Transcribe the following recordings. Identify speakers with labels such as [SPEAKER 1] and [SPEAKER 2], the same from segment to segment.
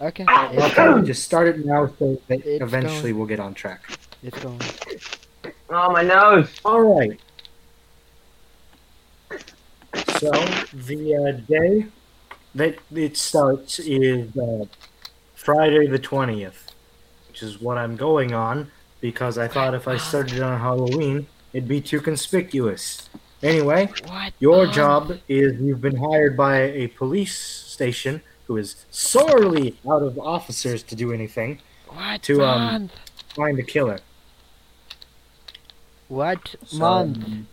[SPEAKER 1] Okay.
[SPEAKER 2] Well,
[SPEAKER 1] It's,
[SPEAKER 2] okay, just start it now so that
[SPEAKER 1] It's
[SPEAKER 2] eventually
[SPEAKER 1] going.
[SPEAKER 2] we'll get on track.
[SPEAKER 1] it's going.
[SPEAKER 3] Oh, my nose.
[SPEAKER 2] All right. So the uh, day that it starts is uh, Friday the twentieth, which is what I'm going on because I thought if I started on Halloween, it'd be too conspicuous. Anyway,
[SPEAKER 1] What?
[SPEAKER 2] Your
[SPEAKER 1] the-
[SPEAKER 2] job is you've been hired by a police station who is sorely out of officers to do anything,
[SPEAKER 1] What
[SPEAKER 2] to, um,
[SPEAKER 1] month?
[SPEAKER 2] find a killer.
[SPEAKER 1] What
[SPEAKER 2] So,
[SPEAKER 1] month?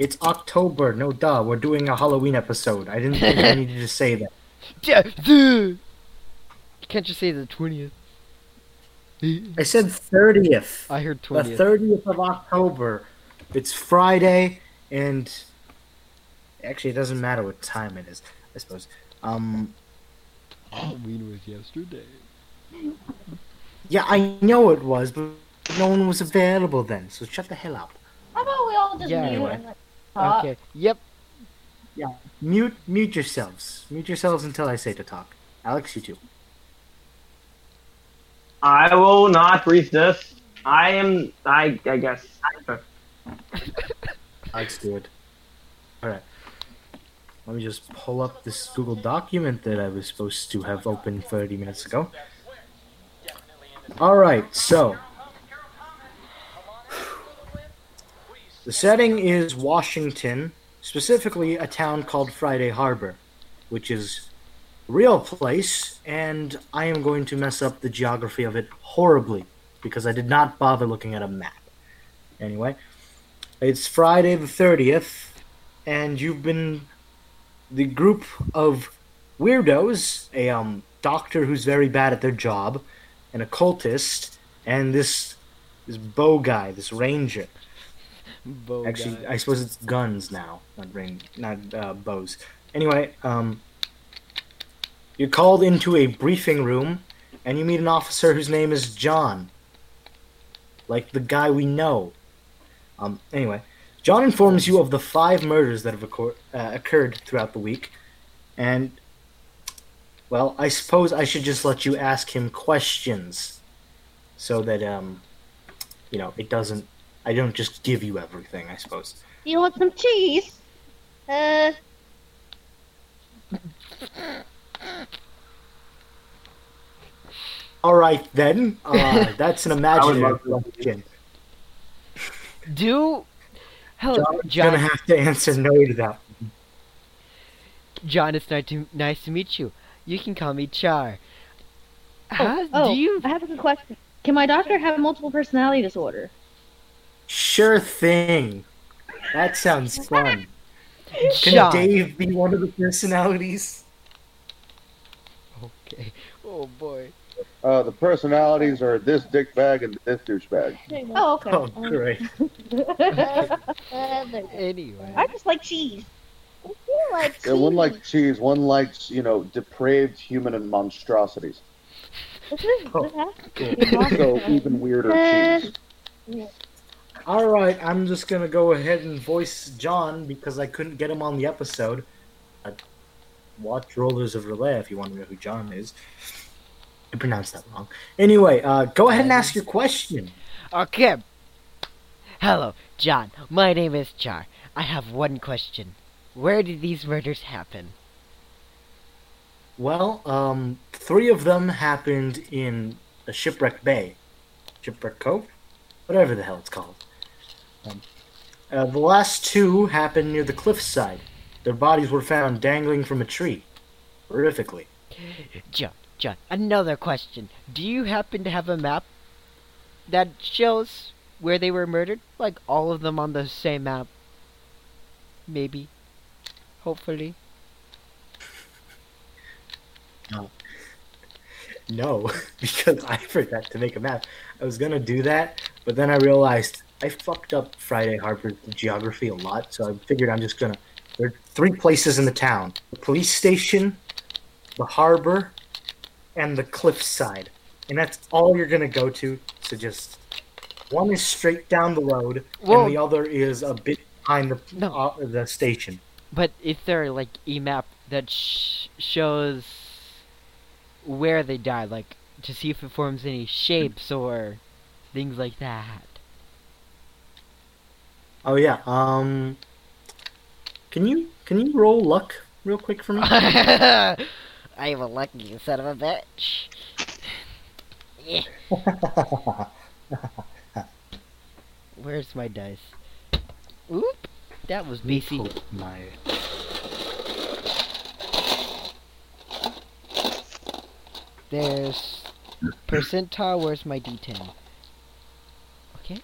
[SPEAKER 2] It's October, no duh. We're doing a Halloween episode. I didn't think I needed to say that.
[SPEAKER 1] Yeah, dude. Can't you say the twentieth?
[SPEAKER 2] I said 30th.
[SPEAKER 1] I heard
[SPEAKER 2] The
[SPEAKER 1] twentieth.
[SPEAKER 2] 30th of October. It's Friday, and actually, it doesn't matter what time it is, I suppose. Um,
[SPEAKER 1] Halloween was yesterday.
[SPEAKER 2] yeah, I know it was, but no one was available then, so shut the hell up.
[SPEAKER 4] How about we all just
[SPEAKER 1] Yeah,
[SPEAKER 4] mute
[SPEAKER 2] anyway.
[SPEAKER 4] and like, talk?
[SPEAKER 1] Okay. Yep.
[SPEAKER 2] Mute mute yourselves. Mute yourselves until I say to talk. Alex, you too.
[SPEAKER 3] I will not resist. I am. I. I guess.
[SPEAKER 2] Alex, do it. Alright. Let me just pull up this Google document that I was supposed to have opened 30 minutes ago. Alright, so. The setting is Washington, specifically a town called Friday Harbor, which is a real place, and I am going to mess up the geography of it horribly because I did not bother looking at a map. Anyway, it's Friday the 30th, and you've been the group of weirdos, a um, doctor who's very bad at their job, an occultist, and this this bow guy, this ranger.
[SPEAKER 1] Bo
[SPEAKER 2] Actually,
[SPEAKER 1] guy.
[SPEAKER 2] I suppose it's guns now, not ring, not uh, bows. Anyway, um, you're called into a briefing room, and you meet an officer whose name is John, like the guy we know. Um, anyway, John informs you of the five murders that have occur- uh, occurred throughout the week, and well, I suppose I should just let you ask him questions, so that um, you know, it doesn't I don't just give you everything, I suppose.
[SPEAKER 4] Do you want some cheese? Uh,
[SPEAKER 2] All right, then. Uh, that's an imaginative
[SPEAKER 3] love to-
[SPEAKER 2] question.
[SPEAKER 1] Do. Hello,
[SPEAKER 2] John's
[SPEAKER 1] John.
[SPEAKER 2] gonna have to answer no to that.
[SPEAKER 1] John, it's nice to, nice to meet you. You can call me Char. How
[SPEAKER 4] oh,
[SPEAKER 1] do you?
[SPEAKER 4] I have a question. Can my doctor have multiple personality disorder?
[SPEAKER 2] Sure thing. That sounds fun. Can
[SPEAKER 1] John.
[SPEAKER 2] Dave be one of the personalities?
[SPEAKER 1] Okay. Oh boy.
[SPEAKER 5] Uh, the personalities are this dick bag and this douchebag.
[SPEAKER 4] Oh, okay.
[SPEAKER 2] Oh, great.
[SPEAKER 1] Anyway.
[SPEAKER 4] I just like cheese. I feel like
[SPEAKER 5] Yeah, one likes cheese, one likes, you know, depraved human and monstrosities. So even weirder
[SPEAKER 1] Eh.
[SPEAKER 5] cheese.
[SPEAKER 2] All right, I'm just gonna go ahead and voice John because I couldn't get him on the episode. Uh, watch Rollers of Relay if you want to know who John is. I pronounced that wrong. Anyway, uh, go ahead and ask your question.
[SPEAKER 1] Okay. Hello, John. My name is Char. I have one question. Where did these murders happen?
[SPEAKER 2] Well, um, three of them happened in the shipwreck bay, shipwreck cove, whatever the hell it's called. Um, uh, the last two happened near the cliffside. Their bodies were found dangling from a tree, horrifically.
[SPEAKER 1] John, John, another question. Do you happen to have a map that shows where they were murdered? Like all of them on the same map? Maybe. Hopefully.
[SPEAKER 2] No, because I forgot to make a map. I was gonna do that, but then I realized I fucked up Friday Harbor's geography a lot, so I figured I'm just gonna. There are three places in the town: the police station, the harbor, and the cliffside. And that's all you're gonna go to. So just one is straight down the road,
[SPEAKER 1] Whoa.
[SPEAKER 2] and the other is a bit behind the
[SPEAKER 1] No.
[SPEAKER 2] uh, the station.
[SPEAKER 1] But is there like e map that sh- shows where they died, like to see if it forms any shapes or things like that.
[SPEAKER 2] Oh yeah. Um, can you can you roll luck real quick for me?
[SPEAKER 1] I am a lucky son of a bitch. Yeah. Where's my dice? Oop, that was BC.
[SPEAKER 2] Pull My
[SPEAKER 1] There's percentile. Where's my D10? Okay.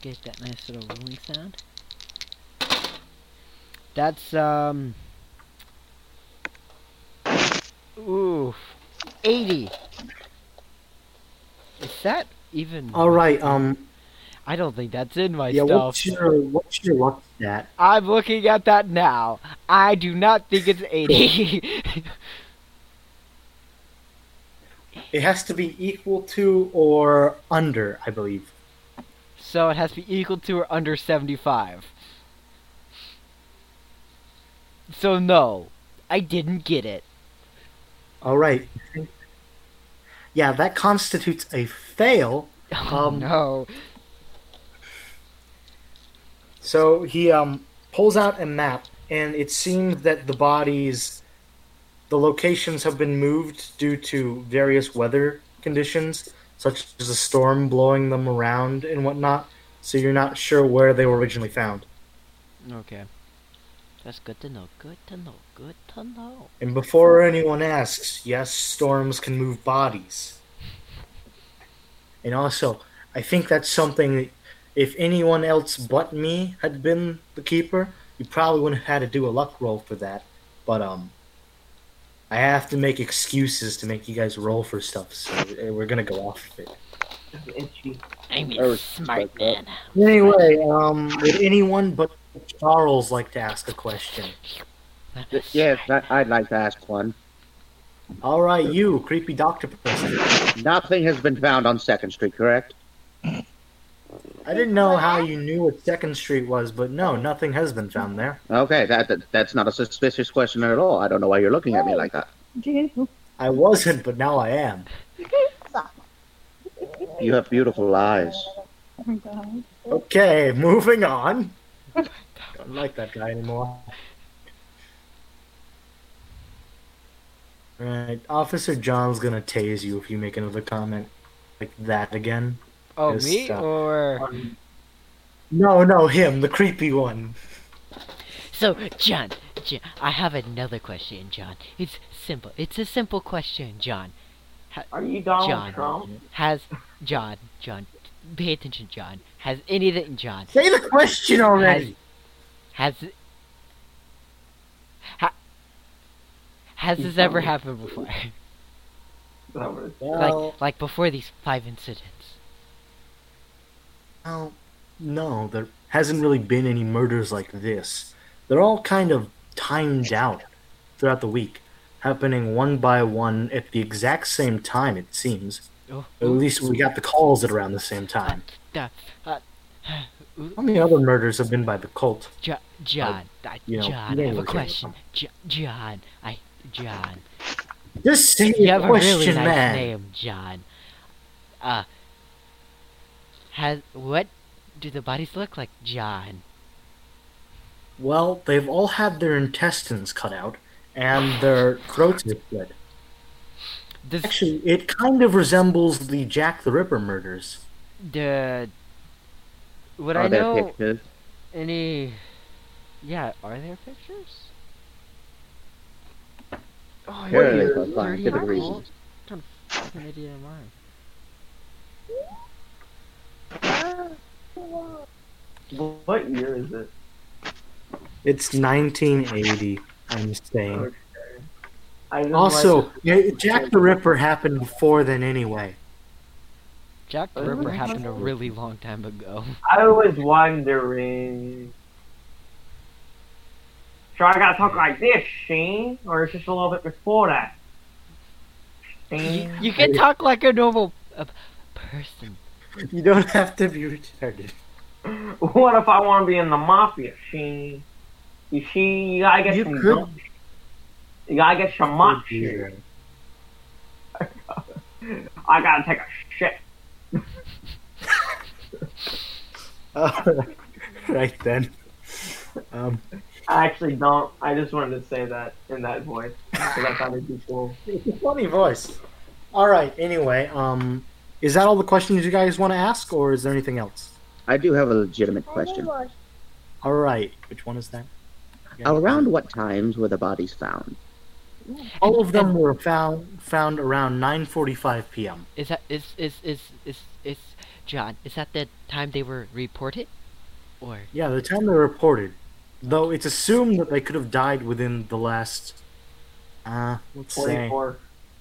[SPEAKER 1] Get that nice little rolling sound. That's um. Oof, eighty. Is that even?
[SPEAKER 2] All right. Um.
[SPEAKER 1] I don't think that's in my
[SPEAKER 2] Yeah.
[SPEAKER 1] stuff.
[SPEAKER 2] What's your what's your luck stat?
[SPEAKER 1] I'm looking at that now. I do not think it's eighty.
[SPEAKER 2] It has to be equal to or under, I believe.
[SPEAKER 1] So it has to be equal to or under 75. So no, I didn't get it.
[SPEAKER 2] All right. Yeah, that constitutes a fail.
[SPEAKER 1] Oh
[SPEAKER 2] Um,
[SPEAKER 1] no.
[SPEAKER 2] So he um, pulls out a map, and it seems that the bodies, the locations have been moved due to various weather conditions, such as a storm blowing them around and whatnot. So you're not sure where they were originally found.
[SPEAKER 1] Okay. That's good to know. Good to know. Good to know.
[SPEAKER 2] And before anyone asks, yes, storms can move bodies. And also, I think that's something that if anyone else but me had been the keeper, you probably wouldn't have had to do a luck roll for that. But um I have to make excuses to make you guys roll for stuff, so uh, we're gonna go off of it.
[SPEAKER 3] Itchy.
[SPEAKER 1] I'm
[SPEAKER 5] I
[SPEAKER 1] a
[SPEAKER 5] respect
[SPEAKER 1] smart
[SPEAKER 5] that.
[SPEAKER 1] man.
[SPEAKER 2] Anyway, um would anyone but Charles like to ask a question?
[SPEAKER 5] Yes, I- I'd like to ask one.
[SPEAKER 2] Alright, you, creepy doctor person.
[SPEAKER 5] Nothing has been found on Second Street, correct?
[SPEAKER 2] I didn't know how you knew what Second Street was, but no, nothing has been found there.
[SPEAKER 5] Okay, that, that that's not a suspicious question at all. I don't know why you're looking at me like that.
[SPEAKER 4] Oh
[SPEAKER 2] I wasn't, but now I am.
[SPEAKER 5] You have beautiful eyes.
[SPEAKER 4] Oh my god.
[SPEAKER 2] Okay, moving on. Don't like that guy anymore. Alright, Officer John's gonna tase you if you make another comment like that again.
[SPEAKER 1] Oh,
[SPEAKER 2] Yes,
[SPEAKER 1] me?
[SPEAKER 2] uh,
[SPEAKER 1] Or.
[SPEAKER 2] No, no, him, the creepy one.
[SPEAKER 1] So, John, John, I have another question, John. It's simple. It's a simple question, John.
[SPEAKER 3] Are you Donald
[SPEAKER 1] John.
[SPEAKER 3] Trump?
[SPEAKER 1] Has. John, John, pay attention, John. Has anything, John,
[SPEAKER 2] Say the question already!
[SPEAKER 1] Has it? Ha, has this ever happened before?
[SPEAKER 3] That was-
[SPEAKER 2] Well,
[SPEAKER 1] like, like before these five incidents?
[SPEAKER 2] Well, no, there hasn't really been any murders like this. They're all kind of timed out throughout the week, happening one by one at the exact same time, it seems.
[SPEAKER 1] Oh,
[SPEAKER 2] At least we got the calls at around the same time.
[SPEAKER 1] uh, uh, ooh,
[SPEAKER 2] How many other murders have been by the cult?
[SPEAKER 1] Jo- John, I,
[SPEAKER 2] you know,
[SPEAKER 1] John,
[SPEAKER 2] you
[SPEAKER 1] I
[SPEAKER 2] know
[SPEAKER 1] have a
[SPEAKER 2] where you're
[SPEAKER 1] question.
[SPEAKER 2] from.
[SPEAKER 1] Jo- John, I, John,
[SPEAKER 2] Just say
[SPEAKER 1] you
[SPEAKER 2] your
[SPEAKER 1] have a
[SPEAKER 2] question,
[SPEAKER 1] really nice
[SPEAKER 2] man.
[SPEAKER 1] name, John. Uh, has what do the bodies look like, John?
[SPEAKER 2] Well, they've all had their intestines cut out and their throats are split.
[SPEAKER 1] Does
[SPEAKER 2] Actually, it kind of resembles the Jack the Ripper murders.
[SPEAKER 1] the what
[SPEAKER 5] Are
[SPEAKER 1] I
[SPEAKER 5] there
[SPEAKER 1] know?
[SPEAKER 5] pictures?
[SPEAKER 1] Any. Yeah, are there pictures? Oh,
[SPEAKER 5] Here
[SPEAKER 1] you're
[SPEAKER 5] it is,
[SPEAKER 1] a
[SPEAKER 5] for scientific
[SPEAKER 1] dirty asshole.
[SPEAKER 5] reasons.
[SPEAKER 1] Kind of fucking idiot am I?
[SPEAKER 3] What year is it?
[SPEAKER 2] It's 1980, I'm saying.
[SPEAKER 3] I just
[SPEAKER 2] Also,
[SPEAKER 3] like-
[SPEAKER 2] yeah, Jack the Ripper happened before then anyway.
[SPEAKER 1] Jack the
[SPEAKER 3] Oh,
[SPEAKER 1] Ripper
[SPEAKER 3] my
[SPEAKER 1] happened a
[SPEAKER 3] God.
[SPEAKER 1] really long time ago.
[SPEAKER 3] I was wondering. So I gotta talk like this, Shane, or it's just a little bit before that.
[SPEAKER 1] you,
[SPEAKER 3] Shane,
[SPEAKER 1] you can talk like a normal uh, person.
[SPEAKER 2] You don't have to be retarded.
[SPEAKER 3] what if I want to be in the mafia, Shane? You see, I get
[SPEAKER 2] You
[SPEAKER 3] some
[SPEAKER 2] could-
[SPEAKER 3] guns. You gotta get your
[SPEAKER 2] Oh,
[SPEAKER 3] mock
[SPEAKER 2] dear.
[SPEAKER 3] I gotta take a shit.
[SPEAKER 2] Uh, right then. Um,
[SPEAKER 3] I actually don't. I just wanted to say that in that voice. 'cause I thought it'd be cool.
[SPEAKER 2] funny voice. All right. Anyway, um, is that all the questions you guys want to ask, or is there anything else?
[SPEAKER 6] I do have a legitimate
[SPEAKER 4] Oh
[SPEAKER 6] question.
[SPEAKER 2] All right. Which one is that? Yeah.
[SPEAKER 6] Around what times were the bodies found?
[SPEAKER 2] All of them were found found around 9:45 p.m.
[SPEAKER 1] Is that is is is is is John? Is that the time they were reported, or
[SPEAKER 2] Yeah, the time they were reported. Though it's assumed that they could have died within the last, uh, let's say,
[SPEAKER 3] 44.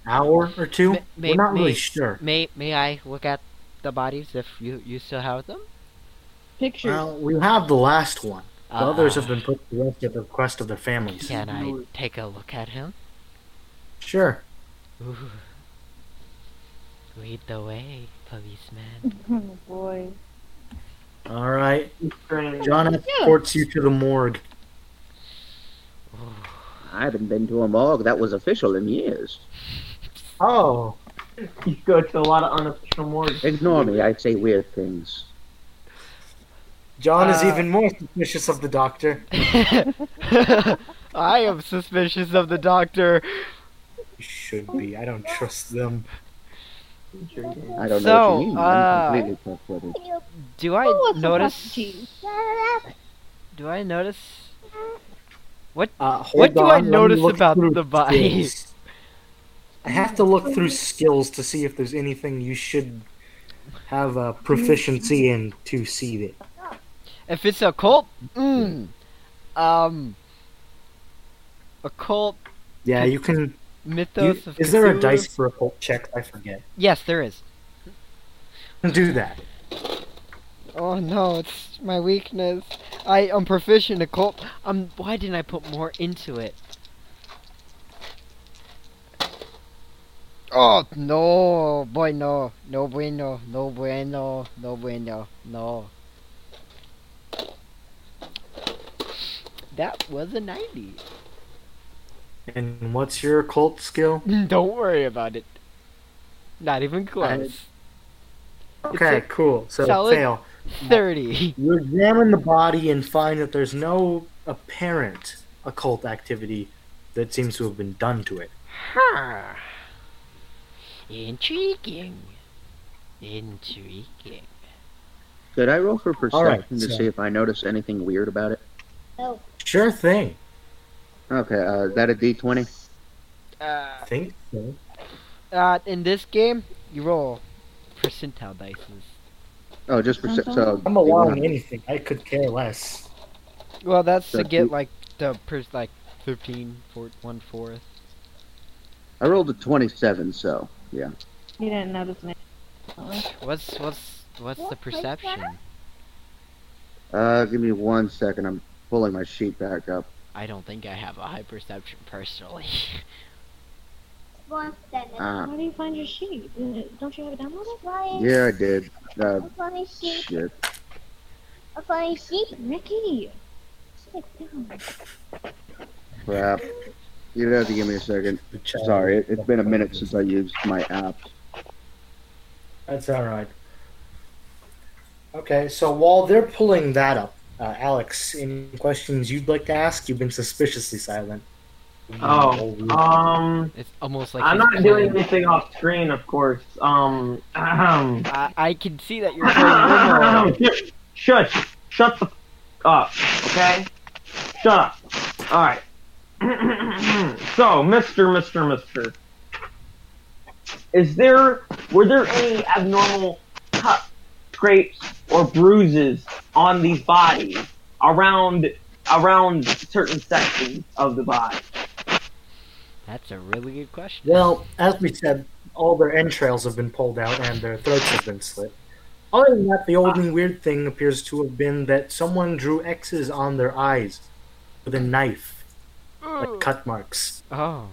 [SPEAKER 2] hour or two.
[SPEAKER 1] May- may-
[SPEAKER 2] we're not
[SPEAKER 1] may-
[SPEAKER 2] really sure.
[SPEAKER 1] may may I look at the bodies if you you still have them?
[SPEAKER 4] Pictures.
[SPEAKER 2] Well, we have the last one. The others
[SPEAKER 1] Uh,
[SPEAKER 2] have been put to rest at the request of their families.
[SPEAKER 1] Can I take a look at him?
[SPEAKER 2] Sure.
[SPEAKER 1] Ooh. Lead the way, policeman.
[SPEAKER 4] Oh boy.
[SPEAKER 2] All right.
[SPEAKER 3] Strange.
[SPEAKER 2] John escorts you to the morgue.
[SPEAKER 1] Ooh.
[SPEAKER 6] I haven't been to a morgue that was official in years.
[SPEAKER 2] Oh,
[SPEAKER 3] You go to a lot of unofficial morgues.
[SPEAKER 6] Ignore me, I say weird things.
[SPEAKER 2] John is
[SPEAKER 3] Uh,
[SPEAKER 2] even more suspicious of the doctor.
[SPEAKER 1] I am suspicious of the doctor.
[SPEAKER 2] You should be. I don't trust them.
[SPEAKER 3] Intriguing.
[SPEAKER 6] I don't know
[SPEAKER 1] So,
[SPEAKER 6] what you mean.
[SPEAKER 1] uh,
[SPEAKER 6] I'm completely trustworthy.
[SPEAKER 1] Do I
[SPEAKER 7] Oh,
[SPEAKER 4] Who wants some
[SPEAKER 1] notice?
[SPEAKER 4] cottage cheese?
[SPEAKER 1] Do I notice?
[SPEAKER 2] Uh, hold
[SPEAKER 1] What do I
[SPEAKER 2] on, let me
[SPEAKER 1] notice
[SPEAKER 2] look
[SPEAKER 1] about
[SPEAKER 2] through
[SPEAKER 1] the body?
[SPEAKER 2] skills. I have to look through skills to see if there's anything you should have a proficiency in to see it.
[SPEAKER 1] If it's a cult, mm, um, a cult
[SPEAKER 2] Yeah, you can. you-
[SPEAKER 1] mythos of
[SPEAKER 2] is there a
[SPEAKER 1] Cthulhu?
[SPEAKER 2] dice for occult check? I forget.
[SPEAKER 1] Yes, there is.
[SPEAKER 2] Do that.
[SPEAKER 1] Oh no, it's my weakness. I am proficient in cult. Um, why didn't I put more into it? Oh no, boy, no, no bueno, no bueno, no bueno, no. That was a ninety.
[SPEAKER 2] And what's your occult skill?
[SPEAKER 1] Don't worry about it. Not even close.
[SPEAKER 2] Okay, cool. So
[SPEAKER 1] solid-
[SPEAKER 2] fail.
[SPEAKER 1] Thirty.
[SPEAKER 2] You examine the body and find that there's no apparent occult activity that seems to have been done to it.
[SPEAKER 1] Huh. Intriguing. Intriguing.
[SPEAKER 6] Could I roll for perception
[SPEAKER 2] right,
[SPEAKER 6] to
[SPEAKER 2] so-
[SPEAKER 6] see if I notice anything weird about it?
[SPEAKER 2] Sure thing.
[SPEAKER 6] Okay, uh, is that a d20?
[SPEAKER 1] Uh,
[SPEAKER 2] I think so.
[SPEAKER 1] uh, in this game, you roll percentile dices.
[SPEAKER 6] Oh, just perce- so
[SPEAKER 2] I'm allowing anything. I could care less.
[SPEAKER 1] Well, that's
[SPEAKER 6] So
[SPEAKER 1] to get
[SPEAKER 6] you-
[SPEAKER 1] like the per like 13, four- one fourth.
[SPEAKER 6] I rolled a 27, so yeah.
[SPEAKER 4] You didn't notice me.
[SPEAKER 1] What's what's what's the perception?
[SPEAKER 6] Uh, give me one second. I'm pulling my sheet back up.
[SPEAKER 1] I don't think I have a high perception personally.
[SPEAKER 6] Ah,
[SPEAKER 4] Why do you find your sheet? Uh, Don't you have it downloaded?
[SPEAKER 6] yeah, I did. Uh,
[SPEAKER 7] A funny sheep.
[SPEAKER 6] shit.
[SPEAKER 7] A funny sheep.
[SPEAKER 4] Ricky. Sit down.
[SPEAKER 6] Crap. You'd have to give me a second.
[SPEAKER 2] The child-
[SPEAKER 6] Sorry, it, it's been a minute since I used my app.
[SPEAKER 2] That's all right. Okay, so while they're pulling that up, uh, Alex, any questions you'd like to ask? You've been suspiciously silent.
[SPEAKER 3] Oh, um,
[SPEAKER 1] It's almost like Uh,
[SPEAKER 3] I'm
[SPEAKER 1] he's
[SPEAKER 3] not doing
[SPEAKER 1] playing-
[SPEAKER 3] anything off screen, of course. Um, ahem.
[SPEAKER 1] I, I can see that you're playing. Uno.
[SPEAKER 3] shut, shut the up, okay? Shut up. All right. so, Mister, Mister, Mister, is there were there any abnormal cuts, scrapes, or bruises on these bodies around around certain sections of the body?
[SPEAKER 1] That's a really good question.
[SPEAKER 2] Well, as we said, all their entrails have been pulled out and their throats have been slit. Other than that, the only weird thing appears to have been that someone drew X's on their eyes with a knife,
[SPEAKER 1] Hmm.
[SPEAKER 2] like cut marks.
[SPEAKER 1] Oh.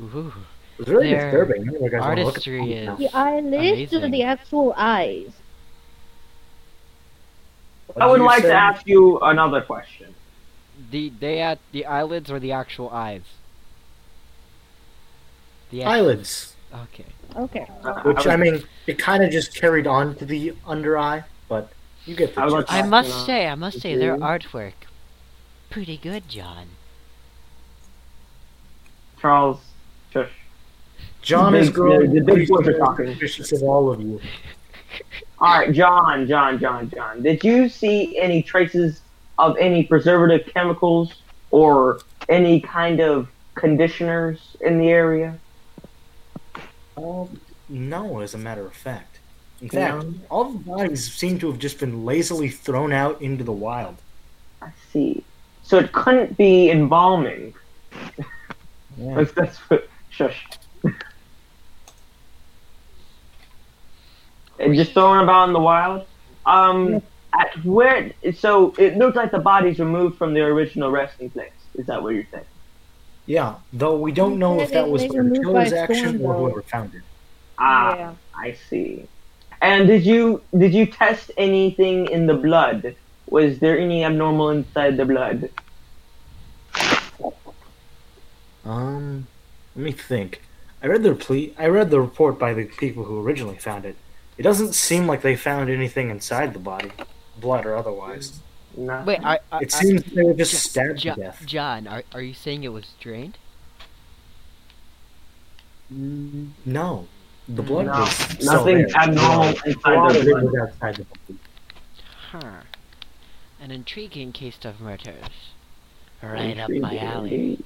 [SPEAKER 1] Ooh.
[SPEAKER 2] It was really
[SPEAKER 1] Their
[SPEAKER 2] disturbing. I don't know if you guys wanna look at
[SPEAKER 1] Artistry
[SPEAKER 2] that.
[SPEAKER 1] is.
[SPEAKER 4] The eyelids or
[SPEAKER 1] Amazing.
[SPEAKER 4] the actual eyes?
[SPEAKER 2] What
[SPEAKER 3] I would
[SPEAKER 2] you
[SPEAKER 3] like
[SPEAKER 2] said-
[SPEAKER 3] to ask you another question.
[SPEAKER 1] The they at the eyelids or the actual eyes? The
[SPEAKER 2] eyelids.
[SPEAKER 1] Okay.
[SPEAKER 4] Okay.
[SPEAKER 2] Which I mean, it kind of just carried on to the under eye, but you get the
[SPEAKER 3] I would-
[SPEAKER 2] gist.
[SPEAKER 1] I
[SPEAKER 3] Back it
[SPEAKER 1] must
[SPEAKER 3] up.
[SPEAKER 1] say, I must say, their
[SPEAKER 2] Mm-hmm.
[SPEAKER 5] Mhm.
[SPEAKER 1] artwork, pretty good, John.
[SPEAKER 3] Charles, shush.
[SPEAKER 2] John
[SPEAKER 3] The
[SPEAKER 2] is
[SPEAKER 3] big-
[SPEAKER 2] growing.
[SPEAKER 3] the- the big boys are
[SPEAKER 2] very
[SPEAKER 3] talking.
[SPEAKER 2] suspicious of all of you.
[SPEAKER 3] All right, John, John, John, John. Did you see any traces of any preservative chemicals or any kind of conditioners in the area?
[SPEAKER 2] Um, no, as a matter of fact. In fact, all the bodies seem to have just been lazily thrown out into the wild.
[SPEAKER 3] I see. So it couldn't be embalming.
[SPEAKER 2] Yeah.
[SPEAKER 3] That's, that's what, shush. and just throwing about in the wild. Um, at where? So it looks like the bodies were moved from their original resting place. Is that what you're saying?
[SPEAKER 2] Yeah, though we don't know if that was
[SPEAKER 4] They
[SPEAKER 2] the
[SPEAKER 4] were moved by
[SPEAKER 2] killer's action
[SPEAKER 4] storm,
[SPEAKER 2] or
[SPEAKER 4] though.
[SPEAKER 2] whoever found it.
[SPEAKER 3] Ah,
[SPEAKER 4] Yeah.
[SPEAKER 3] I see. And did you did you test anything in the blood? Was there any abnormal inside the blood?
[SPEAKER 2] Um, let me think. I read the plea. I read the report by the people who originally found it. It doesn't seem like they found anything inside the body, blood or otherwise.
[SPEAKER 4] Mm,
[SPEAKER 3] No.
[SPEAKER 1] Wait, are, are,
[SPEAKER 2] It
[SPEAKER 1] are-
[SPEAKER 2] seems they were just
[SPEAKER 1] Jo-
[SPEAKER 2] stabbed
[SPEAKER 1] Jo-
[SPEAKER 2] to death.
[SPEAKER 1] John, are, are you saying it was drained?
[SPEAKER 2] Mm, No,
[SPEAKER 4] Mm,
[SPEAKER 2] the blood
[SPEAKER 3] No,
[SPEAKER 2] was still
[SPEAKER 3] Nothing
[SPEAKER 2] there.
[SPEAKER 3] abnormal
[SPEAKER 2] A lot
[SPEAKER 3] inside
[SPEAKER 2] of
[SPEAKER 3] the
[SPEAKER 2] it
[SPEAKER 3] blood.
[SPEAKER 2] was outside the body.
[SPEAKER 1] Huh. An intriguing case of murders. Right up my alley.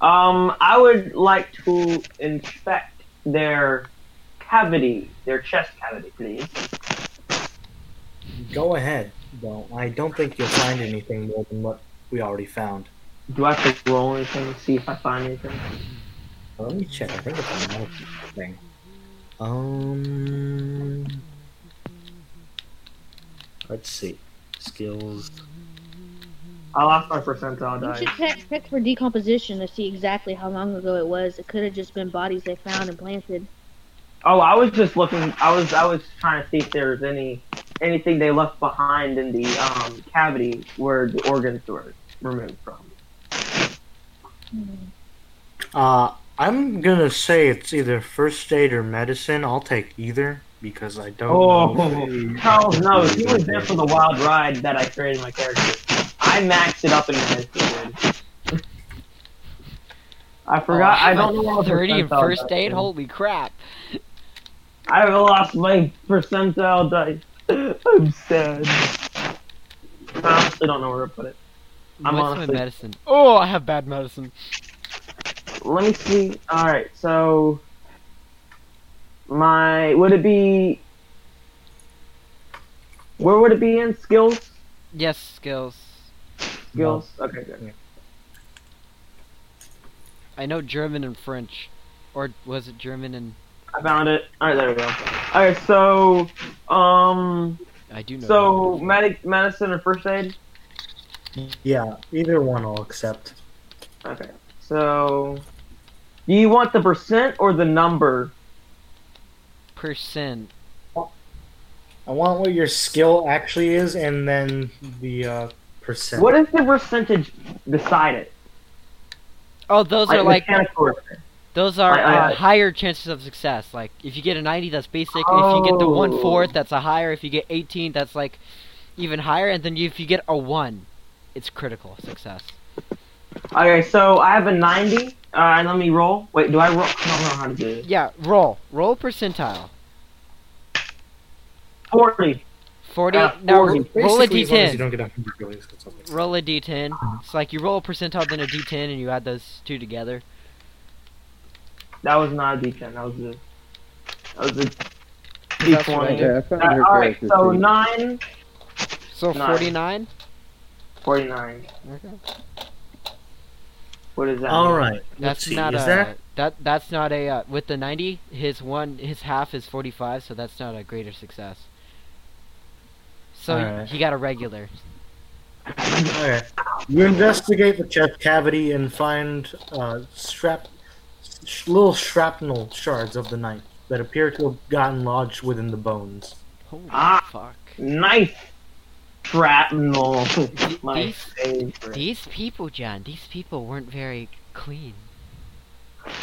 [SPEAKER 3] Um, I would like to inspect their cavity, their chest cavity, please.
[SPEAKER 2] Go ahead. Well, I don't think you'll find anything more than what we already found.
[SPEAKER 3] Do I have to roll anything to see if I find anything?
[SPEAKER 2] Uh, Let me check. I think it's a mouth thing. Um, let's see. Skills.
[SPEAKER 3] I lost my percentile
[SPEAKER 4] You
[SPEAKER 3] die.
[SPEAKER 4] should check, check for decomposition to see exactly how long ago it was. It could have just been bodies they found and planted.
[SPEAKER 3] Oh, I was just looking. I was I was trying to see if there was any anything they left behind in the um, cavity where the organs were removed from.
[SPEAKER 2] Uh, I'm gonna say it's either first aid or medicine. I'll take either because I don't. know.
[SPEAKER 3] Oh, Charles knows he was there for the wild ride that I created my character. I maxed it up in medicine. I forgot.
[SPEAKER 1] Oh,
[SPEAKER 3] I
[SPEAKER 1] I'm
[SPEAKER 3] don't
[SPEAKER 1] at
[SPEAKER 3] know what
[SPEAKER 1] Thirty in
[SPEAKER 3] percentile
[SPEAKER 1] first
[SPEAKER 3] dice
[SPEAKER 1] aid.
[SPEAKER 3] is.
[SPEAKER 1] Holy crap!
[SPEAKER 3] I lost my percentile dice. I'm sad. I honestly don't know where to put it. I'm
[SPEAKER 1] What's
[SPEAKER 3] honestly-
[SPEAKER 1] my medicine? Oh, I have bad medicine.
[SPEAKER 3] Let me see. All right, so my would it be where would it be in skills?
[SPEAKER 1] Yes, skills.
[SPEAKER 3] Skills. Okay, good.
[SPEAKER 1] I know German and French, or was it German and?
[SPEAKER 3] I found it. All right, there we go. All right, so um,
[SPEAKER 1] I do know.
[SPEAKER 3] so
[SPEAKER 1] German and French.
[SPEAKER 3] medic, medicine, or first aid.
[SPEAKER 2] Yeah, either one I'll accept.
[SPEAKER 3] Okay, so do you want the percent or the number?
[SPEAKER 1] percent.
[SPEAKER 2] I want what your skill actually is, and then the uh, percent.
[SPEAKER 3] What is the percentage beside it?
[SPEAKER 1] Oh, those are like
[SPEAKER 3] mechanical or-
[SPEAKER 1] Those are
[SPEAKER 3] I- I-
[SPEAKER 1] uh,
[SPEAKER 3] I-
[SPEAKER 1] higher chances of success. Like if you get a 90, that's basic. If you get the
[SPEAKER 3] Oh.
[SPEAKER 1] one fourth, that's a higher. If you get 18, that's like even higher. And then if you get a one, it's critical success.
[SPEAKER 3] Okay, so I have a 90. All right, let me roll. Wait, do I roll? I don't know how to do it.
[SPEAKER 1] Yeah, roll, roll percentile.
[SPEAKER 3] 40.
[SPEAKER 1] 40.
[SPEAKER 3] Uh,
[SPEAKER 1] now
[SPEAKER 3] forty.
[SPEAKER 1] ro- roll a
[SPEAKER 2] Basically, as long as you
[SPEAKER 1] d10.
[SPEAKER 2] don't get 100 release, that's all.
[SPEAKER 1] Roll a d10. It's like you roll a percentile, then a d10, and you add those two together.
[SPEAKER 3] That was not a D10. That was a. That was a
[SPEAKER 1] That's what I
[SPEAKER 3] D20.
[SPEAKER 1] did.
[SPEAKER 6] Yeah, I found
[SPEAKER 3] Uh,
[SPEAKER 6] her
[SPEAKER 3] all right,
[SPEAKER 6] character
[SPEAKER 3] so
[SPEAKER 6] sheet.
[SPEAKER 3] 9,
[SPEAKER 1] So
[SPEAKER 3] Nice.
[SPEAKER 1] 49.
[SPEAKER 3] 49.
[SPEAKER 1] Okay.
[SPEAKER 3] What is that?
[SPEAKER 2] All
[SPEAKER 3] mean?
[SPEAKER 2] right.
[SPEAKER 1] That's not
[SPEAKER 2] is
[SPEAKER 1] a
[SPEAKER 2] that
[SPEAKER 1] that that's not a uh, with the 90. His one his half is 45, so that's not a greater success. So y-
[SPEAKER 2] Alright.
[SPEAKER 1] he got a regular.
[SPEAKER 2] Okay. You investigate the chest cavity and find uh, strap, sh- little shrapnel shards of the knife that appear to have gotten lodged within the bones.
[SPEAKER 1] Holy
[SPEAKER 3] Ah.
[SPEAKER 1] fuck!
[SPEAKER 3] Nice shrapnel. My
[SPEAKER 1] These-
[SPEAKER 3] favorite.
[SPEAKER 1] These people, John. These people weren't very clean.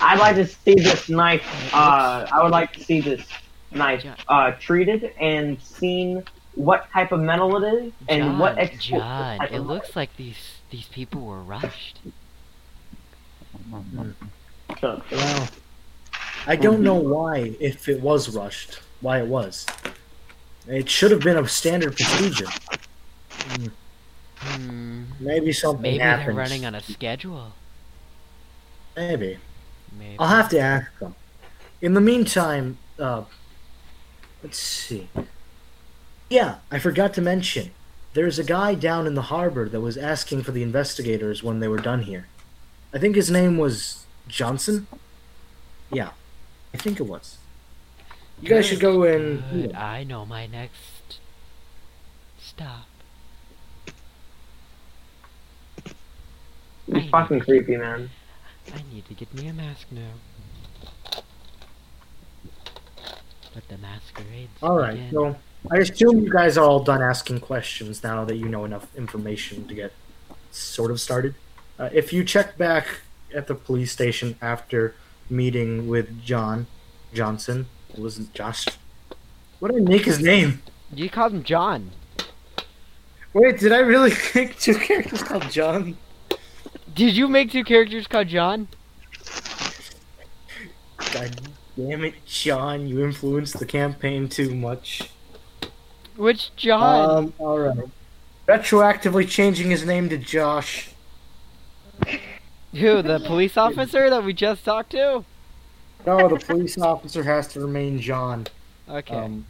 [SPEAKER 3] I'd like to see this knife. Uh, I would like to see this knife uh, treated and seen what type of metal it is and
[SPEAKER 1] John,
[SPEAKER 3] what explosive
[SPEAKER 1] John,
[SPEAKER 3] type
[SPEAKER 1] it
[SPEAKER 3] of
[SPEAKER 1] looks like these these people were rushed.
[SPEAKER 3] metal.
[SPEAKER 2] Well, I don't know why, if it was rushed, why it was. It should have been a standard procedure.
[SPEAKER 1] Hmm.
[SPEAKER 2] Maybe something
[SPEAKER 1] Maybe
[SPEAKER 2] happens.
[SPEAKER 1] they're running on a schedule.
[SPEAKER 2] Maybe.
[SPEAKER 1] Maybe.
[SPEAKER 2] I'll have to ask them. In the meantime, uh, let's see. Yeah, I forgot to mention. There's a guy down in the harbor that was asking for the investigators when they were done here. I think his name was Johnson? Yeah, I think it was. You guys should go and.
[SPEAKER 1] Good, I know my next stop.
[SPEAKER 3] You're fucking creepy, man.
[SPEAKER 1] I need to get me a mask now. But the masquerade.
[SPEAKER 2] All right. So I assume you guys are all done asking questions now that you know enough information to get sort of started. Uh, if you check back at the police station after meeting with John Johnson, it wasn't Josh. What did I make his name?
[SPEAKER 1] You called him John.
[SPEAKER 2] Wait, did I really make two characters called John?
[SPEAKER 1] Did you make two characters called John?
[SPEAKER 2] God damn it, John! You influenced the campaign too much.
[SPEAKER 1] Which John?
[SPEAKER 2] Um. All right. Retroactively changing his name to Josh.
[SPEAKER 1] Who, the police officer that we just talked to?
[SPEAKER 2] No, the police officer has to remain John.
[SPEAKER 1] Okay.
[SPEAKER 2] Um,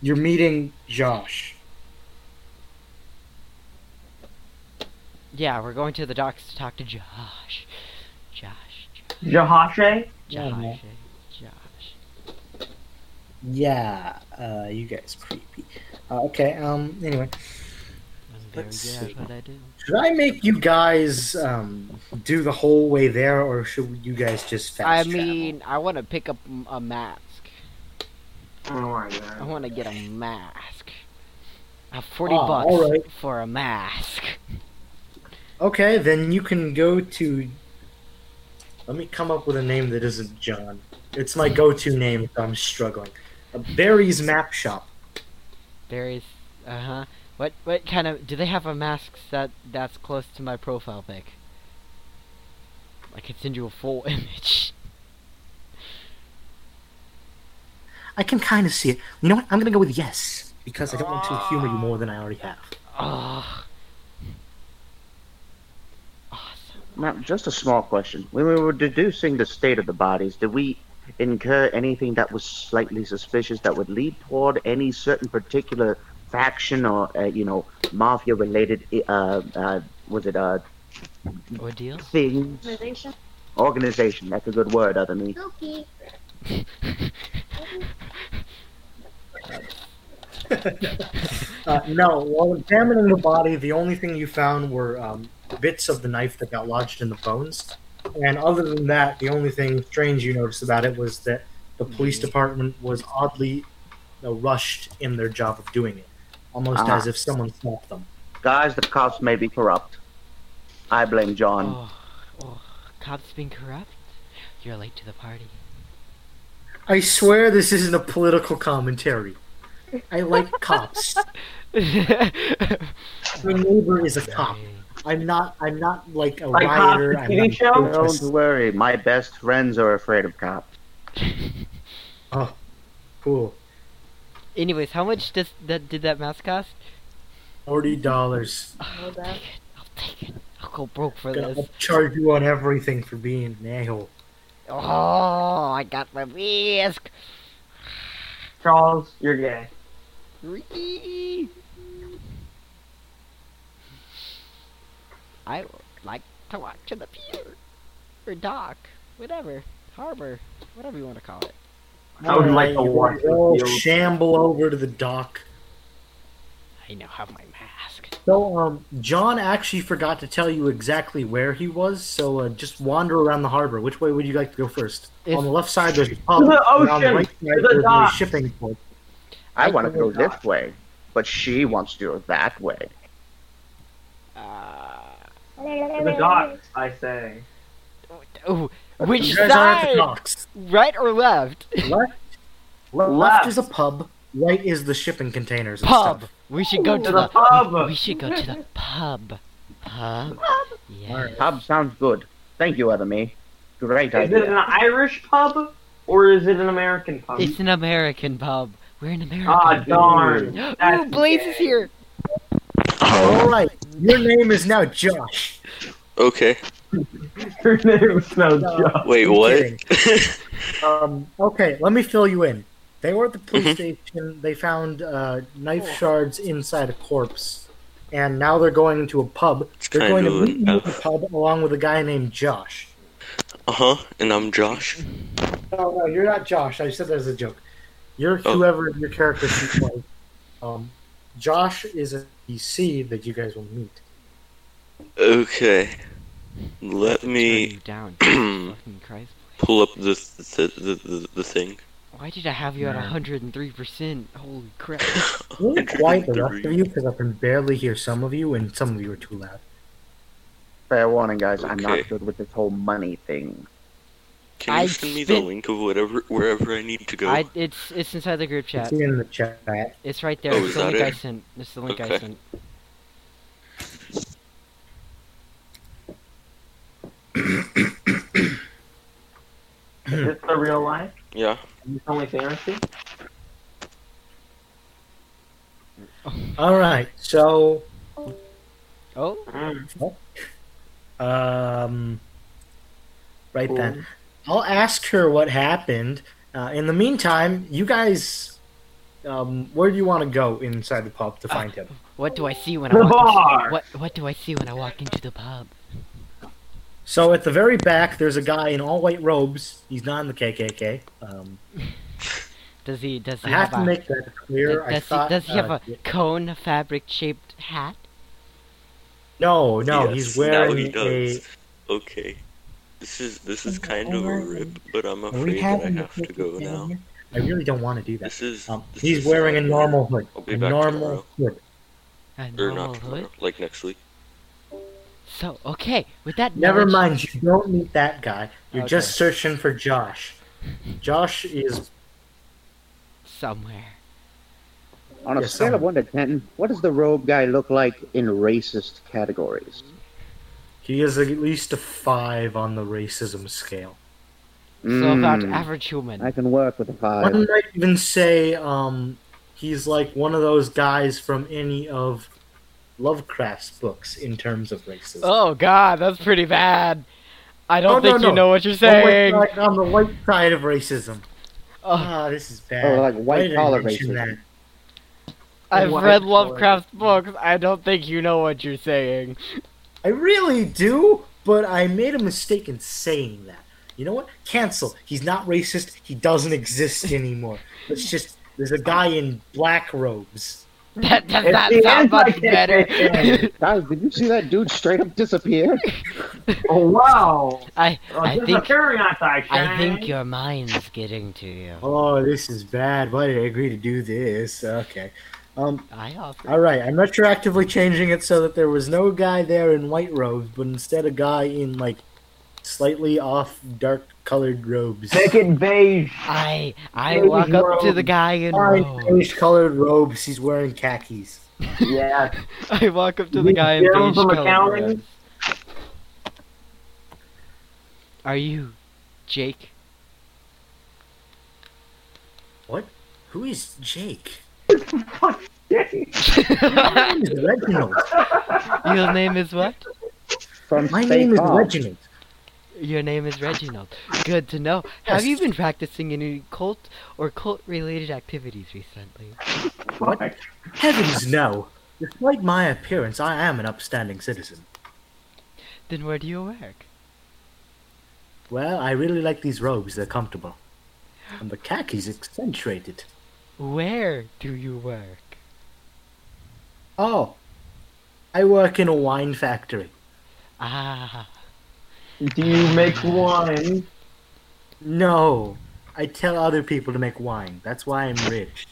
[SPEAKER 2] you're meeting Josh.
[SPEAKER 1] yeah, we're going to the docks to talk to Josh. Josh.
[SPEAKER 3] Jahashe?
[SPEAKER 2] Yeah, man.
[SPEAKER 1] Josh. Josh.
[SPEAKER 2] Yeah, uh, you guys creepy. Uh, okay. Um. Anyway,
[SPEAKER 1] I'm very
[SPEAKER 2] Let's
[SPEAKER 1] good
[SPEAKER 2] see.
[SPEAKER 1] at what I do.
[SPEAKER 2] should I make you guys um do the whole way there, or should you guys just fast
[SPEAKER 1] I
[SPEAKER 2] travel?
[SPEAKER 1] mean, I want to pick up m- a mask.
[SPEAKER 3] Oh my
[SPEAKER 1] I
[SPEAKER 3] god.
[SPEAKER 1] want to get a mask. I have 40
[SPEAKER 2] Ah,
[SPEAKER 1] bucks
[SPEAKER 2] all right.
[SPEAKER 1] for a mask.
[SPEAKER 2] Okay, then you can go to. Let me come up with a name that isn't John. It's my go-to name. So I'm struggling. Uh, Barry's Map Shop.
[SPEAKER 1] There is, uh huh. What what kind of do they have a mask that that's close to my profile pic? I could send you a full image.
[SPEAKER 2] I can kind of see it. You know what? I'm gonna go with yes because I don't want to humor you more than I already have.
[SPEAKER 1] Oh. Awesome.
[SPEAKER 6] Now, just a small question. When we were deducing the state of the bodies, did we incur anything that was slightly suspicious that would lead toward any certain particular faction or, uh, you know, mafia-related, uh, uh, was it, uh,
[SPEAKER 1] Ordeal?
[SPEAKER 6] things?
[SPEAKER 7] Organization.
[SPEAKER 6] Organization, that's a good word, other me.
[SPEAKER 7] Spooky.
[SPEAKER 2] Uh, no, while examining the body, the only thing you found were um, bits of the knife that got lodged in the bones. And other than that, the only thing strange you noticed about it was that the police department was oddly uh, rushed in their job of doing it, almost
[SPEAKER 6] Ah.
[SPEAKER 2] as if someone stopped them.
[SPEAKER 6] Guys, the cops may be corrupt. I blame John.
[SPEAKER 1] Oh, oh, cops being corrupt? You're late to the party.
[SPEAKER 2] I swear this isn't a political commentary. I like cops. My neighbor is a cop. I'm not. I'm not like a
[SPEAKER 3] Like Cops,
[SPEAKER 2] rioter.
[SPEAKER 3] the
[SPEAKER 2] I'm
[SPEAKER 3] TV
[SPEAKER 2] not a
[SPEAKER 3] show?
[SPEAKER 2] protest-
[SPEAKER 6] Don't worry, my best friends are afraid of cops.
[SPEAKER 2] Cool.
[SPEAKER 1] Anyways, how much does that did that mask cost?
[SPEAKER 2] Forty dollars.
[SPEAKER 4] All that.
[SPEAKER 1] I'll take it. I'll go broke for
[SPEAKER 2] Gonna
[SPEAKER 1] this.
[SPEAKER 2] upcharge you on everything for being an a-hole.
[SPEAKER 1] Oh, I got my mask.
[SPEAKER 3] Charles, you're gay.
[SPEAKER 1] Whee! I would like to watch the pier or dock, whatever, harbor, whatever you want to call it.
[SPEAKER 3] I would like to
[SPEAKER 2] Alright,
[SPEAKER 3] watch
[SPEAKER 2] you all
[SPEAKER 3] the field.
[SPEAKER 2] shamble over to the dock.
[SPEAKER 1] I now have my mask.
[SPEAKER 2] So, um, John actually forgot to tell you exactly where he was. So, uh, just wander around the harbor. Which way would you like to go first?
[SPEAKER 1] If-
[SPEAKER 2] on the left side, there's a pub.
[SPEAKER 3] the ocean!
[SPEAKER 2] On the right side,
[SPEAKER 3] To the
[SPEAKER 2] there's a
[SPEAKER 3] dock!
[SPEAKER 2] shipping port.
[SPEAKER 6] I want to go this way, but she wants to go that way.
[SPEAKER 1] Uh,
[SPEAKER 3] The dock, I say.
[SPEAKER 1] o- Ooh, which
[SPEAKER 2] You guys aren't at the
[SPEAKER 1] side?
[SPEAKER 2] docks.
[SPEAKER 1] Right or left?
[SPEAKER 2] Left, left,
[SPEAKER 3] Left.
[SPEAKER 2] is a pub. Right is the shipping containers. and
[SPEAKER 1] Pub.
[SPEAKER 2] stuff.
[SPEAKER 1] We should go to
[SPEAKER 3] To the
[SPEAKER 1] the.
[SPEAKER 3] pub.
[SPEAKER 1] We should go to the pub. Pub. Yeah.
[SPEAKER 6] Pub sounds good. Thank you, Other Me. Great
[SPEAKER 3] Is it an
[SPEAKER 6] idea.
[SPEAKER 3] Irish pub or is it an American pub?
[SPEAKER 1] It's an American pub. We're in America.
[SPEAKER 3] Ah, darn.
[SPEAKER 1] Ooh,
[SPEAKER 3] That's
[SPEAKER 1] Blaze is
[SPEAKER 3] gay.
[SPEAKER 1] here.
[SPEAKER 2] All right, your name is now Josh.
[SPEAKER 8] Okay.
[SPEAKER 3] Her name was no joke.
[SPEAKER 8] Wait,
[SPEAKER 2] I'm
[SPEAKER 8] what?
[SPEAKER 2] kidding. Um, okay, let me fill you in. They were at the police
[SPEAKER 8] Mhm.
[SPEAKER 2] station. They found uh, knife shards inside a corpse, and now they're going to a pub.
[SPEAKER 8] It's
[SPEAKER 2] They're going
[SPEAKER 8] kind
[SPEAKER 2] to
[SPEAKER 8] of
[SPEAKER 2] meet
[SPEAKER 8] an
[SPEAKER 2] you at the
[SPEAKER 8] F.
[SPEAKER 2] pub along with a guy named Josh.
[SPEAKER 8] Uh huh. And I'm Josh.
[SPEAKER 2] No, no, you're not Josh. I said that as a joke. You're
[SPEAKER 8] Oh.
[SPEAKER 2] whoever your character sheet was. Um, Josh is a PC that you guys will meet.
[SPEAKER 8] Okay. Let
[SPEAKER 1] Turn
[SPEAKER 8] me
[SPEAKER 1] you down.
[SPEAKER 8] pull
[SPEAKER 1] Fucking Christ.
[SPEAKER 8] up this the, the, the, the thing.
[SPEAKER 1] Why did I have you at 103%? Holy crap.
[SPEAKER 8] Oh,
[SPEAKER 2] Really quiet the rest of
[SPEAKER 8] 103.
[SPEAKER 2] you because I can barely hear some of you, and some of you are too loud.
[SPEAKER 6] Fair warning, guys. I'm
[SPEAKER 8] Okay.
[SPEAKER 6] not good with this whole money thing.
[SPEAKER 8] Can you
[SPEAKER 1] I
[SPEAKER 8] send me the
[SPEAKER 1] spit-
[SPEAKER 8] link of whatever wherever I need to go?
[SPEAKER 1] I, it's it's inside the group chat.
[SPEAKER 2] It's in the chat.
[SPEAKER 1] It's right there.
[SPEAKER 8] Oh,
[SPEAKER 1] it's
[SPEAKER 8] is
[SPEAKER 1] the
[SPEAKER 8] that
[SPEAKER 1] link I
[SPEAKER 8] it?
[SPEAKER 1] sent. It's the link I
[SPEAKER 8] Okay.
[SPEAKER 1] sent.
[SPEAKER 3] Is this the real life?
[SPEAKER 8] Yeah.
[SPEAKER 3] Is this only fantasy?
[SPEAKER 2] All right, so
[SPEAKER 1] Oh,
[SPEAKER 3] Mm.
[SPEAKER 2] um, right then, I'll ask her what happened. Uh, in the meantime, you guys, um, where do you want to go inside the pub to find him?
[SPEAKER 1] what do I see when I
[SPEAKER 3] The
[SPEAKER 1] walk?
[SPEAKER 3] bar!
[SPEAKER 1] Into, what what do I see when I walk into the pub?
[SPEAKER 2] So at the very back, there's a guy in all white robes. He's not in the KKK. Um,
[SPEAKER 1] Does he does
[SPEAKER 2] I
[SPEAKER 1] he
[SPEAKER 2] have
[SPEAKER 1] have,
[SPEAKER 2] to
[SPEAKER 1] a,
[SPEAKER 2] make that clear. I
[SPEAKER 1] does,
[SPEAKER 2] thought,
[SPEAKER 1] he, does he have
[SPEAKER 2] uh,
[SPEAKER 1] a cone fabric shaped hat?
[SPEAKER 2] No, no,
[SPEAKER 8] Yes,
[SPEAKER 2] he's
[SPEAKER 8] now he
[SPEAKER 2] wearing
[SPEAKER 8] does. Okay. This is this is kind of a rip, but I'm
[SPEAKER 2] a. Are we
[SPEAKER 8] afraid that I
[SPEAKER 2] having a
[SPEAKER 8] have to go
[SPEAKER 2] KKK
[SPEAKER 8] now.
[SPEAKER 2] here? I really don't want to do that.
[SPEAKER 8] This is.
[SPEAKER 2] Um,
[SPEAKER 8] this
[SPEAKER 2] he's
[SPEAKER 8] is
[SPEAKER 2] wearing a
[SPEAKER 8] not
[SPEAKER 2] normal hood.
[SPEAKER 8] I'll be
[SPEAKER 2] A
[SPEAKER 8] back
[SPEAKER 2] normal hood.
[SPEAKER 1] A
[SPEAKER 8] Or
[SPEAKER 1] normal
[SPEAKER 8] not
[SPEAKER 1] hood.
[SPEAKER 8] tomorrow, like next week.
[SPEAKER 1] So okay, with that.
[SPEAKER 2] Never
[SPEAKER 1] knowledge-
[SPEAKER 2] mind, you don't need that guy. You're
[SPEAKER 1] Okay.
[SPEAKER 2] just searching for Josh. Josh is
[SPEAKER 1] Somewhere.
[SPEAKER 6] On a
[SPEAKER 2] Yes,
[SPEAKER 6] scale of
[SPEAKER 2] someone-
[SPEAKER 6] 1 to 10, what does the robe guy look like in racist categories?
[SPEAKER 2] he is at least a five on the racism scale.
[SPEAKER 1] So about
[SPEAKER 6] Mm,
[SPEAKER 1] average human.
[SPEAKER 6] I can work with a 5.
[SPEAKER 2] One might even say um, he's like one of those guys from any of Lovecraft's books in terms of racism.
[SPEAKER 1] Oh God, that's pretty bad. I don't
[SPEAKER 2] No, no,
[SPEAKER 1] think
[SPEAKER 2] no.
[SPEAKER 1] you know what you're
[SPEAKER 2] Oh, wait,
[SPEAKER 1] saying.
[SPEAKER 2] like on the white side of racism.
[SPEAKER 1] Oh,
[SPEAKER 2] Ah, this is bad.
[SPEAKER 6] Oh, like
[SPEAKER 2] Why
[SPEAKER 6] white
[SPEAKER 2] did I
[SPEAKER 6] collar
[SPEAKER 2] mention
[SPEAKER 6] racism.
[SPEAKER 2] that?
[SPEAKER 1] I've
[SPEAKER 2] White
[SPEAKER 1] read
[SPEAKER 2] boy.
[SPEAKER 1] Lovecraft's books. I don't think you know what you're saying.
[SPEAKER 2] I really do, but I made a mistake in saying that. You know what? Cancel. He's not racist. He doesn't exist anymore. It's just there's a guy in black robes.
[SPEAKER 1] That does
[SPEAKER 3] It's
[SPEAKER 1] not
[SPEAKER 3] the
[SPEAKER 1] sound much better.
[SPEAKER 3] anti-KKK.
[SPEAKER 6] Guys, did you see that dude straight up disappear?
[SPEAKER 3] Oh wow!
[SPEAKER 1] I
[SPEAKER 3] Oh,
[SPEAKER 1] I
[SPEAKER 3] this is a
[SPEAKER 1] think
[SPEAKER 3] very anti
[SPEAKER 1] I think your mind's getting to you.
[SPEAKER 2] Oh, this is bad. Why did I agree to do this? Okay. Um,
[SPEAKER 1] I offer.
[SPEAKER 2] all right. I'm retroactively changing it so that there was no guy there in white robes, but instead a guy in like slightly off dark colored robes.
[SPEAKER 3] Make it beige.
[SPEAKER 1] I I
[SPEAKER 2] Maybe
[SPEAKER 1] walk up to
[SPEAKER 2] grow-
[SPEAKER 1] the guy in oh,
[SPEAKER 2] Fine,
[SPEAKER 1] robes.
[SPEAKER 2] beige colored robes. He's wearing khakis.
[SPEAKER 3] Yeah.
[SPEAKER 1] I walk up to the guy in
[SPEAKER 3] Jim
[SPEAKER 1] beige
[SPEAKER 3] from
[SPEAKER 1] colored
[SPEAKER 3] accounting?
[SPEAKER 1] robes. Are you Jake?
[SPEAKER 2] What? Who is Jake? My
[SPEAKER 1] Your
[SPEAKER 2] name is Reginald.
[SPEAKER 1] name is what?
[SPEAKER 6] From
[SPEAKER 2] My
[SPEAKER 6] Space
[SPEAKER 2] name is
[SPEAKER 6] Off.
[SPEAKER 2] Reginald.
[SPEAKER 1] Your name is Reginald. Good to know. Have you
[SPEAKER 2] Yes.
[SPEAKER 1] been practicing any cult or cult related activities recently?
[SPEAKER 2] What? Heavens no. Despite my appearance, I am an upstanding citizen.
[SPEAKER 1] Then where do you work?
[SPEAKER 2] Well, I really like these robes. They're comfortable. And the khakis accentuated.
[SPEAKER 1] Where do you work?
[SPEAKER 2] Oh. I work in a wine factory.
[SPEAKER 1] Ah,
[SPEAKER 3] Do you make wine?
[SPEAKER 2] No. I tell other people to make wine. That's why I'm rich.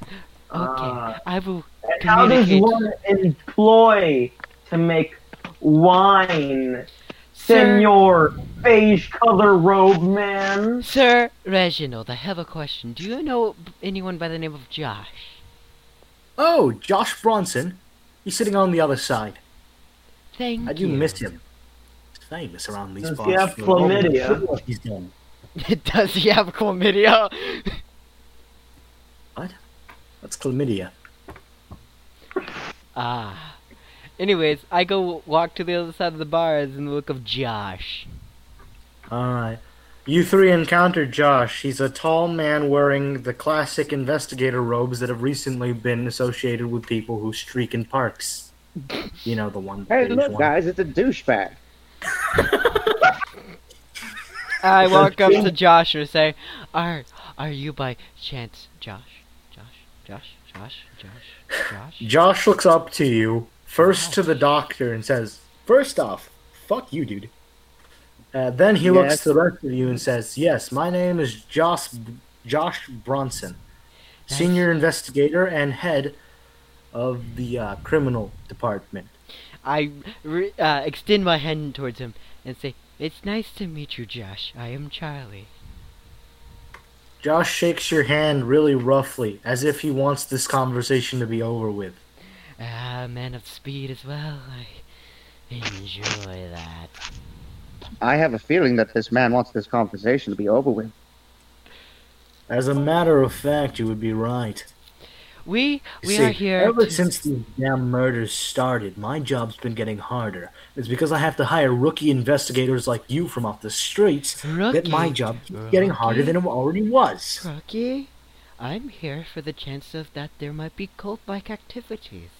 [SPEAKER 1] okay.
[SPEAKER 3] Ah.
[SPEAKER 1] I will
[SPEAKER 3] And How does
[SPEAKER 1] Communicate.
[SPEAKER 3] one employ to make wine,
[SPEAKER 1] Sir,
[SPEAKER 3] senor? beige color robe man.
[SPEAKER 1] Sir Reginald, I have a question. Do you know b- anyone by the name of Josh?
[SPEAKER 2] Oh, Josh Bronson. He's sitting on the other side.
[SPEAKER 1] Thank
[SPEAKER 2] I do
[SPEAKER 1] you.
[SPEAKER 2] miss him. He's famous around these
[SPEAKER 3] Does
[SPEAKER 2] parts.
[SPEAKER 3] he have
[SPEAKER 2] for all the
[SPEAKER 3] chlamydia?
[SPEAKER 2] shit He's done.
[SPEAKER 1] Does he have chlamydia?
[SPEAKER 2] That's chlamydia.
[SPEAKER 1] Ah. Anyways, I go walk to the other side of the bars in the look of Josh.
[SPEAKER 2] All right. You three encounter Josh. He's a tall man wearing the classic investigator robes that have recently been associated with people who streak in parks. You know the one.
[SPEAKER 6] Hey,
[SPEAKER 2] beige
[SPEAKER 6] look,
[SPEAKER 2] one.
[SPEAKER 6] guys, it's a douchebag.
[SPEAKER 1] I walk up to Josh and say, "Are are you by chance Josh? Josh? Josh? Josh? Josh? Josh?"
[SPEAKER 2] Josh looks up to you, first to the doctor, and says, First off, fuck you, dude. Uh, then he looks
[SPEAKER 6] Yes.
[SPEAKER 2] to the rest of you and says, Yes, my name is Josh, Josh Bronson,
[SPEAKER 1] Nice.
[SPEAKER 2] senior investigator and head of the uh, criminal department.
[SPEAKER 1] I re- uh, extend my hand towards him and say, "It's nice to meet you, Josh. I am Charlie."
[SPEAKER 2] Josh shakes your hand really roughly, as if he wants this conversation to be over with.
[SPEAKER 1] Ah, man of speed as well. I enjoy that.
[SPEAKER 6] I have a feeling that this man wants this conversation to be over with.
[SPEAKER 2] As a matter of fact, you would be right.
[SPEAKER 1] We
[SPEAKER 2] You
[SPEAKER 1] we
[SPEAKER 2] see,
[SPEAKER 1] are here.
[SPEAKER 2] Ever
[SPEAKER 1] to-
[SPEAKER 2] since these damn murders started, my job's been getting harder. It's because I have to hire rookie investigators like you from off the streets that my
[SPEAKER 1] Rookie?
[SPEAKER 2] job keeps getting harder than it already was.
[SPEAKER 1] Rocky, I'm here for the chance of that there might be cult-like activities.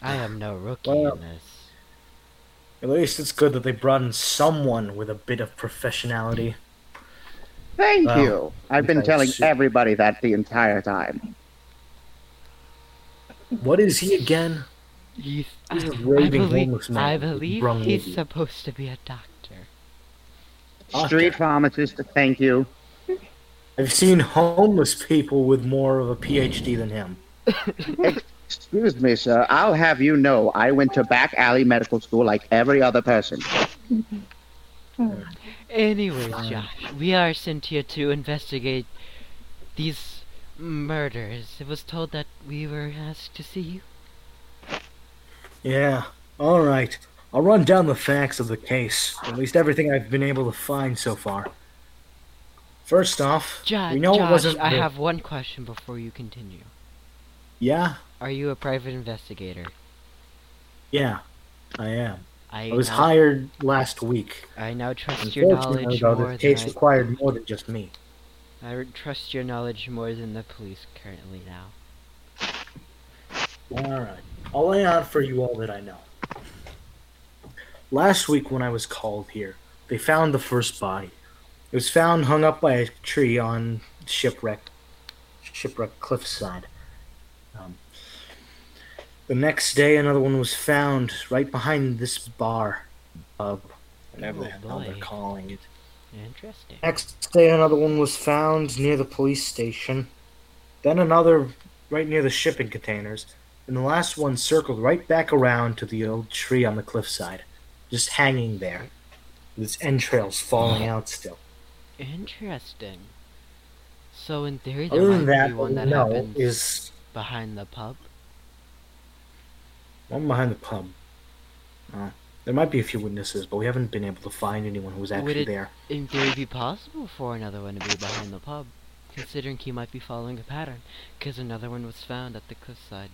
[SPEAKER 1] I am no rookie
[SPEAKER 2] Well-
[SPEAKER 1] in this.
[SPEAKER 2] At least it's good that they brought in someone with a bit of professionality.
[SPEAKER 6] Thank
[SPEAKER 2] Well,
[SPEAKER 6] you. I've been
[SPEAKER 2] okay,
[SPEAKER 6] telling
[SPEAKER 2] shoot.
[SPEAKER 6] everybody that the entire time.
[SPEAKER 2] What is he again?
[SPEAKER 1] He's,
[SPEAKER 2] He's a
[SPEAKER 1] I- I
[SPEAKER 2] raving
[SPEAKER 1] believe,
[SPEAKER 2] homeless man
[SPEAKER 1] I
[SPEAKER 2] with a
[SPEAKER 1] believe
[SPEAKER 2] drunk
[SPEAKER 1] he's
[SPEAKER 2] idiot.
[SPEAKER 1] supposed to be a doctor.
[SPEAKER 6] Street
[SPEAKER 2] Okay.
[SPEAKER 6] pharmacist, thank you.
[SPEAKER 2] I've seen homeless people with more of a PhD than him.
[SPEAKER 6] Excuse me, sir. I'll have you know I went to back alley medical school like every other person.
[SPEAKER 1] Anyways, Josh, we are sent here to investigate these murders. It was told that we were asked to see you.
[SPEAKER 2] Yeah, alright. I'll run down the facts of the case, at least everything I've been able to find so far. First off,
[SPEAKER 1] Jo-
[SPEAKER 2] we know
[SPEAKER 1] Josh,
[SPEAKER 2] it wasn't.
[SPEAKER 1] I
[SPEAKER 2] the-
[SPEAKER 1] have one question before you continue.
[SPEAKER 2] Yeah,
[SPEAKER 1] Are you a private investigator?
[SPEAKER 2] yeah, I am.
[SPEAKER 1] I,
[SPEAKER 2] I was
[SPEAKER 1] now-
[SPEAKER 2] hired last week.
[SPEAKER 1] I now trust your
[SPEAKER 2] Unfortunately,
[SPEAKER 1] knowledge
[SPEAKER 2] though,
[SPEAKER 1] more than
[SPEAKER 2] the case
[SPEAKER 1] I
[SPEAKER 2] required more than just me.
[SPEAKER 1] I would trust your knowledge more than the police currently now.
[SPEAKER 2] Alright. I'll lay out for you all that I know. Last week, when I was called here, they found the first body. It was found hung up by a tree on shipwreck, shipwreck cliffside. Um, the next day, another one was found right behind this bar, pub, whatever the
[SPEAKER 1] Oh,
[SPEAKER 2] hell they're
[SPEAKER 1] boy.
[SPEAKER 2] calling it.
[SPEAKER 1] Interesting.
[SPEAKER 2] Next day, another one was found near the police station. Then another right near the shipping containers. And the last one circled right back around to the old tree on the cliffside, just hanging there, with its entrails falling out still.
[SPEAKER 1] Interesting. So in theory, there
[SPEAKER 2] Other than
[SPEAKER 1] might
[SPEAKER 2] that,
[SPEAKER 1] be
[SPEAKER 2] what
[SPEAKER 1] one
[SPEAKER 2] we
[SPEAKER 1] that
[SPEAKER 2] know
[SPEAKER 1] happens
[SPEAKER 2] is
[SPEAKER 1] behind the pub.
[SPEAKER 2] one behind the pub. Uh, there might be a few witnesses, but we haven't been able to find anyone who was
[SPEAKER 1] Would
[SPEAKER 2] actually
[SPEAKER 1] it-
[SPEAKER 2] there.
[SPEAKER 1] In theory, be possible for another one to be behind the pub, considering he might be following a pattern, 'cause another one was found at the cliffside.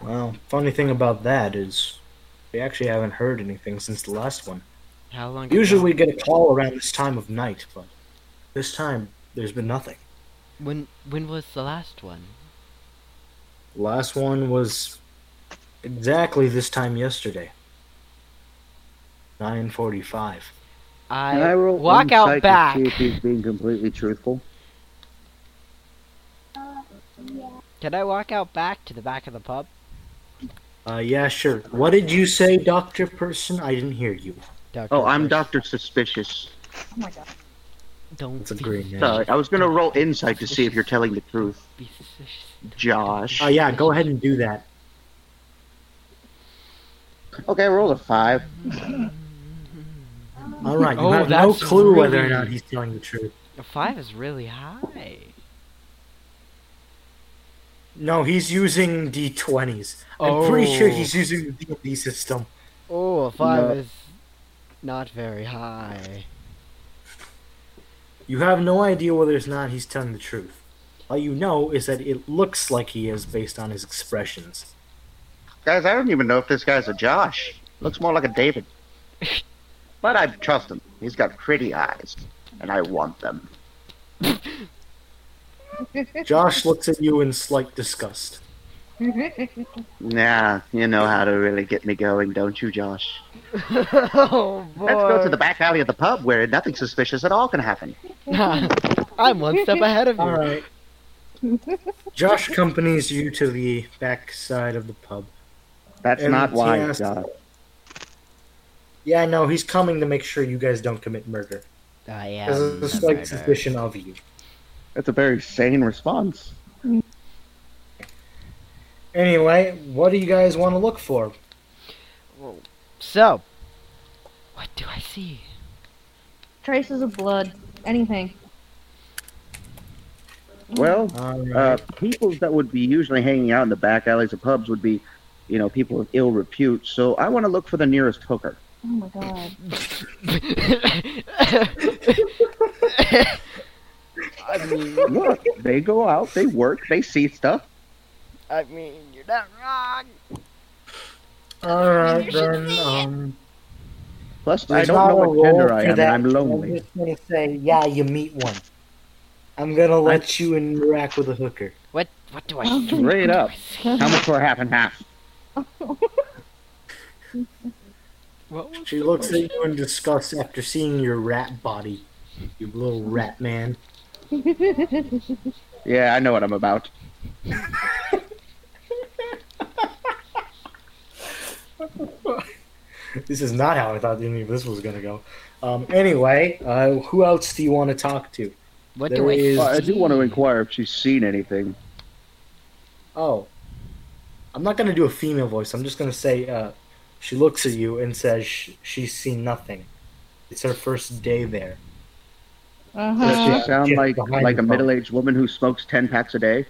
[SPEAKER 2] Well, funny thing about that is, we actually haven't heard anything since the last one.
[SPEAKER 1] How long?
[SPEAKER 2] Usually
[SPEAKER 1] ago-
[SPEAKER 2] we get a call around this time of night, but this time there's been nothing.
[SPEAKER 1] When when was the last one?
[SPEAKER 2] Last one was exactly this time yesterday. 9:45.
[SPEAKER 1] I,
[SPEAKER 6] And I will
[SPEAKER 1] walk out
[SPEAKER 6] insight
[SPEAKER 1] back.
[SPEAKER 6] To see if he's being completely truthful.
[SPEAKER 1] Can I walk out back to the back of the pub?
[SPEAKER 2] Uh yeah, sure. What did you say, Dr. Person? I didn't hear you.
[SPEAKER 1] Doctor
[SPEAKER 6] Oh, I'm
[SPEAKER 1] first.
[SPEAKER 6] Doctor Suspicious.
[SPEAKER 1] Don't
[SPEAKER 2] It's a
[SPEAKER 1] be
[SPEAKER 2] green man.
[SPEAKER 6] Sorry, I was gonna roll insight to see if you're telling the truth,
[SPEAKER 1] be suspicious.
[SPEAKER 2] Uh,
[SPEAKER 6] Josh.
[SPEAKER 2] Oh yeah, go ahead and do that.
[SPEAKER 6] Okay, roll a five.
[SPEAKER 2] All right, you
[SPEAKER 1] Oh,
[SPEAKER 2] have no
[SPEAKER 1] that's
[SPEAKER 2] clue whether or
[SPEAKER 1] really-
[SPEAKER 2] not he's telling the truth.
[SPEAKER 1] A five is really high.
[SPEAKER 2] No, he's using D20s. I'm pretty sure he's using the D&D system.
[SPEAKER 1] Oh, a five
[SPEAKER 5] No.
[SPEAKER 1] is not very high.
[SPEAKER 2] You have no idea whether or not he's telling the truth. All you know is that it looks like he is based on his expressions.
[SPEAKER 6] Guys, I don't even know if this guy's a Josh. Looks more like a David. But I trust him. He's got pretty eyes, and I want them.
[SPEAKER 2] Josh looks at you in slight disgust.
[SPEAKER 6] Nah, you know how to really get me going, don't you, Josh?
[SPEAKER 1] oh boy.
[SPEAKER 6] Let's go to the back alley of the pub where nothing suspicious at all can happen.
[SPEAKER 1] Oh, I'm one step ahead of you.
[SPEAKER 2] All right. Josh accompanies you to the back side of the pub.
[SPEAKER 6] That's
[SPEAKER 2] And
[SPEAKER 6] not why,
[SPEAKER 2] he asked-
[SPEAKER 6] Josh.
[SPEAKER 2] Yeah, no, he's coming to make sure you guys don't commit murder.
[SPEAKER 1] I am.
[SPEAKER 2] There's a
[SPEAKER 1] a
[SPEAKER 2] slight
[SPEAKER 1] murderer.
[SPEAKER 2] suspicion of you.
[SPEAKER 5] That's a very sane response.
[SPEAKER 2] Anyway, what do you guys want to look for?
[SPEAKER 1] So, what do I see?
[SPEAKER 4] Traces of blood. Anything.
[SPEAKER 6] Well,
[SPEAKER 2] All right.
[SPEAKER 6] uh, people that would be usually hanging out in the back alleys of pubs would be, you know, people of ill repute. So I want to look for the nearest hooker.
[SPEAKER 4] Oh my god.
[SPEAKER 1] I mean,
[SPEAKER 6] Look, they go out, they work, they see stuff.
[SPEAKER 1] I mean, you're not wrong.
[SPEAKER 2] All right
[SPEAKER 7] You should
[SPEAKER 2] then.
[SPEAKER 7] see it.
[SPEAKER 2] Um,
[SPEAKER 6] Plus, I
[SPEAKER 2] there's
[SPEAKER 6] don't know
[SPEAKER 2] not a
[SPEAKER 6] what
[SPEAKER 2] role
[SPEAKER 6] gender I
[SPEAKER 2] for
[SPEAKER 6] am, and
[SPEAKER 2] that.
[SPEAKER 6] I'm
[SPEAKER 2] I'm
[SPEAKER 6] lonely.
[SPEAKER 2] just gonna say, yeah, you meet one. I'm gonna let you interact with a hooker.
[SPEAKER 1] What? What do I see?
[SPEAKER 6] Straight up. How much for half and half?
[SPEAKER 1] What was
[SPEAKER 2] She looks at you in disgust after seeing your rat body. You little rat man.
[SPEAKER 6] Yeah, I know what I'm about.
[SPEAKER 2] This is not how I thought any of this was gonna go. Um, anyway, uh, who else do you want to talk to?
[SPEAKER 1] What
[SPEAKER 2] There
[SPEAKER 1] do I
[SPEAKER 2] is-
[SPEAKER 1] see?
[SPEAKER 6] Well, I do want to inquire if she's seen anything.
[SPEAKER 2] Oh, I'm not gonna do a female voice. I'm just gonna say, uh, she looks at you and says sh- she's seen nothing. It's her first day there.
[SPEAKER 4] Uh
[SPEAKER 6] Does
[SPEAKER 4] huh.
[SPEAKER 6] she sound
[SPEAKER 2] Yeah,
[SPEAKER 6] like
[SPEAKER 2] behind
[SPEAKER 6] like
[SPEAKER 2] the
[SPEAKER 6] a
[SPEAKER 2] phone.
[SPEAKER 6] middle aged woman who smokes ten packs a day?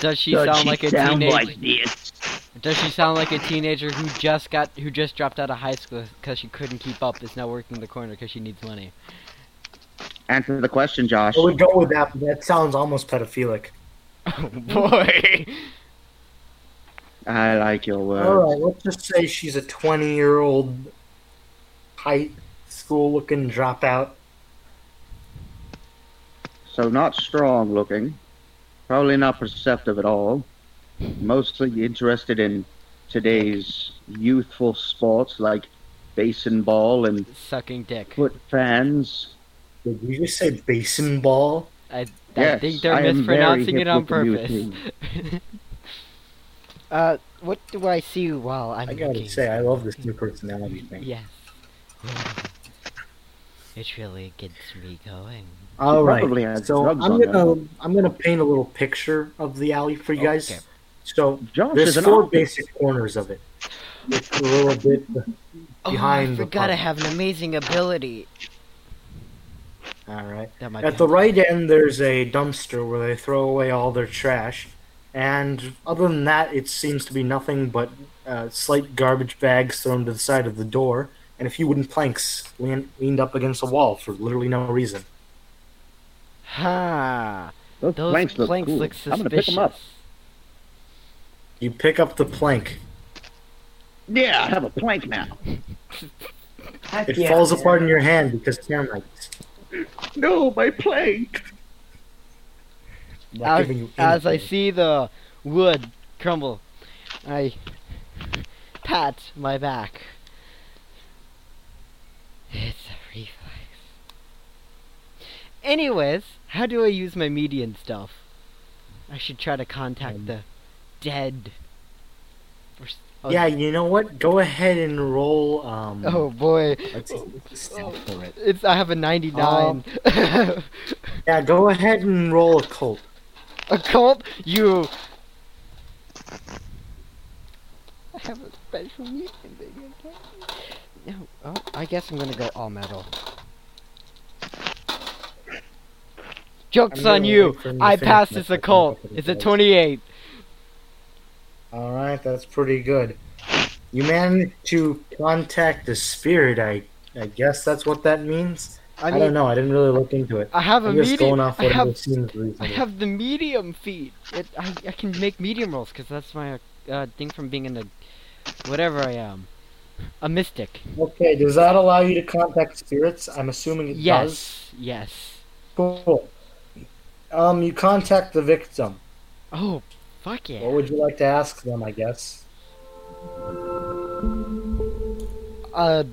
[SPEAKER 1] Does she sound like a teenager?
[SPEAKER 6] this?
[SPEAKER 1] Does she sound like a teenager who just got who just dropped out of high school because she couldn't keep up? Is now working the corner because she needs money.
[SPEAKER 6] Answer the question, Josh.
[SPEAKER 2] I would go with that, but that sounds almost pedophilic.
[SPEAKER 1] Oh boy.
[SPEAKER 6] I like your
[SPEAKER 2] All
[SPEAKER 6] words.
[SPEAKER 2] right, let's just say she's a 20 year old high school looking dropout.
[SPEAKER 6] So not strong looking, probably not perceptive at all. Mostly interested in today's youthful sports like basin ball and
[SPEAKER 1] Sucking dick.
[SPEAKER 6] foot fans.
[SPEAKER 2] Did you just say basin ball?
[SPEAKER 1] I, I
[SPEAKER 6] Yes,
[SPEAKER 1] think they're
[SPEAKER 6] I am very
[SPEAKER 1] mispronouncing
[SPEAKER 6] hip
[SPEAKER 1] it on
[SPEAKER 6] with the new
[SPEAKER 1] purpose. uh, what do I see while I'm
[SPEAKER 2] I gotta
[SPEAKER 1] looking?
[SPEAKER 2] say, I love this new personality thing.
[SPEAKER 1] Yes. It really gets me going.
[SPEAKER 2] All right,
[SPEAKER 6] probably has
[SPEAKER 2] so I'm
[SPEAKER 6] drugs on
[SPEAKER 2] gonna I'm gonna paint a little picture of the alley for you guys.
[SPEAKER 1] Okay.
[SPEAKER 2] So Oh,
[SPEAKER 6] Josh
[SPEAKER 2] there's
[SPEAKER 6] is an
[SPEAKER 2] four
[SPEAKER 6] artist.
[SPEAKER 2] basic corners of it. It's a little bit
[SPEAKER 1] oh, I
[SPEAKER 2] behind the
[SPEAKER 1] forgot I
[SPEAKER 2] pub.
[SPEAKER 1] have an amazing ability.
[SPEAKER 2] All right.
[SPEAKER 1] That might be
[SPEAKER 2] At the right end, there's a dumpster where they throw away all their trash, and other than that, it seems to be nothing but uh, slight garbage bags thrown to the side of the door, and a few wooden planks lean- leaned up against a wall for literally no reason.
[SPEAKER 1] Ha!
[SPEAKER 6] Those,
[SPEAKER 1] Those
[SPEAKER 6] planks look cool.
[SPEAKER 1] look
[SPEAKER 6] I'm
[SPEAKER 1] suspicious.
[SPEAKER 6] gonna pick them up.
[SPEAKER 2] You pick up the plank.
[SPEAKER 6] Yeah, I have a plank now.
[SPEAKER 3] Heck
[SPEAKER 2] It
[SPEAKER 3] yeah.
[SPEAKER 2] falls apart in your hand because termites.
[SPEAKER 6] No, my plank.
[SPEAKER 2] I'm not giving
[SPEAKER 1] As,
[SPEAKER 2] you
[SPEAKER 1] as I
[SPEAKER 2] anything.
[SPEAKER 1] see the wood crumble, I pat my back. It's a reflex. Anyways, how do I use my median stuff? I should try to contact
[SPEAKER 2] Um,
[SPEAKER 1] the dead. Or s- oh,
[SPEAKER 2] Yeah, you know what? Go ahead and roll. Um,
[SPEAKER 1] Oh boy,
[SPEAKER 2] let's see, what's the stat for it?
[SPEAKER 1] it's I have a 99.
[SPEAKER 2] Oh. Yeah, go ahead and roll a cult.
[SPEAKER 1] a cult? You I have a special meeting. They can't tell me. No. Oh, I guess I'm gonna go all metal. Joke's
[SPEAKER 2] I'm
[SPEAKER 1] on
[SPEAKER 2] gonna
[SPEAKER 1] you.
[SPEAKER 2] wait for him to
[SPEAKER 1] I
[SPEAKER 2] finish
[SPEAKER 1] passed
[SPEAKER 2] my
[SPEAKER 1] as a
[SPEAKER 2] second
[SPEAKER 1] cult.
[SPEAKER 2] bucket of
[SPEAKER 1] It's a
[SPEAKER 2] rice.
[SPEAKER 1] 28.
[SPEAKER 2] All right, that's pretty good. You managed to contact the spirit. I I guess that's what that means.
[SPEAKER 1] I
[SPEAKER 2] I,
[SPEAKER 1] mean, I,
[SPEAKER 2] don't know. I didn't really look into it.
[SPEAKER 1] have a
[SPEAKER 2] I'm just
[SPEAKER 1] medium.
[SPEAKER 2] going off
[SPEAKER 1] I
[SPEAKER 2] what I've
[SPEAKER 1] have,
[SPEAKER 2] seen
[SPEAKER 1] I
[SPEAKER 2] recently.
[SPEAKER 1] have the medium feed. It, I, I can make medium rolls because that's my uh, thing from being in the whatever I am, a mystic.
[SPEAKER 2] Okay, does that allow you to contact spirits? I'm assuming it
[SPEAKER 1] Yes.
[SPEAKER 2] does.
[SPEAKER 1] Yes.
[SPEAKER 2] Cool. Um, you contact the victim.
[SPEAKER 1] Oh, fuck yeah.
[SPEAKER 2] What would you like to ask them? I guess.
[SPEAKER 1] Uh,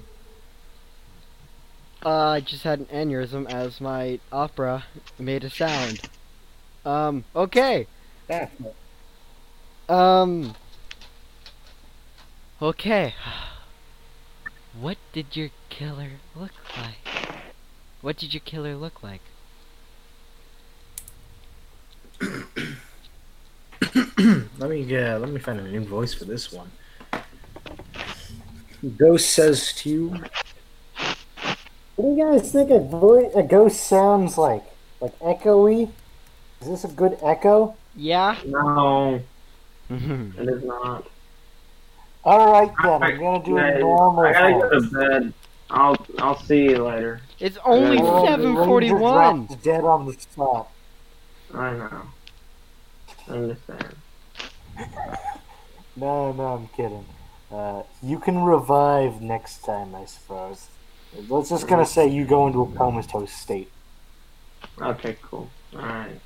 [SPEAKER 1] uh, I just had an aneurysm as my opera made a sound. Um, okay.
[SPEAKER 2] That.
[SPEAKER 1] Um, okay. What did your killer look like? What did your killer look like?
[SPEAKER 2] let me yeah, let me find a new voice for this one. Ghost says to you, "What do you guys think a, voice, a ghost sounds like? Like echoey? Is this a good echo?
[SPEAKER 1] Yeah?
[SPEAKER 3] No,
[SPEAKER 1] Mhm.
[SPEAKER 3] it is not.
[SPEAKER 2] All right then,
[SPEAKER 3] Alright,
[SPEAKER 2] I'm gonna do
[SPEAKER 3] guys,
[SPEAKER 2] a normal
[SPEAKER 3] I gotta go
[SPEAKER 2] voice.
[SPEAKER 3] to bed. I'll I'll see you later.
[SPEAKER 1] It's only
[SPEAKER 3] Well,
[SPEAKER 2] Well,
[SPEAKER 1] seven
[SPEAKER 2] you
[SPEAKER 1] forty-one.
[SPEAKER 2] just dropped Dead on the spot.
[SPEAKER 3] I know. I understand.
[SPEAKER 2] No, no, I'm kidding. Uh, you can revive next time, I suppose. Let's just gonna say you go into a comatose state.
[SPEAKER 3] Okay, cool. All right.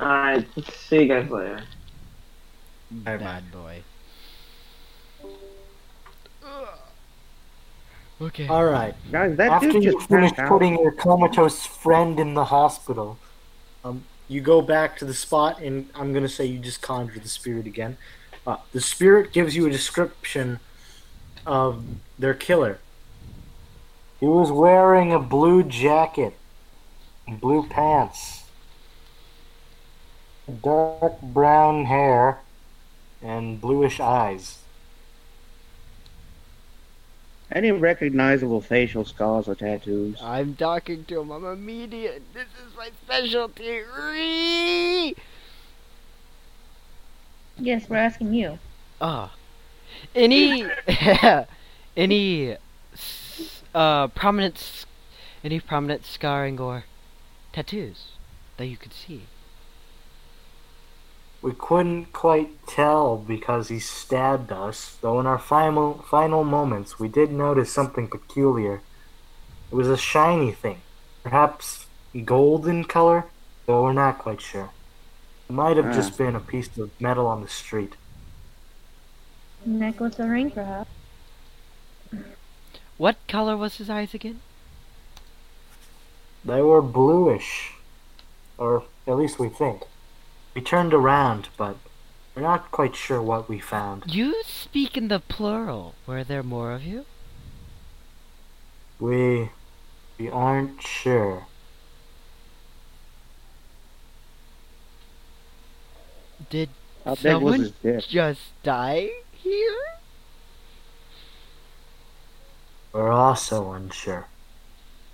[SPEAKER 3] All right. See you guys later.
[SPEAKER 2] Bye-bye.
[SPEAKER 1] Bad boy. Okay.
[SPEAKER 2] All right.
[SPEAKER 6] Guys, that
[SPEAKER 2] After
[SPEAKER 6] dude
[SPEAKER 2] you
[SPEAKER 6] just
[SPEAKER 2] finish
[SPEAKER 6] passed out.
[SPEAKER 2] putting your comatose friend in the hospital, um, you go back to the spot, and I'm going to say you just conjure the spirit again. Uh, the spirit gives you a description of their killer. He was wearing a blue jacket, and blue pants, dark brown hair, and bluish eyes.
[SPEAKER 6] Any recognizable facial scars or tattoos?
[SPEAKER 1] I'm talking to him. I'm a median. This is my specialty. Ree!
[SPEAKER 4] Yes, we're asking you.
[SPEAKER 1] Ah, any, any, s- uh, prominent, s- any prominent scarring or tattoos that you could see.
[SPEAKER 2] We couldn't quite tell because he stabbed us, though in our final final moments we did notice something peculiar. It was a shiny thing, perhaps gold in color, though we're not quite sure. It might have just been a piece of metal on the street.
[SPEAKER 4] Necklace or ring, perhaps.
[SPEAKER 1] What color was his eyes again?
[SPEAKER 2] They were bluish, or at least we think. We turned around, but we're not quite sure what we found.
[SPEAKER 1] You speak in the plural. Were there more of you?
[SPEAKER 2] We we aren't sure.
[SPEAKER 1] Did
[SPEAKER 6] How big was
[SPEAKER 1] someone
[SPEAKER 6] his dick?
[SPEAKER 1] just die here?
[SPEAKER 2] We're also unsure.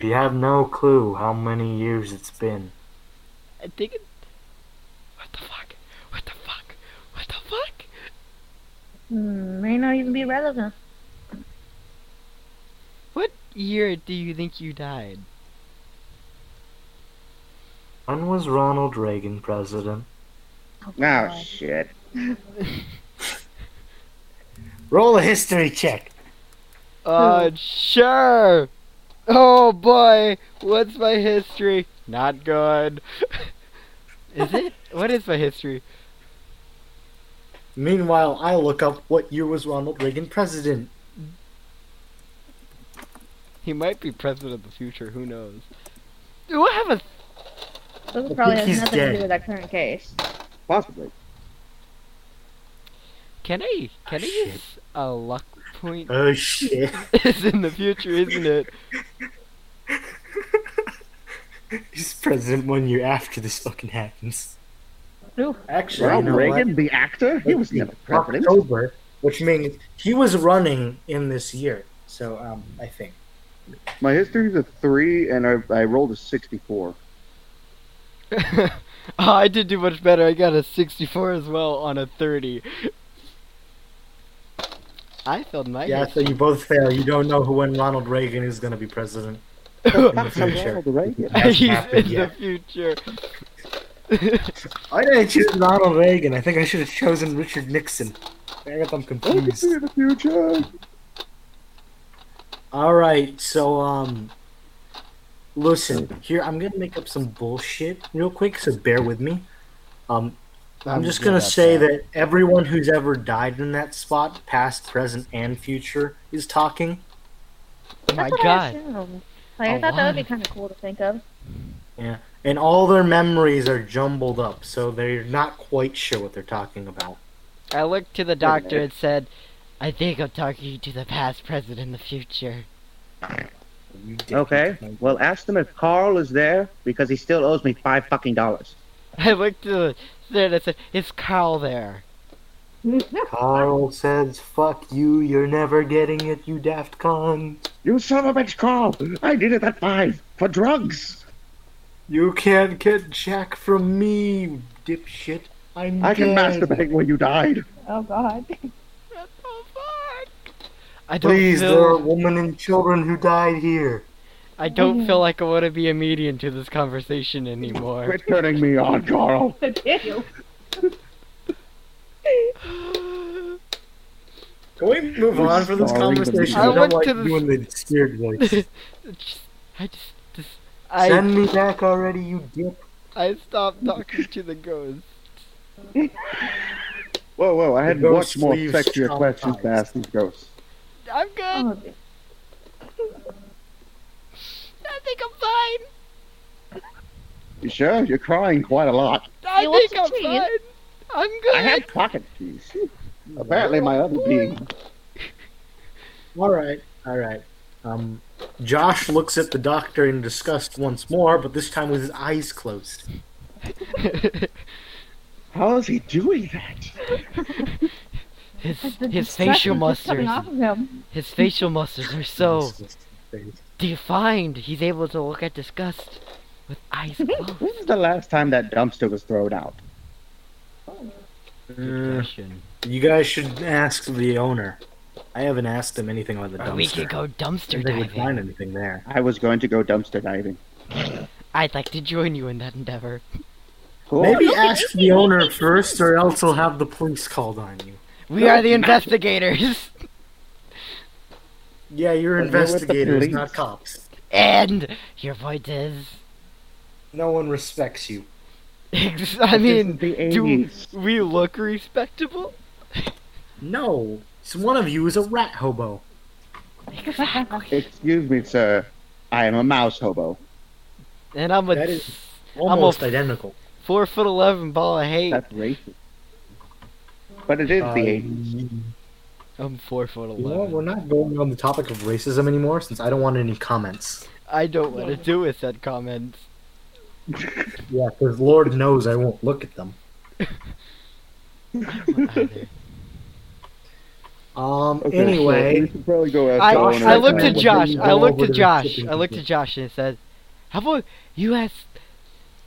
[SPEAKER 2] We have no clue how many years it's been.
[SPEAKER 1] I think it. What the fuck? What the fuck? What the fuck?
[SPEAKER 4] Hmm, may not even be relevant.
[SPEAKER 1] What year do you think you died?
[SPEAKER 2] When was Ronald Reagan president?
[SPEAKER 6] Oh, shit.
[SPEAKER 2] Roll a history check.
[SPEAKER 1] Uh, sure. Oh boy, what's my history? Not good. is it? What is my history?
[SPEAKER 2] Meanwhile, I look up what year was Ronald Reagan president.
[SPEAKER 1] He might be president of the future. Who knows? Do I have a?
[SPEAKER 4] Those
[SPEAKER 2] think
[SPEAKER 4] probably has
[SPEAKER 2] he's
[SPEAKER 4] nothing to
[SPEAKER 2] dead.
[SPEAKER 4] do with our current case.
[SPEAKER 1] Oh
[SPEAKER 6] Possibly.
[SPEAKER 1] Can I? Can I
[SPEAKER 2] Shit.
[SPEAKER 1] use a luck point?
[SPEAKER 2] Oh shit.
[SPEAKER 1] it's in the future, isn't it?
[SPEAKER 2] He's president one year after this fucking happens.
[SPEAKER 4] Ooh.
[SPEAKER 2] Actually,
[SPEAKER 6] Ronald Reagan, the actor? He was never president.
[SPEAKER 2] October which means he was running in this year. So um, I think
[SPEAKER 5] My history is a three, and I, I rolled a sixty-four.
[SPEAKER 1] oh, I did do much better. I got a 64 as well on a 30. I failed my
[SPEAKER 2] yeah. So you both fail. You don't know who when Ronald Reagan is going to be president in the future.
[SPEAKER 1] He's
[SPEAKER 2] Hasn't happened
[SPEAKER 1] in the
[SPEAKER 2] yet.
[SPEAKER 1] future.
[SPEAKER 2] Why did I choose Ronald Reagan? I think I should have chosen Richard Nixon. I got them confused.
[SPEAKER 5] the future.
[SPEAKER 2] All right, so um, listen here. I'm gonna make up some bullshit real quick, so bear with me. Um, I'm just gonna say that everyone who's ever died in that spot, past, present, and future, is talking.
[SPEAKER 1] oh my
[SPEAKER 4] That's what I
[SPEAKER 1] god.
[SPEAKER 4] assumed. Like, I
[SPEAKER 1] A
[SPEAKER 4] thought that would be
[SPEAKER 1] lot.
[SPEAKER 4] kind of cool to think of.
[SPEAKER 2] and all their memories are jumbled up, so they're not quite sure what they're talking about.
[SPEAKER 1] I looked to the doctor and said, I think I'm talking to the past, present, and the future.
[SPEAKER 2] You dick.
[SPEAKER 6] Okay. Well, ask them if Carl is there because he still owes me five fucking dollars.
[SPEAKER 1] I looked to the there and I said, Is Carl there?
[SPEAKER 2] Carl says, "Fuck you! You're never getting it, you daft con.
[SPEAKER 6] You son of a bitch, Carl! I needed that five for drugs.
[SPEAKER 2] You can't get Jack from me, you dipshit. I'm
[SPEAKER 5] I can
[SPEAKER 2] dead.
[SPEAKER 5] masturbate when you died.
[SPEAKER 4] Oh God.
[SPEAKER 1] What the fuck? I don't
[SPEAKER 2] Please, there are
[SPEAKER 1] feel,
[SPEAKER 2] women and children who died here.
[SPEAKER 1] I don't feel like I want to be a median to this conversation anymore.
[SPEAKER 5] Quit turning me on, Carl.
[SPEAKER 2] Can we move
[SPEAKER 5] I'm on from this sorry, conversation? but-
[SPEAKER 1] I went to the-
[SPEAKER 2] the scared voice.
[SPEAKER 1] It's just- I just, just I,
[SPEAKER 2] Send me back already, you dip.
[SPEAKER 1] I stopped talking to the ghost.
[SPEAKER 5] Whoa, whoa! I had
[SPEAKER 2] The
[SPEAKER 5] much
[SPEAKER 2] ghost
[SPEAKER 5] more
[SPEAKER 2] leaves
[SPEAKER 5] sexier questions to
[SPEAKER 2] traumatized.
[SPEAKER 5] ask these ghosts.
[SPEAKER 1] I'm good.
[SPEAKER 4] Oh,
[SPEAKER 1] I think I'm fine.
[SPEAKER 5] You sure? You're crying quite a lot.
[SPEAKER 1] I
[SPEAKER 4] Hey, what's
[SPEAKER 1] think
[SPEAKER 4] the
[SPEAKER 1] I'm
[SPEAKER 4] treat?
[SPEAKER 1] fine. I'm good.
[SPEAKER 5] I had pocket keys. Apparently, my other being.
[SPEAKER 2] All right, all right. Um, Josh looks at the doctor in disgust once more, but this time with his eyes closed.
[SPEAKER 5] How is he doing that?
[SPEAKER 1] his
[SPEAKER 4] the
[SPEAKER 1] his
[SPEAKER 4] distractions
[SPEAKER 1] facial
[SPEAKER 4] just coming
[SPEAKER 1] muscles
[SPEAKER 4] off of him.
[SPEAKER 1] his facial muscles are so defined. He's able to look at disgust with eyes closed.
[SPEAKER 5] When's the last time that dumpster was thrown out?
[SPEAKER 2] Mm,
[SPEAKER 1] Depression.
[SPEAKER 2] you guys should ask the owner. I haven't asked him anything about the
[SPEAKER 1] Or
[SPEAKER 2] dumpster.
[SPEAKER 1] we could go dumpster
[SPEAKER 2] They would
[SPEAKER 1] diving.
[SPEAKER 2] find anything there.
[SPEAKER 5] I was going to go dumpster diving.
[SPEAKER 1] I'd like to join you in that endeavor.
[SPEAKER 5] Cool.
[SPEAKER 2] Maybe ask the owner first, or else he'll have the police called on you.
[SPEAKER 1] We are the investigators
[SPEAKER 2] Yeah, you're
[SPEAKER 5] But we're with the
[SPEAKER 2] investigators,
[SPEAKER 5] police.
[SPEAKER 2] not cops.
[SPEAKER 1] and your point is
[SPEAKER 2] No one respects you.
[SPEAKER 1] I mean
[SPEAKER 5] the
[SPEAKER 1] do
[SPEAKER 5] 80s.
[SPEAKER 1] we look respectable?
[SPEAKER 2] No, so one of you is a rat hobo.
[SPEAKER 5] Excuse me, sir. I am a mouse hobo.
[SPEAKER 1] And I'm a
[SPEAKER 2] That is-
[SPEAKER 1] a
[SPEAKER 2] Almost
[SPEAKER 1] f-
[SPEAKER 2] identical.
[SPEAKER 1] four foot eleven ball of hate.
[SPEAKER 5] That's racist. But it is
[SPEAKER 2] Uh,
[SPEAKER 5] the
[SPEAKER 2] you
[SPEAKER 5] 80s.
[SPEAKER 1] I'm four foot
[SPEAKER 2] know what?
[SPEAKER 1] eleven.
[SPEAKER 2] We're not going on the topic of racism anymore since I don't want any comments.
[SPEAKER 1] I don't want to do with that comment.
[SPEAKER 2] Yeah, because Lord knows I won't look at them. Um.
[SPEAKER 5] Okay, so we
[SPEAKER 2] anyway,
[SPEAKER 5] should probably go after
[SPEAKER 1] I,
[SPEAKER 5] one
[SPEAKER 1] I
[SPEAKER 5] of
[SPEAKER 1] looked
[SPEAKER 5] the-
[SPEAKER 1] at
[SPEAKER 2] Well,
[SPEAKER 1] Josh.
[SPEAKER 2] then
[SPEAKER 1] I
[SPEAKER 2] go
[SPEAKER 1] looked
[SPEAKER 2] over
[SPEAKER 1] at
[SPEAKER 2] to the
[SPEAKER 1] Josh.
[SPEAKER 2] shipping
[SPEAKER 1] I looked at
[SPEAKER 2] container.
[SPEAKER 1] Josh and said, "How about you ask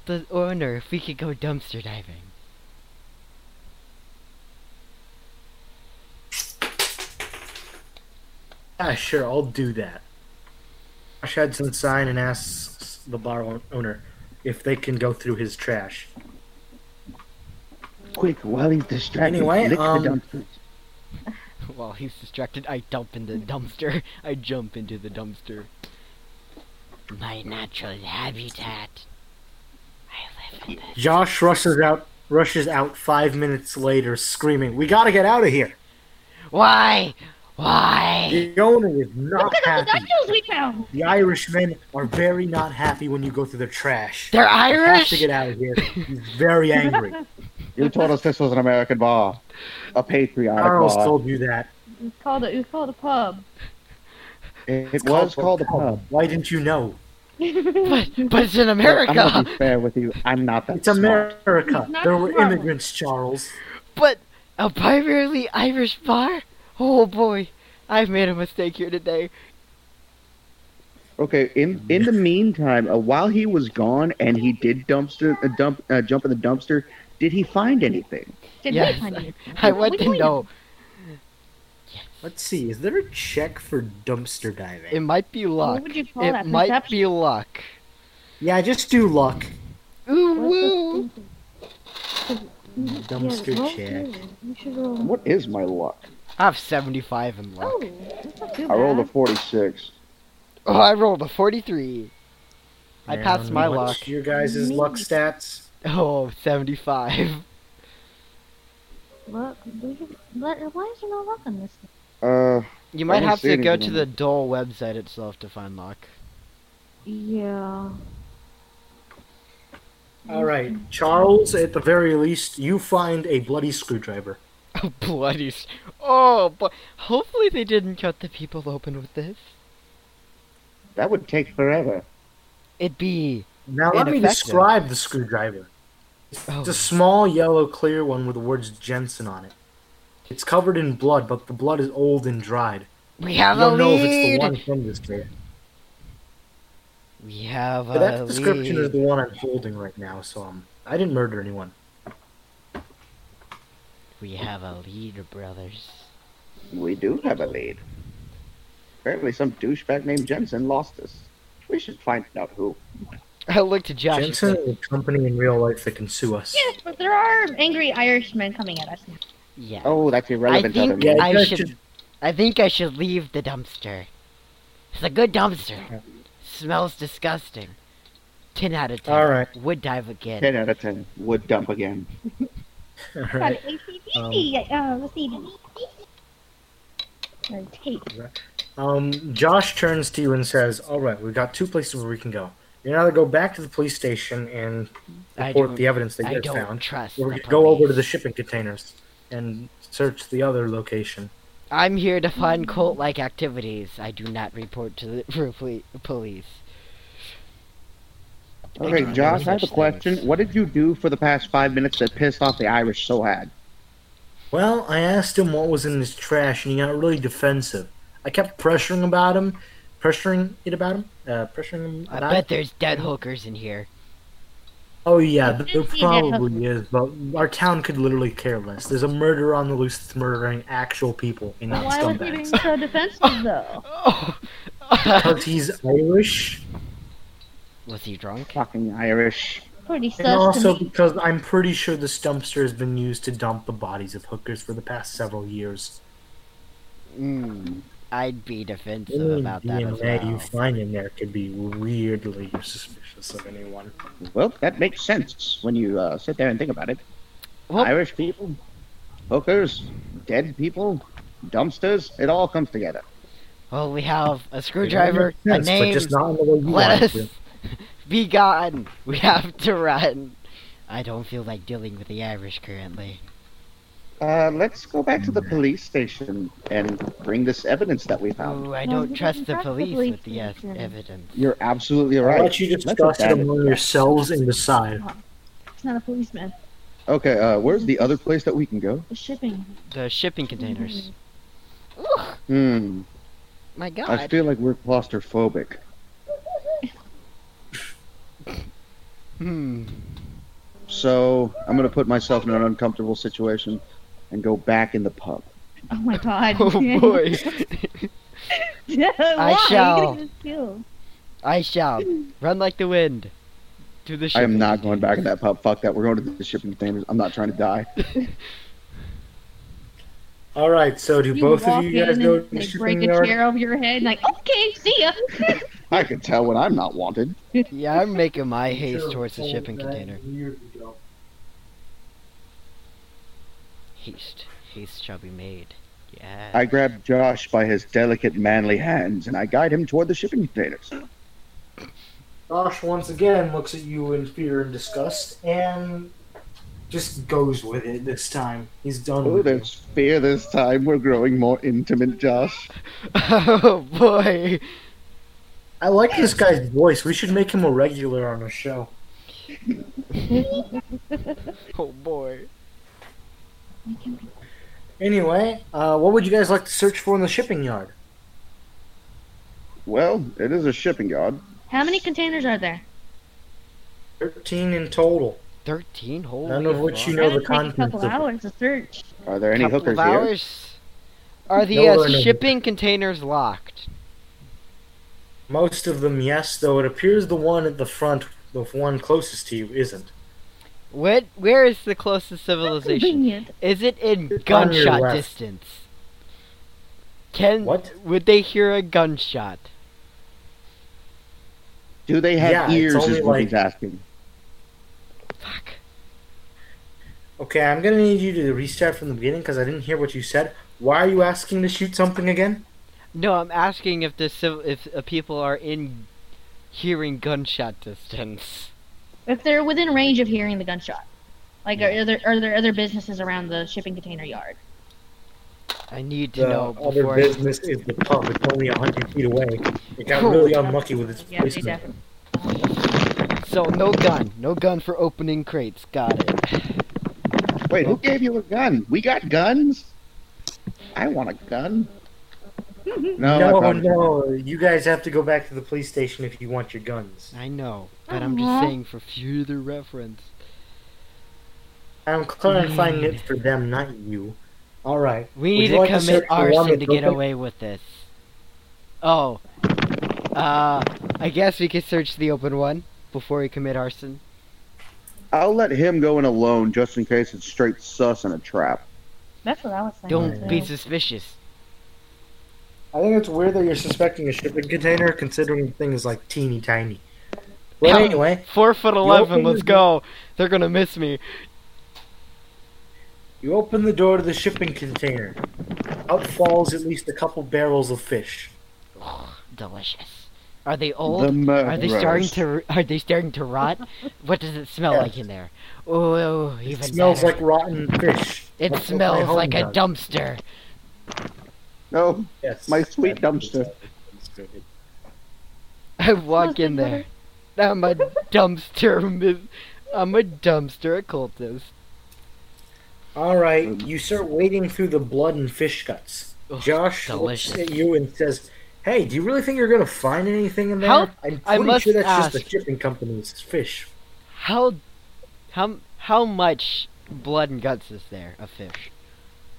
[SPEAKER 1] the owner if we could go dumpster diving?"
[SPEAKER 2] yeah, Ah, sure, I'll do that. Josh had some sign and asks the bar o- owner if they can go through his trash.
[SPEAKER 5] Quick, while he's distracted,
[SPEAKER 2] Anyway,
[SPEAKER 5] lick
[SPEAKER 2] um,
[SPEAKER 5] the dumpster.
[SPEAKER 1] While he's distracted, I dump into the dumpster. I jump into the dumpster. My natural habitat. I live in this.
[SPEAKER 2] Josh rushes out. Rushes out five minutes later, screaming, "We gotta get out of here!"
[SPEAKER 1] Why? Why?
[SPEAKER 2] The owner is not
[SPEAKER 4] Look at all the
[SPEAKER 2] happy.
[SPEAKER 4] dinosaurs we found.
[SPEAKER 2] The Irishmen are very not happy when you go through their trash.
[SPEAKER 1] They're
[SPEAKER 2] You have
[SPEAKER 1] Irish.
[SPEAKER 2] to get out of here. He's very angry.
[SPEAKER 5] You told us this was an American bar. A patriotic
[SPEAKER 2] Charles
[SPEAKER 5] bar.
[SPEAKER 2] told you that.
[SPEAKER 4] It was called a, it was called a pub.
[SPEAKER 5] it it was called a pub.
[SPEAKER 2] Why didn't you know?
[SPEAKER 1] But but it's in
[SPEAKER 5] I'm gonna
[SPEAKER 1] America.
[SPEAKER 5] be fair with you. I'm not that
[SPEAKER 2] It's
[SPEAKER 5] smart.
[SPEAKER 2] America.
[SPEAKER 4] It's not
[SPEAKER 2] There were
[SPEAKER 4] smart.
[SPEAKER 2] immigrants, Charles.
[SPEAKER 1] But a primarily Irish bar. Oh boy, I've made a mistake here today.
[SPEAKER 6] Okay. In in the meantime, uh, while he was gone and he did dumpster uh, dump uh, jump in the dumpster, did he find anything?
[SPEAKER 4] Did
[SPEAKER 1] Yes.
[SPEAKER 4] we find anything?
[SPEAKER 1] I want
[SPEAKER 4] We
[SPEAKER 1] to
[SPEAKER 4] cleaned
[SPEAKER 1] know.
[SPEAKER 2] Let's see. Is there a check for dumpster diving?
[SPEAKER 1] It might be luck.
[SPEAKER 4] would you call
[SPEAKER 1] it
[SPEAKER 4] that,
[SPEAKER 1] might
[SPEAKER 4] perception?
[SPEAKER 1] be luck.
[SPEAKER 2] yeah, just do luck.
[SPEAKER 1] Ooh
[SPEAKER 4] What's
[SPEAKER 1] woo.
[SPEAKER 4] this
[SPEAKER 2] Dumpster
[SPEAKER 4] thing? Yeah, roll
[SPEAKER 2] check.
[SPEAKER 4] two. You should roll.
[SPEAKER 5] What is my luck?
[SPEAKER 1] I have 75 in luck.
[SPEAKER 4] Oh, that's not too
[SPEAKER 5] I rolled a
[SPEAKER 4] bad.
[SPEAKER 5] 46.
[SPEAKER 1] Oh, I rolled a 43. I passed
[SPEAKER 2] And
[SPEAKER 1] my
[SPEAKER 2] what's
[SPEAKER 1] luck.
[SPEAKER 2] Your guys' luck stats.
[SPEAKER 1] Oh, 75.
[SPEAKER 4] Look, do you, but why is there no luck on this? thing?
[SPEAKER 5] Uh,
[SPEAKER 1] You might
[SPEAKER 5] don't
[SPEAKER 1] have
[SPEAKER 5] see
[SPEAKER 1] to go
[SPEAKER 5] anything
[SPEAKER 1] to
[SPEAKER 5] on
[SPEAKER 1] the Dole website itself to find luck.
[SPEAKER 4] Yeah.
[SPEAKER 2] All right, Charles. At the very least, you find a bloody screwdriver.
[SPEAKER 1] Oh, bloody. s- Oh, but hopefully they didn't cut the people open with this.
[SPEAKER 6] That would take forever.
[SPEAKER 1] It'd be.
[SPEAKER 2] Now let me
[SPEAKER 1] Ineffective.
[SPEAKER 2] describe the screwdriver.
[SPEAKER 1] Oh,
[SPEAKER 2] It's a small yellow clear one with the words Jensen on it. It's covered in blood, but the blood is old and dried.
[SPEAKER 1] we
[SPEAKER 2] I
[SPEAKER 1] have a
[SPEAKER 2] don't know if it's the
[SPEAKER 1] lead.
[SPEAKER 2] one from this day.
[SPEAKER 1] We have
[SPEAKER 2] But
[SPEAKER 1] a
[SPEAKER 2] that description is
[SPEAKER 1] Uh, lead.
[SPEAKER 2] the one I'm holding right now, so um, I didn't murder anyone.
[SPEAKER 1] We have a lead, brothers.
[SPEAKER 6] We do have a lead. Apparently, some douchebag named Jensen lost us. We should find out who.
[SPEAKER 1] I looked at Josh. and
[SPEAKER 2] Jensen
[SPEAKER 1] said,
[SPEAKER 2] is a company in real life that can sue us.
[SPEAKER 4] Yes, but there are angry Irishmen coming at us now.
[SPEAKER 1] Yeah.
[SPEAKER 6] Oh, that's
[SPEAKER 1] I
[SPEAKER 6] irrelevant.
[SPEAKER 1] think
[SPEAKER 6] other
[SPEAKER 2] Yeah,
[SPEAKER 1] I
[SPEAKER 2] you guys
[SPEAKER 1] should,
[SPEAKER 2] should-
[SPEAKER 1] I think I should leave the dumpster. It's a good dumpster. Smells disgusting. Ten out of ten.
[SPEAKER 2] All right.
[SPEAKER 1] Would dive again.
[SPEAKER 6] 10 out of 10. Would dump again.
[SPEAKER 2] All
[SPEAKER 4] Got
[SPEAKER 2] right.
[SPEAKER 4] ACDC, uh, the CD. And tape.
[SPEAKER 2] Um, Josh turns to you and says, "All right, we've got two places where we can go. You're now to go back to the police station and
[SPEAKER 1] I
[SPEAKER 2] report
[SPEAKER 1] don't-
[SPEAKER 2] the evidence that
[SPEAKER 1] I
[SPEAKER 2] you
[SPEAKER 1] don't
[SPEAKER 2] found.
[SPEAKER 1] trust.
[SPEAKER 2] We're
[SPEAKER 1] the
[SPEAKER 2] going to go over to
[SPEAKER 1] police.
[SPEAKER 2] the shipping containers and search the other location."
[SPEAKER 1] I'm here to find cult-like activities. I do not report to the for poli- police.
[SPEAKER 6] Okay,
[SPEAKER 1] Thank you.
[SPEAKER 6] Josh, I have a
[SPEAKER 1] Such
[SPEAKER 6] question.
[SPEAKER 1] things.
[SPEAKER 6] What did you do for the past five minutes that pissed off the Irish so bad?
[SPEAKER 2] Well, I asked him what was in his trash, and he got really defensive. I kept pressuring about him, pressuring it about him, uh, pressuring him
[SPEAKER 1] I
[SPEAKER 2] about.
[SPEAKER 1] bet
[SPEAKER 2] it.
[SPEAKER 1] there's dead hookers in here.
[SPEAKER 2] Oh yeah, th- there
[SPEAKER 4] Didn't see that
[SPEAKER 2] probably is, but our town could literally care less. There's a murderer on the loose that's murdering actual people and not
[SPEAKER 4] Why was he being
[SPEAKER 2] scumbags.
[SPEAKER 4] so defensive though?
[SPEAKER 1] Oh.
[SPEAKER 2] Because he's Irish,
[SPEAKER 1] Was he drunk?
[SPEAKER 6] Fucking Irish.
[SPEAKER 4] Pretty
[SPEAKER 2] and
[SPEAKER 4] sus to
[SPEAKER 2] also
[SPEAKER 4] me.
[SPEAKER 2] because I'm pretty sure this dumpster has been used to dump the bodies of hookers for the past several years.
[SPEAKER 1] Mm, I'd be defensive
[SPEAKER 2] Any
[SPEAKER 1] about that as
[SPEAKER 2] DNA Mm, you
[SPEAKER 1] well.
[SPEAKER 2] find in there could be weirdly suspicious of anyone.
[SPEAKER 6] Well, that makes sense when you uh, sit there and think about it.
[SPEAKER 1] Well-
[SPEAKER 6] Irish people, hookers, dead people, dumpsters, it all comes together.
[SPEAKER 1] Well, we have a
[SPEAKER 2] It doesn't
[SPEAKER 1] screwdriver,
[SPEAKER 2] make
[SPEAKER 1] a
[SPEAKER 2] sense, but
[SPEAKER 1] name,
[SPEAKER 2] just not in the way you
[SPEAKER 1] Let
[SPEAKER 2] want it
[SPEAKER 1] us
[SPEAKER 2] to.
[SPEAKER 1] be gone. We have to run. I don't feel like dealing with the Irish currently.
[SPEAKER 6] Uh, let's go back to the police station and bring this evidence that we found.
[SPEAKER 1] Ooh, I
[SPEAKER 4] Well,
[SPEAKER 1] don't
[SPEAKER 4] you
[SPEAKER 1] trust
[SPEAKER 4] can
[SPEAKER 1] the
[SPEAKER 4] trust the
[SPEAKER 1] police
[SPEAKER 4] police
[SPEAKER 1] with the ev-
[SPEAKER 4] station.
[SPEAKER 1] evidence.
[SPEAKER 6] You're absolutely
[SPEAKER 2] Why
[SPEAKER 6] right.
[SPEAKER 2] don't you
[SPEAKER 6] Let's
[SPEAKER 2] discuss it
[SPEAKER 6] abandon-
[SPEAKER 2] among yourselves and decide?
[SPEAKER 4] It's not a policeman.
[SPEAKER 6] Okay, uh, where's the other place that we can go?
[SPEAKER 4] The shipping.
[SPEAKER 1] The shipping containers. Ugh,
[SPEAKER 6] Hmm.
[SPEAKER 1] my
[SPEAKER 6] I
[SPEAKER 1] God.
[SPEAKER 6] feel like we're claustrophobic.
[SPEAKER 1] Hmm.
[SPEAKER 6] So I'm gonna put myself in an uncomfortable situation and go back in the pub.
[SPEAKER 4] Oh my god.
[SPEAKER 1] Oh boy.
[SPEAKER 4] Why?
[SPEAKER 1] shall.
[SPEAKER 4] You're gonna get killed.
[SPEAKER 1] I shall run like the wind. To the
[SPEAKER 6] I
[SPEAKER 1] shipping.
[SPEAKER 6] am not going
[SPEAKER 1] containers.
[SPEAKER 6] back in that pub. Fuck that. We're going to the shipping containers. I'm not trying to die.
[SPEAKER 2] All right, so do
[SPEAKER 4] You
[SPEAKER 2] both
[SPEAKER 4] walk
[SPEAKER 2] of you guys
[SPEAKER 4] in
[SPEAKER 2] go
[SPEAKER 4] and
[SPEAKER 2] to the
[SPEAKER 4] they break
[SPEAKER 2] shipping
[SPEAKER 4] a
[SPEAKER 2] yard?
[SPEAKER 4] chair over your head, like, okay, see ya.
[SPEAKER 6] I can tell when I'm not wanted.
[SPEAKER 1] Yeah, I'm making my haste towards the shipping container. Haste. Haste shall be made. Yeah.
[SPEAKER 6] I grab Josh by his delicate, manly hands and I guide him toward the shipping containers.
[SPEAKER 2] Oh, Josh once again looks at you in fear and disgust and just goes with it this time. He's done
[SPEAKER 6] Oh,
[SPEAKER 2] with it.
[SPEAKER 6] there's fear this time. We're growing more intimate, Josh.
[SPEAKER 1] oh boy.
[SPEAKER 2] I like this guy's voice. We should make him a regular on the show.
[SPEAKER 1] Oh boy.
[SPEAKER 2] Anyway, uh, what would you guys like to search for in the shipping yard?
[SPEAKER 5] Well, it is a shipping yard.
[SPEAKER 4] How many containers are there?
[SPEAKER 2] 13 in total.
[SPEAKER 1] 13 whole
[SPEAKER 2] None of which you
[SPEAKER 4] That
[SPEAKER 2] know the
[SPEAKER 4] would take a
[SPEAKER 2] contents
[SPEAKER 4] couple
[SPEAKER 2] of it.
[SPEAKER 4] hours to search.
[SPEAKER 5] Are there any
[SPEAKER 1] couple
[SPEAKER 5] hookers
[SPEAKER 1] of
[SPEAKER 5] here?
[SPEAKER 1] hours. Are the
[SPEAKER 2] No,
[SPEAKER 1] uh,
[SPEAKER 2] no.
[SPEAKER 1] shipping containers locked?
[SPEAKER 2] Most of them, yes, though it appears the one at the front, the one closest to you, isn't.
[SPEAKER 1] What? Where is the closest civilization?
[SPEAKER 4] Convenient.
[SPEAKER 1] Is it in
[SPEAKER 2] It's on your
[SPEAKER 1] gunshot
[SPEAKER 2] left.
[SPEAKER 1] distance? Can
[SPEAKER 2] What?
[SPEAKER 1] would they hear a gunshot?
[SPEAKER 5] Do they have
[SPEAKER 2] Yeah, it's
[SPEAKER 5] ears?
[SPEAKER 2] only
[SPEAKER 5] Is what
[SPEAKER 2] like-
[SPEAKER 5] he's asking.
[SPEAKER 1] Fuck.
[SPEAKER 2] Okay, I'm gonna need you to restart from the beginning because I didn't hear what you said. Why are you asking to shoot something again?
[SPEAKER 1] No, I'm asking if the civ- if uh, people are in hearing gunshot distance.
[SPEAKER 4] If they're within range of hearing the gunshot. Like, are, there are there other businesses around the shipping container yard?
[SPEAKER 1] I need to
[SPEAKER 2] The
[SPEAKER 1] know
[SPEAKER 2] other
[SPEAKER 1] before. I...
[SPEAKER 2] business is the pub. It's only 100 feet away. It got really
[SPEAKER 1] Oh.
[SPEAKER 2] unlucky with its
[SPEAKER 4] Yeah, they
[SPEAKER 2] placement.
[SPEAKER 4] definitely.
[SPEAKER 1] So no gun, no gun for opening crates. Got it.
[SPEAKER 5] Wait, who gave you a gun? We got guns. I want a gun. No, I
[SPEAKER 2] No,
[SPEAKER 5] found-
[SPEAKER 2] no, you guys have to go back to the police station if you want your guns.
[SPEAKER 1] I know, but I'm just
[SPEAKER 4] Aw.
[SPEAKER 1] saying for future reference.
[SPEAKER 2] I'm clarifying it for them, not you. All right.
[SPEAKER 1] We
[SPEAKER 2] Would
[SPEAKER 1] need
[SPEAKER 2] you
[SPEAKER 1] to
[SPEAKER 2] like to
[SPEAKER 1] commit
[SPEAKER 2] search the one
[SPEAKER 1] arson
[SPEAKER 2] that's
[SPEAKER 1] to get
[SPEAKER 2] open?
[SPEAKER 1] away with this. Oh. Uh, I guess we could search the open one before we commit arson.
[SPEAKER 5] I'll let him go in alone just in case it's straight sus and a trap.
[SPEAKER 4] That's what I was saying.
[SPEAKER 1] Don't
[SPEAKER 4] too.
[SPEAKER 1] be suspicious.
[SPEAKER 2] I think it's weird that you're suspecting a shipping container considering the thing is like teeny tiny. Well,
[SPEAKER 1] How-
[SPEAKER 2] anyway,
[SPEAKER 1] Four foot eleven,
[SPEAKER 2] open
[SPEAKER 1] let's
[SPEAKER 2] the-
[SPEAKER 1] go. They're gonna miss me.
[SPEAKER 2] you open the door to the shipping container. Out falls at least a couple barrels of fish.
[SPEAKER 1] Delicious. Are they
[SPEAKER 5] The
[SPEAKER 1] old?
[SPEAKER 5] murderers.
[SPEAKER 1] are they starting to? Are they starting to rot? what does it smell
[SPEAKER 2] Yes.
[SPEAKER 1] like in there? Oh, even
[SPEAKER 2] It smells
[SPEAKER 1] better.
[SPEAKER 2] like rotten fish.
[SPEAKER 1] It
[SPEAKER 2] That's what my
[SPEAKER 1] smells
[SPEAKER 2] home
[SPEAKER 1] like a
[SPEAKER 2] does.
[SPEAKER 1] dumpster.
[SPEAKER 5] No,
[SPEAKER 2] Yes.
[SPEAKER 5] my sweet dumpster.
[SPEAKER 1] I walk in there. I'm a dumpster. mis- I'm a dumpster occultist.
[SPEAKER 2] All right, you start wading through the blood and fish guts.
[SPEAKER 1] Ugh,
[SPEAKER 2] Josh
[SPEAKER 1] delicious.
[SPEAKER 2] looks at you and says, "Hey, do you really think you're gonna find anything in there?
[SPEAKER 1] How-
[SPEAKER 2] I'm pretty
[SPEAKER 1] I must
[SPEAKER 2] sure that's just
[SPEAKER 1] ask.
[SPEAKER 2] the shipping company's fish.
[SPEAKER 1] How, how, how much blood and guts is there of fish?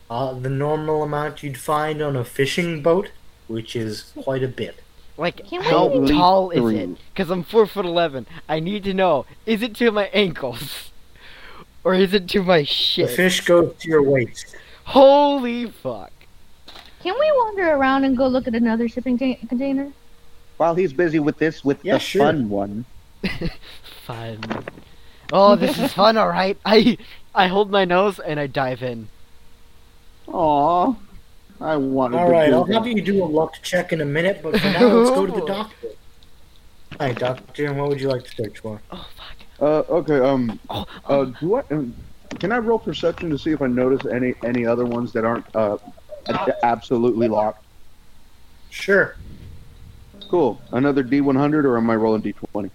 [SPEAKER 2] Uh, the normal amount you'd find on a fishing boat, which is quite a bit.
[SPEAKER 1] Like,
[SPEAKER 4] Can we-
[SPEAKER 1] how
[SPEAKER 5] Probably
[SPEAKER 1] tall is
[SPEAKER 5] three.
[SPEAKER 1] it? Because I'm four foot eleven. I need to know: is it to my ankles, or is it to my
[SPEAKER 2] The
[SPEAKER 1] shit?
[SPEAKER 2] fish goes to your waist.
[SPEAKER 1] Holy fuck!
[SPEAKER 4] Can we wander around and go look at another shipping ta- container?
[SPEAKER 5] While he's busy with this, with
[SPEAKER 2] Yeah,
[SPEAKER 5] the
[SPEAKER 2] sure.
[SPEAKER 5] fun one.
[SPEAKER 1] Fun. Oh, this is fun. All right. I I hold my nose and I dive in.
[SPEAKER 5] Aw, I wanted
[SPEAKER 2] All
[SPEAKER 5] to
[SPEAKER 2] right,
[SPEAKER 5] do
[SPEAKER 2] I'll
[SPEAKER 5] that.
[SPEAKER 2] have you do a luck check in a minute, but for now, let's go to the doctor. Hi, doctor. What would you like to search for?
[SPEAKER 1] Oh fuck!
[SPEAKER 5] Uh, okay. Um.
[SPEAKER 1] Oh,
[SPEAKER 5] Uh. Do I? Um, can I roll perception to see if I notice any any other ones that aren't uh a- absolutely locked?
[SPEAKER 2] Sure.
[SPEAKER 5] Cool. Another D100, or am I rolling D20?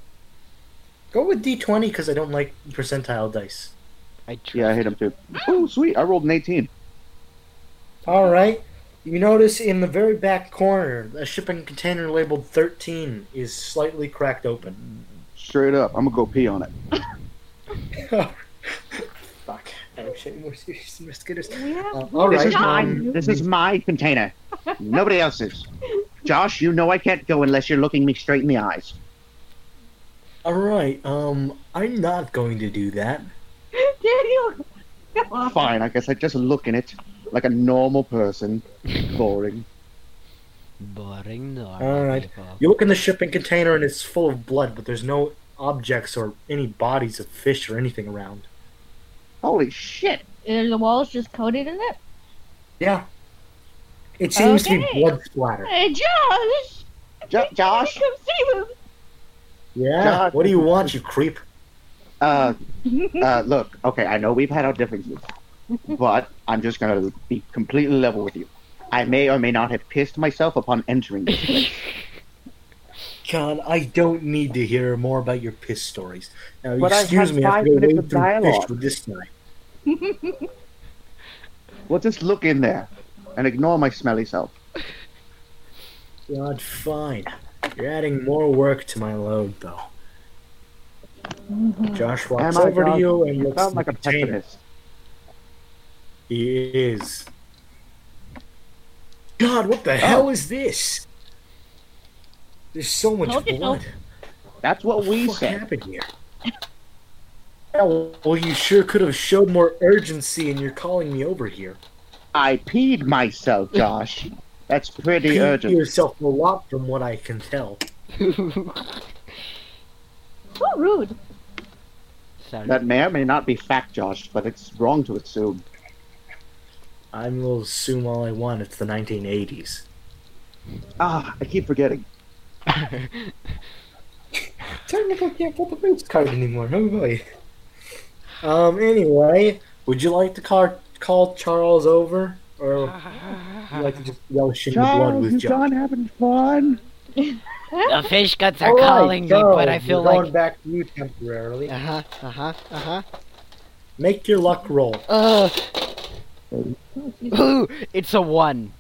[SPEAKER 2] Go with D20 because I don't like percentile dice.
[SPEAKER 1] I trust.
[SPEAKER 5] Yeah, I hate them too. Oh, sweet! I rolled an 18.
[SPEAKER 2] All right. You notice in the very back corner, a shipping container labeled 13 is slightly cracked open.
[SPEAKER 5] Straight up. I'm gonna go pee on it.
[SPEAKER 2] Fuck. I'm shitting more serious than mosquitoes.
[SPEAKER 4] We have
[SPEAKER 2] Uh, all right. um,
[SPEAKER 6] This is my container. Nobody else's. Josh, you know I can't go unless you're looking me straight in the eyes.
[SPEAKER 2] all right. Um, I'm not going to do that.
[SPEAKER 4] Daniel.
[SPEAKER 5] Fine. I guess I just look in it like a normal person. Boring.
[SPEAKER 1] Boring. normal
[SPEAKER 2] All right.
[SPEAKER 1] people.
[SPEAKER 2] You look in the shipping container and it's full of blood, but there's no objects or any bodies of fish or anything around.
[SPEAKER 5] Holy shit!
[SPEAKER 4] Are the walls just coated in it?
[SPEAKER 2] Yeah. It seems to
[SPEAKER 4] Okay.
[SPEAKER 2] be blood splatter.
[SPEAKER 4] Hey, Josh.
[SPEAKER 5] Jo- Josh.
[SPEAKER 4] Come save him.
[SPEAKER 2] Yeah.
[SPEAKER 5] God.
[SPEAKER 2] What do you want, you creep?
[SPEAKER 5] Uh, uh, look, okay, I know we've had our differences, but I'm just gonna be completely level with you. I may or may not have pissed myself upon entering this place.
[SPEAKER 2] God, I don't need to hear more about your piss stories. Now,
[SPEAKER 5] But I
[SPEAKER 2] excuse
[SPEAKER 5] had
[SPEAKER 2] me,
[SPEAKER 5] five
[SPEAKER 2] after
[SPEAKER 5] minutes
[SPEAKER 2] wading
[SPEAKER 5] of
[SPEAKER 2] through fish
[SPEAKER 5] dialogue.
[SPEAKER 2] with this guy.
[SPEAKER 5] Well, just look in there and ignore my smelly self.
[SPEAKER 2] God, fine. You're adding more work to my load, though. Josh walks
[SPEAKER 5] Mm-hmm. Am I,
[SPEAKER 2] over to
[SPEAKER 5] Josh?
[SPEAKER 2] you and looks
[SPEAKER 5] Sound
[SPEAKER 2] at
[SPEAKER 5] like a
[SPEAKER 2] the container.
[SPEAKER 5] pessimist.
[SPEAKER 2] He is. God, what
[SPEAKER 5] Oh.
[SPEAKER 2] the hell is this? There's so much
[SPEAKER 4] Told you so.
[SPEAKER 2] blood.
[SPEAKER 5] That's what we
[SPEAKER 2] What
[SPEAKER 5] said.
[SPEAKER 2] happened here? Yeah, well, you sure could have showed more urgency, and you're calling me over here.
[SPEAKER 5] I peed myself, Josh. That's pretty
[SPEAKER 2] You
[SPEAKER 5] urgent.
[SPEAKER 2] yourself a lot, from what I can tell.
[SPEAKER 4] So rude.
[SPEAKER 1] Sorry.
[SPEAKER 5] That may or may not be fact, Josh, but it's wrong to assume.
[SPEAKER 2] I will assume all I want. It's the 1980s.
[SPEAKER 5] Ah, I keep forgetting.
[SPEAKER 2] Technically, can't pull the race card anymore. Oh boy. Um. Anyway, would you like to call call Charles over, or would you like to just relish in the blood
[SPEAKER 5] Charles,
[SPEAKER 2] with
[SPEAKER 5] you
[SPEAKER 2] John?
[SPEAKER 5] gone having fun?
[SPEAKER 1] the fish guts are
[SPEAKER 2] All right,
[SPEAKER 1] calling me, but I
[SPEAKER 2] Charles,
[SPEAKER 1] feel
[SPEAKER 2] we're going
[SPEAKER 1] like.
[SPEAKER 2] back to you temporarily.
[SPEAKER 1] Uh huh, uh huh, uh huh.
[SPEAKER 2] Make your luck roll.
[SPEAKER 1] Uh, ooh, it's a one.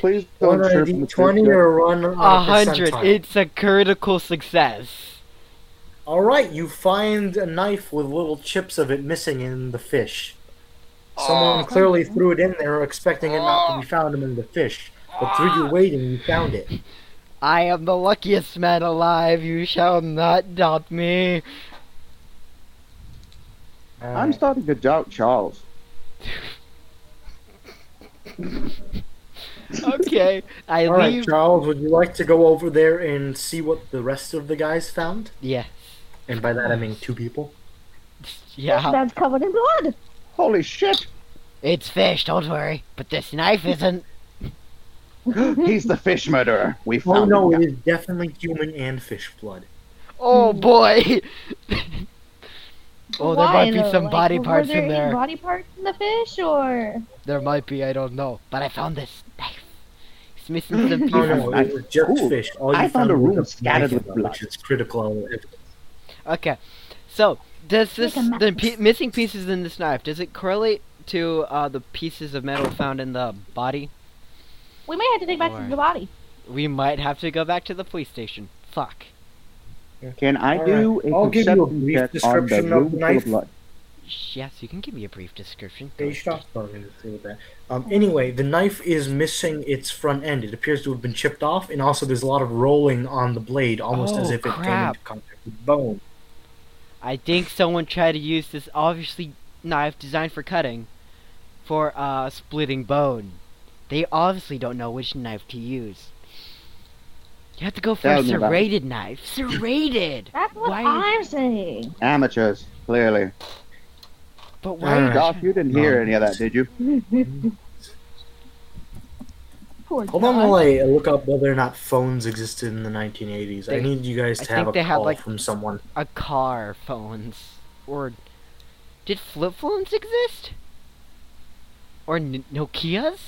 [SPEAKER 5] Please
[SPEAKER 2] One
[SPEAKER 5] don't
[SPEAKER 2] on a
[SPEAKER 5] trip in the
[SPEAKER 2] d20
[SPEAKER 5] future.
[SPEAKER 2] or one
[SPEAKER 4] Oh,
[SPEAKER 2] on
[SPEAKER 1] A
[SPEAKER 2] a
[SPEAKER 1] hundred.
[SPEAKER 2] percentile.
[SPEAKER 1] It's a critical success.
[SPEAKER 2] All right, you find a knife with little chips of it missing in the fish. Someone clearly threw it in there, expecting it not to be found among the fish. But through your waiting, you found it.
[SPEAKER 1] I am the luckiest man alive. You shall not doubt me.
[SPEAKER 2] Uh,
[SPEAKER 5] I'm starting to doubt Charles.
[SPEAKER 1] Okay, I
[SPEAKER 2] All right,
[SPEAKER 1] leave.
[SPEAKER 2] Charles, would you like to go over there and see what the rest of the guys found?
[SPEAKER 1] Yeah,
[SPEAKER 2] And by that I mean two people.
[SPEAKER 1] yeah.
[SPEAKER 4] That's covered in blood.
[SPEAKER 5] Holy shit!
[SPEAKER 1] It's fish. Don't worry. But this knife isn't.
[SPEAKER 5] He's the fish murderer. We found
[SPEAKER 2] Oh
[SPEAKER 5] him
[SPEAKER 2] no,
[SPEAKER 5] now.
[SPEAKER 2] it is definitely human and fish blood.
[SPEAKER 4] Hmm.
[SPEAKER 1] Oh boy. oh, there
[SPEAKER 4] Why,
[SPEAKER 1] might be
[SPEAKER 4] though?
[SPEAKER 1] some
[SPEAKER 4] Like,
[SPEAKER 1] body
[SPEAKER 4] were
[SPEAKER 1] parts
[SPEAKER 4] there
[SPEAKER 1] in
[SPEAKER 4] any
[SPEAKER 1] there.
[SPEAKER 4] Body parts in the fish, or
[SPEAKER 1] There might be. I don't know. But I found this knife. It's missing some
[SPEAKER 2] Oh
[SPEAKER 1] pieces.
[SPEAKER 2] no, it was just
[SPEAKER 5] Ooh,
[SPEAKER 2] fish. All you
[SPEAKER 5] I found a
[SPEAKER 2] was
[SPEAKER 5] room
[SPEAKER 2] knife and
[SPEAKER 5] scattered with
[SPEAKER 2] a-
[SPEAKER 5] blood.
[SPEAKER 2] which is critical. element.
[SPEAKER 1] Okay, so does this
[SPEAKER 4] Make a
[SPEAKER 1] the
[SPEAKER 4] mess.
[SPEAKER 1] pe- missing pieces in this knife? Does it correlate to uh, the pieces of metal found in the body?
[SPEAKER 4] we may have to take back
[SPEAKER 1] Or-
[SPEAKER 4] to the body.
[SPEAKER 1] We might have to go back to the police station. Fuck.
[SPEAKER 5] Can I
[SPEAKER 2] All
[SPEAKER 5] do
[SPEAKER 2] right,
[SPEAKER 5] a
[SPEAKER 2] I'll give you a
[SPEAKER 5] perception
[SPEAKER 2] brief
[SPEAKER 5] check
[SPEAKER 2] description
[SPEAKER 5] on the
[SPEAKER 2] of
[SPEAKER 5] room
[SPEAKER 2] the
[SPEAKER 5] full
[SPEAKER 2] knife.
[SPEAKER 5] of blood?
[SPEAKER 1] Yes, you can give me a brief description.
[SPEAKER 2] Yeah, you should talk about it and see what that. Um, anyway, the knife is missing its front end. It appears to have been chipped off, and also there's a lot of rolling on the blade, almost as
[SPEAKER 1] Oh,
[SPEAKER 2] if it came
[SPEAKER 1] crap.
[SPEAKER 2] into contact with bone.
[SPEAKER 1] I think someone tried to use this obviously knife designed for cutting, for uh, splitting bone. They obviously don't know which knife to use. You have to go for
[SPEAKER 5] Tell
[SPEAKER 1] a
[SPEAKER 5] me about it.
[SPEAKER 1] serrated knife. Serrated.
[SPEAKER 4] That's what
[SPEAKER 1] Why-
[SPEAKER 4] I'm saying.
[SPEAKER 5] Amateurs, clearly.
[SPEAKER 1] But why? are you
[SPEAKER 2] Alright.
[SPEAKER 5] Josh, you didn't hear
[SPEAKER 2] No.
[SPEAKER 5] any of that, did you?
[SPEAKER 4] Poor
[SPEAKER 2] Hold on
[SPEAKER 4] guy.
[SPEAKER 2] while I look up whether or not phones existed in the 1980s. I
[SPEAKER 1] They-
[SPEAKER 2] need you guys
[SPEAKER 1] I
[SPEAKER 2] to have
[SPEAKER 1] think
[SPEAKER 2] a
[SPEAKER 1] they had,
[SPEAKER 2] call
[SPEAKER 1] like-
[SPEAKER 2] from someone.
[SPEAKER 1] a car phones or did flip phones exist or n- Nokias?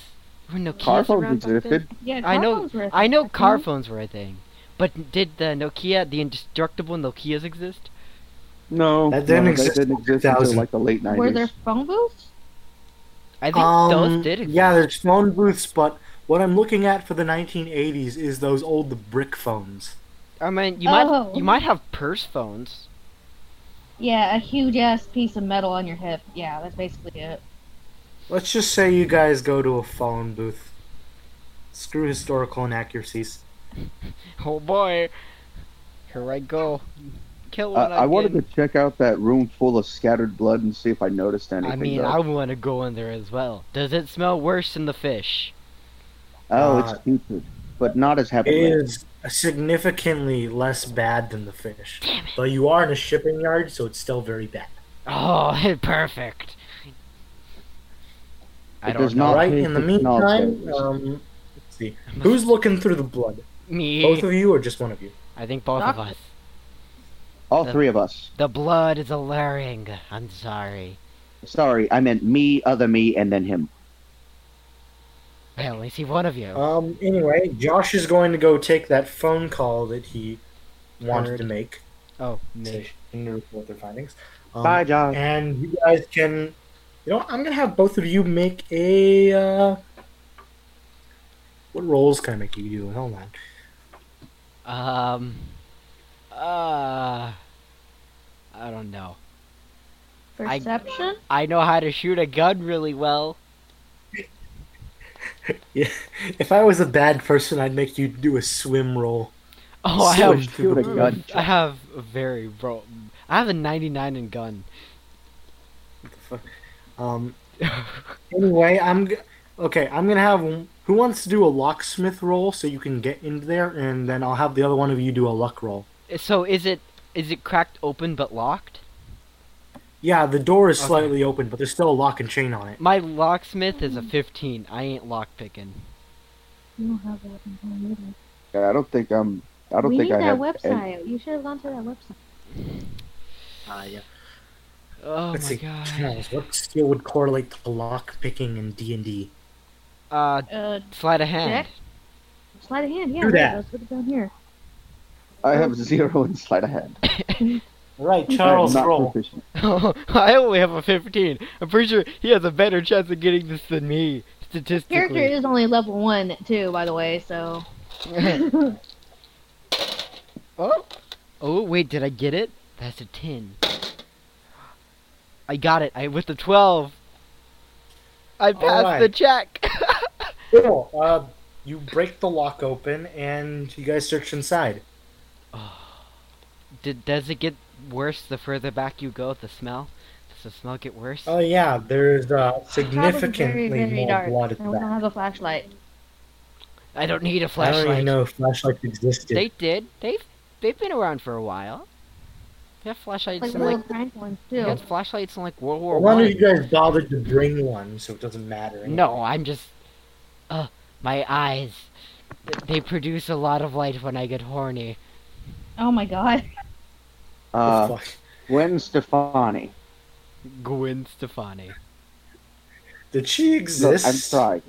[SPEAKER 1] Were Nokias
[SPEAKER 5] Car
[SPEAKER 1] around back
[SPEAKER 5] phones
[SPEAKER 1] then?
[SPEAKER 5] existed.
[SPEAKER 4] Yeah,
[SPEAKER 1] I
[SPEAKER 4] car
[SPEAKER 1] know-
[SPEAKER 4] phones were a
[SPEAKER 1] I know
[SPEAKER 4] thing.
[SPEAKER 1] car phones were a thing, but did the Nokia, the indestructible Nokias, exist?
[SPEAKER 5] No,
[SPEAKER 2] That didn't
[SPEAKER 5] Oh, no,
[SPEAKER 2] exist
[SPEAKER 5] didn't
[SPEAKER 2] in
[SPEAKER 5] exist until
[SPEAKER 2] 2000.
[SPEAKER 5] like the late
[SPEAKER 4] Were there
[SPEAKER 5] nineties.
[SPEAKER 4] phone booths?
[SPEAKER 1] I think
[SPEAKER 2] Um,
[SPEAKER 1] those did exist.
[SPEAKER 2] Yeah, there's phone booths, but what I'm looking at for the 1980s is those old brick phones.
[SPEAKER 1] I mean, you
[SPEAKER 4] Oh.
[SPEAKER 1] might you might have purse phones.
[SPEAKER 4] Yeah, a huge ass piece of metal on your hip. Yeah, that's basically it.
[SPEAKER 2] Let's just say you guys go to a phone booth. Screw historical inaccuracies.
[SPEAKER 1] Oh boy, here I go. Kill
[SPEAKER 5] Uh, I,
[SPEAKER 1] one
[SPEAKER 5] I wanted to
[SPEAKER 1] again.
[SPEAKER 5] check out that room full of scattered blood and see if I noticed anything.
[SPEAKER 1] I mean,
[SPEAKER 5] though.
[SPEAKER 1] I want to go in there as well. Does it smell worse than the fish?
[SPEAKER 5] oh,
[SPEAKER 2] Uh,
[SPEAKER 5] it's stupid, but not as
[SPEAKER 2] It
[SPEAKER 5] heavily.
[SPEAKER 2] is significantly less bad than the fish. Though you are in a shipping yard, so it's still very bad.
[SPEAKER 1] Oh, perfect. I
[SPEAKER 5] It
[SPEAKER 1] don't
[SPEAKER 5] does
[SPEAKER 1] know.
[SPEAKER 5] not
[SPEAKER 2] Alright,
[SPEAKER 5] taste
[SPEAKER 2] in the
[SPEAKER 5] as nauseous.
[SPEAKER 2] meantime, um, let's see. Who's looking through the blood? Both
[SPEAKER 1] Me.
[SPEAKER 2] of you or just one of you?
[SPEAKER 1] I think both of us.
[SPEAKER 5] All three of us.
[SPEAKER 1] The blood is alluring. I'm sorry.
[SPEAKER 5] Sorry, I meant me, other me, and then him.
[SPEAKER 1] I only see one of you.
[SPEAKER 2] Um, anyway, Josh is going to go take that phone call that he wanted
[SPEAKER 1] Heard.
[SPEAKER 2] to make.
[SPEAKER 1] oh,
[SPEAKER 2] to
[SPEAKER 1] me.
[SPEAKER 2] report their findings. Um,
[SPEAKER 5] Bye, Josh.
[SPEAKER 2] And you guys can You know, what? I'm gonna have both of you make a. Uh... What rolls can I make you do? Hold on.
[SPEAKER 1] Um. Uh. I don't know. I-
[SPEAKER 4] Perception?
[SPEAKER 1] I know how to shoot a gun really well.
[SPEAKER 2] Yeah, if I was a bad person, I'd make you do a swim roll.
[SPEAKER 1] Oh, I
[SPEAKER 2] So
[SPEAKER 1] have Mm,
[SPEAKER 2] shoot a gun.
[SPEAKER 1] I have a very bro. I have a 99 in gun.
[SPEAKER 2] Um. Anyway, I'm g- okay. I'm gonna have who wants to do a locksmith roll so you can get in there, and then I'll have the other one of you do a luck roll.
[SPEAKER 1] So is it is it cracked open but locked?
[SPEAKER 2] Yeah, the door is
[SPEAKER 1] Okay.
[SPEAKER 2] slightly open, but there's still a lock and chain on it.
[SPEAKER 1] My locksmith is a
[SPEAKER 2] Mm.
[SPEAKER 1] 15. I ain't lock picking.
[SPEAKER 4] You don't have that in home either.
[SPEAKER 5] Yeah, I don't think I'm. I don't
[SPEAKER 4] we
[SPEAKER 5] think
[SPEAKER 4] need
[SPEAKER 5] I
[SPEAKER 4] that
[SPEAKER 5] have. any-
[SPEAKER 4] website. You should have gone to that website.
[SPEAKER 2] Uh, yeah.
[SPEAKER 1] Oh
[SPEAKER 2] Let's
[SPEAKER 1] my
[SPEAKER 2] see.
[SPEAKER 1] god.
[SPEAKER 2] What skill would correlate to lock picking in D and D?
[SPEAKER 1] Uh,
[SPEAKER 4] Uh,
[SPEAKER 1] sleight of hand.
[SPEAKER 4] slide of hand. Yeah,
[SPEAKER 2] Do
[SPEAKER 4] right,
[SPEAKER 2] that.
[SPEAKER 4] Let's put it down here.
[SPEAKER 5] I have zero in sleight of hand.
[SPEAKER 2] All right,
[SPEAKER 5] I'm
[SPEAKER 2] Charles,
[SPEAKER 5] not
[SPEAKER 2] roll.
[SPEAKER 5] proficient.
[SPEAKER 1] Oh, I only have a 15. I'm pretty sure he has a better chance of getting this than me
[SPEAKER 4] Character
[SPEAKER 1] statistically.
[SPEAKER 4] is only level one too, by the way. So
[SPEAKER 1] oh, oh wait, did I get it? That's a 10. I got it. I with the 12. I passed the
[SPEAKER 2] Alright.
[SPEAKER 1] check.
[SPEAKER 2] Cool. Uh, you break the lock open, and you guys search inside.
[SPEAKER 1] Did, does it get worse the further back you go? The smell? Does the smell get worse?
[SPEAKER 2] Oh yeah, there's uh,
[SPEAKER 4] Probably
[SPEAKER 2] significantly
[SPEAKER 4] very, very
[SPEAKER 2] more
[SPEAKER 4] dark.
[SPEAKER 2] blood at the
[SPEAKER 4] and we don't
[SPEAKER 2] back.
[SPEAKER 4] have a flashlight.
[SPEAKER 1] I don't need a
[SPEAKER 2] I
[SPEAKER 1] flashlight.
[SPEAKER 2] don't even know if flashlights existed.
[SPEAKER 1] They did. They've they've been around for a while. They have flashlights
[SPEAKER 4] Like
[SPEAKER 1] in
[SPEAKER 4] little
[SPEAKER 1] like
[SPEAKER 4] prank ones
[SPEAKER 1] they
[SPEAKER 4] too.
[SPEAKER 1] had flashlights in like World War
[SPEAKER 2] One of you
[SPEAKER 1] One.
[SPEAKER 2] guys bothered to bring one, so it doesn't matter.
[SPEAKER 1] No, I'm just uh my eyes. Th- They produce a lot of light when I get horny.
[SPEAKER 4] Oh my god.
[SPEAKER 2] The
[SPEAKER 5] Uh,
[SPEAKER 2] fuck?
[SPEAKER 5] Gwen Stefani.
[SPEAKER 1] Gwen Stefani.
[SPEAKER 2] Did she
[SPEAKER 5] Look,
[SPEAKER 2] exist?
[SPEAKER 5] I'm sorry.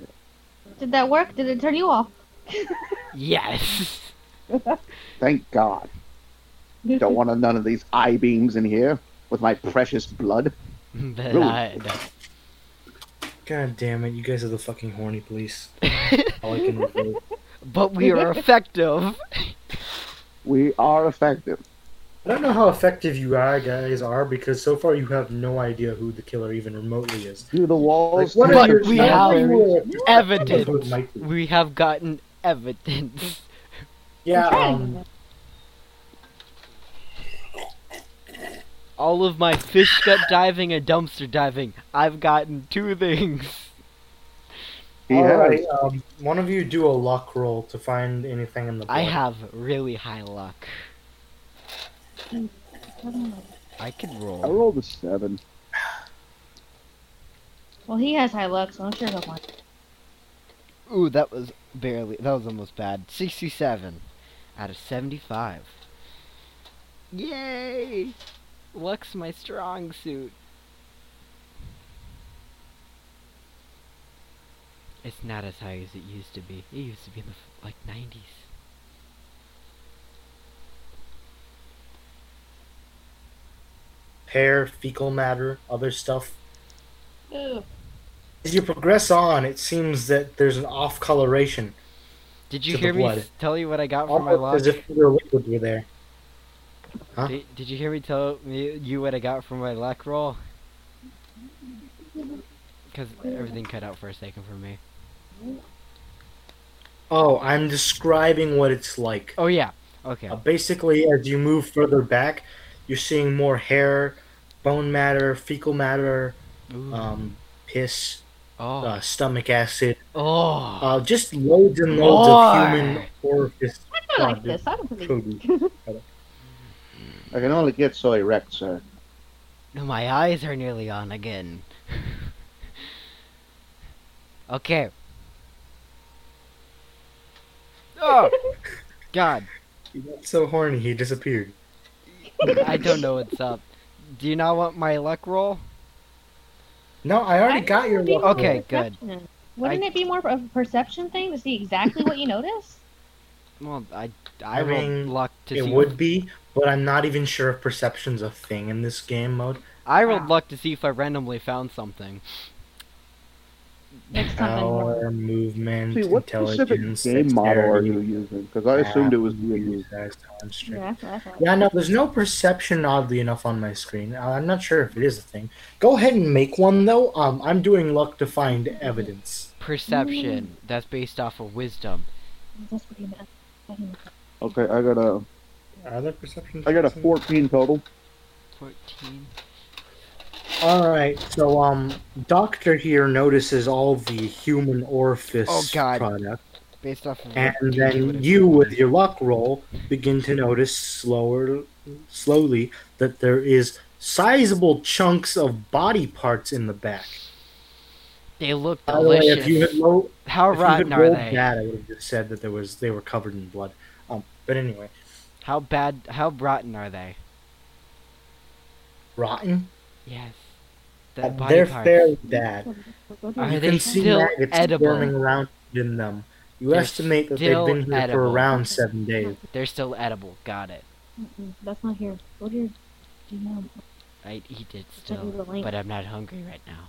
[SPEAKER 4] Did that work? Did it turn you off?
[SPEAKER 1] Yes.
[SPEAKER 5] Thank God. Don't want none of these eye beams in here with my precious blood.
[SPEAKER 1] Blood.
[SPEAKER 2] God damn it! You guys are the fucking horny police. All I can do.
[SPEAKER 1] but we are effective.
[SPEAKER 5] We are effective.
[SPEAKER 2] I don't know how effective you are, guys are because so far you have no idea who the killer even remotely is.
[SPEAKER 5] Do the
[SPEAKER 2] Like,
[SPEAKER 5] walls.
[SPEAKER 2] what
[SPEAKER 5] do
[SPEAKER 1] But
[SPEAKER 2] if you're-
[SPEAKER 5] the
[SPEAKER 1] we
[SPEAKER 2] what if
[SPEAKER 1] have
[SPEAKER 2] you were- who it
[SPEAKER 1] Evidence.
[SPEAKER 2] might be?
[SPEAKER 1] We have gotten evidence.
[SPEAKER 2] Yeah.
[SPEAKER 4] Okay.
[SPEAKER 2] Um,
[SPEAKER 1] All of my fish gut diving and dumpster diving, I've gotten two things.
[SPEAKER 5] He
[SPEAKER 2] all
[SPEAKER 5] has.
[SPEAKER 2] right. Um, one of you do a luck roll to find anything in the.
[SPEAKER 1] I
[SPEAKER 2] board.
[SPEAKER 1] have really high luck.
[SPEAKER 2] um,
[SPEAKER 1] I can
[SPEAKER 5] I
[SPEAKER 1] roll.
[SPEAKER 5] rolled a seven.
[SPEAKER 4] Well, he has high luck, so I'm sure he'll find. it.
[SPEAKER 1] Ooh, that was barely. That was almost bad. 67 out of 75. Yay! Luck's my strong suit. It's not as high as it used to be. It used to be in the f- like 90s.
[SPEAKER 2] hair, fecal matter, other stuff. As you progress on, it seems that there's an off coloration,
[SPEAKER 1] Did you
[SPEAKER 2] To the
[SPEAKER 1] hear me
[SPEAKER 2] blood.
[SPEAKER 1] s- tell you what I got for my
[SPEAKER 2] almost
[SPEAKER 1] luck?
[SPEAKER 2] as if the liquid were there. Huh?
[SPEAKER 1] Did, did you hear me tell me you what I got for my luck roll? Because everything cut out for a second for me.
[SPEAKER 2] Oh, I'm describing what it's like.
[SPEAKER 1] Oh yeah. Okay.
[SPEAKER 2] Uh, basically, as you move further back, you're seeing more hair, bone matter, fecal matter,
[SPEAKER 1] Ooh.
[SPEAKER 2] um, piss,
[SPEAKER 1] oh.
[SPEAKER 2] uh, stomach acid,
[SPEAKER 1] oh.
[SPEAKER 2] uh, just loads and loads of human orifice.
[SPEAKER 4] I like this. I don't believe.
[SPEAKER 2] produce.
[SPEAKER 5] I can only get so erect, sir.
[SPEAKER 1] My eyes are nearly on again. okay. Oh. God.
[SPEAKER 2] He got so horny he disappeared.
[SPEAKER 1] I don't know what's up. Do you not want my luck roll?
[SPEAKER 2] No, I already got your luck.
[SPEAKER 1] Okay,
[SPEAKER 2] roll.
[SPEAKER 1] good.
[SPEAKER 4] Perception. Wouldn't it be more of a perception thing to see exactly what you notice?
[SPEAKER 1] Well, I I,
[SPEAKER 2] I
[SPEAKER 1] rolled
[SPEAKER 2] mean,
[SPEAKER 1] luck to
[SPEAKER 2] It
[SPEAKER 1] see
[SPEAKER 2] would be, but I'm not even sure if perception's a thing in this game mode.
[SPEAKER 1] I rolled luck to see if I randomly found something.
[SPEAKER 4] Next time. I
[SPEAKER 2] Power, movement,
[SPEAKER 5] See, what specific
[SPEAKER 2] intelligence,
[SPEAKER 5] game model are
[SPEAKER 2] dexterity,
[SPEAKER 5] you using? Because I assumed it was
[SPEAKER 2] math,
[SPEAKER 5] D&D.
[SPEAKER 2] size, time, strength.
[SPEAKER 4] yeah, that's what I thought.
[SPEAKER 2] Yeah, no, there's no perception, oddly enough, on my screen. Uh, I'm not sure if it is a thing. Go ahead and make one, though. Um, I'm doing luck to find evidence.
[SPEAKER 1] Perception. That's based off of wisdom.
[SPEAKER 4] That's what he meant. That he meant.
[SPEAKER 5] Okay, I got a
[SPEAKER 2] Are there perception?
[SPEAKER 5] I got a
[SPEAKER 2] checks in-
[SPEAKER 5] 14 total.
[SPEAKER 1] Fourteen.
[SPEAKER 2] All right, so um, doctor here notices all the human orifice
[SPEAKER 1] Oh, God.
[SPEAKER 2] product,
[SPEAKER 1] Based off of.
[SPEAKER 2] and
[SPEAKER 1] what you
[SPEAKER 2] then
[SPEAKER 1] would've
[SPEAKER 2] you,
[SPEAKER 1] done.
[SPEAKER 2] with your luck roll, begin to notice slower, slowly that there is sizable chunks of body parts in the back.
[SPEAKER 1] They look
[SPEAKER 2] By the way, if you
[SPEAKER 1] delicious.
[SPEAKER 2] had low,
[SPEAKER 1] How
[SPEAKER 2] if you had
[SPEAKER 1] rotten are
[SPEAKER 2] rolled
[SPEAKER 1] they?
[SPEAKER 2] that, I would have just said that there was they were covered in blood. Um, but anyway,
[SPEAKER 1] How bad? How rotten are they?
[SPEAKER 2] rotten.
[SPEAKER 1] Yes.
[SPEAKER 2] Uh,
[SPEAKER 1] That body
[SPEAKER 2] they're
[SPEAKER 1] part.
[SPEAKER 2] fairly bad.
[SPEAKER 1] Are
[SPEAKER 2] you
[SPEAKER 1] they
[SPEAKER 2] can see
[SPEAKER 1] still
[SPEAKER 2] maggots
[SPEAKER 1] edible?
[SPEAKER 2] forming around in them. You
[SPEAKER 1] They're
[SPEAKER 2] estimate that
[SPEAKER 1] still
[SPEAKER 2] they've been here
[SPEAKER 1] edible.
[SPEAKER 2] for around seven days.
[SPEAKER 1] They're still edible. Got it.
[SPEAKER 4] Mm-mm, That's not here. Go to your DM.
[SPEAKER 1] I'd eat it
[SPEAKER 4] Send me
[SPEAKER 1] still,
[SPEAKER 4] the link.
[SPEAKER 1] but I'm not hungry right now.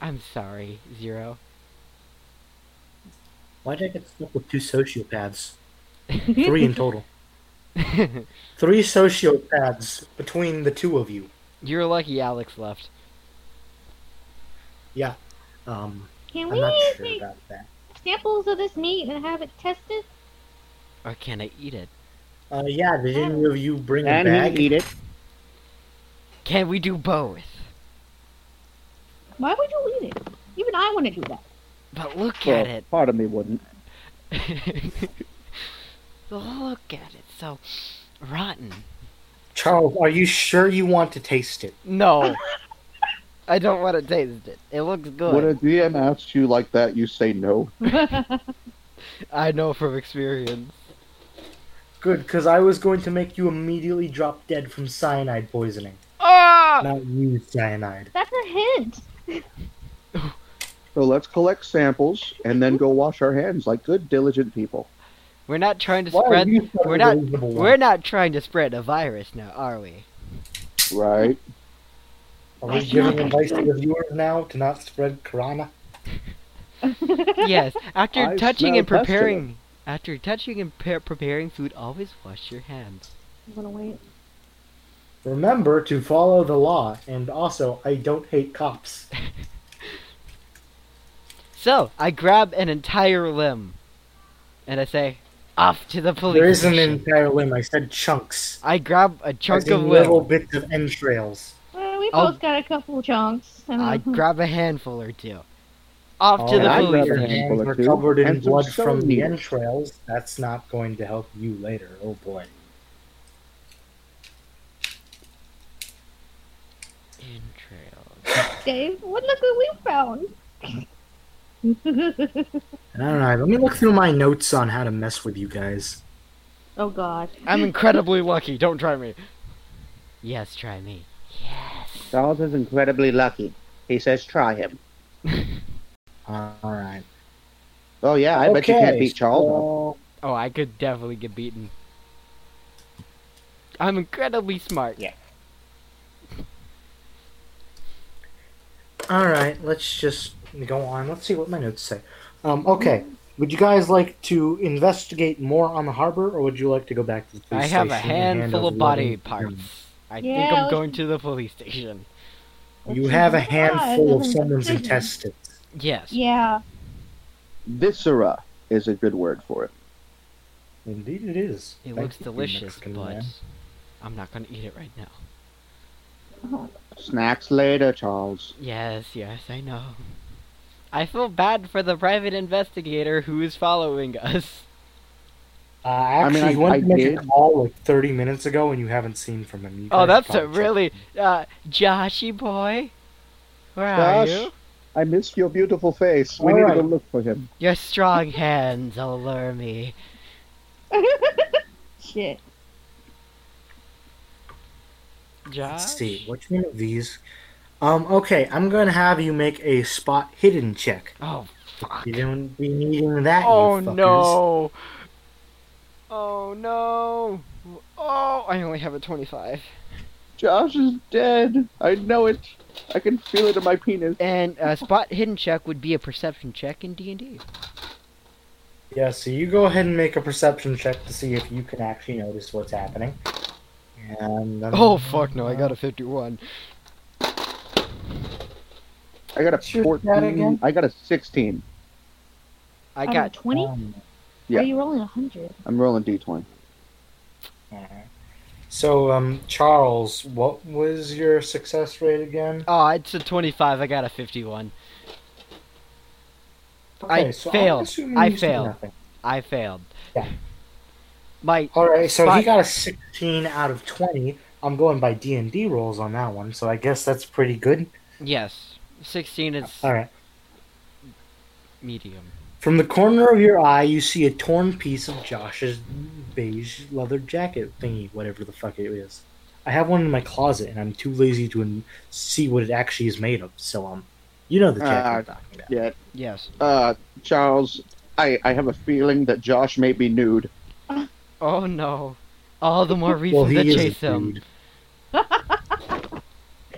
[SPEAKER 1] I'm sorry, Zero.
[SPEAKER 2] Why did I get stuck with two sociopaths? Three in total. Three sociopaths between the two of you.
[SPEAKER 1] You're lucky Alex left.
[SPEAKER 2] Um,
[SPEAKER 7] Can
[SPEAKER 2] I'm
[SPEAKER 7] we
[SPEAKER 2] not sure
[SPEAKER 7] make
[SPEAKER 2] about that.
[SPEAKER 7] samples of this meat and have it tested?
[SPEAKER 1] Or can I eat it?
[SPEAKER 2] Uh, yeah, did any of you bring a
[SPEAKER 5] And
[SPEAKER 2] bag?
[SPEAKER 5] he eat it.
[SPEAKER 1] Can we do both?
[SPEAKER 4] Why would you eat it? Even I want to do that.
[SPEAKER 1] But look at
[SPEAKER 5] Well,
[SPEAKER 1] it.
[SPEAKER 5] part of me wouldn't.
[SPEAKER 1] look at it. So rotten.
[SPEAKER 2] Charles, are you sure you want to taste it?
[SPEAKER 1] No. I don't want to taste it. It looks good.
[SPEAKER 5] When a DM asks you like that, you say no.
[SPEAKER 1] I know from experience.
[SPEAKER 2] Good, because I was going to make you immediately drop dead from cyanide poisoning.
[SPEAKER 1] Ah!
[SPEAKER 2] Not you, cyanide.
[SPEAKER 7] That's a hint.
[SPEAKER 5] So let's collect samples and then go wash our hands like good, diligent people.
[SPEAKER 1] We're not trying to
[SPEAKER 2] Why are
[SPEAKER 1] spread.
[SPEAKER 2] you such a
[SPEAKER 1] We're not.
[SPEAKER 2] reasonable one?
[SPEAKER 1] We're not trying to spread a virus now, are we?
[SPEAKER 5] Right?
[SPEAKER 2] Are we giving advice to the viewers now to not spread corona?
[SPEAKER 1] yes. After
[SPEAKER 5] I
[SPEAKER 1] touching
[SPEAKER 5] smell
[SPEAKER 1] and preparing, after touching and pre- preparing food, always wash your hands.
[SPEAKER 4] I'm gonna wait.
[SPEAKER 2] Remember to follow the law, and also, I don't hate cops.
[SPEAKER 1] So I grab an entire limb, and I say, "Off to the police."
[SPEAKER 2] There is an
[SPEAKER 1] station."
[SPEAKER 2] entire limb. I said chunks.
[SPEAKER 1] I grab a
[SPEAKER 2] As
[SPEAKER 1] chunk of
[SPEAKER 2] in
[SPEAKER 1] limb.
[SPEAKER 2] little bits of entrails.
[SPEAKER 7] Well, we
[SPEAKER 1] I'll-
[SPEAKER 7] both got a couple chunks. Uh, I
[SPEAKER 1] I
[SPEAKER 7] don't know.
[SPEAKER 1] grab a handful or two. Off
[SPEAKER 2] Oh,
[SPEAKER 1] to the
[SPEAKER 5] I grab
[SPEAKER 1] police.
[SPEAKER 5] a
[SPEAKER 2] Your
[SPEAKER 1] station.
[SPEAKER 5] handful
[SPEAKER 2] hands
[SPEAKER 5] or
[SPEAKER 2] are
[SPEAKER 5] two,
[SPEAKER 2] covered in
[SPEAKER 5] and some
[SPEAKER 2] blood from
[SPEAKER 5] sewing
[SPEAKER 2] the
[SPEAKER 5] needles.
[SPEAKER 2] entrails. That's not going to help you later. Oh boy.
[SPEAKER 1] Entrails.
[SPEAKER 7] Dave, what look what we found.
[SPEAKER 2] All right, let me look through my notes on how to mess with you guys.
[SPEAKER 4] Oh God.
[SPEAKER 1] I'm incredibly lucky. Don't try me. Yes, try me. Yes.
[SPEAKER 5] Charles is incredibly lucky. He says try him.
[SPEAKER 2] Uh, all right.
[SPEAKER 5] Oh, yeah, I bet you can't
[SPEAKER 2] Okay,
[SPEAKER 5] beat
[SPEAKER 2] so-
[SPEAKER 5] Charles.
[SPEAKER 1] Oh, I could definitely get beaten. I'm incredibly smart.
[SPEAKER 5] Yeah.
[SPEAKER 2] All right, let's just go on. Let's see what my notes say. Um, okay, would you guys like to investigate more on the harbor, or would you like to go back to the police
[SPEAKER 1] I have a
[SPEAKER 2] station and hand
[SPEAKER 1] handful
[SPEAKER 2] over
[SPEAKER 1] of
[SPEAKER 2] the
[SPEAKER 1] body
[SPEAKER 2] evidence?
[SPEAKER 1] parts. I think
[SPEAKER 7] Yeah,
[SPEAKER 1] I'm
[SPEAKER 7] we
[SPEAKER 1] going to the police station.
[SPEAKER 2] You have a handful of someone's intestines.
[SPEAKER 1] Yes.
[SPEAKER 7] Yeah.
[SPEAKER 5] Viscera is a good word for it.
[SPEAKER 2] Indeed, it is.
[SPEAKER 1] It
[SPEAKER 2] Thank
[SPEAKER 1] looks
[SPEAKER 2] you,
[SPEAKER 1] delicious,
[SPEAKER 2] Mexican
[SPEAKER 1] but
[SPEAKER 2] man.
[SPEAKER 1] I'm not going to eat it right now.
[SPEAKER 5] Snacks later, Charles.
[SPEAKER 1] Yes, yes, I know. I feel bad for the private investigator who is following us.
[SPEAKER 2] Uh, actually,
[SPEAKER 5] I-
[SPEAKER 2] you went
[SPEAKER 5] I
[SPEAKER 2] to make a
[SPEAKER 5] did.
[SPEAKER 2] call like 30 minutes ago, and you haven't seen from him. You
[SPEAKER 1] Oh,
[SPEAKER 2] guys
[SPEAKER 1] that's a
[SPEAKER 2] probably-
[SPEAKER 1] really uh, Joshy boy. Where are
[SPEAKER 5] Josh?
[SPEAKER 1] you?
[SPEAKER 5] I miss your beautiful face. We
[SPEAKER 2] All
[SPEAKER 5] need
[SPEAKER 2] right.
[SPEAKER 5] to go look for him.
[SPEAKER 1] Your strong hands allure me.
[SPEAKER 4] Shit.
[SPEAKER 1] Josh.
[SPEAKER 2] Let's see. Which one of these? Um, okay, I'm going to have you make a spot hidden check.
[SPEAKER 1] Oh fuck.
[SPEAKER 2] You're going to be needing that. you
[SPEAKER 1] Oh
[SPEAKER 2] fuckers.
[SPEAKER 1] no. Oh no. Oh, I only have a 25.
[SPEAKER 5] Josh is dead. I know it. I can feel it in my penis.
[SPEAKER 1] And a spot hidden check would be a perception check in D and D.
[SPEAKER 2] Yeah, so you go ahead and make a perception check to see if you can actually notice what's happening. And um, then-
[SPEAKER 1] Oh fuck no! I got a fifty-one.
[SPEAKER 5] I got a
[SPEAKER 2] Shoot that
[SPEAKER 5] 14.
[SPEAKER 2] again?
[SPEAKER 5] I got a 16.
[SPEAKER 1] I got
[SPEAKER 4] twenty.
[SPEAKER 2] Um,
[SPEAKER 5] yeah.
[SPEAKER 4] Are you rolling hundred?
[SPEAKER 5] I'm rolling d20.
[SPEAKER 2] alright. So, um, Charles, what was your success rate again?
[SPEAKER 1] oh, it's a twenty-five. I got a fifty-one. I
[SPEAKER 2] so I'm
[SPEAKER 1] failed.
[SPEAKER 2] assuming
[SPEAKER 1] I
[SPEAKER 2] you said
[SPEAKER 1] failed.
[SPEAKER 2] nothing.
[SPEAKER 1] I failed.
[SPEAKER 2] Yeah. Oh.
[SPEAKER 1] My
[SPEAKER 2] All right, so
[SPEAKER 1] But-
[SPEAKER 2] he got a 16 out of 20. I'm going by D and D rolls on that one, so I guess that's pretty good.
[SPEAKER 1] yes, sixteen is
[SPEAKER 2] All right.
[SPEAKER 1] medium.
[SPEAKER 2] From the corner of your eye, you see a torn piece of Josh's beige leather jacket thingy, whatever the fuck it is. I have one in my closet, and I'm too lazy to in- see what it actually is made of. So, um, you know the jacket
[SPEAKER 5] Ah,
[SPEAKER 2] I'm talking about.
[SPEAKER 5] Yeah.
[SPEAKER 1] Yes.
[SPEAKER 5] Uh, Charles, I, I have a feeling that Josh may be nude.
[SPEAKER 1] Oh no! All the more reason
[SPEAKER 2] Well, he
[SPEAKER 1] to
[SPEAKER 2] is
[SPEAKER 1] chase
[SPEAKER 2] a
[SPEAKER 1] him.
[SPEAKER 2] dude.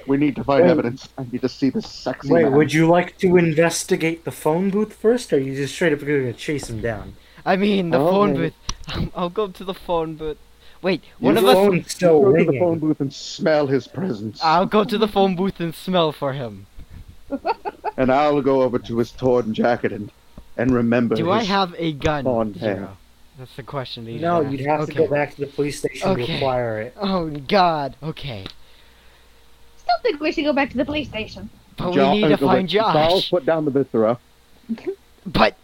[SPEAKER 5] We need to find
[SPEAKER 2] Wait.
[SPEAKER 5] evidence. I need to see this sexy
[SPEAKER 2] Wait,
[SPEAKER 5] man.
[SPEAKER 2] would you like to investigate the phone booth first, or are you just straight up going to chase him down?
[SPEAKER 1] I mean, the
[SPEAKER 5] Oh,
[SPEAKER 1] phone
[SPEAKER 5] man.
[SPEAKER 1] booth. I'll go to the phone booth. Wait,
[SPEAKER 5] You
[SPEAKER 1] one of
[SPEAKER 2] Your
[SPEAKER 1] us.
[SPEAKER 2] phone's still
[SPEAKER 5] go to the
[SPEAKER 2] ringing.
[SPEAKER 5] phone booth and smell his presence,
[SPEAKER 1] I'll go to the phone booth and smell for him.
[SPEAKER 5] and I'll go over to his torn jacket and and remember.
[SPEAKER 1] Do I
[SPEAKER 5] his-
[SPEAKER 1] have a gun?
[SPEAKER 5] Phone hair.
[SPEAKER 1] Zero. That's the question. that you
[SPEAKER 2] No,
[SPEAKER 1] asked.
[SPEAKER 2] you'd have to
[SPEAKER 1] Okay.
[SPEAKER 2] go back to the police station to
[SPEAKER 1] Okay.
[SPEAKER 2] acquire it.
[SPEAKER 1] Oh God. Okay.
[SPEAKER 7] Still think we should go back to the police station.
[SPEAKER 1] But
[SPEAKER 5] Josh-
[SPEAKER 1] we need to find
[SPEAKER 5] Charles,
[SPEAKER 1] Josh.
[SPEAKER 5] put down the viscera.
[SPEAKER 1] But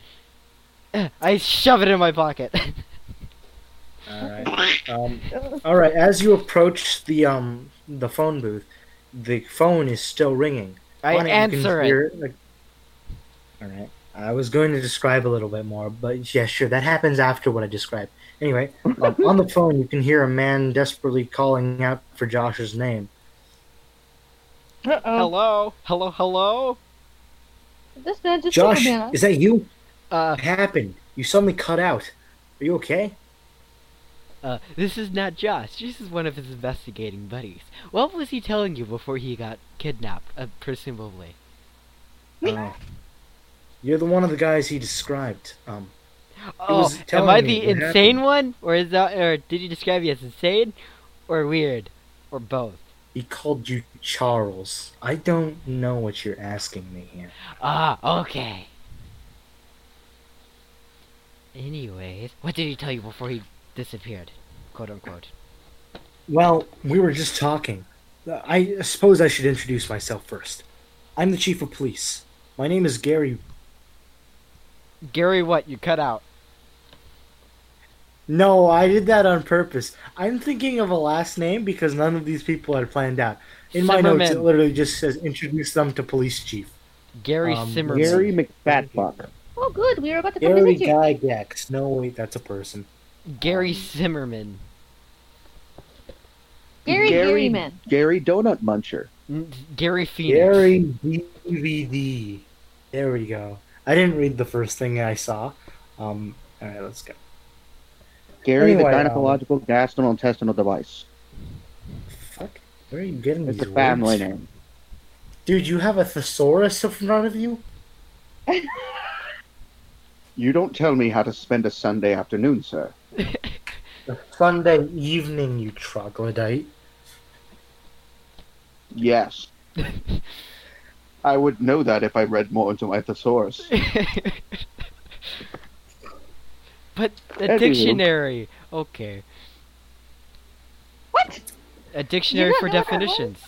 [SPEAKER 1] uh, I shove it in my pocket.
[SPEAKER 2] All right. Um, all right. As you approach the um the phone booth, the phone is still ringing.
[SPEAKER 1] I
[SPEAKER 2] On it, you can
[SPEAKER 1] answer it.
[SPEAKER 2] hear, like- all right. I was going to describe a little bit more, but yeah, sure. That happens after what I described. Anyway, um, on the phone, you can hear a man desperately calling out for Josh's name.
[SPEAKER 7] Uh oh.
[SPEAKER 1] Hello, hello, hello.
[SPEAKER 7] This man just
[SPEAKER 2] Josh,
[SPEAKER 7] took a minute.
[SPEAKER 2] is that you?
[SPEAKER 1] Uh,
[SPEAKER 2] What happened? You suddenly cut out. Are you okay?
[SPEAKER 1] uh, this is not Josh. This is one of his investigating buddies. What was he telling you before he got kidnapped? Uh, presumably.
[SPEAKER 2] Oh. You're the one of the guys he described. Um,
[SPEAKER 1] Oh,
[SPEAKER 2] was
[SPEAKER 1] am
[SPEAKER 2] telling
[SPEAKER 1] I
[SPEAKER 2] me
[SPEAKER 1] the
[SPEAKER 2] what
[SPEAKER 1] insane
[SPEAKER 2] happened.
[SPEAKER 1] one, or is that, or did you describe me as insane, or weird, or both?
[SPEAKER 2] He called you Charles. I don't know what you're asking me here.
[SPEAKER 1] Ah, okay. Anyways, what did he tell you before he disappeared, quote unquote?
[SPEAKER 2] Well, we were just talking. I suppose I should introduce myself first. I'm the chief of police. My name is Gary.
[SPEAKER 1] Gary, what you cut out?
[SPEAKER 2] No, I did that on purpose. I'm thinking of a last name because none of these people had planned out. In my notes, it
[SPEAKER 1] Zimmerman.
[SPEAKER 2] literally just says introduce them to police chief.
[SPEAKER 1] Gary
[SPEAKER 2] Um,
[SPEAKER 1] Zimmerman.
[SPEAKER 5] Gary McFatfuck.
[SPEAKER 7] Oh, good. We were about to come
[SPEAKER 2] Gary
[SPEAKER 7] visit you.
[SPEAKER 2] Guy Gex. No, wait, that's a person.
[SPEAKER 1] Gary Zimmerman.
[SPEAKER 7] Gary,
[SPEAKER 5] Gary-
[SPEAKER 7] Gary man.
[SPEAKER 5] Gary Donut Muncher.
[SPEAKER 1] N- Gary Phoenix.
[SPEAKER 2] Gary DVD. There we go. I didn't read the first thing I saw. Um, all right, let's go.
[SPEAKER 5] Gary
[SPEAKER 2] Anyway,
[SPEAKER 5] the
[SPEAKER 2] um,
[SPEAKER 5] gynecological gastrointestinal device.
[SPEAKER 2] Fuck. Where are you getting
[SPEAKER 5] It's
[SPEAKER 2] these
[SPEAKER 5] a family
[SPEAKER 2] words?
[SPEAKER 5] name.
[SPEAKER 2] Dude, you have a thesaurus in front of you?
[SPEAKER 5] You don't tell me how to spend a Sunday afternoon, sir.
[SPEAKER 2] A Sunday evening, you troglodyte.
[SPEAKER 5] Yes. I would know that if I read more into my thesaurus.
[SPEAKER 1] But a
[SPEAKER 5] Anywho.
[SPEAKER 1] dictionary. Okay.
[SPEAKER 7] What?
[SPEAKER 1] A dictionary
[SPEAKER 7] don't
[SPEAKER 1] for
[SPEAKER 7] know what that was?
[SPEAKER 1] definitions.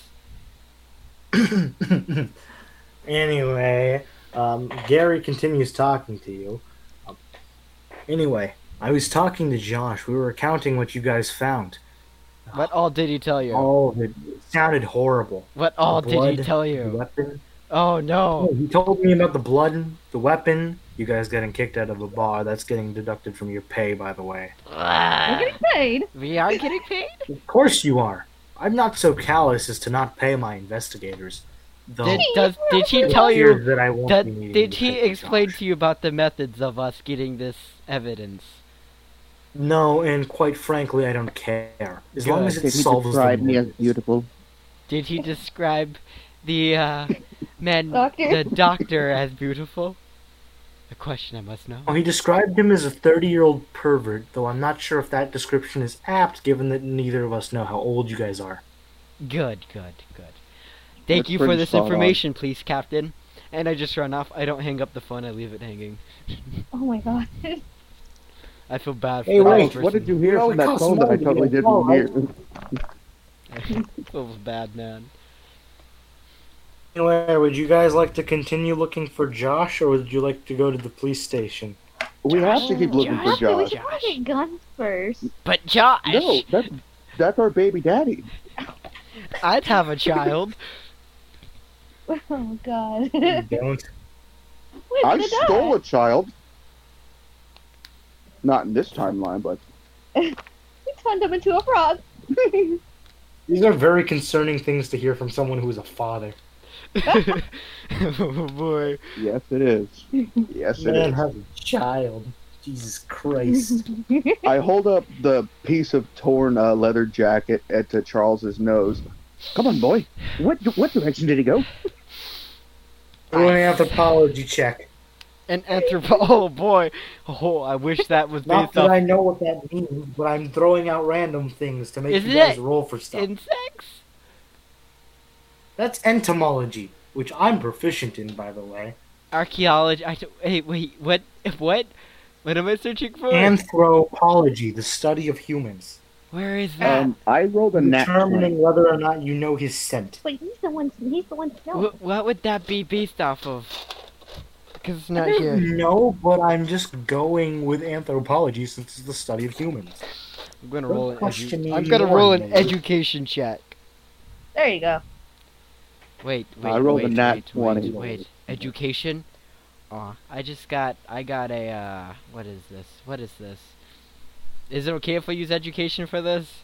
[SPEAKER 2] anyway, um, Gary continues talking to you. Um, Anyway, I was talking to Josh. We were recounting what you guys found.
[SPEAKER 1] What all did he tell you?
[SPEAKER 2] All of it sounded horrible.
[SPEAKER 1] what all did
[SPEAKER 2] The
[SPEAKER 1] he
[SPEAKER 2] Oh, blood,
[SPEAKER 1] tell
[SPEAKER 2] the
[SPEAKER 1] you?
[SPEAKER 2] weapon.
[SPEAKER 1] Oh
[SPEAKER 2] Oh,
[SPEAKER 1] no.
[SPEAKER 2] he told me about the blood, the weapon. You guys getting kicked out of a bar. That's getting deducted from your pay, by the way.
[SPEAKER 7] We're getting paid.
[SPEAKER 1] we are getting paid?
[SPEAKER 2] Of course you are. I'm not so callous as to not pay my investigators. Though
[SPEAKER 1] Did,
[SPEAKER 2] it
[SPEAKER 1] does, did he tell
[SPEAKER 2] appears
[SPEAKER 1] you
[SPEAKER 2] that I won't
[SPEAKER 1] that
[SPEAKER 2] be needing
[SPEAKER 1] did
[SPEAKER 2] to
[SPEAKER 1] he
[SPEAKER 2] pay for
[SPEAKER 1] explain
[SPEAKER 2] Josh.
[SPEAKER 1] to you about the methods of us getting this evidence?
[SPEAKER 2] No, and quite frankly, I don't care. As long
[SPEAKER 1] Good.
[SPEAKER 2] as it
[SPEAKER 5] Did he
[SPEAKER 2] solves the
[SPEAKER 5] describe me as
[SPEAKER 2] murders.
[SPEAKER 5] beautiful?
[SPEAKER 1] Did he describe the uh, man,
[SPEAKER 7] Doctor?
[SPEAKER 1] the doctor, as beautiful? A question I must know.
[SPEAKER 2] Oh, he described him as a 30 year old pervert, though I'm not sure if that description is apt given that neither of us know how old you guys are.
[SPEAKER 1] Good, good, good. Thank
[SPEAKER 5] That's
[SPEAKER 1] you for
[SPEAKER 5] pretty
[SPEAKER 1] this
[SPEAKER 5] spot on.
[SPEAKER 1] information, please, Captain. And I just run off. I don't hang up the phone. I leave it hanging.
[SPEAKER 7] Oh my god.
[SPEAKER 1] I feel bad for
[SPEAKER 2] Hey,
[SPEAKER 1] the
[SPEAKER 2] wait,
[SPEAKER 1] person.
[SPEAKER 5] what did you hear
[SPEAKER 2] No,
[SPEAKER 5] from
[SPEAKER 2] it
[SPEAKER 5] that
[SPEAKER 2] costs
[SPEAKER 5] phone that I
[SPEAKER 2] money to
[SPEAKER 5] totally
[SPEAKER 2] get a
[SPEAKER 5] didn't
[SPEAKER 2] phone,
[SPEAKER 5] hear?
[SPEAKER 1] feels bad, man.
[SPEAKER 2] Anyway, would you guys like to continue looking for Josh, or would you like to go to the police station?
[SPEAKER 5] We have to keep looking for
[SPEAKER 7] Josh, we
[SPEAKER 5] Josh.
[SPEAKER 7] should all get guns first.
[SPEAKER 1] But Josh,
[SPEAKER 5] No, that's that's our baby daddy.
[SPEAKER 1] I'd have a child.
[SPEAKER 7] Oh god.
[SPEAKER 2] You don't.
[SPEAKER 7] Where's
[SPEAKER 5] Mm. I
[SPEAKER 7] the dog?
[SPEAKER 5] stole a child. Not in this timeline, but
[SPEAKER 7] We turned him into a frog.
[SPEAKER 2] These are very concerning things to hear from someone who is a father.
[SPEAKER 1] oh boy.
[SPEAKER 5] yes, it is. Yes, it
[SPEAKER 2] Man
[SPEAKER 5] is.
[SPEAKER 2] has a child. Jesus Christ.
[SPEAKER 5] I hold up the piece of torn uh, leather jacket at to Charles's nose. Come on, boy. What what direction did he go?
[SPEAKER 2] Doing an anthropology check.
[SPEAKER 1] An anthropo. Oh boy. Oh, I wish that was
[SPEAKER 2] Not
[SPEAKER 1] based
[SPEAKER 2] that
[SPEAKER 1] off
[SPEAKER 2] I know what that means, but I'm throwing out random things to make
[SPEAKER 1] Isn't
[SPEAKER 2] you guys
[SPEAKER 1] it-
[SPEAKER 2] roll for stuff.
[SPEAKER 1] insects.
[SPEAKER 2] That's entomology, which I'm proficient in, by the way.
[SPEAKER 1] Archaeology. I don't- hey, wait. What? What? What am I searching for?
[SPEAKER 2] Anthropology, the study of humans.
[SPEAKER 1] Where is that?
[SPEAKER 5] Um, I rolled a nat
[SPEAKER 2] Determining
[SPEAKER 5] 20.
[SPEAKER 2] whether or not you know his scent.
[SPEAKER 7] Wait, he's the one. He's the one smelling.
[SPEAKER 1] Wh- what would that be based off of? Because it's not
[SPEAKER 2] I don't
[SPEAKER 1] here.
[SPEAKER 2] know, but I'm just going with anthropology since it's the study of humans.
[SPEAKER 1] I'm gonna
[SPEAKER 2] Don't
[SPEAKER 1] roll an.
[SPEAKER 2] question
[SPEAKER 1] Edu-
[SPEAKER 2] me
[SPEAKER 1] I'm gonna roll an
[SPEAKER 2] anymore, man.
[SPEAKER 1] education check.
[SPEAKER 7] There you go.
[SPEAKER 1] Wait, wait,
[SPEAKER 5] I rolled a
[SPEAKER 1] wait,
[SPEAKER 5] nat
[SPEAKER 1] wait,
[SPEAKER 5] 20.
[SPEAKER 1] Wait, wait. education. Aw, I just got, I got a, uh, what is this? What is this? Is it okay if I use education for this?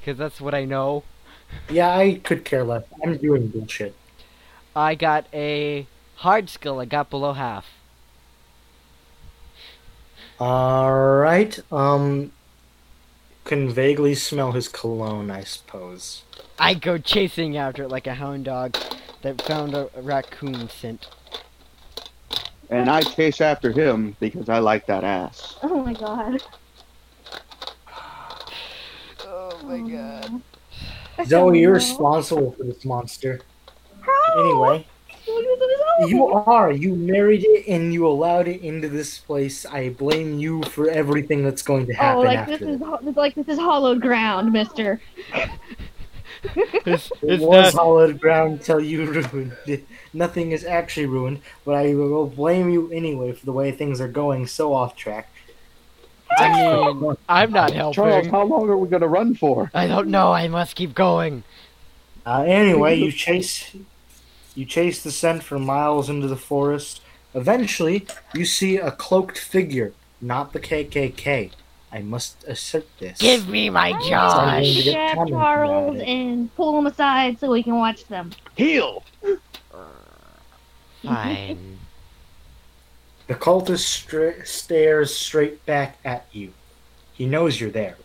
[SPEAKER 1] Because that's what I know.
[SPEAKER 2] Yeah, I could care less. I'm doing bullshit.
[SPEAKER 1] I got a hard skill. I got below half.
[SPEAKER 2] Alright, um. Can vaguely smell his cologne, I suppose.
[SPEAKER 1] I go chasing after it like a hound dog that found a, a raccoon scent.
[SPEAKER 5] And I chase after him because I like that ass.
[SPEAKER 7] Oh my god.
[SPEAKER 1] Oh my god.
[SPEAKER 2] Zoe, you're responsible for this monster.
[SPEAKER 7] How?
[SPEAKER 2] Anyway,
[SPEAKER 7] He was on his own.
[SPEAKER 2] you are. You married it and you allowed it into this place. I blame you for everything that's going to
[SPEAKER 7] Oh,
[SPEAKER 2] happen
[SPEAKER 7] like
[SPEAKER 2] after
[SPEAKER 7] this
[SPEAKER 2] this.
[SPEAKER 7] is ho- like this is hollowed ground, Mister.
[SPEAKER 1] It's,
[SPEAKER 2] It
[SPEAKER 1] it's
[SPEAKER 2] was
[SPEAKER 1] not-
[SPEAKER 2] solid ground until you ruined it. Nothing is actually ruined, but I will blame you anyway for the way things are going so off track.
[SPEAKER 1] I mean, I'm not
[SPEAKER 5] Charles,
[SPEAKER 1] helping.
[SPEAKER 5] how long are we going to run for?
[SPEAKER 1] I don't know. I must keep going.
[SPEAKER 2] Uh, anyway, you chase, you chase the scent for miles into the forest. Eventually, you see a cloaked figure, not the KKK. I must assert this.
[SPEAKER 1] Give me my
[SPEAKER 2] Sorry,
[SPEAKER 1] Josh.
[SPEAKER 2] Josh.
[SPEAKER 7] We should have Charles and pull him aside so we can watch them.
[SPEAKER 5] Heel!
[SPEAKER 1] Fine.
[SPEAKER 2] The cultist stra- stares straight back at you. He knows you're there.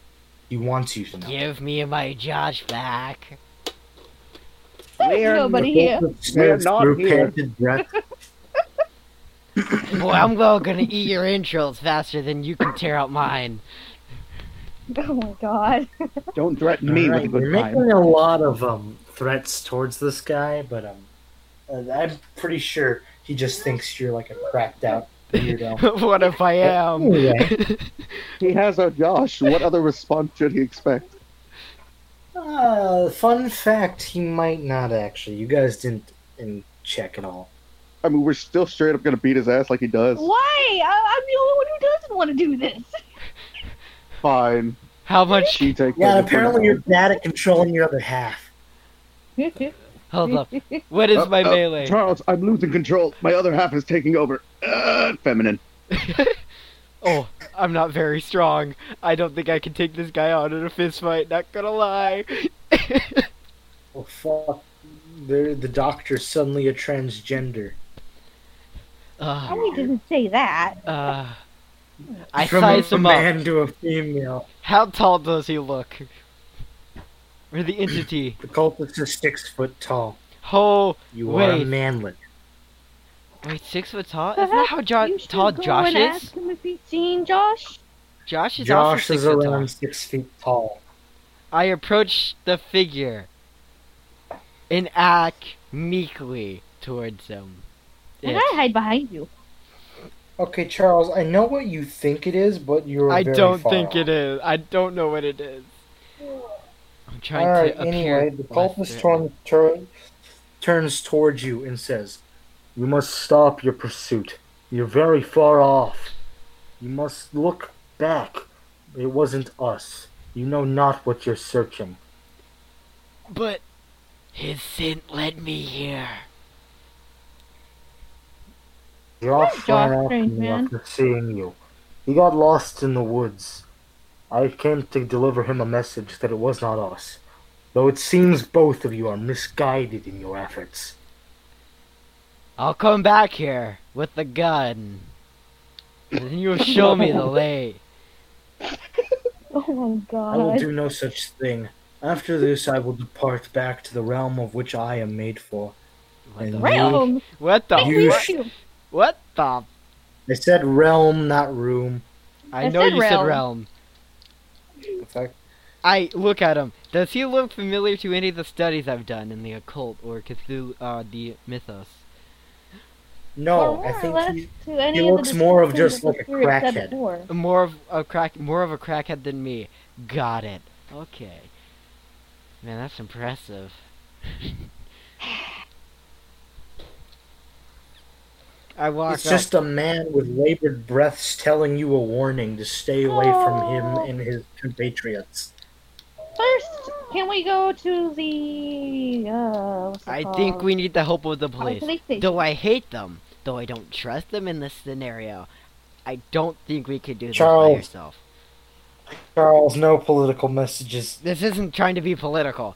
[SPEAKER 2] He wants you to know.
[SPEAKER 1] Give me my Josh back.
[SPEAKER 7] There's
[SPEAKER 5] We're-
[SPEAKER 7] nobody here.
[SPEAKER 2] The cultist stares
[SPEAKER 5] not
[SPEAKER 2] through
[SPEAKER 5] here.
[SPEAKER 2] panted breath.
[SPEAKER 1] Boy, I'm well gonna eat your entrails faster than you can tear out mine.
[SPEAKER 7] Oh my god.
[SPEAKER 5] Don't threaten me
[SPEAKER 2] Alright,
[SPEAKER 5] with a
[SPEAKER 2] you're
[SPEAKER 5] good time.
[SPEAKER 2] making a lot of um, threats towards this guy, but um, uh, I'm pretty sure he just thinks you're like a cracked out weirdo. Um,
[SPEAKER 1] what if I am?
[SPEAKER 2] Anyway,
[SPEAKER 5] He has a Josh. What other response should he expect?
[SPEAKER 2] uh, fun fact: he might not actually. You guys didn't um, check at all.
[SPEAKER 5] I mean, we're still straight up going to beat his ass like he does.
[SPEAKER 7] Why? I- I'm the only one who doesn't want to do this.
[SPEAKER 5] Fine.
[SPEAKER 1] How much?
[SPEAKER 5] She takes
[SPEAKER 2] Yeah,
[SPEAKER 5] over
[SPEAKER 2] and
[SPEAKER 5] for
[SPEAKER 2] apparently
[SPEAKER 5] now.
[SPEAKER 2] you're bad at controlling your other half.
[SPEAKER 1] Hold up. What is
[SPEAKER 5] Uh,
[SPEAKER 1] my
[SPEAKER 5] uh,
[SPEAKER 1] melee?
[SPEAKER 5] Charles, I'm losing control. My other half is taking over. Uh, feminine.
[SPEAKER 1] Oh, I'm not very strong. I don't think I can take this guy out in a fist fight. Not gonna lie.
[SPEAKER 2] Oh fuck! There, the doctor's suddenly a transgender.
[SPEAKER 7] I
[SPEAKER 1] Uh,
[SPEAKER 7] mean, didn't say that.
[SPEAKER 1] uh, I
[SPEAKER 2] From
[SPEAKER 1] size
[SPEAKER 2] a
[SPEAKER 1] him up.
[SPEAKER 2] man to a female.
[SPEAKER 1] How tall does he look? or the entity.
[SPEAKER 2] The cultist is six foot tall.
[SPEAKER 1] Oh,
[SPEAKER 2] You are a
[SPEAKER 1] wait,
[SPEAKER 2] manlet.
[SPEAKER 1] wait, six foot tall? Isn't that how jo-
[SPEAKER 7] You should
[SPEAKER 1] tall
[SPEAKER 7] go
[SPEAKER 1] Josh
[SPEAKER 7] and
[SPEAKER 1] is?
[SPEAKER 7] Ask him if he's seen Josh.
[SPEAKER 1] Josh is also
[SPEAKER 2] Josh
[SPEAKER 1] six
[SPEAKER 2] is
[SPEAKER 1] foot
[SPEAKER 2] around
[SPEAKER 1] tall.
[SPEAKER 2] six feet tall.
[SPEAKER 1] I approach the figure and act meekly towards him.
[SPEAKER 4] And
[SPEAKER 1] It.
[SPEAKER 4] I hide behind you.
[SPEAKER 2] Okay, Charles, I know what you think it is, but you're
[SPEAKER 1] I don't think it is. I don't know what it is. I'm trying
[SPEAKER 2] All right.
[SPEAKER 1] to appear.
[SPEAKER 2] Anyway, the
[SPEAKER 1] less
[SPEAKER 2] cultist
[SPEAKER 1] threatening.
[SPEAKER 2] turn, turn, turns towards you and says, "You must stop your pursuit. You're very far off. You must look back. It wasn't us. You know not what you're searching."
[SPEAKER 1] But his sin led me here.
[SPEAKER 2] Josh
[SPEAKER 4] Josh,
[SPEAKER 2] ran after
[SPEAKER 4] strange
[SPEAKER 2] me
[SPEAKER 4] man.
[SPEAKER 2] after seeing you. He got lost in the woods. I came to deliver him a message that it was not us, though it seems both of you are misguided in your efforts.
[SPEAKER 1] I'll come back here with the gun. And you'll show me the way.
[SPEAKER 4] Oh my
[SPEAKER 2] I will
[SPEAKER 4] god.
[SPEAKER 2] do no such thing. After this, I will depart back to the realm of which I am made for.
[SPEAKER 1] What the,
[SPEAKER 2] And you-
[SPEAKER 7] Realm.
[SPEAKER 1] what the,
[SPEAKER 2] You
[SPEAKER 1] what,
[SPEAKER 2] sh-
[SPEAKER 1] what the,
[SPEAKER 2] I said realm, not room.
[SPEAKER 1] I
[SPEAKER 4] I
[SPEAKER 1] know
[SPEAKER 4] said
[SPEAKER 1] you said
[SPEAKER 4] realm.
[SPEAKER 1] realm.
[SPEAKER 2] If I-
[SPEAKER 1] I, look at him. Does he look familiar to any of the studies I've done in the occult or Cthulhu, uh, the mythos?
[SPEAKER 2] No,
[SPEAKER 4] Or
[SPEAKER 2] I
[SPEAKER 4] more or
[SPEAKER 2] think
[SPEAKER 4] less
[SPEAKER 2] he,
[SPEAKER 4] to any
[SPEAKER 2] he
[SPEAKER 4] of the
[SPEAKER 2] looks more of
[SPEAKER 4] descriptions
[SPEAKER 2] just
[SPEAKER 4] that
[SPEAKER 2] like a
[SPEAKER 4] the spirit said
[SPEAKER 2] crackhead.
[SPEAKER 4] before.
[SPEAKER 1] More of a crack, more of a crackhead than me. Got it. Okay. Man, that's impressive. I walk
[SPEAKER 2] it's
[SPEAKER 1] up.
[SPEAKER 2] just a man with labored breaths telling you a warning to stay away from him and his compatriots.
[SPEAKER 7] First, can we go to the? Uh, what's it
[SPEAKER 1] I
[SPEAKER 7] called?
[SPEAKER 1] think we need the help of the
[SPEAKER 7] Oh,
[SPEAKER 1] police.
[SPEAKER 7] police station.
[SPEAKER 1] Though I hate them, though I don't trust them in this scenario, I don't think we could do this by
[SPEAKER 2] Charles.
[SPEAKER 1] yourself.
[SPEAKER 2] Charles, no political messages.
[SPEAKER 1] This isn't trying to be political.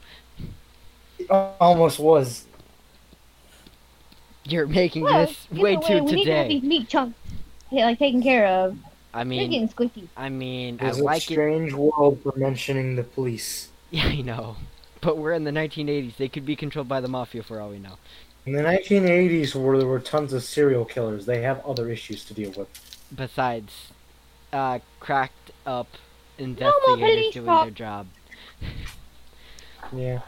[SPEAKER 2] It almost was.
[SPEAKER 1] You're making
[SPEAKER 7] Well,
[SPEAKER 1] this
[SPEAKER 7] either
[SPEAKER 1] way
[SPEAKER 7] way,
[SPEAKER 1] too
[SPEAKER 7] we need to have
[SPEAKER 1] today.
[SPEAKER 7] these meat chunks, yeah, like taken care of.
[SPEAKER 1] I
[SPEAKER 7] They're
[SPEAKER 1] mean,
[SPEAKER 7] getting squishy.
[SPEAKER 1] I mean, I
[SPEAKER 2] It's a
[SPEAKER 1] like it.
[SPEAKER 2] strange world for mentioning the police.
[SPEAKER 1] Yeah, I know. But we're in the 1980s. They could be controlled by the mafia for all we know.
[SPEAKER 2] In the 1980s, where there were tons of serial killers, they have other issues to deal with.
[SPEAKER 1] Besides, uh, cracked up
[SPEAKER 7] more
[SPEAKER 1] investigators
[SPEAKER 7] police
[SPEAKER 1] doing
[SPEAKER 7] talk.
[SPEAKER 1] their job.
[SPEAKER 2] Yeah.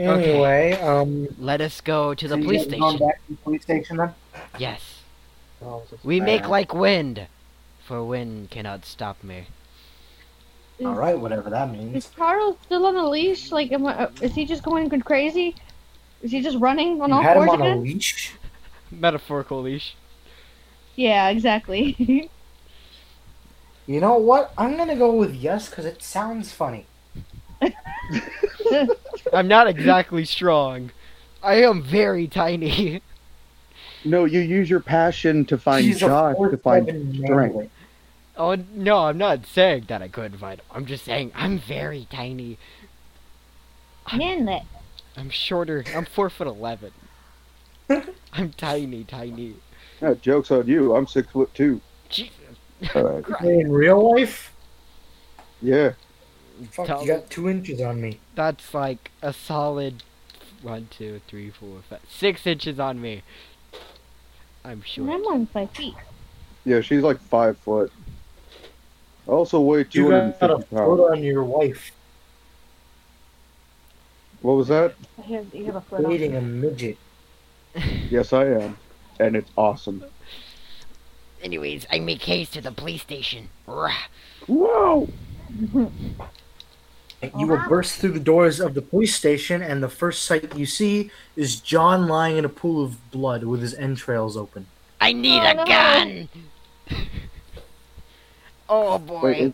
[SPEAKER 1] Okay.
[SPEAKER 2] Anyway, um.
[SPEAKER 1] Let us go to the
[SPEAKER 2] so you
[SPEAKER 1] police
[SPEAKER 2] guys gone
[SPEAKER 1] station.
[SPEAKER 2] back to the police station then?
[SPEAKER 1] Yes. We make like wind, for wind cannot stop me.
[SPEAKER 2] All right, whatever that
[SPEAKER 7] Is
[SPEAKER 2] means.
[SPEAKER 7] Charles still on a leash? Like, am I, uh, is he just going crazy? Is he just running on
[SPEAKER 2] You
[SPEAKER 7] all
[SPEAKER 2] had him on
[SPEAKER 7] fours
[SPEAKER 2] a
[SPEAKER 7] again?
[SPEAKER 2] leash.
[SPEAKER 1] Metaphorical leash.
[SPEAKER 7] Yeah, exactly.
[SPEAKER 2] You know what? I'm gonna go with yes because it sounds funny.
[SPEAKER 1] I'm not exactly strong. I am very tiny.
[SPEAKER 5] No, you use your passion to find
[SPEAKER 2] She's a
[SPEAKER 5] Josh to find.
[SPEAKER 2] 4'7"
[SPEAKER 5] strength.
[SPEAKER 2] manlet.
[SPEAKER 1] Oh no, I'm not saying that I couldn't fight him. I'm just saying I'm very tiny.
[SPEAKER 7] Manlet.
[SPEAKER 1] I'm shorter. I'm four foot eleven. I'm tiny, tiny.
[SPEAKER 5] Yeah, jokes on you. I'm six foot two.
[SPEAKER 1] Jesus
[SPEAKER 5] All right.
[SPEAKER 1] Christ.
[SPEAKER 2] In real life,
[SPEAKER 5] Yeah.
[SPEAKER 2] fuck,
[SPEAKER 1] Tell-
[SPEAKER 2] you got two inches on me.
[SPEAKER 1] That's like a solid one, two, three, four, five, six inches on me. I'm
[SPEAKER 7] And
[SPEAKER 1] short.
[SPEAKER 7] I'm on my feet.
[SPEAKER 5] Yeah, she's like five foot. I Also weigh
[SPEAKER 2] You
[SPEAKER 5] two hundred and
[SPEAKER 2] got a
[SPEAKER 5] fifty pounds.
[SPEAKER 2] foot on your wife,
[SPEAKER 5] What was that?
[SPEAKER 7] I have, you have a foot on.
[SPEAKER 2] dating a midget.
[SPEAKER 5] Yes, I am, and it's awesome.
[SPEAKER 1] Anyways, I make haste to the police station. Rah.
[SPEAKER 5] Whoa!
[SPEAKER 2] You will burst through the doors of the police station, and the first sight you see is John lying in a pool of blood with his entrails open.
[SPEAKER 1] I need
[SPEAKER 7] Oh,
[SPEAKER 1] a
[SPEAKER 7] no.
[SPEAKER 1] gun. oh boy,
[SPEAKER 5] Wait, is-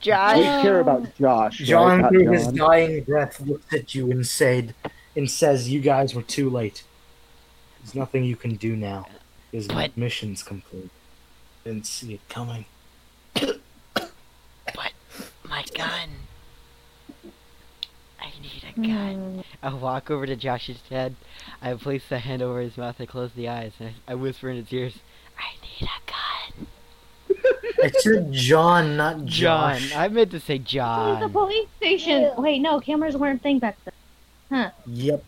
[SPEAKER 1] Josh.
[SPEAKER 5] we care about Josh. right?
[SPEAKER 2] Um, John,
[SPEAKER 5] Not
[SPEAKER 2] through his
[SPEAKER 5] John.
[SPEAKER 2] dying breath, looks at you and said, and says, "You guys were too late. There's nothing you can do now. His
[SPEAKER 1] But-
[SPEAKER 2] mission's complete. Didn't see it coming."
[SPEAKER 1] My gun. I need
[SPEAKER 7] Hmm.
[SPEAKER 1] a gun. I walk over to Josh's head. I place the hand over his mouth. I close the eyes. And I, I whisper in his ears, I need a gun.
[SPEAKER 2] It said John, not
[SPEAKER 1] John.
[SPEAKER 2] Josh.
[SPEAKER 1] I meant to say
[SPEAKER 7] This is the
[SPEAKER 1] John.
[SPEAKER 7] police station. Wait, no, cameras weren't a thing back then.
[SPEAKER 2] Yep.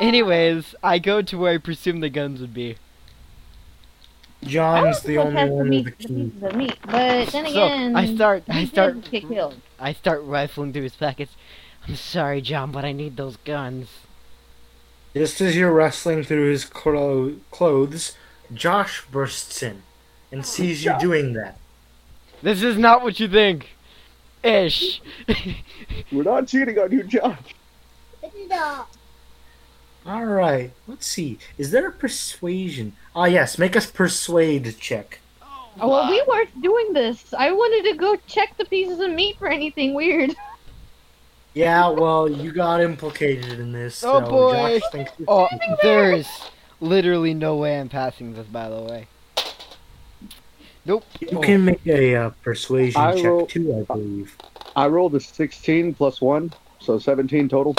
[SPEAKER 1] Anyways, I go to where I presume the guns would be.
[SPEAKER 7] I
[SPEAKER 2] John's
[SPEAKER 7] don't
[SPEAKER 2] the
[SPEAKER 7] think
[SPEAKER 2] only
[SPEAKER 7] that's
[SPEAKER 2] one
[SPEAKER 7] meat,
[SPEAKER 2] with the
[SPEAKER 7] the
[SPEAKER 2] key.
[SPEAKER 7] pieces of meat. But then
[SPEAKER 1] so
[SPEAKER 7] again,
[SPEAKER 1] I start,
[SPEAKER 7] he
[SPEAKER 1] I
[SPEAKER 7] did
[SPEAKER 1] start,
[SPEAKER 7] get killed.
[SPEAKER 1] I start rifling through his packets. I'm sorry, John, but I need those guns.
[SPEAKER 2] Just as you're wrestling through his clo- clothes, Josh bursts in
[SPEAKER 5] Oh,
[SPEAKER 2] and sees you doing that.
[SPEAKER 1] This is not what you think. Ish.
[SPEAKER 5] We're not cheating on you, Josh.
[SPEAKER 2] All right. Let's see. Is there a persuasion? Ah, yes. Make us persuade check.
[SPEAKER 7] Oh, well, we weren't doing this. I wanted to go check the pieces of meat for anything weird.
[SPEAKER 2] Yeah. Well, you got implicated in this.
[SPEAKER 1] Oh,
[SPEAKER 2] so
[SPEAKER 1] boy.
[SPEAKER 2] Josh thinks it's-
[SPEAKER 1] oh, there's literally no way I'm passing this. By the way. Nope.
[SPEAKER 2] you can make a uh, persuasion
[SPEAKER 5] I
[SPEAKER 2] check
[SPEAKER 5] will-
[SPEAKER 2] too, I believe.
[SPEAKER 5] I rolled a 16 plus 1, so 17 total.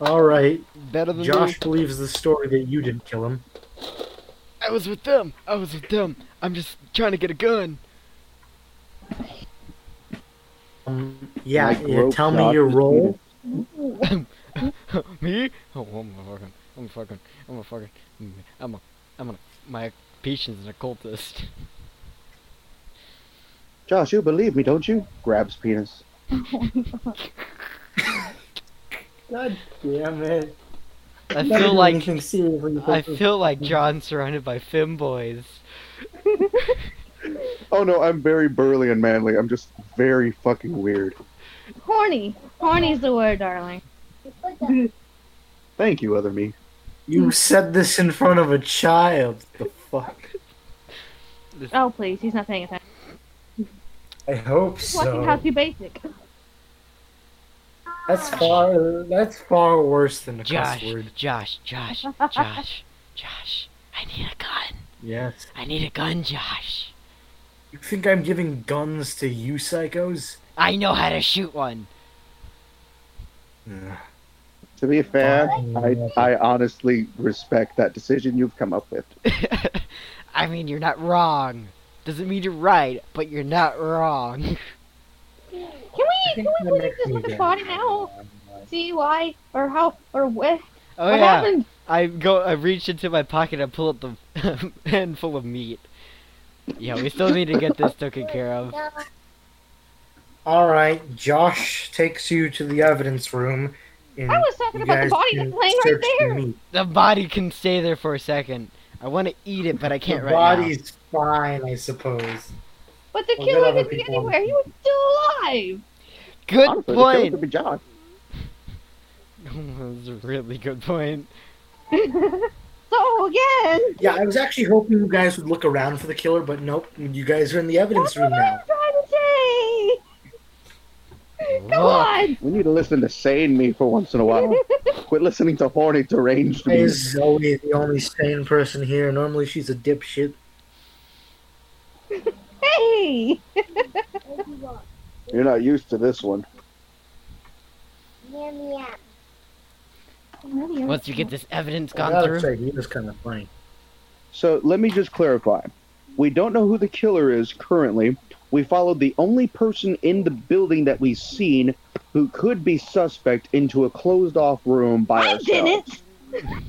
[SPEAKER 2] All right.
[SPEAKER 1] Oh, Better than me.
[SPEAKER 5] Mm-hmm.
[SPEAKER 2] Josh believes the story that you didn't kill him.
[SPEAKER 1] I was with them. I was with them. I'm just trying to get a gun.
[SPEAKER 2] Um, yeah.
[SPEAKER 5] Like,
[SPEAKER 2] yeah
[SPEAKER 5] rope
[SPEAKER 2] tell me
[SPEAKER 5] shot
[SPEAKER 2] your
[SPEAKER 5] is
[SPEAKER 2] role.
[SPEAKER 5] needed.
[SPEAKER 1] Me? Oh, I'm a fucking. I'm a fucking. I'm a fucking. I'm a. I'm a. My patient's an occultist.
[SPEAKER 5] Josh, you believe me, don't you? Grabs penis.
[SPEAKER 2] God damn it.
[SPEAKER 1] I feel like.
[SPEAKER 2] seriously.
[SPEAKER 1] I feel like John surrounded by femboys.
[SPEAKER 5] Oh no, I'm very burly and manly. I'm just very fucking weird.
[SPEAKER 7] Horny. Horny's the word, darling.
[SPEAKER 5] Thank you, other me.
[SPEAKER 2] You said this in front of a child. The fuck?
[SPEAKER 7] Oh, please, he's not paying attention.
[SPEAKER 2] I hope
[SPEAKER 7] He's watching How
[SPEAKER 2] so.
[SPEAKER 7] to Basic.
[SPEAKER 2] That's far. That's far worse than a
[SPEAKER 1] Josh,
[SPEAKER 2] cuss word.
[SPEAKER 1] Josh, Josh, Josh, Josh. I need a gun.
[SPEAKER 2] Yes.
[SPEAKER 1] I need a gun, Josh.
[SPEAKER 2] You think I'm giving guns to you psychos?
[SPEAKER 1] I know how to shoot one.
[SPEAKER 2] Ugh.
[SPEAKER 5] To be fair, I,
[SPEAKER 2] Fine.
[SPEAKER 5] I honestly respect that decision you've come up with.
[SPEAKER 1] I mean, you're not wrong. Doesn't mean you're right, but you're not wrong.
[SPEAKER 7] Can
[SPEAKER 2] I
[SPEAKER 7] we,
[SPEAKER 2] think
[SPEAKER 7] can
[SPEAKER 2] that
[SPEAKER 7] we please
[SPEAKER 2] makes
[SPEAKER 7] just
[SPEAKER 2] me
[SPEAKER 7] look at the
[SPEAKER 2] gay.
[SPEAKER 7] body now? See why, or how, or what,
[SPEAKER 1] Oh
[SPEAKER 7] what
[SPEAKER 1] yeah.
[SPEAKER 7] happened?
[SPEAKER 1] I go. I reach into my pocket. I pull up the handful of meat. Yeah, we still need to get this taken care of.
[SPEAKER 2] All right. Josh takes you to the evidence room. And
[SPEAKER 7] I was talking
[SPEAKER 2] you
[SPEAKER 7] about
[SPEAKER 2] guys
[SPEAKER 7] the body
[SPEAKER 2] can
[SPEAKER 7] that's laying right
[SPEAKER 2] search the
[SPEAKER 7] there.
[SPEAKER 2] meat.
[SPEAKER 1] The body can stay there for a second. I want to eat it, but I can't
[SPEAKER 2] the
[SPEAKER 1] right now.
[SPEAKER 2] body's fine, I suppose.
[SPEAKER 7] But the
[SPEAKER 2] Well, then
[SPEAKER 7] killer
[SPEAKER 2] other
[SPEAKER 7] didn't be
[SPEAKER 2] people-
[SPEAKER 7] anywhere. He was still alive.
[SPEAKER 1] Good
[SPEAKER 5] honestly, the killer could
[SPEAKER 1] point.
[SPEAKER 5] be Josh.
[SPEAKER 1] That's a really good point.
[SPEAKER 7] So again,
[SPEAKER 2] Yeah, I was actually hoping you guys would look around for the killer, but nope. You guys are in the evidence
[SPEAKER 7] that's what
[SPEAKER 2] room
[SPEAKER 7] I'm
[SPEAKER 2] now.
[SPEAKER 7] trying to say. Come
[SPEAKER 1] Look,
[SPEAKER 7] on.
[SPEAKER 5] We need to listen to sane me for once in a while. Quit listening to horny deranged
[SPEAKER 2] Why
[SPEAKER 5] me.
[SPEAKER 2] Is Zoe the only sane person here? Normally she's a dipshit.
[SPEAKER 7] Hey.
[SPEAKER 5] You're not used to this one.
[SPEAKER 1] Once you get this evidence
[SPEAKER 2] I
[SPEAKER 1] gone
[SPEAKER 2] gotta
[SPEAKER 1] through,
[SPEAKER 2] say, he was kind of funny.
[SPEAKER 5] So let me just clarify. We don't know who the killer is currently. We followed the only person in the building that we've seen who could be suspect into a closed off room by
[SPEAKER 7] I
[SPEAKER 5] ourselves.
[SPEAKER 7] didn't.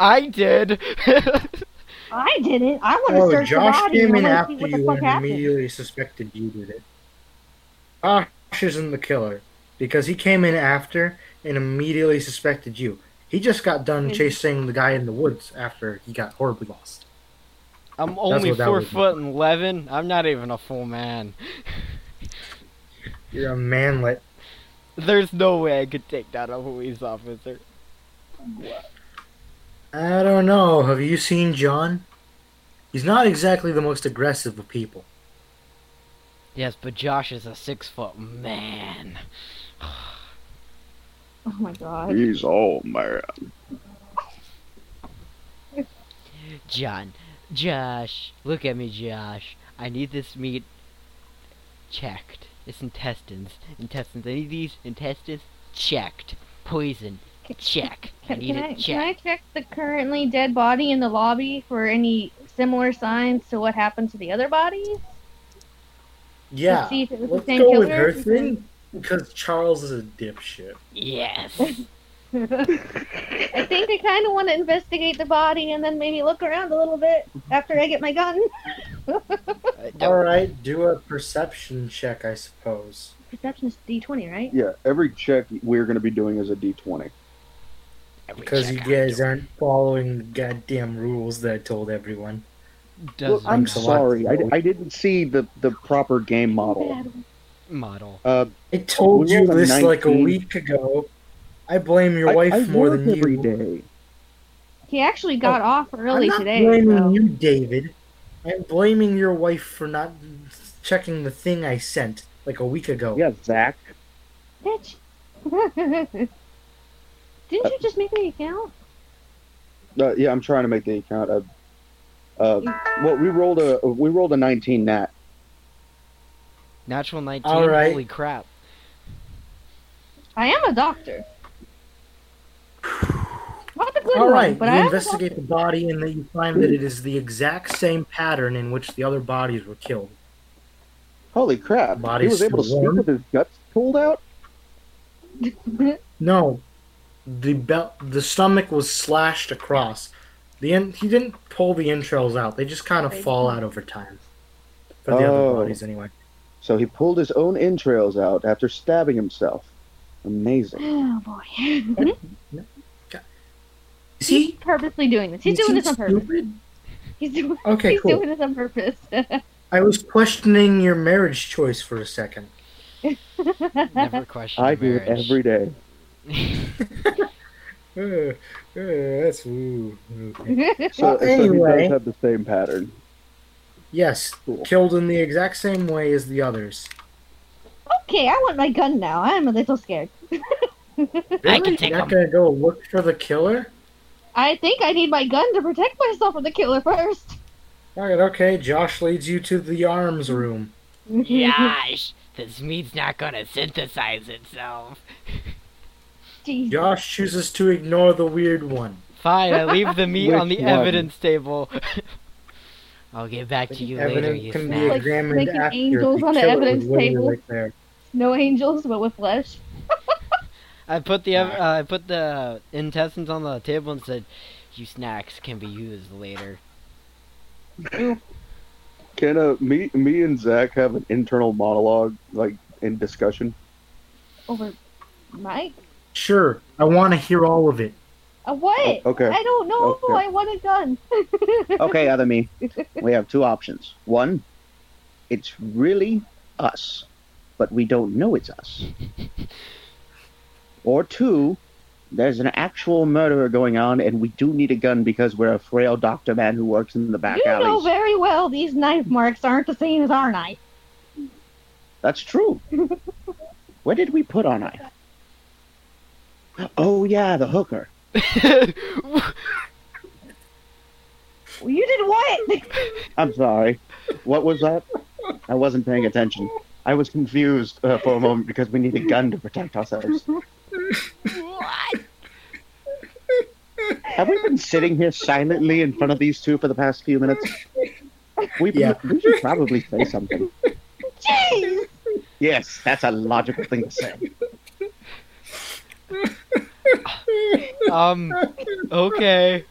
[SPEAKER 1] I did.
[SPEAKER 7] I didn't. I want to
[SPEAKER 2] Oh,
[SPEAKER 7] search the
[SPEAKER 2] Josh
[SPEAKER 7] body.
[SPEAKER 2] came
[SPEAKER 7] and
[SPEAKER 2] in
[SPEAKER 7] I wanna
[SPEAKER 2] after
[SPEAKER 7] see what
[SPEAKER 2] you
[SPEAKER 7] the fuck
[SPEAKER 2] and
[SPEAKER 7] happened.
[SPEAKER 2] immediately suspected you did it. Josh isn't the killer because he came in after and immediately suspected you. He just got done
[SPEAKER 7] Mhm.
[SPEAKER 2] chasing the guy in the woods after he got horribly lost.
[SPEAKER 1] I'm only
[SPEAKER 2] what that
[SPEAKER 1] four
[SPEAKER 2] was.
[SPEAKER 1] foot and eleven. I'm not even a full man.
[SPEAKER 2] You're a manlet.
[SPEAKER 1] There's no way I could take down a police officer.
[SPEAKER 2] I don't know. Have you seen John? He's not exactly the most aggressive of people.
[SPEAKER 1] Yes, but Josh is a six foot man.
[SPEAKER 7] Oh my god.
[SPEAKER 5] He's all man.
[SPEAKER 1] John, Josh, look at me, Josh. I need this meat checked. This intestines, intestines. I need these intestines checked. Poison check. I
[SPEAKER 7] Can,
[SPEAKER 1] need
[SPEAKER 7] can,
[SPEAKER 1] a
[SPEAKER 7] I,
[SPEAKER 1] check.
[SPEAKER 7] can I check the currently dead body in the lobby for any similar signs to what happened to the other bodies?
[SPEAKER 2] Yeah.
[SPEAKER 7] Let's see if it was the
[SPEAKER 2] Let's
[SPEAKER 7] same
[SPEAKER 2] go with
[SPEAKER 7] killer,
[SPEAKER 2] her
[SPEAKER 7] if it's
[SPEAKER 2] thing because Charles is a dipshit.
[SPEAKER 1] Yes.
[SPEAKER 7] I think I kind of want to investigate the body and then maybe look around a little bit after I get my gun.
[SPEAKER 1] Uh,
[SPEAKER 2] All
[SPEAKER 1] don't-
[SPEAKER 2] right, do a perception check, I suppose.
[SPEAKER 7] Perception is D20, right?
[SPEAKER 6] Yeah, every check we're going to be doing is a d20.
[SPEAKER 1] every
[SPEAKER 2] Because you
[SPEAKER 1] check
[SPEAKER 2] guys aren't following the goddamn rules that I told everyone.
[SPEAKER 6] Well,
[SPEAKER 1] does
[SPEAKER 6] I'm
[SPEAKER 2] Thanks a lot.
[SPEAKER 6] sorry, I, I didn't see the, the proper game model.
[SPEAKER 1] model.
[SPEAKER 6] Uh,
[SPEAKER 2] I told
[SPEAKER 6] We
[SPEAKER 2] you
[SPEAKER 6] rolled a
[SPEAKER 2] this like a
[SPEAKER 6] 19.
[SPEAKER 2] week ago. I blame your
[SPEAKER 6] I-
[SPEAKER 2] wife
[SPEAKER 6] I
[SPEAKER 2] more
[SPEAKER 6] work
[SPEAKER 2] than you.
[SPEAKER 6] every day.
[SPEAKER 7] He actually got off early
[SPEAKER 2] Oh, I'm not
[SPEAKER 7] today.
[SPEAKER 2] blaming
[SPEAKER 7] so-
[SPEAKER 2] you, David. I'm blaming your wife for not checking the thing I sent like a week ago.
[SPEAKER 6] Yeah, Zach.
[SPEAKER 7] Bitch. Didn't you just make me account?
[SPEAKER 6] Uh, yeah, I'm trying to make the account. Uh, uh, well, we rolled a we rolled a 19 nat.
[SPEAKER 1] Natural 19.
[SPEAKER 2] All right.
[SPEAKER 1] Holy crap.
[SPEAKER 7] I am a doctor. Not the good
[SPEAKER 2] All
[SPEAKER 7] one,
[SPEAKER 2] right,
[SPEAKER 7] but
[SPEAKER 2] you
[SPEAKER 7] I am a
[SPEAKER 2] investigate the body and then you find that it is the exact same pattern in which the other bodies were killed.
[SPEAKER 6] Holy crap!
[SPEAKER 2] Body's
[SPEAKER 6] he was able to
[SPEAKER 2] still
[SPEAKER 6] sleep
[SPEAKER 2] warm.
[SPEAKER 6] with his guts pulled out.
[SPEAKER 2] No, the belt, the stomach was slashed across. The in- he didn't pull the entrails out; they just kind of fall out over time. For the
[SPEAKER 6] Oh.
[SPEAKER 2] other bodies, anyway.
[SPEAKER 6] So he pulled his own entrails out after stabbing himself. Amazing.
[SPEAKER 7] Oh boy.
[SPEAKER 2] Is
[SPEAKER 7] he's
[SPEAKER 2] he?
[SPEAKER 7] purposely doing this. He's
[SPEAKER 2] is
[SPEAKER 7] doing
[SPEAKER 2] he
[SPEAKER 7] this on purpose.
[SPEAKER 2] stupid?
[SPEAKER 7] He's doing
[SPEAKER 2] Okay,
[SPEAKER 7] he's
[SPEAKER 2] cool.
[SPEAKER 7] doing this on purpose.
[SPEAKER 2] I was questioning your marriage choice for a second.
[SPEAKER 1] Never question
[SPEAKER 6] I
[SPEAKER 1] your
[SPEAKER 6] do it
[SPEAKER 1] marriage.
[SPEAKER 6] every day.
[SPEAKER 2] Uh, uh, that's ooh, okay.
[SPEAKER 6] So,
[SPEAKER 2] Well,
[SPEAKER 6] so he
[SPEAKER 2] anyway.
[SPEAKER 6] does have the same pattern.
[SPEAKER 2] Yes,
[SPEAKER 6] Cool.
[SPEAKER 2] killed in the exact same way as the others.
[SPEAKER 7] okay, I want my gun now. I am a little scared.
[SPEAKER 1] I can
[SPEAKER 2] Really?
[SPEAKER 1] take
[SPEAKER 2] You're not
[SPEAKER 1] 'em.
[SPEAKER 2] gonna go look for the killer?
[SPEAKER 7] I think I need my gun to protect myself from the killer first.
[SPEAKER 2] All right, okay. Josh leads you to the arms
[SPEAKER 7] Mm-hmm.
[SPEAKER 2] room.
[SPEAKER 1] Gosh, this meat's not gonna synthesize itself.
[SPEAKER 7] Jeez.
[SPEAKER 2] Josh chooses to ignore the weird one.
[SPEAKER 1] Fine, I leave the meat
[SPEAKER 6] Which
[SPEAKER 1] on the
[SPEAKER 6] one?
[SPEAKER 1] evidence table. I'll get back to you later,
[SPEAKER 2] Evidence
[SPEAKER 1] you
[SPEAKER 2] can
[SPEAKER 1] snack.
[SPEAKER 2] be examined
[SPEAKER 7] Like- like an
[SPEAKER 2] after. if
[SPEAKER 7] angel's
[SPEAKER 2] you
[SPEAKER 7] on an
[SPEAKER 2] kill it with
[SPEAKER 7] evidence
[SPEAKER 2] Willy
[SPEAKER 7] table.
[SPEAKER 2] Right there.
[SPEAKER 7] No angels, but with flesh.
[SPEAKER 1] I put the ev- uh, I put the intestines on the table and said, "You snacks can be used later."
[SPEAKER 6] Can uh, me me and Zach have an internal monologue like in discussion?
[SPEAKER 7] Over Mike?
[SPEAKER 2] Sure, I want to hear all of it.
[SPEAKER 7] A uh, what?
[SPEAKER 6] O- okay.
[SPEAKER 7] I don't know.
[SPEAKER 6] Okay.
[SPEAKER 7] I want a gun.
[SPEAKER 6] Okay, other me. We have two options. One, it's really us, but we don't know it's us. Or two, there's an actual murderer going on, and we do need a gun because we're a frail doctor man who works in the back
[SPEAKER 7] you know
[SPEAKER 6] alleys.
[SPEAKER 7] very well these knife marks aren't the same as our knife.
[SPEAKER 6] That's true. Where did we put our knife? Oh yeah, the hooker.
[SPEAKER 7] Well, you did what?
[SPEAKER 6] I'm sorry. What was that? I wasn't paying attention. I was confused uh, for a moment because we need a gun to protect ourselves. Have we been sitting here silently in front of these two for the past few minutes? We,
[SPEAKER 2] Yeah.
[SPEAKER 6] we should probably say something.
[SPEAKER 7] Jeez.
[SPEAKER 6] Yes, that's a logical thing to say.
[SPEAKER 1] um, okay.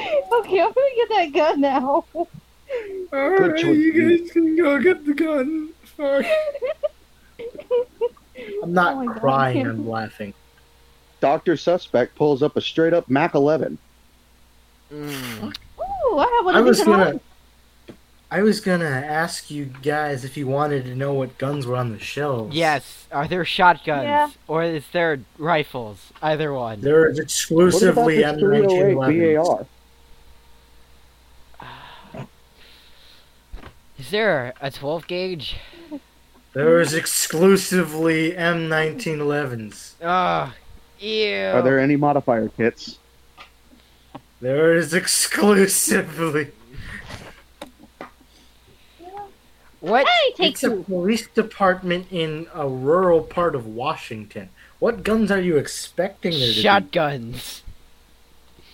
[SPEAKER 7] Okay, I'm gonna get that gun now.
[SPEAKER 2] All
[SPEAKER 6] Good right, choice, you dude.
[SPEAKER 2] can go get the gun. I'm not
[SPEAKER 7] Oh my God, I
[SPEAKER 2] crying.
[SPEAKER 7] can't-
[SPEAKER 2] I'm laughing.
[SPEAKER 6] Doctor Suspect pulls up a straight up Mac 11.
[SPEAKER 1] Mm.
[SPEAKER 7] Ooh, I have one
[SPEAKER 2] I
[SPEAKER 7] of these
[SPEAKER 2] was
[SPEAKER 7] at
[SPEAKER 2] gonna.
[SPEAKER 7] home.
[SPEAKER 2] I was gonna ask you guys if you wanted to know what guns were on the shelves.
[SPEAKER 1] Yes. Are there shotguns
[SPEAKER 7] Yeah.
[SPEAKER 1] or is there rifles? Either one.
[SPEAKER 2] They're
[SPEAKER 6] What about oh
[SPEAKER 2] exclusively
[SPEAKER 6] the
[SPEAKER 2] M1911.
[SPEAKER 6] 308 VAR?
[SPEAKER 1] Is there a 12 gauge?
[SPEAKER 2] There's exclusively M1911s.
[SPEAKER 1] Ugh. Ew.
[SPEAKER 6] Are there any modifier kits?
[SPEAKER 2] There is exclusively.
[SPEAKER 1] What?
[SPEAKER 7] Hey, take
[SPEAKER 2] it's a
[SPEAKER 7] two.
[SPEAKER 2] police department in a rural part of Washington. What guns are you expecting there to be?
[SPEAKER 1] Shotguns.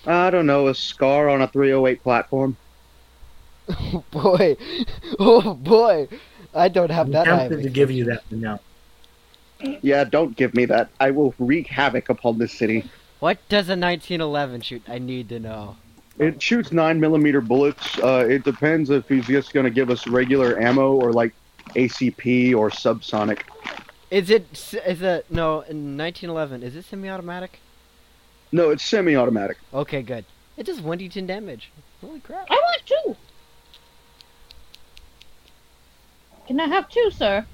[SPEAKER 5] I don't know, a scar on a 308 platform.
[SPEAKER 1] Oh boy. Oh boy. I don't have
[SPEAKER 2] I'm
[SPEAKER 1] that.
[SPEAKER 2] tempted to
[SPEAKER 1] ivory.
[SPEAKER 2] give you that, but no.
[SPEAKER 5] Yeah, don't give me that. I will wreak havoc upon this city.
[SPEAKER 1] What does a 1911 shoot? I need to know.
[SPEAKER 5] It shoots nine millimeter bullets. Uh, it depends if he's just going to give us regular ammo or like ACP or subsonic.
[SPEAKER 1] Is it s- is it no in 1911? Is it semi-automatic?
[SPEAKER 5] No, it's semi-automatic.
[SPEAKER 1] Okay, good. It does 1d10 damage. Holy crap!
[SPEAKER 7] I want two. Can I have two, sir?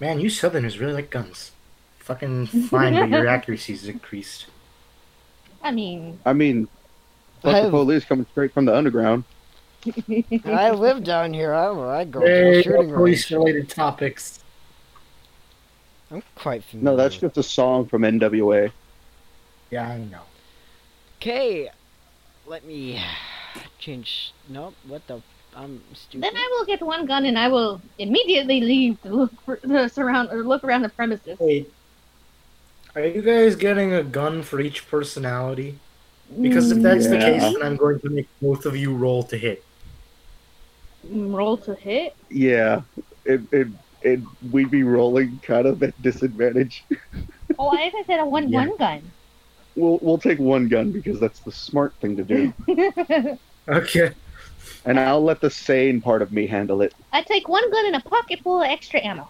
[SPEAKER 2] Man, you Southerners really like guns. Fucking fine, but your accuracy's increased.
[SPEAKER 7] I mean,
[SPEAKER 5] I mean,
[SPEAKER 1] I
[SPEAKER 5] fuck the
[SPEAKER 1] have-
[SPEAKER 5] police coming straight from the underground.
[SPEAKER 1] I live down here. I don't know. I go to
[SPEAKER 2] Hey,
[SPEAKER 1] a shooting range.
[SPEAKER 2] police-related topics.
[SPEAKER 1] I'm quite familiar.
[SPEAKER 5] No, that's just a song from NWA.
[SPEAKER 2] Yeah, I know.
[SPEAKER 1] okay. Let me change. Nope. What the? I'm stupid.
[SPEAKER 7] then I will get one gun and I will immediately leave to look for the surround or look around the premises.
[SPEAKER 2] Wait. Are you guys getting a gun for each personality? Because if that's the
[SPEAKER 5] Yeah.
[SPEAKER 2] case, then I'm going to make both of you roll to hit.
[SPEAKER 7] Mm, Roll to hit.
[SPEAKER 5] Yeah, it, it, it, we'd be rolling kind of at disadvantage.
[SPEAKER 7] Oh, I think I said a one
[SPEAKER 2] Yeah.
[SPEAKER 7] one gun.
[SPEAKER 5] We'll, we'll take one gun because that's the smart thing to do.
[SPEAKER 2] Okay.
[SPEAKER 5] and I'll let the sane part of me handle it.
[SPEAKER 7] I take one gun and a pocket full of extra ammo.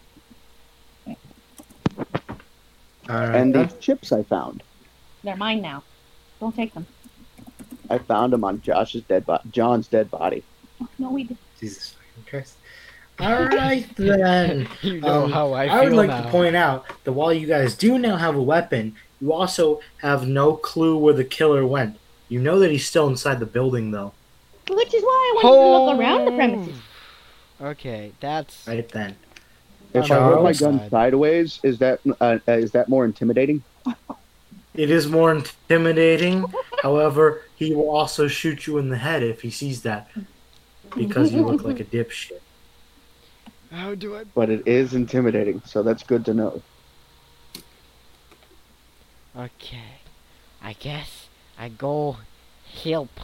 [SPEAKER 2] Alright.
[SPEAKER 5] And these chips I found.
[SPEAKER 7] They're mine now. Don't take them.
[SPEAKER 5] I found them on Josh's dead body, John's dead body.
[SPEAKER 7] Oh, No, we did.
[SPEAKER 2] Jesus fucking Christ. Alright then.
[SPEAKER 1] you know
[SPEAKER 2] Um,
[SPEAKER 1] how I feel
[SPEAKER 2] I would like
[SPEAKER 1] now.
[SPEAKER 2] to point out that while you guys do now have a weapon, you also have no clue where the killer went. You know that he's still inside the building, though.
[SPEAKER 7] Which is why I wanted to look around the premises.
[SPEAKER 1] Oh. Okay, that's
[SPEAKER 2] Right then.
[SPEAKER 5] If I hold my
[SPEAKER 2] Charles.
[SPEAKER 5] gun sideways, is that uh, uh, is that more intimidating?
[SPEAKER 2] It is more intimidating. However, he will also shoot you in the head if he sees that. Because you look like a dipshit.
[SPEAKER 1] how do I?
[SPEAKER 5] But it is intimidating, so that's good to know.
[SPEAKER 1] Okay, I guess I go help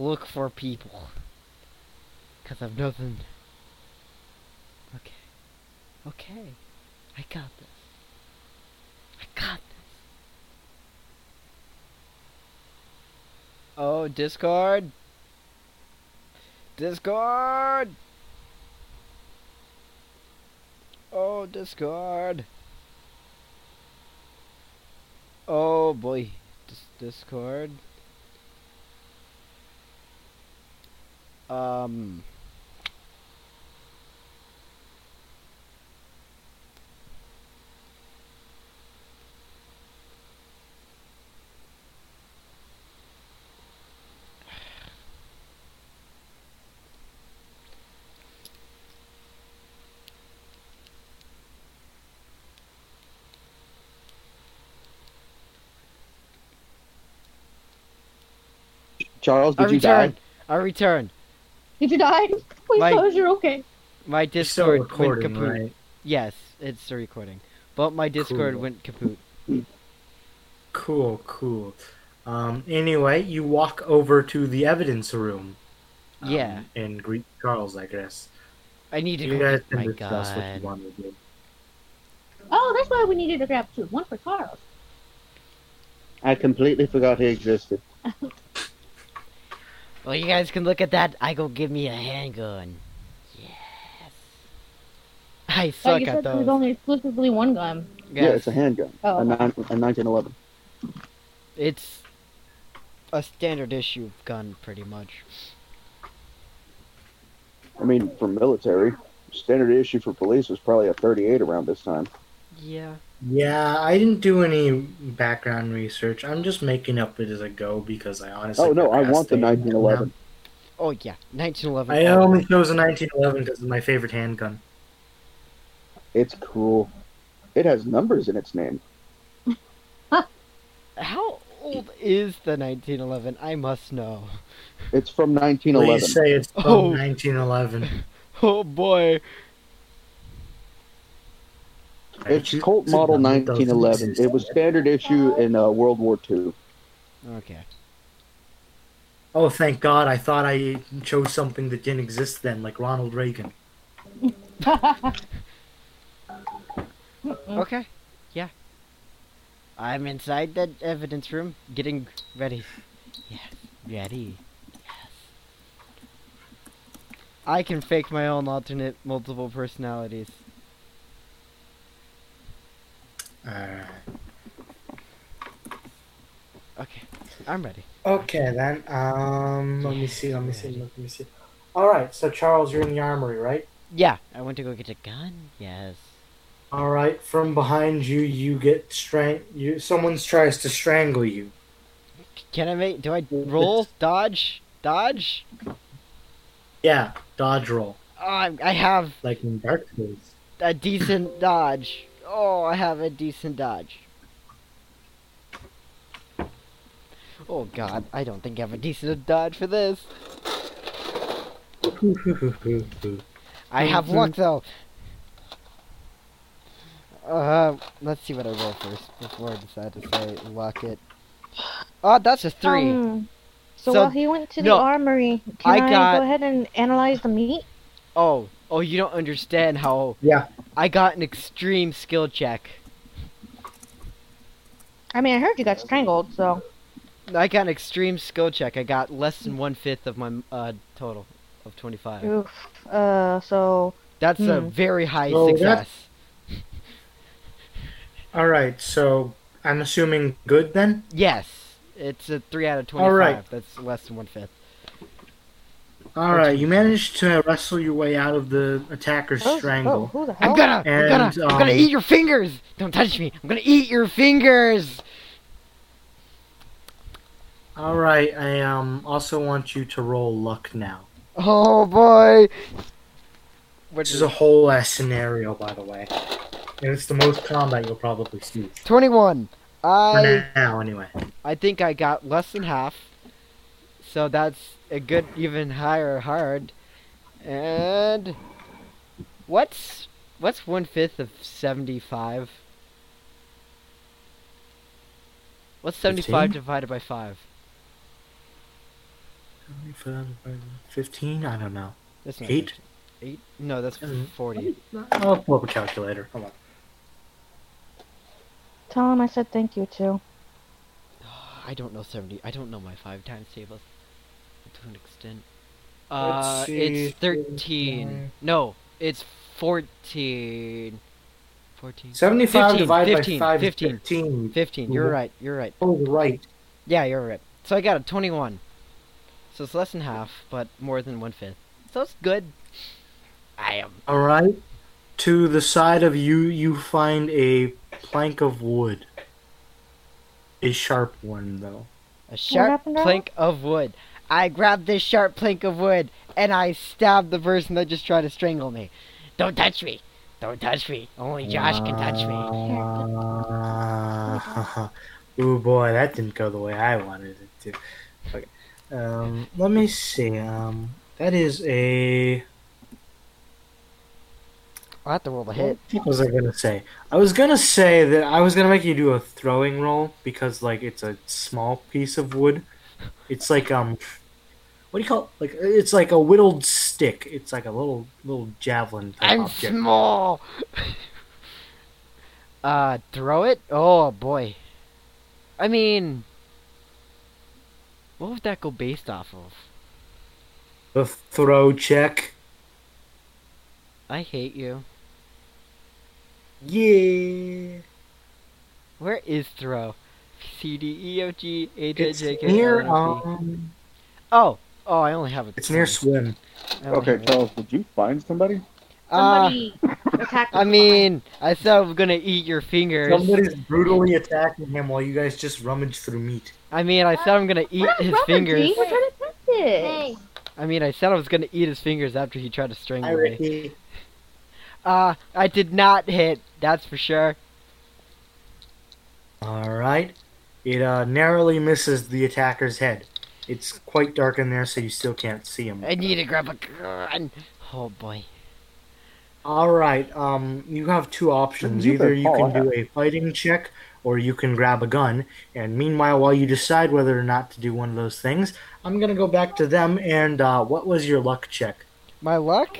[SPEAKER 1] look for people. Cause I've nothing. Okay, okay, I got this. I got this. Oh, Discord. Discord. Oh, Discord. Oh boy, Dis- Discord. Um.
[SPEAKER 5] Charles,
[SPEAKER 1] I
[SPEAKER 5] did you die?
[SPEAKER 1] return. I return.
[SPEAKER 7] Did you die? Please
[SPEAKER 1] Like-
[SPEAKER 7] tell us you're okay.
[SPEAKER 1] My
[SPEAKER 2] He's still
[SPEAKER 1] Discord went
[SPEAKER 2] recording,
[SPEAKER 1] kaput.
[SPEAKER 2] right?
[SPEAKER 1] Yes, it's still recording, but my Discord
[SPEAKER 2] Cool.
[SPEAKER 1] went kaput.
[SPEAKER 2] Cool, cool. Um, anyway, you walk over to the evidence room. um,
[SPEAKER 1] Yeah.
[SPEAKER 2] And greet Charles, I guess.
[SPEAKER 1] I need to
[SPEAKER 2] You
[SPEAKER 1] go.
[SPEAKER 2] guys
[SPEAKER 1] get-
[SPEAKER 2] can
[SPEAKER 1] my
[SPEAKER 2] discuss what you
[SPEAKER 1] God.
[SPEAKER 2] want to do.
[SPEAKER 7] Oh, that's why we needed to grab two. One for Charles.
[SPEAKER 5] I completely forgot he existed.
[SPEAKER 1] Well, you guys can look at that. I go give me a handgun. Yes. I
[SPEAKER 7] Like
[SPEAKER 1] suck
[SPEAKER 7] you
[SPEAKER 1] at
[SPEAKER 7] said, there
[SPEAKER 1] those.
[SPEAKER 7] was only exclusively one gun.
[SPEAKER 5] Yeah,
[SPEAKER 1] Yes.
[SPEAKER 5] it's a handgun.
[SPEAKER 7] Oh.
[SPEAKER 5] A, nine, a 1911.
[SPEAKER 1] It's a standard issue gun, pretty much.
[SPEAKER 5] I mean, for military. Standard issue for police was probably a 38 around this time.
[SPEAKER 1] Yeah.
[SPEAKER 2] Yeah, I didn't do any background research. I'm just making up it as I go because I honestly.
[SPEAKER 5] oh, no, I want the
[SPEAKER 2] procrastinate.
[SPEAKER 5] 1911.
[SPEAKER 1] Oh yeah, 1911.
[SPEAKER 2] I um, only chose a 1911 because it's my favorite handgun.
[SPEAKER 5] It's cool. It has numbers in its name.
[SPEAKER 1] How old is the 1911? I must know.
[SPEAKER 5] It's from
[SPEAKER 2] Please
[SPEAKER 5] 1911.
[SPEAKER 2] say it's from
[SPEAKER 1] Oh.
[SPEAKER 2] 1911.
[SPEAKER 1] Oh boy.
[SPEAKER 5] It's Colt Model 1911. It was standard issue in uh, World War II.
[SPEAKER 1] Okay.
[SPEAKER 2] Oh, thank God! I thought I chose something that didn't exist then, like Ronald Reagan.
[SPEAKER 1] Okay. Yeah. I'm inside that evidence room, getting ready. Yes. Ready. Yes. I can fake my own alternate multiple personalities.
[SPEAKER 2] Uh,
[SPEAKER 1] Okay. I'm ready.
[SPEAKER 9] Okay then. Um, let me see. Let me see. Let me see. All right. So Charles, you're in the armory, right?
[SPEAKER 1] Yeah. I went to go get a gun. Yes.
[SPEAKER 9] All right. From behind you, you get strang. You someone tries to strangle you.
[SPEAKER 1] Can I make? Do I roll? Dodge? Dodge?
[SPEAKER 2] Yeah, dodge roll
[SPEAKER 1] Oh, I, I have
[SPEAKER 2] like in Dark Souls.
[SPEAKER 1] a decent dodge. Oh, I have a decent dodge. Oh god, I don't think I have a decent dodge for this. I have luck though. Uh, let's see what I roll first before I decide to say luck it. Oh, that's a three.
[SPEAKER 7] Um, so,
[SPEAKER 1] So-
[SPEAKER 7] while he went to
[SPEAKER 1] no.
[SPEAKER 7] the armory, can
[SPEAKER 1] I
[SPEAKER 7] I,
[SPEAKER 1] got-
[SPEAKER 7] go ahead and analyze the meat?
[SPEAKER 1] Oh, oh, you don't understand how.
[SPEAKER 2] Yeah.
[SPEAKER 1] I got an extreme skill check.
[SPEAKER 7] I mean, I heard you got strangled, so
[SPEAKER 1] I got an extreme skill check. I got less than one fifth of my uh, total of twenty five.
[SPEAKER 7] oof. Uh, so
[SPEAKER 1] That's a
[SPEAKER 7] Hmm.
[SPEAKER 1] very high
[SPEAKER 2] Oh, that's-
[SPEAKER 1] success.
[SPEAKER 2] All right. So I'm assuming good then.
[SPEAKER 1] Yes, it's a three out of twenty
[SPEAKER 2] All
[SPEAKER 1] five.
[SPEAKER 2] right.
[SPEAKER 1] That's less than one fifth.
[SPEAKER 2] All right. You managed to wrestle your way out of the attacker's
[SPEAKER 7] oh, oh,
[SPEAKER 2] strangle.
[SPEAKER 7] who the hell?
[SPEAKER 1] I'm gonna, I'm gonna,
[SPEAKER 2] And,
[SPEAKER 1] I'm gonna
[SPEAKER 2] um,
[SPEAKER 1] eat your fingers. Don't touch me. I'm gonna eat your fingers.
[SPEAKER 2] All right. I um also want you to roll luck now,
[SPEAKER 1] Oh boy.
[SPEAKER 2] which is a whole ass scenario, by the way, and it's the most combat you'll probably see
[SPEAKER 1] Twenty one.
[SPEAKER 2] for
[SPEAKER 1] I
[SPEAKER 2] now, anyway.
[SPEAKER 1] I think I got less than half. So that's a good, even higher hard. And what's what's one fifth of seventy five? What's seventy five
[SPEAKER 2] Fifteen?
[SPEAKER 1] divided by five?
[SPEAKER 2] Fifteen? I don't know.
[SPEAKER 1] That's not
[SPEAKER 2] Eight.
[SPEAKER 1] Eight? No, that's
[SPEAKER 2] Mm.
[SPEAKER 1] forty.
[SPEAKER 2] I'll pull up a calculator. Hold on.
[SPEAKER 7] Tell him I said thank you too.
[SPEAKER 1] I don't know seventy. I don't know my five times tables to an extent. Uh,
[SPEAKER 9] see,
[SPEAKER 1] it's thirteen. No, it's fourteen. Fourteen.
[SPEAKER 9] Seventy-five
[SPEAKER 1] 15,
[SPEAKER 9] divided
[SPEAKER 1] 15,
[SPEAKER 9] by five is
[SPEAKER 1] 15.
[SPEAKER 9] fifteen.
[SPEAKER 1] 15. You're
[SPEAKER 9] Mhm.
[SPEAKER 1] right. You're right.
[SPEAKER 9] Oh, right.
[SPEAKER 1] Yeah, you're right. So I got a 21. So it's less than half, but more than one fifth. So it's good. I am.
[SPEAKER 2] All right. To the side of you, you find a plank of wood. A sharp one, though.
[SPEAKER 1] A sharp
[SPEAKER 7] happened, Darla?
[SPEAKER 1] plank of wood. I grabbed this sharp plank of wood and I stabbed the person that just tried to strangle me. Don't touch me. Don't touch me. Only Josh can touch me.
[SPEAKER 2] Uh, ooh, boy, that didn't go the way I wanted it to. Okay. Um, let me see. Um, that is a.
[SPEAKER 1] I'll have to roll a
[SPEAKER 2] What
[SPEAKER 1] hit.
[SPEAKER 2] the fuck was I gonna say? I was gonna say that I was gonna make you do a throwing roll because, like, it's a small piece of wood. It's like um, what do you call it? like? It's like a whittled stick. It's like a little little javelin type
[SPEAKER 1] I'm
[SPEAKER 2] object.
[SPEAKER 1] small. uh, throw it? Oh boy. I mean, what would that go based off of?
[SPEAKER 2] the throw check.
[SPEAKER 1] I hate you.
[SPEAKER 2] Yeah.
[SPEAKER 1] Where is throw? C D E F G H I
[SPEAKER 2] It's
[SPEAKER 1] J K
[SPEAKER 2] near
[SPEAKER 1] L, M, N, P.
[SPEAKER 2] um.
[SPEAKER 1] Oh, oh, I only have a.
[SPEAKER 2] It's near
[SPEAKER 1] 20.
[SPEAKER 2] swim.
[SPEAKER 1] I only
[SPEAKER 5] Okay,
[SPEAKER 1] have a-
[SPEAKER 5] Charles, did you find somebody?
[SPEAKER 1] Uh,
[SPEAKER 7] Somebody attacked.
[SPEAKER 1] Ah, I mean, I said I was gonna eat your fingers.
[SPEAKER 2] Somebody's brutally attacking him while you guys just rummage through meat.
[SPEAKER 1] I mean, I said I'm gonna eat his fingers.
[SPEAKER 7] We're trying to test it.
[SPEAKER 1] I mean, I said I was gonna eat his fingers after he tried to strangle me. Uh, I did not hit. That's for sure.
[SPEAKER 2] All right. It uh, narrowly misses the attacker's head. It's quite dark in there, so you still can't see him.
[SPEAKER 1] I need to grab a gun. Oh boy.
[SPEAKER 2] All right. Um, you have two options.
[SPEAKER 5] You
[SPEAKER 2] Either
[SPEAKER 5] better
[SPEAKER 2] you
[SPEAKER 5] call
[SPEAKER 2] can
[SPEAKER 5] that.
[SPEAKER 2] do a fighting check, or you can grab a gun. And meanwhile, while you decide whether or not to do one of those things, I'm gonna go back to them. And uh, what was your luck check?
[SPEAKER 1] My luck?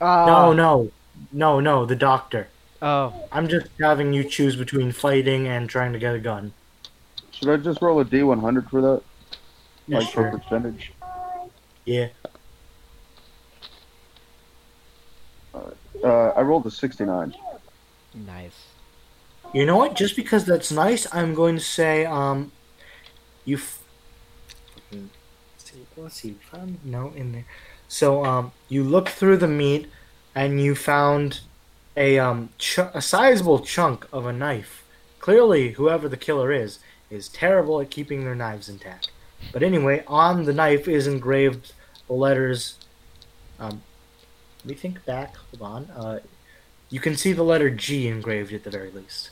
[SPEAKER 1] Uh,
[SPEAKER 2] no, no, no, no. The doctor.
[SPEAKER 1] Oh,
[SPEAKER 2] I'm just having you choose between fighting and trying to get a gun.
[SPEAKER 5] Should I just roll a D100 for that?
[SPEAKER 2] Yeah,
[SPEAKER 5] Like
[SPEAKER 2] sure.
[SPEAKER 5] for percentage?
[SPEAKER 2] Yeah.
[SPEAKER 5] Uh, I rolled a 69.
[SPEAKER 1] nice.
[SPEAKER 2] You know what? Just because that's nice, I'm going to say, um, you. F- let's see, let's see, found no in there. So, um, you look through the meat, and you found a um ch- a sizable chunk of a knife. Clearly, whoever the killer is is terrible at keeping their knives intact. But anyway, on the knife is engraved the letters. Um, let me think back. Hold on. Uh, you can see the letter G engraved at the very least.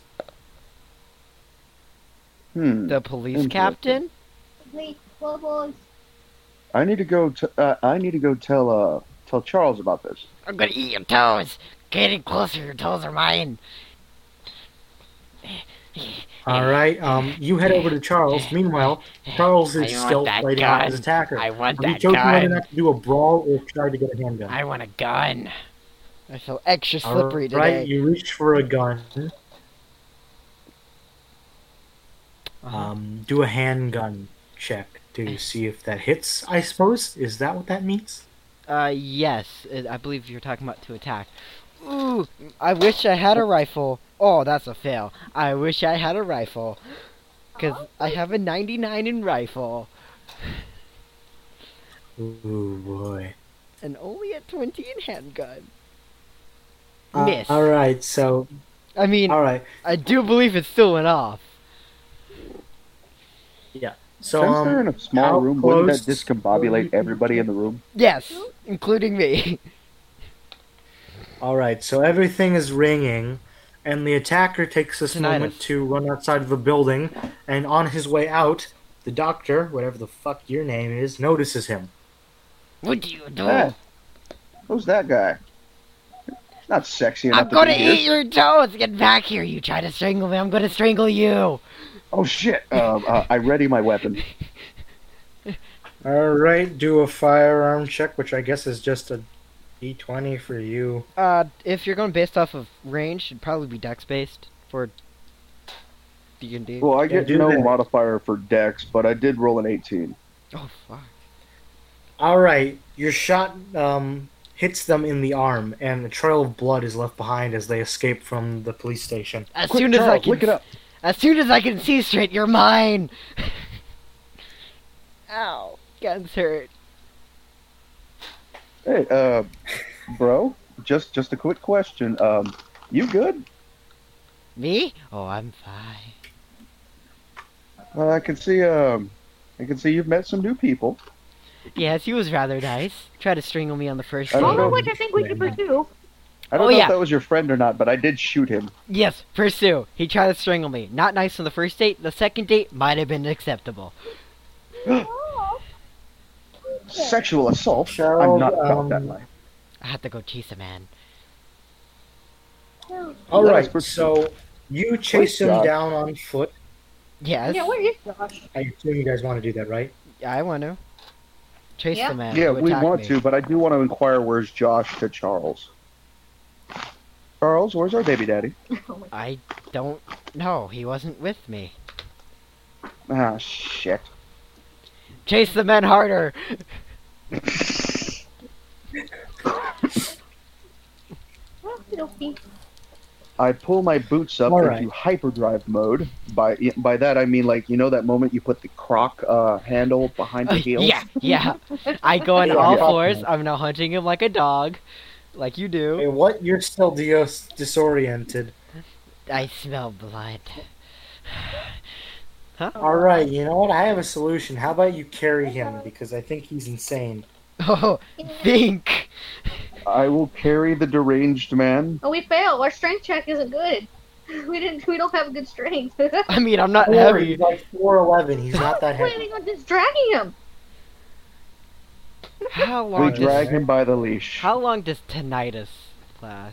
[SPEAKER 5] Hmm.
[SPEAKER 1] The police
[SPEAKER 5] Interesting.
[SPEAKER 1] captain?
[SPEAKER 5] I need to go. T- uh, I need to go tell uh tell Charles about this.
[SPEAKER 1] I'm gonna eat your toes. Getting closer, your toes are mine.
[SPEAKER 2] All right. Um, you head over to Charles. Meanwhile, Charles is
[SPEAKER 1] I want
[SPEAKER 2] still
[SPEAKER 1] that
[SPEAKER 2] fighting
[SPEAKER 1] gun.
[SPEAKER 2] out his attacker.
[SPEAKER 1] I want
[SPEAKER 2] Have you
[SPEAKER 1] that
[SPEAKER 2] chosen whether or
[SPEAKER 1] gun.
[SPEAKER 2] not to do a brawl or try to get a handgun?
[SPEAKER 1] I want a gun. I feel extra
[SPEAKER 2] All
[SPEAKER 1] slippery
[SPEAKER 2] right,
[SPEAKER 1] today.
[SPEAKER 2] you reach for a gun.
[SPEAKER 1] Uh-huh.
[SPEAKER 2] Um, do a handgun check to see if that hits. I suppose is that what that means?
[SPEAKER 1] Uh, yes, uh, I believe you're talking about to attack. Ooh, I wish I had a rifle. Oh, that's a fail. I wish I had a rifle. Because I have a 99 in rifle,
[SPEAKER 2] Ooh boy.
[SPEAKER 1] and only a 20 in handgun.
[SPEAKER 2] Uh,
[SPEAKER 1] Miss.
[SPEAKER 2] all right. So
[SPEAKER 1] I mean,
[SPEAKER 2] all right.
[SPEAKER 1] I do believe it still went off.
[SPEAKER 2] So
[SPEAKER 5] Since they're in
[SPEAKER 2] um,
[SPEAKER 5] a small
[SPEAKER 2] how
[SPEAKER 5] room, wouldn't that
[SPEAKER 2] close-
[SPEAKER 5] discombobulate everybody in the room?
[SPEAKER 1] Yes, including me.
[SPEAKER 2] all right. So everything is ringing, and the attacker takes this
[SPEAKER 1] Tinnitus.
[SPEAKER 2] moment to run outside of the building, and on his way out, the doctor, whatever the fuck your name is, notices him.
[SPEAKER 1] What do you do?
[SPEAKER 5] Hey, who's that guy? Not sexy enough
[SPEAKER 1] I'm gonna
[SPEAKER 5] to be here.
[SPEAKER 1] eat your toes! Get back here! You try to strangle me, I'm gonna strangle you!
[SPEAKER 5] Oh shit! Uh, uh, I ready my weapon.
[SPEAKER 2] All right, do a firearm check, which I guess is just a d20 for you.
[SPEAKER 1] Uh, if you're going based off of range, it'd probably be dex based for D&D.
[SPEAKER 5] Well, I
[SPEAKER 2] Yeah,
[SPEAKER 5] get
[SPEAKER 2] do
[SPEAKER 5] no
[SPEAKER 2] that.
[SPEAKER 5] modifier for Dex, but I did roll an 18.
[SPEAKER 1] Oh fuck.
[SPEAKER 2] All right, your shot um, hits them in the arm, and a trail of blood is left behind as they escape from the police station.
[SPEAKER 1] As
[SPEAKER 5] Quick,
[SPEAKER 1] soon as I
[SPEAKER 5] Charles,
[SPEAKER 1] can
[SPEAKER 5] look it up.
[SPEAKER 1] As soon as I can see straight, you're mine. Ow, guns hurt.
[SPEAKER 5] Hey, uh, bro, just just a quick question. Um, you good?
[SPEAKER 1] Me? Oh, I'm fine.
[SPEAKER 5] Uh, I can see. Um, I can see you've met some new people.
[SPEAKER 1] Yes, he was rather nice. Tried to strangle me on the first
[SPEAKER 5] I don't
[SPEAKER 1] date.
[SPEAKER 5] know.
[SPEAKER 7] Follow what I think we should pursue.
[SPEAKER 5] I don't
[SPEAKER 1] Oh,
[SPEAKER 5] know
[SPEAKER 1] yeah.
[SPEAKER 5] if that was your friend or not, but I did shoot him.
[SPEAKER 1] Yes, pursue. He tried to strangle me. Not nice on the first date. The second date might have been acceptable.
[SPEAKER 5] Sexual assault.
[SPEAKER 2] Charles,
[SPEAKER 5] I'm not about
[SPEAKER 2] um,
[SPEAKER 5] that life.
[SPEAKER 1] I have to go chase a man.
[SPEAKER 2] All
[SPEAKER 5] Nice,
[SPEAKER 2] right,
[SPEAKER 5] but-
[SPEAKER 2] so you chase
[SPEAKER 5] Great
[SPEAKER 2] him
[SPEAKER 5] job.
[SPEAKER 2] down on foot.
[SPEAKER 1] Yes,
[SPEAKER 7] Yeah, where is Josh?
[SPEAKER 2] I assume you guys want to do that, right?
[SPEAKER 1] I want to chase
[SPEAKER 7] Yeah.
[SPEAKER 1] the man.
[SPEAKER 5] Yeah,
[SPEAKER 1] who
[SPEAKER 5] we
[SPEAKER 1] attacked
[SPEAKER 5] want
[SPEAKER 1] me.
[SPEAKER 5] to, but I do want to inquire where's Josh to Charles. Charles, where's our baby daddy?
[SPEAKER 1] I don't know. He wasn't with me.
[SPEAKER 5] Ah, shit.
[SPEAKER 1] Chase the man harder.
[SPEAKER 7] Okey-dokey.
[SPEAKER 5] I pull my boots up
[SPEAKER 2] All
[SPEAKER 5] into
[SPEAKER 2] right.
[SPEAKER 5] hyperdrive mode. By by that I mean like you know that moment you put the croc uh, handle behind your heel.
[SPEAKER 1] Yeah, yeah. I go on
[SPEAKER 5] Yeah.
[SPEAKER 1] all fours. I'm now hunting him like a dog, like you
[SPEAKER 2] Hey,
[SPEAKER 1] do.
[SPEAKER 2] what? You're still dis- disoriented.
[SPEAKER 1] I smell blood.
[SPEAKER 2] All right, you know what? I have a solution. How about you carry him because I think he's insane.
[SPEAKER 1] Oh, think.
[SPEAKER 5] I will carry the deranged man.
[SPEAKER 7] Oh, we failed. Our strength check isn't good. We didn't. We don't have good strength.
[SPEAKER 1] I mean, I'm not
[SPEAKER 2] Four, he's
[SPEAKER 1] heavy.
[SPEAKER 2] like 4'11. He's not that heavy.
[SPEAKER 7] planning on just dragging him.
[SPEAKER 1] How
[SPEAKER 5] We
[SPEAKER 1] long? Does,
[SPEAKER 5] drag him by the leash.
[SPEAKER 1] how long does tinnitus class.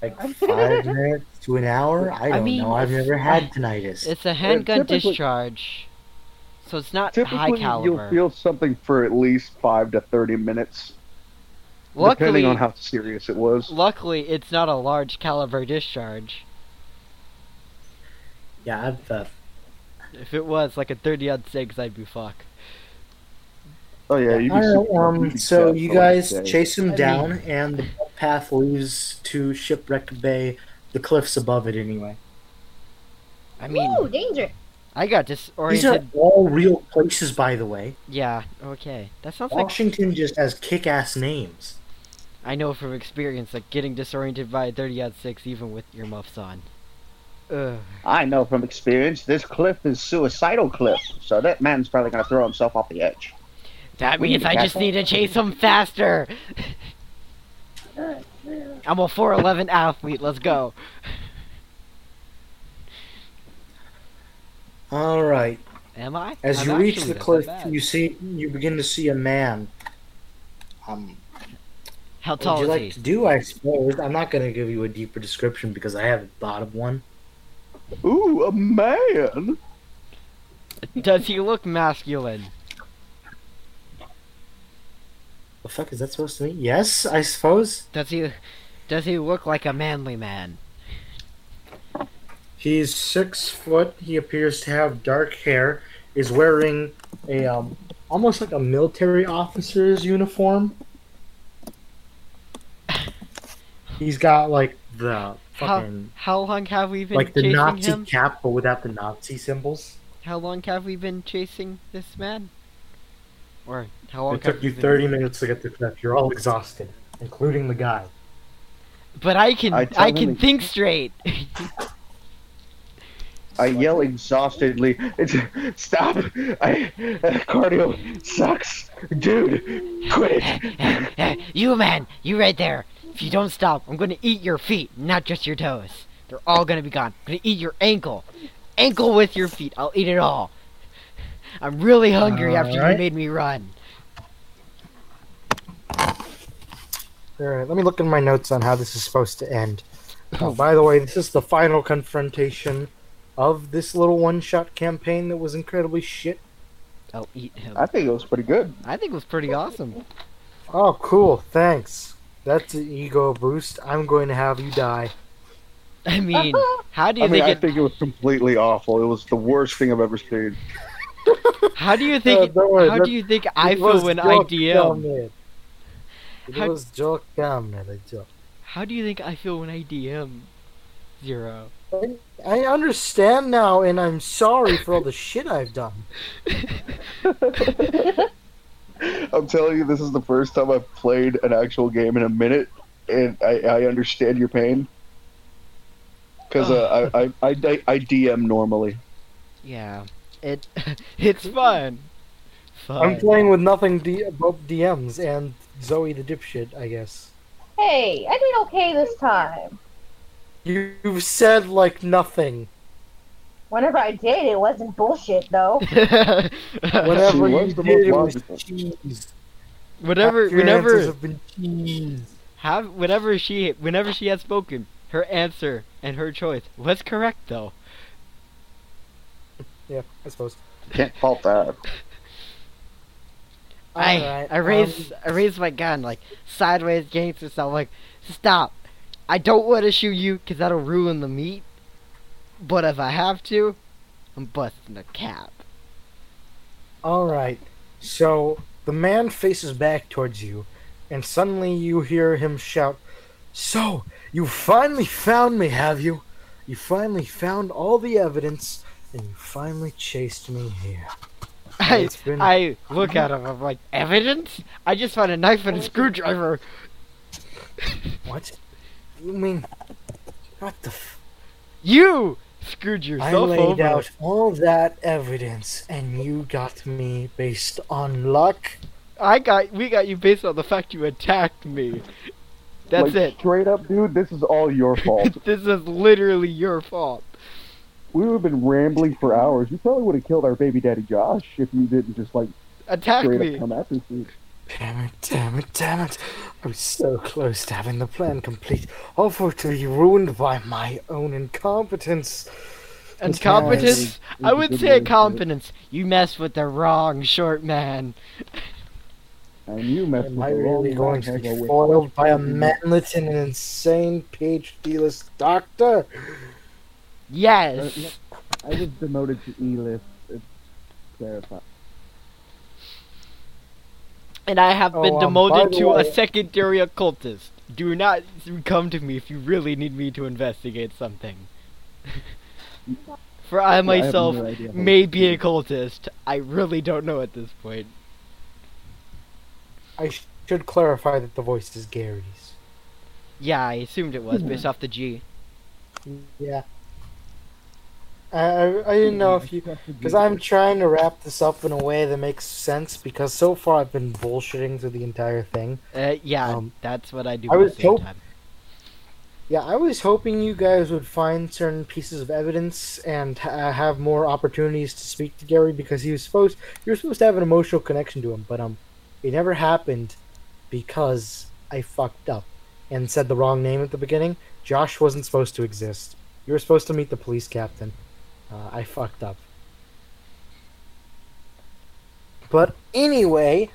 [SPEAKER 2] Like five minutes to an hour? I don't
[SPEAKER 1] mean,
[SPEAKER 2] know. I've never had tinnitus.
[SPEAKER 1] It's a handgun
[SPEAKER 5] typically-
[SPEAKER 1] discharge, so it's not high
[SPEAKER 5] Typically, you'll
[SPEAKER 1] caliber.
[SPEAKER 5] feel something for at least five to thirty minutes,
[SPEAKER 1] luckily,
[SPEAKER 5] depending on how serious it was.
[SPEAKER 1] luckily, it's not a large caliber discharge.
[SPEAKER 2] yeah, I've, uh,
[SPEAKER 1] If it was like a 30 odd six, I'd be fucked.
[SPEAKER 5] Oh yeah, you'd be
[SPEAKER 2] All
[SPEAKER 5] super-
[SPEAKER 2] right,
[SPEAKER 5] you'd
[SPEAKER 2] um,
[SPEAKER 5] be
[SPEAKER 2] so
[SPEAKER 5] dead
[SPEAKER 2] you
[SPEAKER 5] by the
[SPEAKER 2] guys
[SPEAKER 5] day.
[SPEAKER 2] chase him
[SPEAKER 1] I
[SPEAKER 2] down, and the path leads to Shipwreck Bay, the cliffs above it anyway.
[SPEAKER 1] I mean,
[SPEAKER 4] Ooh, danger!
[SPEAKER 1] I got
[SPEAKER 2] These are
[SPEAKER 1] disoriented.
[SPEAKER 2] all real places, by the way.
[SPEAKER 1] Yeah, okay. That sounds like
[SPEAKER 2] Washington just has kick-ass names.
[SPEAKER 1] I know from experience, like getting disoriented by a 30 odd six, even with earmuffs on. Ugh.
[SPEAKER 6] I know from experience this cliff is suicidal cliff, so that man's probably gonna throw himself off the edge.
[SPEAKER 1] That
[SPEAKER 6] We
[SPEAKER 1] means
[SPEAKER 6] need
[SPEAKER 1] I just
[SPEAKER 6] that.
[SPEAKER 1] need to chase him faster. I'm a 4'11 athlete. Let's go.
[SPEAKER 2] All right.
[SPEAKER 1] Am I?
[SPEAKER 2] As
[SPEAKER 1] I'm
[SPEAKER 2] you reach
[SPEAKER 1] actually not
[SPEAKER 2] the
[SPEAKER 1] that
[SPEAKER 2] cliff,
[SPEAKER 1] bad.
[SPEAKER 2] you see you begin to see a man. Um,
[SPEAKER 1] How
[SPEAKER 2] what would
[SPEAKER 1] tall
[SPEAKER 2] you
[SPEAKER 1] is
[SPEAKER 2] like to
[SPEAKER 1] he?
[SPEAKER 2] do? I suppose I'm not going to give you a deeper description because I haven't thought of one.
[SPEAKER 5] Ooh, a man.
[SPEAKER 1] Does he look masculine?
[SPEAKER 2] The fuck is that supposed to mean? Yes, I suppose
[SPEAKER 1] Does he? Does he look like a manly man?
[SPEAKER 2] he's six foot. He appears to have dark hair. Is wearing a um, almost like a military officer's uniform. He's got like the fucking
[SPEAKER 1] How long have we been
[SPEAKER 2] like the
[SPEAKER 1] chasing
[SPEAKER 2] Nazi
[SPEAKER 1] him?
[SPEAKER 2] cap, but without the Nazi symbols.
[SPEAKER 1] How long have we been chasing this man? Or how long?
[SPEAKER 2] It took
[SPEAKER 1] have
[SPEAKER 2] you
[SPEAKER 1] we been-
[SPEAKER 2] 30 minutes to get to cliff. You're all exhausted, including the guy.
[SPEAKER 1] But I can.
[SPEAKER 5] I
[SPEAKER 1] I,
[SPEAKER 5] tell
[SPEAKER 1] can
[SPEAKER 5] him-
[SPEAKER 1] think straight.
[SPEAKER 5] I yell exhaustedly. It's stop. I cardio sucks, dude. Quit it.
[SPEAKER 1] you man, you right there. If you don't stop, I'm gonna eat your feet, not just your toes. They're all gonna be gone. I'm gonna eat your ankle. Ankle with your feet. I'll eat it all. I'm really hungry after you
[SPEAKER 2] Alright.
[SPEAKER 1] made me run.
[SPEAKER 2] All right, let me look in my notes on how this is supposed to end. Oh, by the way, this is the final confrontation of this little one-shot campaign that was incredibly shit.
[SPEAKER 1] I'll eat him.
[SPEAKER 5] I think it was pretty good.
[SPEAKER 1] I think it was pretty awesome.
[SPEAKER 2] Oh, cool. Thanks. That's an ego boost. I'm going to have you die.
[SPEAKER 1] I mean, how do you
[SPEAKER 5] I mean, I
[SPEAKER 1] think?
[SPEAKER 5] think it was completely awful. It was the worst thing I've ever seen.
[SPEAKER 1] it, how do you think?
[SPEAKER 2] Uh, don't worry,
[SPEAKER 1] how
[SPEAKER 2] that-
[SPEAKER 1] do you think I
[SPEAKER 2] It was
[SPEAKER 1] feel when I
[SPEAKER 2] joke
[SPEAKER 1] DM?
[SPEAKER 2] down there. It
[SPEAKER 1] How-
[SPEAKER 2] was joke down there, the joke.
[SPEAKER 1] How do you think I feel when I DM zero?
[SPEAKER 2] I understand now, and I'm sorry for all the shit I've done.
[SPEAKER 5] I'm telling you, this is the first time I've played an actual game in a minute, and I, I understand your pain. Because uh, I, I, I, I DM normally.
[SPEAKER 1] Yeah, it it's fun. Fun.
[SPEAKER 2] I'm playing with nothing D- but DMs and Zoe the dipshit, I guess.
[SPEAKER 7] Hey, I did okay this time.
[SPEAKER 2] You- You've said like nothing.
[SPEAKER 7] Whenever I did, it wasn't bullshit though.
[SPEAKER 2] Whatever
[SPEAKER 5] She
[SPEAKER 2] you
[SPEAKER 5] was the
[SPEAKER 2] did, it
[SPEAKER 5] most
[SPEAKER 2] was
[SPEAKER 5] logical.
[SPEAKER 2] cheese.
[SPEAKER 1] whenever
[SPEAKER 2] Your answers
[SPEAKER 1] whenever
[SPEAKER 2] have been cheese.
[SPEAKER 1] have whenever she whenever she has spoken, her answer and her choice was correct though.
[SPEAKER 2] Yeah, I suppose.
[SPEAKER 5] Can't fault that.
[SPEAKER 1] I
[SPEAKER 2] Alright,
[SPEAKER 1] I raise
[SPEAKER 2] um,
[SPEAKER 1] I raise my gun like sideways gangster style like stop. I don't want to shoot you because that'll ruin the meat. But if I have to, I'm busting a cap.
[SPEAKER 2] All right. So the man faces back towards you, and suddenly you hear him shout, "So you finally found me, have you? You finally found all the evidence, and you finally chased me here."
[SPEAKER 1] I,
[SPEAKER 2] It's been-
[SPEAKER 1] I look at him. I'm like, evidence? I just found a knife and a screwdriver.
[SPEAKER 2] What? You mean? What the? F-
[SPEAKER 1] You screwed
[SPEAKER 2] I
[SPEAKER 1] yourself
[SPEAKER 2] laid
[SPEAKER 1] over.
[SPEAKER 2] out all that evidence, and you got me based on luck.
[SPEAKER 1] I got we got you based on the fact you attacked me. That's
[SPEAKER 5] Like, Straight up, dude, this is all your fault.
[SPEAKER 1] it. This is literally your fault.
[SPEAKER 5] we would have been rambling for hours. You probably would have killed our baby daddy Josh if you didn't just like
[SPEAKER 1] Attack
[SPEAKER 5] straight
[SPEAKER 1] me.
[SPEAKER 5] up come after us. dude.
[SPEAKER 2] Damn it, damn it, damn it. I was so close to having the plan complete, all for it to be ruined by my own incompetence.
[SPEAKER 1] And
[SPEAKER 2] now I
[SPEAKER 1] competence? I would say competence. You mess with the wrong short man.
[SPEAKER 10] And you mess with
[SPEAKER 2] Am I
[SPEAKER 10] the wrong
[SPEAKER 2] really going to
[SPEAKER 10] man,
[SPEAKER 2] be
[SPEAKER 10] Hagar, with-
[SPEAKER 2] foiled by a manlet and an insane PhD-less doctor?
[SPEAKER 10] Uh,
[SPEAKER 1] Yes.
[SPEAKER 10] I was demoted to E list. Clarify.
[SPEAKER 1] And I have been
[SPEAKER 2] Oh, um, by
[SPEAKER 1] demoted
[SPEAKER 2] the
[SPEAKER 1] to
[SPEAKER 2] way-
[SPEAKER 1] a secondary occultist. Do not come to me if you really need me to investigate something. For I
[SPEAKER 10] I have
[SPEAKER 1] myself
[SPEAKER 10] no idea how
[SPEAKER 1] may be a cultist. I really don't know at this point.
[SPEAKER 2] I sh- should clarify that the voice is Gary's.
[SPEAKER 1] Yeah, I assumed it was based off the G.
[SPEAKER 2] Yeah. I, I, I didn't know Oh, if
[SPEAKER 5] Mm-hmm.
[SPEAKER 2] you... Because I'm trying to wrap this up in a way that makes sense, because so far I've been bullshitting through the entire thing.
[SPEAKER 1] Uh, yeah,
[SPEAKER 2] Um,
[SPEAKER 1] that's what I do
[SPEAKER 2] I
[SPEAKER 1] most
[SPEAKER 2] was
[SPEAKER 1] of the
[SPEAKER 2] hope-
[SPEAKER 1] time.
[SPEAKER 2] Yeah, I was hoping you guys would find certain pieces of evidence and ha- have more opportunities to speak to Gary because he was supposed you were supposed to have an emotional connection to him, but um, it never happened because I fucked up and said the wrong name at the beginning. Josh wasn't supposed to exist. You were supposed to meet the police captain. Uh, I fucked up. But anyway,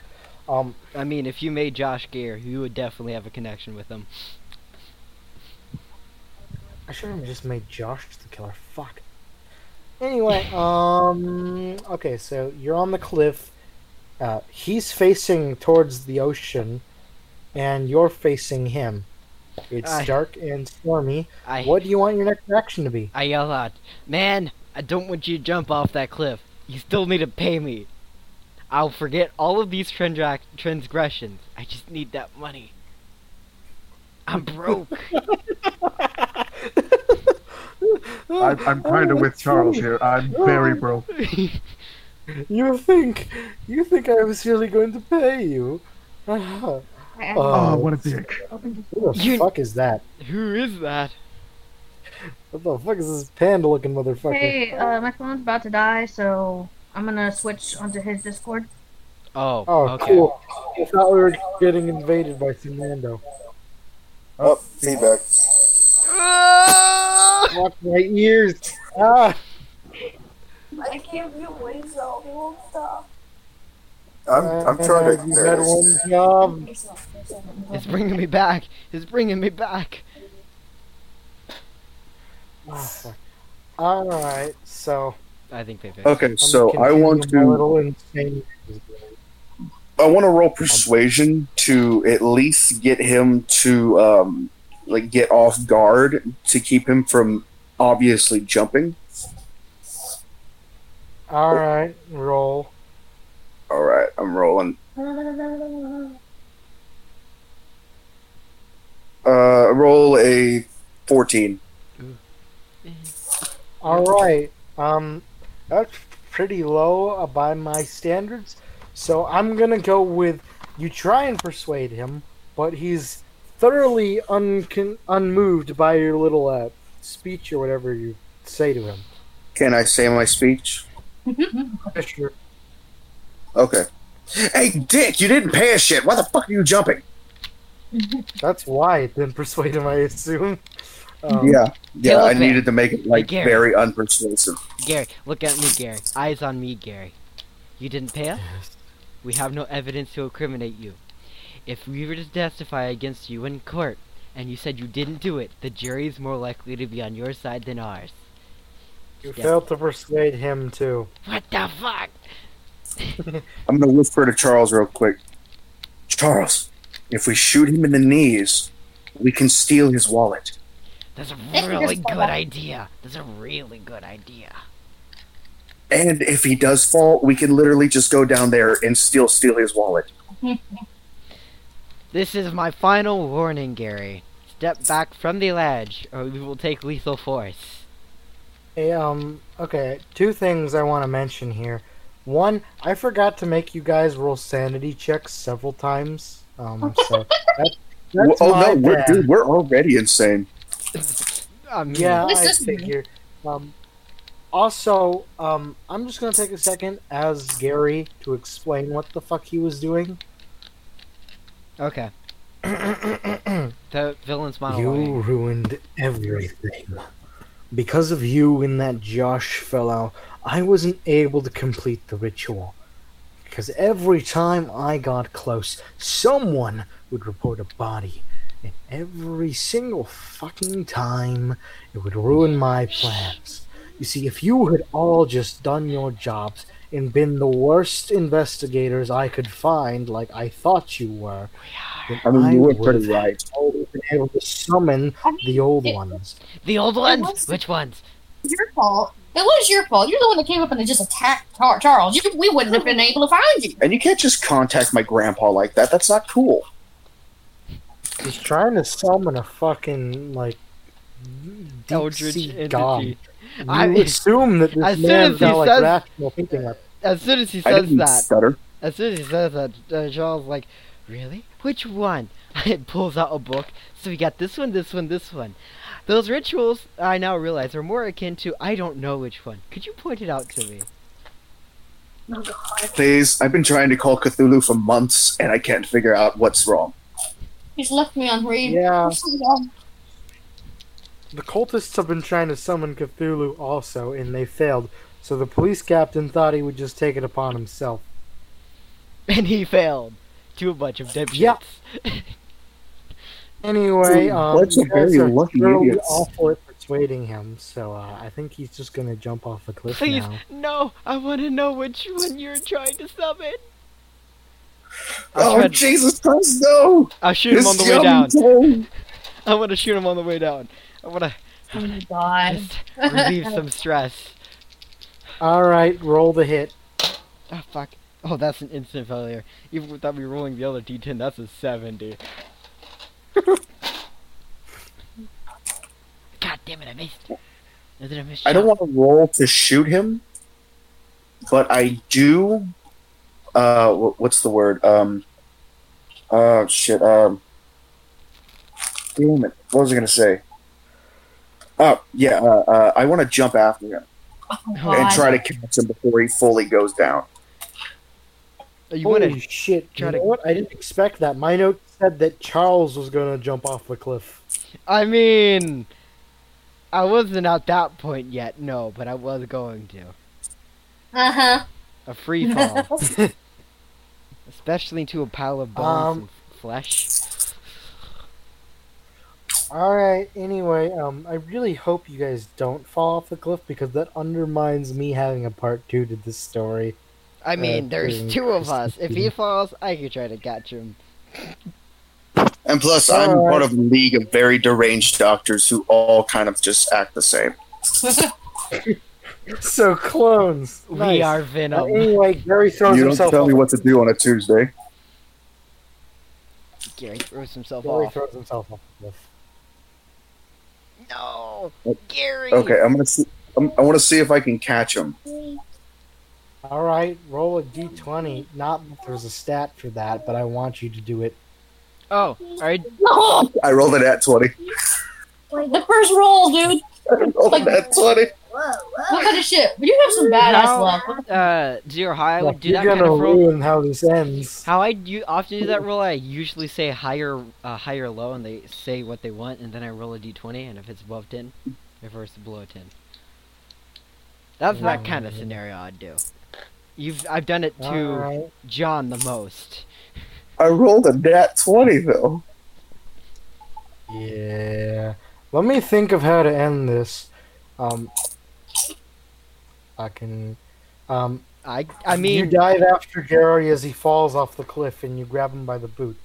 [SPEAKER 2] um,
[SPEAKER 1] I mean, if you made Josh Gare, you would definitely have a connection with him.
[SPEAKER 2] I should have just made Josh the killer. Fuck. Anyway, um, okay, so you're on the cliff. Uh, he's facing towards the ocean, and you're facing him. It's
[SPEAKER 1] I-
[SPEAKER 2] dark and stormy.
[SPEAKER 1] I
[SPEAKER 2] What do you want your next action to be?
[SPEAKER 1] I yell out, "Man, I don't want you to jump off that cliff. You still need to pay me. I'll forget all of these transac transgressions. I just need that money. I'm broke."
[SPEAKER 2] I'm,
[SPEAKER 5] I'm kind of with Charles here. I'm very broke.
[SPEAKER 2] You think you think I was really going to pay you? oh,
[SPEAKER 5] Oh, what a dick.
[SPEAKER 2] who the
[SPEAKER 1] You-
[SPEAKER 2] fuck is that?
[SPEAKER 1] Who is that?
[SPEAKER 2] What the fuck is this panda-looking motherfucker?
[SPEAKER 11] Hey, uh, my phone's about to die, so I'm gonna switch onto his Discord.
[SPEAKER 1] Oh,
[SPEAKER 2] Oh,
[SPEAKER 1] okay.
[SPEAKER 2] cool. I thought we were getting invaded by Fernando.
[SPEAKER 5] Oh, feedback.
[SPEAKER 2] Fuck my ears. Ah,
[SPEAKER 7] I can't be away so it won't stop.
[SPEAKER 5] I'm, I'm trying to.
[SPEAKER 2] Uh, you Ah, had one job.
[SPEAKER 1] It's bringing me back. It's bringing me back.
[SPEAKER 2] Ah, fuck. Alright, so.
[SPEAKER 1] I think they fixed.
[SPEAKER 10] Okay,
[SPEAKER 2] I'm
[SPEAKER 10] so I want
[SPEAKER 2] continuing my
[SPEAKER 10] to.
[SPEAKER 2] little insane-
[SPEAKER 5] I want to
[SPEAKER 2] Um,
[SPEAKER 5] roll persuasion to at least get him to um, like get off guard to keep him from obviously jumping.
[SPEAKER 2] Alright, roll.
[SPEAKER 5] All right, I'm rolling. Uh, roll a fourteen.
[SPEAKER 2] Alright, um, that's pretty low uh, by my standards. So I'm gonna go with you try and persuade him, but he's thoroughly uncon- unmoved by your little uh, speech or whatever you say to him.
[SPEAKER 5] Can I say my speech?
[SPEAKER 2] Sure.
[SPEAKER 5] Okay. Hey, Dick, you didn't pay a shit. Why the fuck are you jumping?
[SPEAKER 2] That's why it didn't persuade him, I assume. Um,
[SPEAKER 5] yeah, yeah.
[SPEAKER 1] Kill
[SPEAKER 5] I
[SPEAKER 1] him.
[SPEAKER 5] needed to make it like
[SPEAKER 1] Gary.
[SPEAKER 5] very unpersuasive.
[SPEAKER 1] Gary, look at me, Gary. Eyes on me, Gary. You didn't pay us? We have no evidence to incriminate you. If we were to testify against you in court, and you said you didn't do it, the jury is more likely to be on your side than ours.
[SPEAKER 2] You
[SPEAKER 1] Yeah.
[SPEAKER 2] failed to persuade him, too.
[SPEAKER 1] What the fuck?
[SPEAKER 5] I'm gonna whisper to Charles real quick. Charles, if we shoot him in the knees, we can steal his wallet.
[SPEAKER 1] That's a
[SPEAKER 11] Thank you,
[SPEAKER 1] really
[SPEAKER 11] Mr.
[SPEAKER 1] good
[SPEAKER 11] Bond.
[SPEAKER 1] idea. That's a really good idea.
[SPEAKER 5] And if he does fall, we can literally just go down there and steal steal his wallet.
[SPEAKER 1] This is my final warning, Gary. Step back from the ledge, or we will take lethal force.
[SPEAKER 2] Hey, um, okay, two things I want to mention here. One, I forgot to make you guys roll sanity checks several times. Um, so that, that's
[SPEAKER 5] oh
[SPEAKER 2] my
[SPEAKER 5] no, we're,
[SPEAKER 2] bad.
[SPEAKER 5] dude, we're already insane.
[SPEAKER 1] I mean,
[SPEAKER 2] Yeah,
[SPEAKER 7] This
[SPEAKER 2] I
[SPEAKER 7] is-
[SPEAKER 2] figure. Um, also, um, I'm just gonna take a second as Gary to explain what the fuck he was doing.
[SPEAKER 1] Okay. the villain's monologue.
[SPEAKER 2] You ruined everything. Because of you and that Josh fellow, I wasn't able to complete the ritual. Because every time I got close, someone would report a body. And every single fucking time, it would ruin my plans. You see, if you had all just done your jobs and been the worst investigators I could find, like I thought you were, then
[SPEAKER 5] I mean, you were
[SPEAKER 2] would
[SPEAKER 5] pretty
[SPEAKER 2] have
[SPEAKER 5] right.
[SPEAKER 2] always been able to summon the old ones.
[SPEAKER 1] The old ones? Which ones?
[SPEAKER 7] your fault. It was your fault. You're the one that came up and just attacked Char- Charles. You, we wouldn't have been able to find you.
[SPEAKER 5] And you can't just contact my grandpa like that. That's not cool.
[SPEAKER 2] He's trying to summon a fucking like deep
[SPEAKER 1] Eldritch
[SPEAKER 2] sea
[SPEAKER 1] entity.
[SPEAKER 2] god. You
[SPEAKER 1] I mean,
[SPEAKER 2] assume that this
[SPEAKER 1] as soon as
[SPEAKER 2] man's
[SPEAKER 1] he
[SPEAKER 2] got like
[SPEAKER 1] says-
[SPEAKER 2] rational thinking. Up.
[SPEAKER 1] As soon as he
[SPEAKER 2] I
[SPEAKER 1] says
[SPEAKER 2] didn't
[SPEAKER 1] that,
[SPEAKER 2] stutter.
[SPEAKER 1] as soon as he says that, uh, Charles like, really? Which one? And pulls out a book. So we got this one, this one, this one. Those rituals, I now realize, are more akin to I don't know which one. Could you point it out to me?
[SPEAKER 5] Please, I've been trying to call Cthulhu for months and I can't figure out what's wrong.
[SPEAKER 7] He's left me on read.
[SPEAKER 2] Yeah. The cultists have been trying to summon Cthulhu also, and they failed. So the police captain thought he would just take it upon himself.
[SPEAKER 1] And he failed to a bunch of dipshits.
[SPEAKER 2] Yeah. Anyway,
[SPEAKER 1] Dude,
[SPEAKER 2] um,
[SPEAKER 1] bunch of
[SPEAKER 2] you
[SPEAKER 1] very
[SPEAKER 2] guys are
[SPEAKER 1] lucky
[SPEAKER 2] really
[SPEAKER 1] idiots.
[SPEAKER 2] awful at persuading him, so uh, I think he's just gonna jump off a cliff
[SPEAKER 1] Please,
[SPEAKER 2] now.
[SPEAKER 1] no! I want to know which one you're trying to summon.
[SPEAKER 5] Oh,
[SPEAKER 1] tried-
[SPEAKER 5] Jesus Christ, no!
[SPEAKER 1] I'll shoot him
[SPEAKER 5] Oh, This
[SPEAKER 1] on the way
[SPEAKER 5] young
[SPEAKER 1] down.
[SPEAKER 5] toad.
[SPEAKER 1] I want to shoot him on the way down. I want to
[SPEAKER 7] Oh my god.
[SPEAKER 1] relieve some stress.
[SPEAKER 2] All right, roll the hit.
[SPEAKER 1] Ah, fuck. Oh, that's an instant failure. Even without me rolling the other d10, that's a 70. God damn it, I missed. Is it a missed
[SPEAKER 5] I don't
[SPEAKER 1] shot?
[SPEAKER 5] want to roll to shoot him, but I do. Uh, wh- what's the word? Um, oh shit. Um, damn it. What was I gonna say? Oh yeah. Uh, uh, I want to jump after him and
[SPEAKER 2] Oh,
[SPEAKER 1] God.
[SPEAKER 5] try to catch him before he fully goes down.
[SPEAKER 1] Oh, You
[SPEAKER 2] Holy
[SPEAKER 1] wanna
[SPEAKER 2] shit!
[SPEAKER 1] try
[SPEAKER 2] you
[SPEAKER 1] to-
[SPEAKER 2] know what? I didn't expect that. My note said that Charles was gonna jump off a cliff.
[SPEAKER 1] I mean, I wasn't at that point yet, no, but I was going to.
[SPEAKER 7] Uh huh.
[SPEAKER 1] A free fall. Especially into a pile of bones
[SPEAKER 2] Um,
[SPEAKER 1] and f- flesh.
[SPEAKER 2] All right. Anyway, um, I really hope you guys don't fall off the cliff because that undermines me having a part two to this story.
[SPEAKER 1] I mean,
[SPEAKER 2] Uh,
[SPEAKER 1] there's
[SPEAKER 2] being
[SPEAKER 1] two of us. If he
[SPEAKER 2] Christine.
[SPEAKER 1] falls, I could try to catch him.
[SPEAKER 5] And plus, I'm
[SPEAKER 1] Alright.
[SPEAKER 5] part of a league of very deranged doctors who all kind of just act the same.
[SPEAKER 2] so clones.
[SPEAKER 1] We
[SPEAKER 2] Nice.
[SPEAKER 1] are
[SPEAKER 2] Uh,
[SPEAKER 1] Venom.
[SPEAKER 2] anyway, Gary throws
[SPEAKER 5] you don't
[SPEAKER 2] himself.
[SPEAKER 5] tell
[SPEAKER 2] off
[SPEAKER 5] me what to do on a Tuesday.
[SPEAKER 1] Gary throws himself
[SPEAKER 2] Gary
[SPEAKER 1] off.
[SPEAKER 2] throws himself off the cliff. Oh.
[SPEAKER 1] No! Gary!
[SPEAKER 5] Okay, I'm gonna see. I'm, I want to see if I can catch him.
[SPEAKER 2] All right, roll a d20. Not that there's a stat for that, but I want you to do it.
[SPEAKER 1] Oh, alright.
[SPEAKER 5] I rolled an at twenty.
[SPEAKER 7] The first roll, dude.
[SPEAKER 5] rolled an at twenty.
[SPEAKER 7] What kind of shit? You have some badass
[SPEAKER 1] How-
[SPEAKER 7] luck.
[SPEAKER 1] Uh, Zero High, I would do
[SPEAKER 2] You're
[SPEAKER 1] that kind
[SPEAKER 2] gonna
[SPEAKER 1] of roll.
[SPEAKER 2] ruin how this ends.
[SPEAKER 1] How I do, often do that roll, I usually say higher, uh, higher, low, and they say what they want, and then I roll a d20, and if it's above 10, if it's below 10. That's that kind of scenario I'd do. You've, I've done it to
[SPEAKER 2] Alright.
[SPEAKER 1] John the most.
[SPEAKER 5] I rolled a nat 20, though.
[SPEAKER 2] Yeah. Let me think of how to end this. Um, I can. Um,
[SPEAKER 1] I I
[SPEAKER 2] you
[SPEAKER 1] mean-
[SPEAKER 2] dive after Gary as he falls off the cliff, and you grab him by the boot.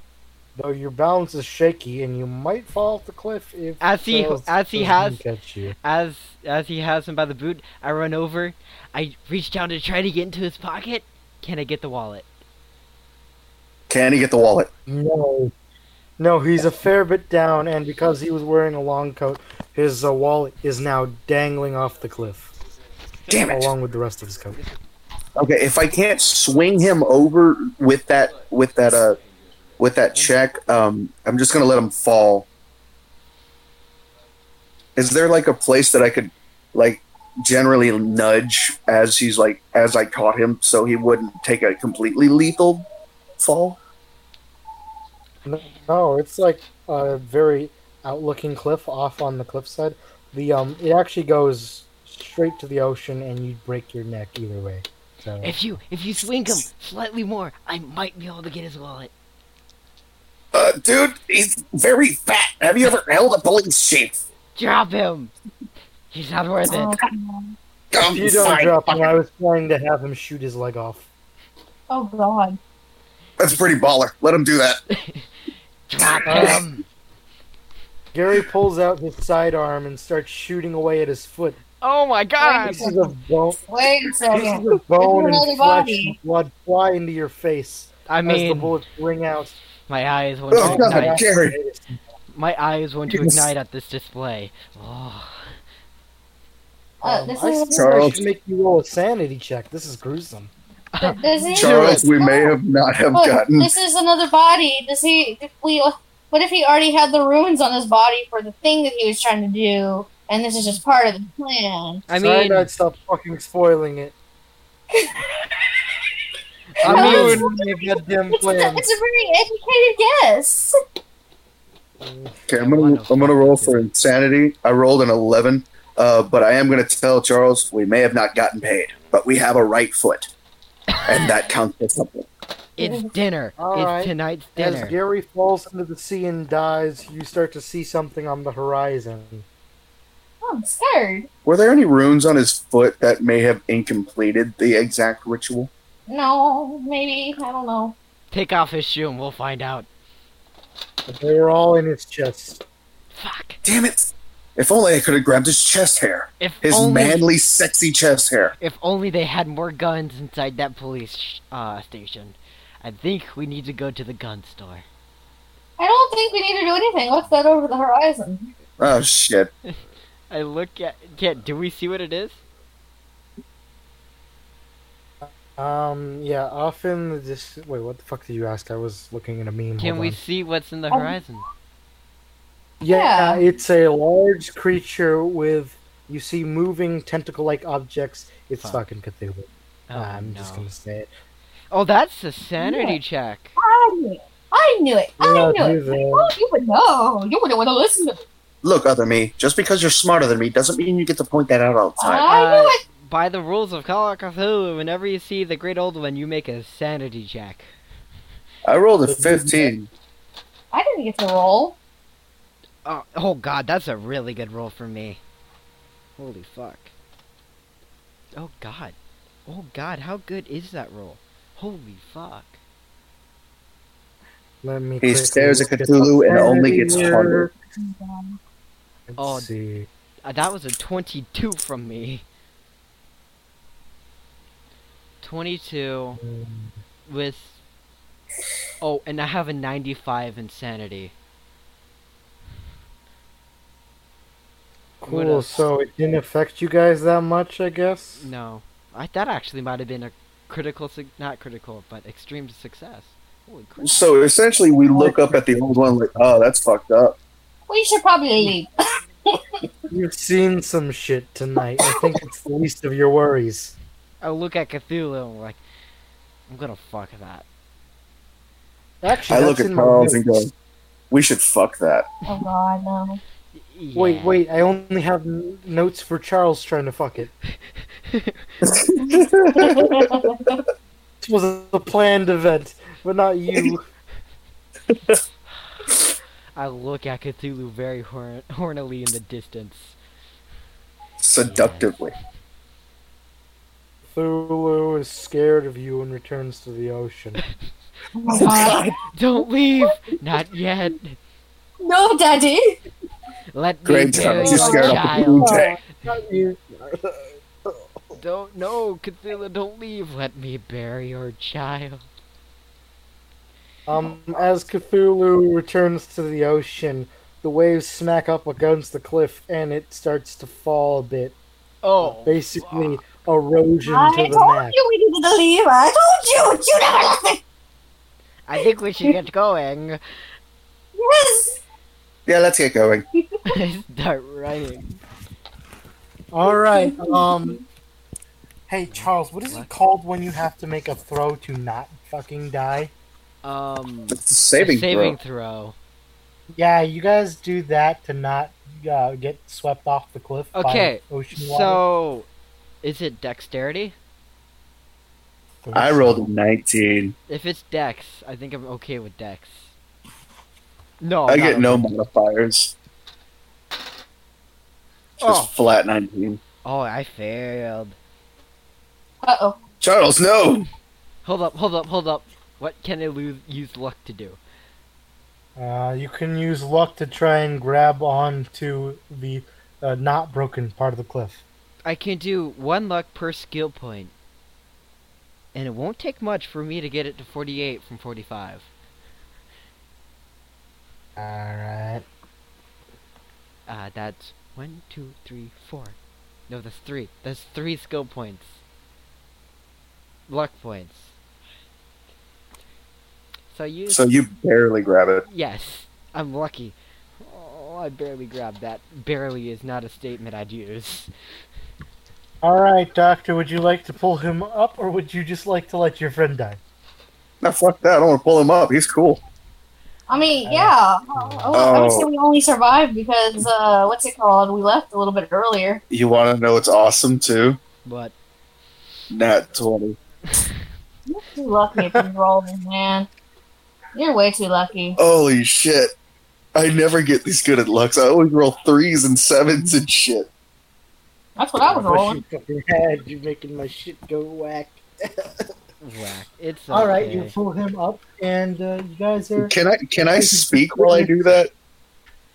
[SPEAKER 2] Though your balance is shaky, and you might fall off the cliff if
[SPEAKER 1] As he-
[SPEAKER 2] Charles
[SPEAKER 1] as he
[SPEAKER 2] doesn't
[SPEAKER 1] has-
[SPEAKER 2] catch you.
[SPEAKER 1] As as he has him by the boot, I run over. I reach down to try to get into his pocket. Can I get the wallet?
[SPEAKER 5] Can he get the wallet?
[SPEAKER 2] No. No, he's a fair bit down, and because he was wearing a long coat, his uh, wallet is now dangling off the cliff.
[SPEAKER 5] Damn it.
[SPEAKER 2] Along with the rest of his coat.
[SPEAKER 5] Okay, if I can't swing him over with that, with that, uh, with that check, um, I'm just gonna let him fall. Is there like a place that I could, like, generally nudge as he's like as I caught him, so he wouldn't take a completely lethal fall?
[SPEAKER 2] No, it's like a very outlooking cliff off on the cliffside. The um, it actually goes straight to the ocean, and you'd break your neck either way. So
[SPEAKER 1] If you if you swing him slightly more, I might be able to get his wallet.
[SPEAKER 5] Uh, dude, he's very fat. Have you ever held a police chief?
[SPEAKER 1] Drop him. He's not worth it.
[SPEAKER 2] if you don't drop him, I was planning to have him shoot his leg off.
[SPEAKER 7] Oh god.
[SPEAKER 5] That's pretty baller. Let him do that.
[SPEAKER 2] Um, Gary pulls out his sidearm and starts shooting away at his foot.
[SPEAKER 1] Oh my god!
[SPEAKER 2] Pieces of bone,
[SPEAKER 7] Wait a
[SPEAKER 2] pieces
[SPEAKER 7] second.
[SPEAKER 2] of bone
[SPEAKER 7] Another
[SPEAKER 2] and flesh
[SPEAKER 7] body.
[SPEAKER 2] and blood fly into your face
[SPEAKER 1] I
[SPEAKER 2] as the
[SPEAKER 1] mean-
[SPEAKER 2] bullets ring out.
[SPEAKER 1] My eyes want
[SPEAKER 2] Oh,
[SPEAKER 1] to
[SPEAKER 2] God,
[SPEAKER 1] ignite.
[SPEAKER 7] Uh,
[SPEAKER 2] Gary.
[SPEAKER 1] My eyes want to
[SPEAKER 2] Yes.
[SPEAKER 1] ignite at this display. Oh.
[SPEAKER 7] Uh,
[SPEAKER 2] Um,
[SPEAKER 7] this
[SPEAKER 2] I
[SPEAKER 7] is
[SPEAKER 2] think I should make you roll a sanity check. This is gruesome.
[SPEAKER 7] Does he-
[SPEAKER 5] Charles, we may have not have
[SPEAKER 7] Look,
[SPEAKER 5] gotten.
[SPEAKER 7] Oh, This is another body. Does he? If we, uh, what if he already had the ruins on his body for the thing that he was trying to do, and this is just part of the plan?
[SPEAKER 1] I
[SPEAKER 2] Sorry
[SPEAKER 1] mean-
[SPEAKER 2] that stop fucking spoiling it.
[SPEAKER 1] I
[SPEAKER 2] I'm
[SPEAKER 1] mean-
[SPEAKER 2] ruining your goddamn
[SPEAKER 7] It's a,
[SPEAKER 2] plan.
[SPEAKER 7] it's a very educated guess.
[SPEAKER 5] Okay, I'm gonna I'm gonna roll for insanity. I rolled an eleven, uh, but I am gonna tell Charles we may have not gotten paid, but we have a right foot, and that counts for something.
[SPEAKER 1] It's dinner.
[SPEAKER 2] Oh. All
[SPEAKER 1] it's
[SPEAKER 2] right.
[SPEAKER 1] tonight's
[SPEAKER 2] As
[SPEAKER 1] dinner.
[SPEAKER 2] Gary falls into the sea and dies, you start to see something on the horizon.
[SPEAKER 7] Oh, I'm scared.
[SPEAKER 5] Were there any runes on his foot that may have incompleted the exact ritual?
[SPEAKER 7] No, maybe I don't know.
[SPEAKER 1] Take off his shoe and we'll find out.
[SPEAKER 2] They were all in his chest.
[SPEAKER 5] Damn it! If only I could have grabbed his chest hair.
[SPEAKER 1] If
[SPEAKER 5] his
[SPEAKER 1] only-
[SPEAKER 5] manly, sexy chest hair.
[SPEAKER 1] If only they had more guns inside that police sh- uh, station. I think we need to go to the gun store.
[SPEAKER 7] I don't think we need to do anything. What's that over the horizon?
[SPEAKER 5] Oh shit!
[SPEAKER 1] I look at. Can't, do we see what it is?
[SPEAKER 2] Um, yeah, often this. Wait, what the fuck did you ask? I was looking at a meme.
[SPEAKER 1] Can
[SPEAKER 2] Hold
[SPEAKER 1] we
[SPEAKER 2] on.
[SPEAKER 1] see what's in the
[SPEAKER 7] Um,
[SPEAKER 1] horizon?
[SPEAKER 2] Yeah, uh, it's a large creature with. You see moving tentacle like objects. It's
[SPEAKER 1] Fuck.
[SPEAKER 2] fucking Cthulhu.
[SPEAKER 1] Oh,
[SPEAKER 2] I'm
[SPEAKER 1] no.
[SPEAKER 2] just gonna say it.
[SPEAKER 1] Oh, that's a sanity check.
[SPEAKER 7] I knew it. I knew it.
[SPEAKER 2] Yeah,
[SPEAKER 7] I knew
[SPEAKER 2] do
[SPEAKER 7] it.
[SPEAKER 2] that.
[SPEAKER 7] Oh, you would know. You wouldn't want to listen to.
[SPEAKER 5] Look, other me. Just because you're smarter than me doesn't mean you get to point that out all the time.
[SPEAKER 1] Uh, by the rules of Call of Cthulhu, whenever you see the Great Old One, you make a sanity check.
[SPEAKER 5] I rolled a fifteen.
[SPEAKER 7] I didn't get to roll.
[SPEAKER 1] Oh, oh god, that's a really good roll for me. Holy fuck. Oh god. Oh god, how good is that roll? Holy fuck.
[SPEAKER 2] Let me.
[SPEAKER 5] He
[SPEAKER 2] quickly
[SPEAKER 5] stares at
[SPEAKER 2] look
[SPEAKER 5] Cthulhu and only gets
[SPEAKER 2] here.
[SPEAKER 5] harder.
[SPEAKER 2] Let's
[SPEAKER 1] Oh.
[SPEAKER 2] see.
[SPEAKER 1] Uh, that was a 22 from me. 22 with. Oh, and I have a 95 insanity. What
[SPEAKER 2] Cool.
[SPEAKER 1] else?
[SPEAKER 2] So it didn't affect you guys that much, I guess.
[SPEAKER 1] No. I, that actually might have been a critical, suc not critical, but extreme success. Holy crap.
[SPEAKER 5] So essentially, we look up at the old one like, "Oh, that's fucked up."
[SPEAKER 7] We should probably leave.
[SPEAKER 2] You've seen some shit tonight. I think it's the least of your worries.
[SPEAKER 1] I look at Cthulhu and I'm like, I'm gonna fuck that.
[SPEAKER 2] Actually,
[SPEAKER 5] I
[SPEAKER 2] that's
[SPEAKER 5] look at
[SPEAKER 2] in my
[SPEAKER 5] Charles and go,
[SPEAKER 2] notes.
[SPEAKER 5] "We should fuck that."
[SPEAKER 7] Oh god, no.
[SPEAKER 2] Wait, wait. I only have n- notes for Charles trying to fuck it. This was a planned event, but not you.
[SPEAKER 1] I look at Cthulhu very horn- hornily in the distance.
[SPEAKER 5] Seductively.
[SPEAKER 2] Thulu is scared of you and returns to the ocean.
[SPEAKER 1] God, don't leave! Not yet.
[SPEAKER 7] No, daddy.
[SPEAKER 1] Let me
[SPEAKER 5] Great,
[SPEAKER 1] bury
[SPEAKER 5] Charles,
[SPEAKER 1] your
[SPEAKER 5] you scared off the
[SPEAKER 1] child.
[SPEAKER 5] blue day.
[SPEAKER 1] Don't no, Cthulhu, don't leave. Let me bury your child.
[SPEAKER 2] Um, as Cthulhu returns to the ocean, the waves smack up against the cliff and it starts to fall a bit.
[SPEAKER 1] Oh,
[SPEAKER 2] basically erosion
[SPEAKER 7] I
[SPEAKER 2] to
[SPEAKER 7] told
[SPEAKER 2] the neck.
[SPEAKER 7] you we needed to leave. I told you. You never listened.
[SPEAKER 1] I think we should get going.
[SPEAKER 7] Yes.
[SPEAKER 5] Yeah, let's get going.
[SPEAKER 1] Start running.
[SPEAKER 2] All right. Um. Hey Charles, what is it called when you have to make a throw to not fucking die?
[SPEAKER 1] Um,
[SPEAKER 12] It's a saving
[SPEAKER 1] throw.
[SPEAKER 2] Yeah, you guys do that to not uh, get swept off the cliff
[SPEAKER 1] Okay,
[SPEAKER 2] by ocean water.
[SPEAKER 1] so is it dexterity?
[SPEAKER 12] I rolled a 19.
[SPEAKER 1] If it's dex, I think I'm okay with dex. No,
[SPEAKER 12] I
[SPEAKER 1] I'm
[SPEAKER 12] get
[SPEAKER 1] not
[SPEAKER 12] no
[SPEAKER 1] okay.
[SPEAKER 12] modifiers. Just
[SPEAKER 1] Oh.
[SPEAKER 12] flat 19.
[SPEAKER 1] Oh, I failed.
[SPEAKER 7] Uh oh.
[SPEAKER 12] Charles, no!
[SPEAKER 1] Hold up, hold up, hold up. What can I lose, use luck to do?
[SPEAKER 2] Uh, you can use luck to try and grab on to the uh, not broken part of the cliff.
[SPEAKER 1] I can do one luck per skill point, and it won't take much for me to get it to 48 from 45.
[SPEAKER 2] All right.
[SPEAKER 1] Uh, that's one, two, three, four. No, that's three. That's three skill points. Luck points. So you.
[SPEAKER 12] So you barely grab it.
[SPEAKER 1] Yes, I'm lucky. Oh, I barely grabbed that. Barely is not a statement I'd use.
[SPEAKER 2] All right, Doctor, would you like to pull him up or would you just like to let your friend die?
[SPEAKER 12] No, fuck that. I don't want to pull him up. He's cool.
[SPEAKER 7] I mean, yeah. Oh, I would say we only survived because uh, what's it called? We left a little bit earlier.
[SPEAKER 12] You want to know what's awesome, too?
[SPEAKER 1] What?
[SPEAKER 12] Nat 20.
[SPEAKER 7] You're too lucky if you're rolling, man. You're way too lucky.
[SPEAKER 12] Holy shit. I never get these good at lucks. I always roll threes and sevens and shit.
[SPEAKER 7] That's what I was rolling.
[SPEAKER 2] You're making my shit go whack.
[SPEAKER 1] Whack. It's
[SPEAKER 2] All right, you
[SPEAKER 1] okay.
[SPEAKER 2] pull him up, and uh, you guys are.
[SPEAKER 12] Can I can I speak while I do that?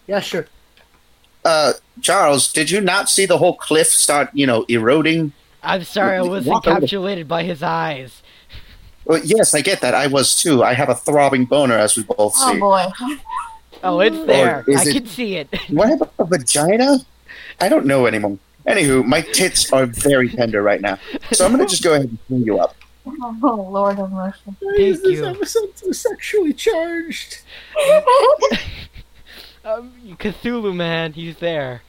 [SPEAKER 2] Yeah, sure.
[SPEAKER 5] Uh, Charles, did you not see the whole cliff start, you know, eroding?
[SPEAKER 1] I'm sorry I
[SPEAKER 5] Walk
[SPEAKER 1] was not
[SPEAKER 5] over.
[SPEAKER 1] encapsulated by his eyes.
[SPEAKER 5] Well, yes, I get that. I was too. I have a throbbing boner, as we both
[SPEAKER 1] Oh,
[SPEAKER 5] see.
[SPEAKER 1] boy. Oh, it's there.
[SPEAKER 5] is
[SPEAKER 1] I
[SPEAKER 5] it-
[SPEAKER 1] can see it.
[SPEAKER 5] Do I have a vagina? I don't know anymore. Anywho, my tits are very tender right now, so I'm gonna just go ahead and clean you up.
[SPEAKER 7] Oh, Lord of mercy.
[SPEAKER 1] Thank you.
[SPEAKER 2] episode so sexually charged?
[SPEAKER 1] Um, Cthulhu man, he's there.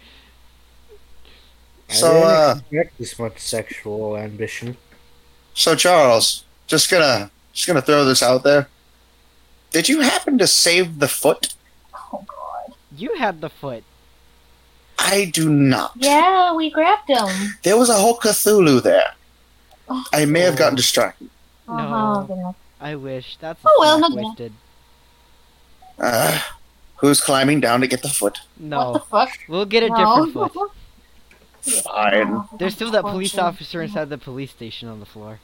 [SPEAKER 12] So, uh,
[SPEAKER 13] expect this much sexual ambition.
[SPEAKER 5] So Charles, just gonna just gonna throw this out there. Did you happen to save the foot?
[SPEAKER 1] You had the foot.
[SPEAKER 5] I do not.
[SPEAKER 7] Yeah, we grabbed him.
[SPEAKER 5] There was a whole Cthulhu there. I may have gotten distracted.
[SPEAKER 7] Oh, goodness.
[SPEAKER 1] I wish. That's
[SPEAKER 7] Oh, well,
[SPEAKER 1] not
[SPEAKER 7] not bad.
[SPEAKER 1] wasted.
[SPEAKER 5] Uh, who's climbing down to get the foot?
[SPEAKER 1] No.
[SPEAKER 7] the fuck?
[SPEAKER 1] We'll get a
[SPEAKER 7] No.
[SPEAKER 1] different foot.
[SPEAKER 5] Fine.
[SPEAKER 1] There's still that police officer inside the police station on the floor.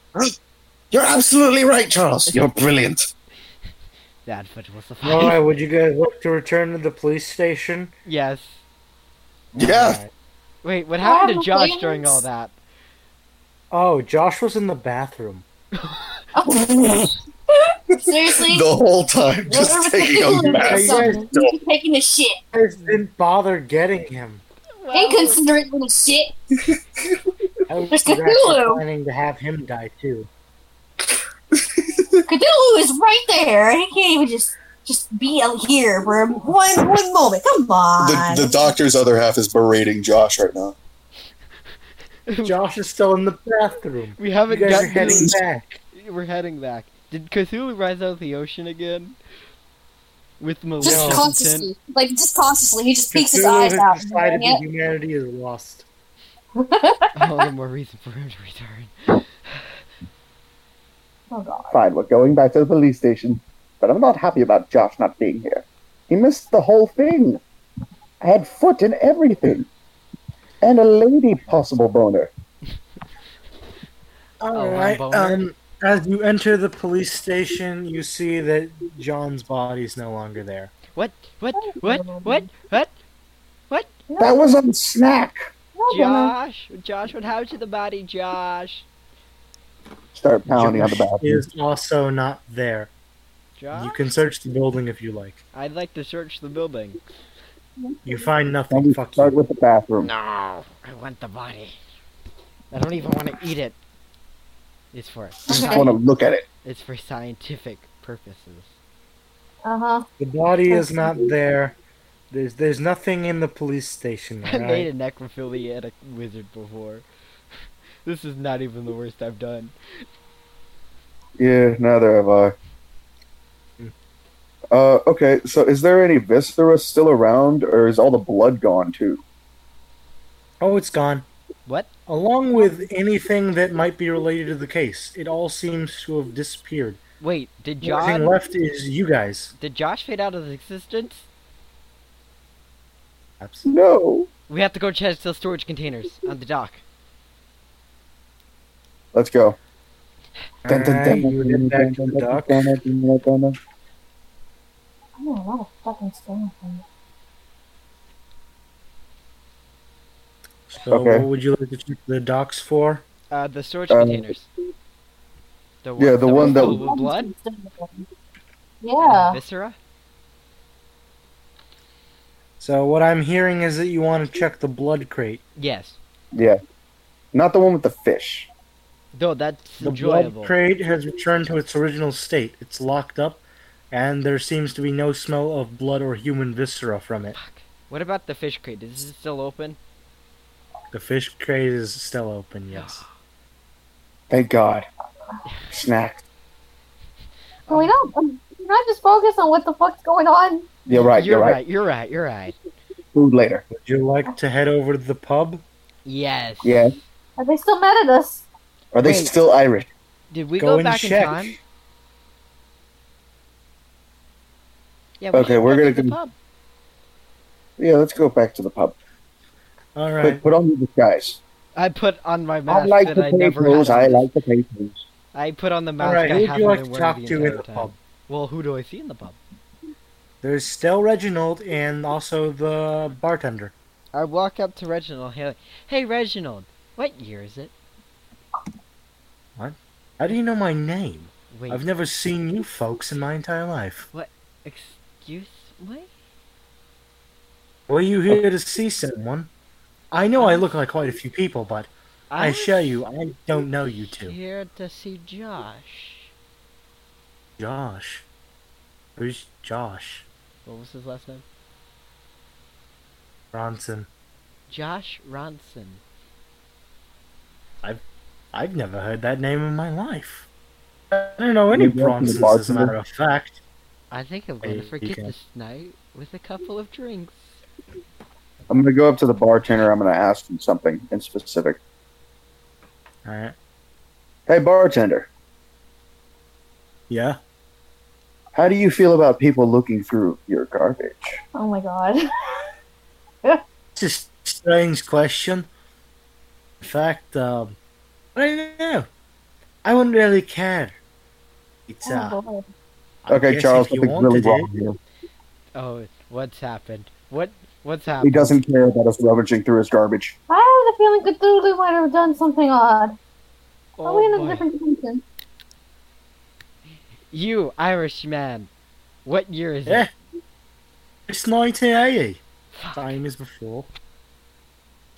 [SPEAKER 5] You're absolutely right, Charles. You're brilliant.
[SPEAKER 1] That foot will suffice.
[SPEAKER 13] All right, would you guys look to return to the police station?
[SPEAKER 1] Yes.
[SPEAKER 5] Yeah.
[SPEAKER 1] Wait, what
[SPEAKER 13] I have
[SPEAKER 1] happened to
[SPEAKER 13] a
[SPEAKER 1] Josh
[SPEAKER 13] plan.
[SPEAKER 1] during all that?
[SPEAKER 13] Oh, Josh was in the bathroom.
[SPEAKER 7] Oh. Seriously?
[SPEAKER 13] The whole time,
[SPEAKER 7] just Whatever taking a the- massive
[SPEAKER 13] You
[SPEAKER 7] He's taking a shit.
[SPEAKER 13] guys didn't bother getting him.
[SPEAKER 7] Inconsiderate little shit.
[SPEAKER 2] I was
[SPEAKER 7] There's
[SPEAKER 2] actually
[SPEAKER 7] Cthulhu.
[SPEAKER 2] planning to have him die too.
[SPEAKER 7] Cthulhu is right there. He can't even just just be out here for one one moment. Come on.
[SPEAKER 12] The, the doctor's other half is berating Josh right now.
[SPEAKER 2] Josh is still in the bathroom.
[SPEAKER 1] We haven't
[SPEAKER 2] you guys
[SPEAKER 1] gotten
[SPEAKER 2] are heading
[SPEAKER 1] to-
[SPEAKER 2] back.
[SPEAKER 1] We're heading back. Did Cthulhu rise out of the ocean again? With malicious
[SPEAKER 7] just
[SPEAKER 1] intent?
[SPEAKER 7] consciously, like just consciously, he just peeks his
[SPEAKER 2] Cthulhu
[SPEAKER 7] eyes
[SPEAKER 2] has
[SPEAKER 7] out.
[SPEAKER 2] decided
[SPEAKER 7] Yeah.
[SPEAKER 2] that humanity is lost.
[SPEAKER 1] All the more reason for him to return.
[SPEAKER 7] Oh god.
[SPEAKER 6] Fine, we're going back to the police station. But I'm not happy about Josh not being here. He missed the whole thing. I had foot in everything. And a lady possible boner.
[SPEAKER 1] Oh,
[SPEAKER 2] All
[SPEAKER 1] one
[SPEAKER 2] right.
[SPEAKER 1] boner.
[SPEAKER 2] Um, as you enter the police station, you see that John's body's no longer there.
[SPEAKER 1] What? What? What? What? What? What?
[SPEAKER 6] That was on snack.
[SPEAKER 1] Josh? Josh, what happened to the body, Josh?
[SPEAKER 6] Start pounding on the
[SPEAKER 2] Josh
[SPEAKER 6] bathroom.
[SPEAKER 2] is also not there.
[SPEAKER 1] Josh?
[SPEAKER 2] You can search the building if you like.
[SPEAKER 1] I'd like to search the building.
[SPEAKER 2] You find nothing.
[SPEAKER 6] And we start with the bathroom.
[SPEAKER 1] No, I want the body. I don't even want to eat it. It's for
[SPEAKER 6] Just want to look at it.
[SPEAKER 1] it's for scientific purposes.
[SPEAKER 7] Uh huh.
[SPEAKER 2] The body is not there. There's there's nothing in the police station.
[SPEAKER 1] I made
[SPEAKER 2] Right?
[SPEAKER 1] a necrophiliac wizard before. This is not even the worst I've done.
[SPEAKER 6] Yeah, neither have I.
[SPEAKER 2] Hmm.
[SPEAKER 5] Uh, okay, so is there any viscera still around, or is all the blood gone too?
[SPEAKER 2] Oh, it's gone.
[SPEAKER 1] What?
[SPEAKER 2] Along with anything that might be related to the case, it all seems to have disappeared.
[SPEAKER 1] Wait, did
[SPEAKER 2] The only
[SPEAKER 1] Josh?
[SPEAKER 2] thing left is you guys.
[SPEAKER 1] Did Josh fade out of existence?
[SPEAKER 5] No.
[SPEAKER 1] We have to go check the storage containers on the dock.
[SPEAKER 5] Let's go. Dun, dun,
[SPEAKER 2] Alright,
[SPEAKER 5] dun,
[SPEAKER 2] you head back to the dock.
[SPEAKER 5] dun, dun, dun, dun, dun, dun.
[SPEAKER 14] I'm in a lot of fucking stamina.
[SPEAKER 2] So
[SPEAKER 5] Okay.
[SPEAKER 2] what would you like to check the docks for?
[SPEAKER 1] Uh, the storage
[SPEAKER 2] Um,
[SPEAKER 1] containers. The
[SPEAKER 2] yeah, the one
[SPEAKER 1] was
[SPEAKER 2] that-
[SPEAKER 1] filled with blood.
[SPEAKER 7] Yeah.
[SPEAKER 1] Viscera.
[SPEAKER 2] So what I'm hearing is that you want to check the blood crate.
[SPEAKER 1] Yes.
[SPEAKER 5] Yeah. Not the one with the fish.
[SPEAKER 1] Though that's
[SPEAKER 2] The
[SPEAKER 1] enjoyable.
[SPEAKER 2] blood crate has returned to its original state. It's locked up, and there seems to be no smell of blood or human viscera from it.
[SPEAKER 1] What about the fish crate? Is it still open?
[SPEAKER 2] The fish crate is still open, yes.
[SPEAKER 5] Thank God. Snack.
[SPEAKER 7] Can we not? Can I just focus on what the fuck's going on?
[SPEAKER 5] You're right,
[SPEAKER 1] You're
[SPEAKER 5] you're right.
[SPEAKER 1] right. You're right. You're right.
[SPEAKER 5] Food later.
[SPEAKER 2] Would you like to head over to the pub?
[SPEAKER 1] Yes.
[SPEAKER 5] Yeah.
[SPEAKER 7] Are they still mad at us?
[SPEAKER 5] Are they
[SPEAKER 1] Wait.
[SPEAKER 5] still Irish?
[SPEAKER 1] Did we
[SPEAKER 2] Go
[SPEAKER 1] go,
[SPEAKER 2] and
[SPEAKER 1] back
[SPEAKER 2] check.
[SPEAKER 1] in time? Yeah.
[SPEAKER 5] Okay,
[SPEAKER 1] should
[SPEAKER 5] we're
[SPEAKER 1] go
[SPEAKER 5] gonna
[SPEAKER 1] to the
[SPEAKER 5] con-
[SPEAKER 1] pub.
[SPEAKER 5] Yeah, let's go back to the pub.
[SPEAKER 2] All
[SPEAKER 5] Quick, put on your disguise.
[SPEAKER 1] I put on my
[SPEAKER 5] I
[SPEAKER 1] mask
[SPEAKER 5] like
[SPEAKER 1] that I
[SPEAKER 5] the
[SPEAKER 1] never had.
[SPEAKER 5] potatoes. I like the potatoes.
[SPEAKER 1] I put on the mask
[SPEAKER 2] Alright,
[SPEAKER 1] I
[SPEAKER 2] who would you
[SPEAKER 1] haven't
[SPEAKER 2] like
[SPEAKER 1] been
[SPEAKER 2] to
[SPEAKER 1] wearing
[SPEAKER 2] talk
[SPEAKER 1] the
[SPEAKER 2] to in
[SPEAKER 1] entire
[SPEAKER 2] the
[SPEAKER 1] time.
[SPEAKER 2] pub?
[SPEAKER 1] Well, who do I see in the pub?
[SPEAKER 2] There's still Reginald and also the bartender.
[SPEAKER 1] I walk up to Reginald. Hey, like, hey Reginald, what year is it?
[SPEAKER 2] How do you know my name?
[SPEAKER 1] Wait.
[SPEAKER 2] I've never seen you folks in my entire life.
[SPEAKER 1] What? Excuse me?
[SPEAKER 2] Were you here to see someone? I know I look like quite a few people, but I
[SPEAKER 1] was
[SPEAKER 2] assure you, I don't know you two.
[SPEAKER 1] Here to see Josh.
[SPEAKER 2] Josh. Who's Josh?
[SPEAKER 1] What was his last name?
[SPEAKER 2] Bronson.
[SPEAKER 1] Josh Ronson.
[SPEAKER 2] I've I've never heard that name in my life. I don't know any
[SPEAKER 5] You welcome the
[SPEAKER 2] Bronsons, as a
[SPEAKER 5] bartender?
[SPEAKER 2] matter of fact.
[SPEAKER 1] I think I'm going
[SPEAKER 2] Hey,
[SPEAKER 1] to
[SPEAKER 2] you
[SPEAKER 1] forget
[SPEAKER 2] can-
[SPEAKER 1] this night with a couple of drinks.
[SPEAKER 5] I'm gonna go up to the bartender. I'm gonna ask him something in specific.
[SPEAKER 2] Alright.
[SPEAKER 5] Hey, bartender,
[SPEAKER 2] Yeah.
[SPEAKER 5] how do you feel about people looking through your garbage?
[SPEAKER 7] Oh my god.
[SPEAKER 2] It's a strange question. In fact, um, I don't know. I wouldn't really care. It's uh,
[SPEAKER 7] Oh, boy.
[SPEAKER 2] I
[SPEAKER 5] okay,
[SPEAKER 2] guess
[SPEAKER 5] Charles,
[SPEAKER 2] if you
[SPEAKER 5] something's really
[SPEAKER 2] wanted
[SPEAKER 5] wrong
[SPEAKER 2] it-
[SPEAKER 5] here.
[SPEAKER 1] Oh, what's happened? What? What's happened?
[SPEAKER 5] He doesn't care about us rummaging through his garbage.
[SPEAKER 7] I have the feeling Cthulhu might have done something odd. Are Oh, we in a
[SPEAKER 1] Oh, boy.
[SPEAKER 7] different dimension?
[SPEAKER 1] You Irishman. What year is
[SPEAKER 2] Yeah.
[SPEAKER 1] it?
[SPEAKER 2] It's 1980. Same as before.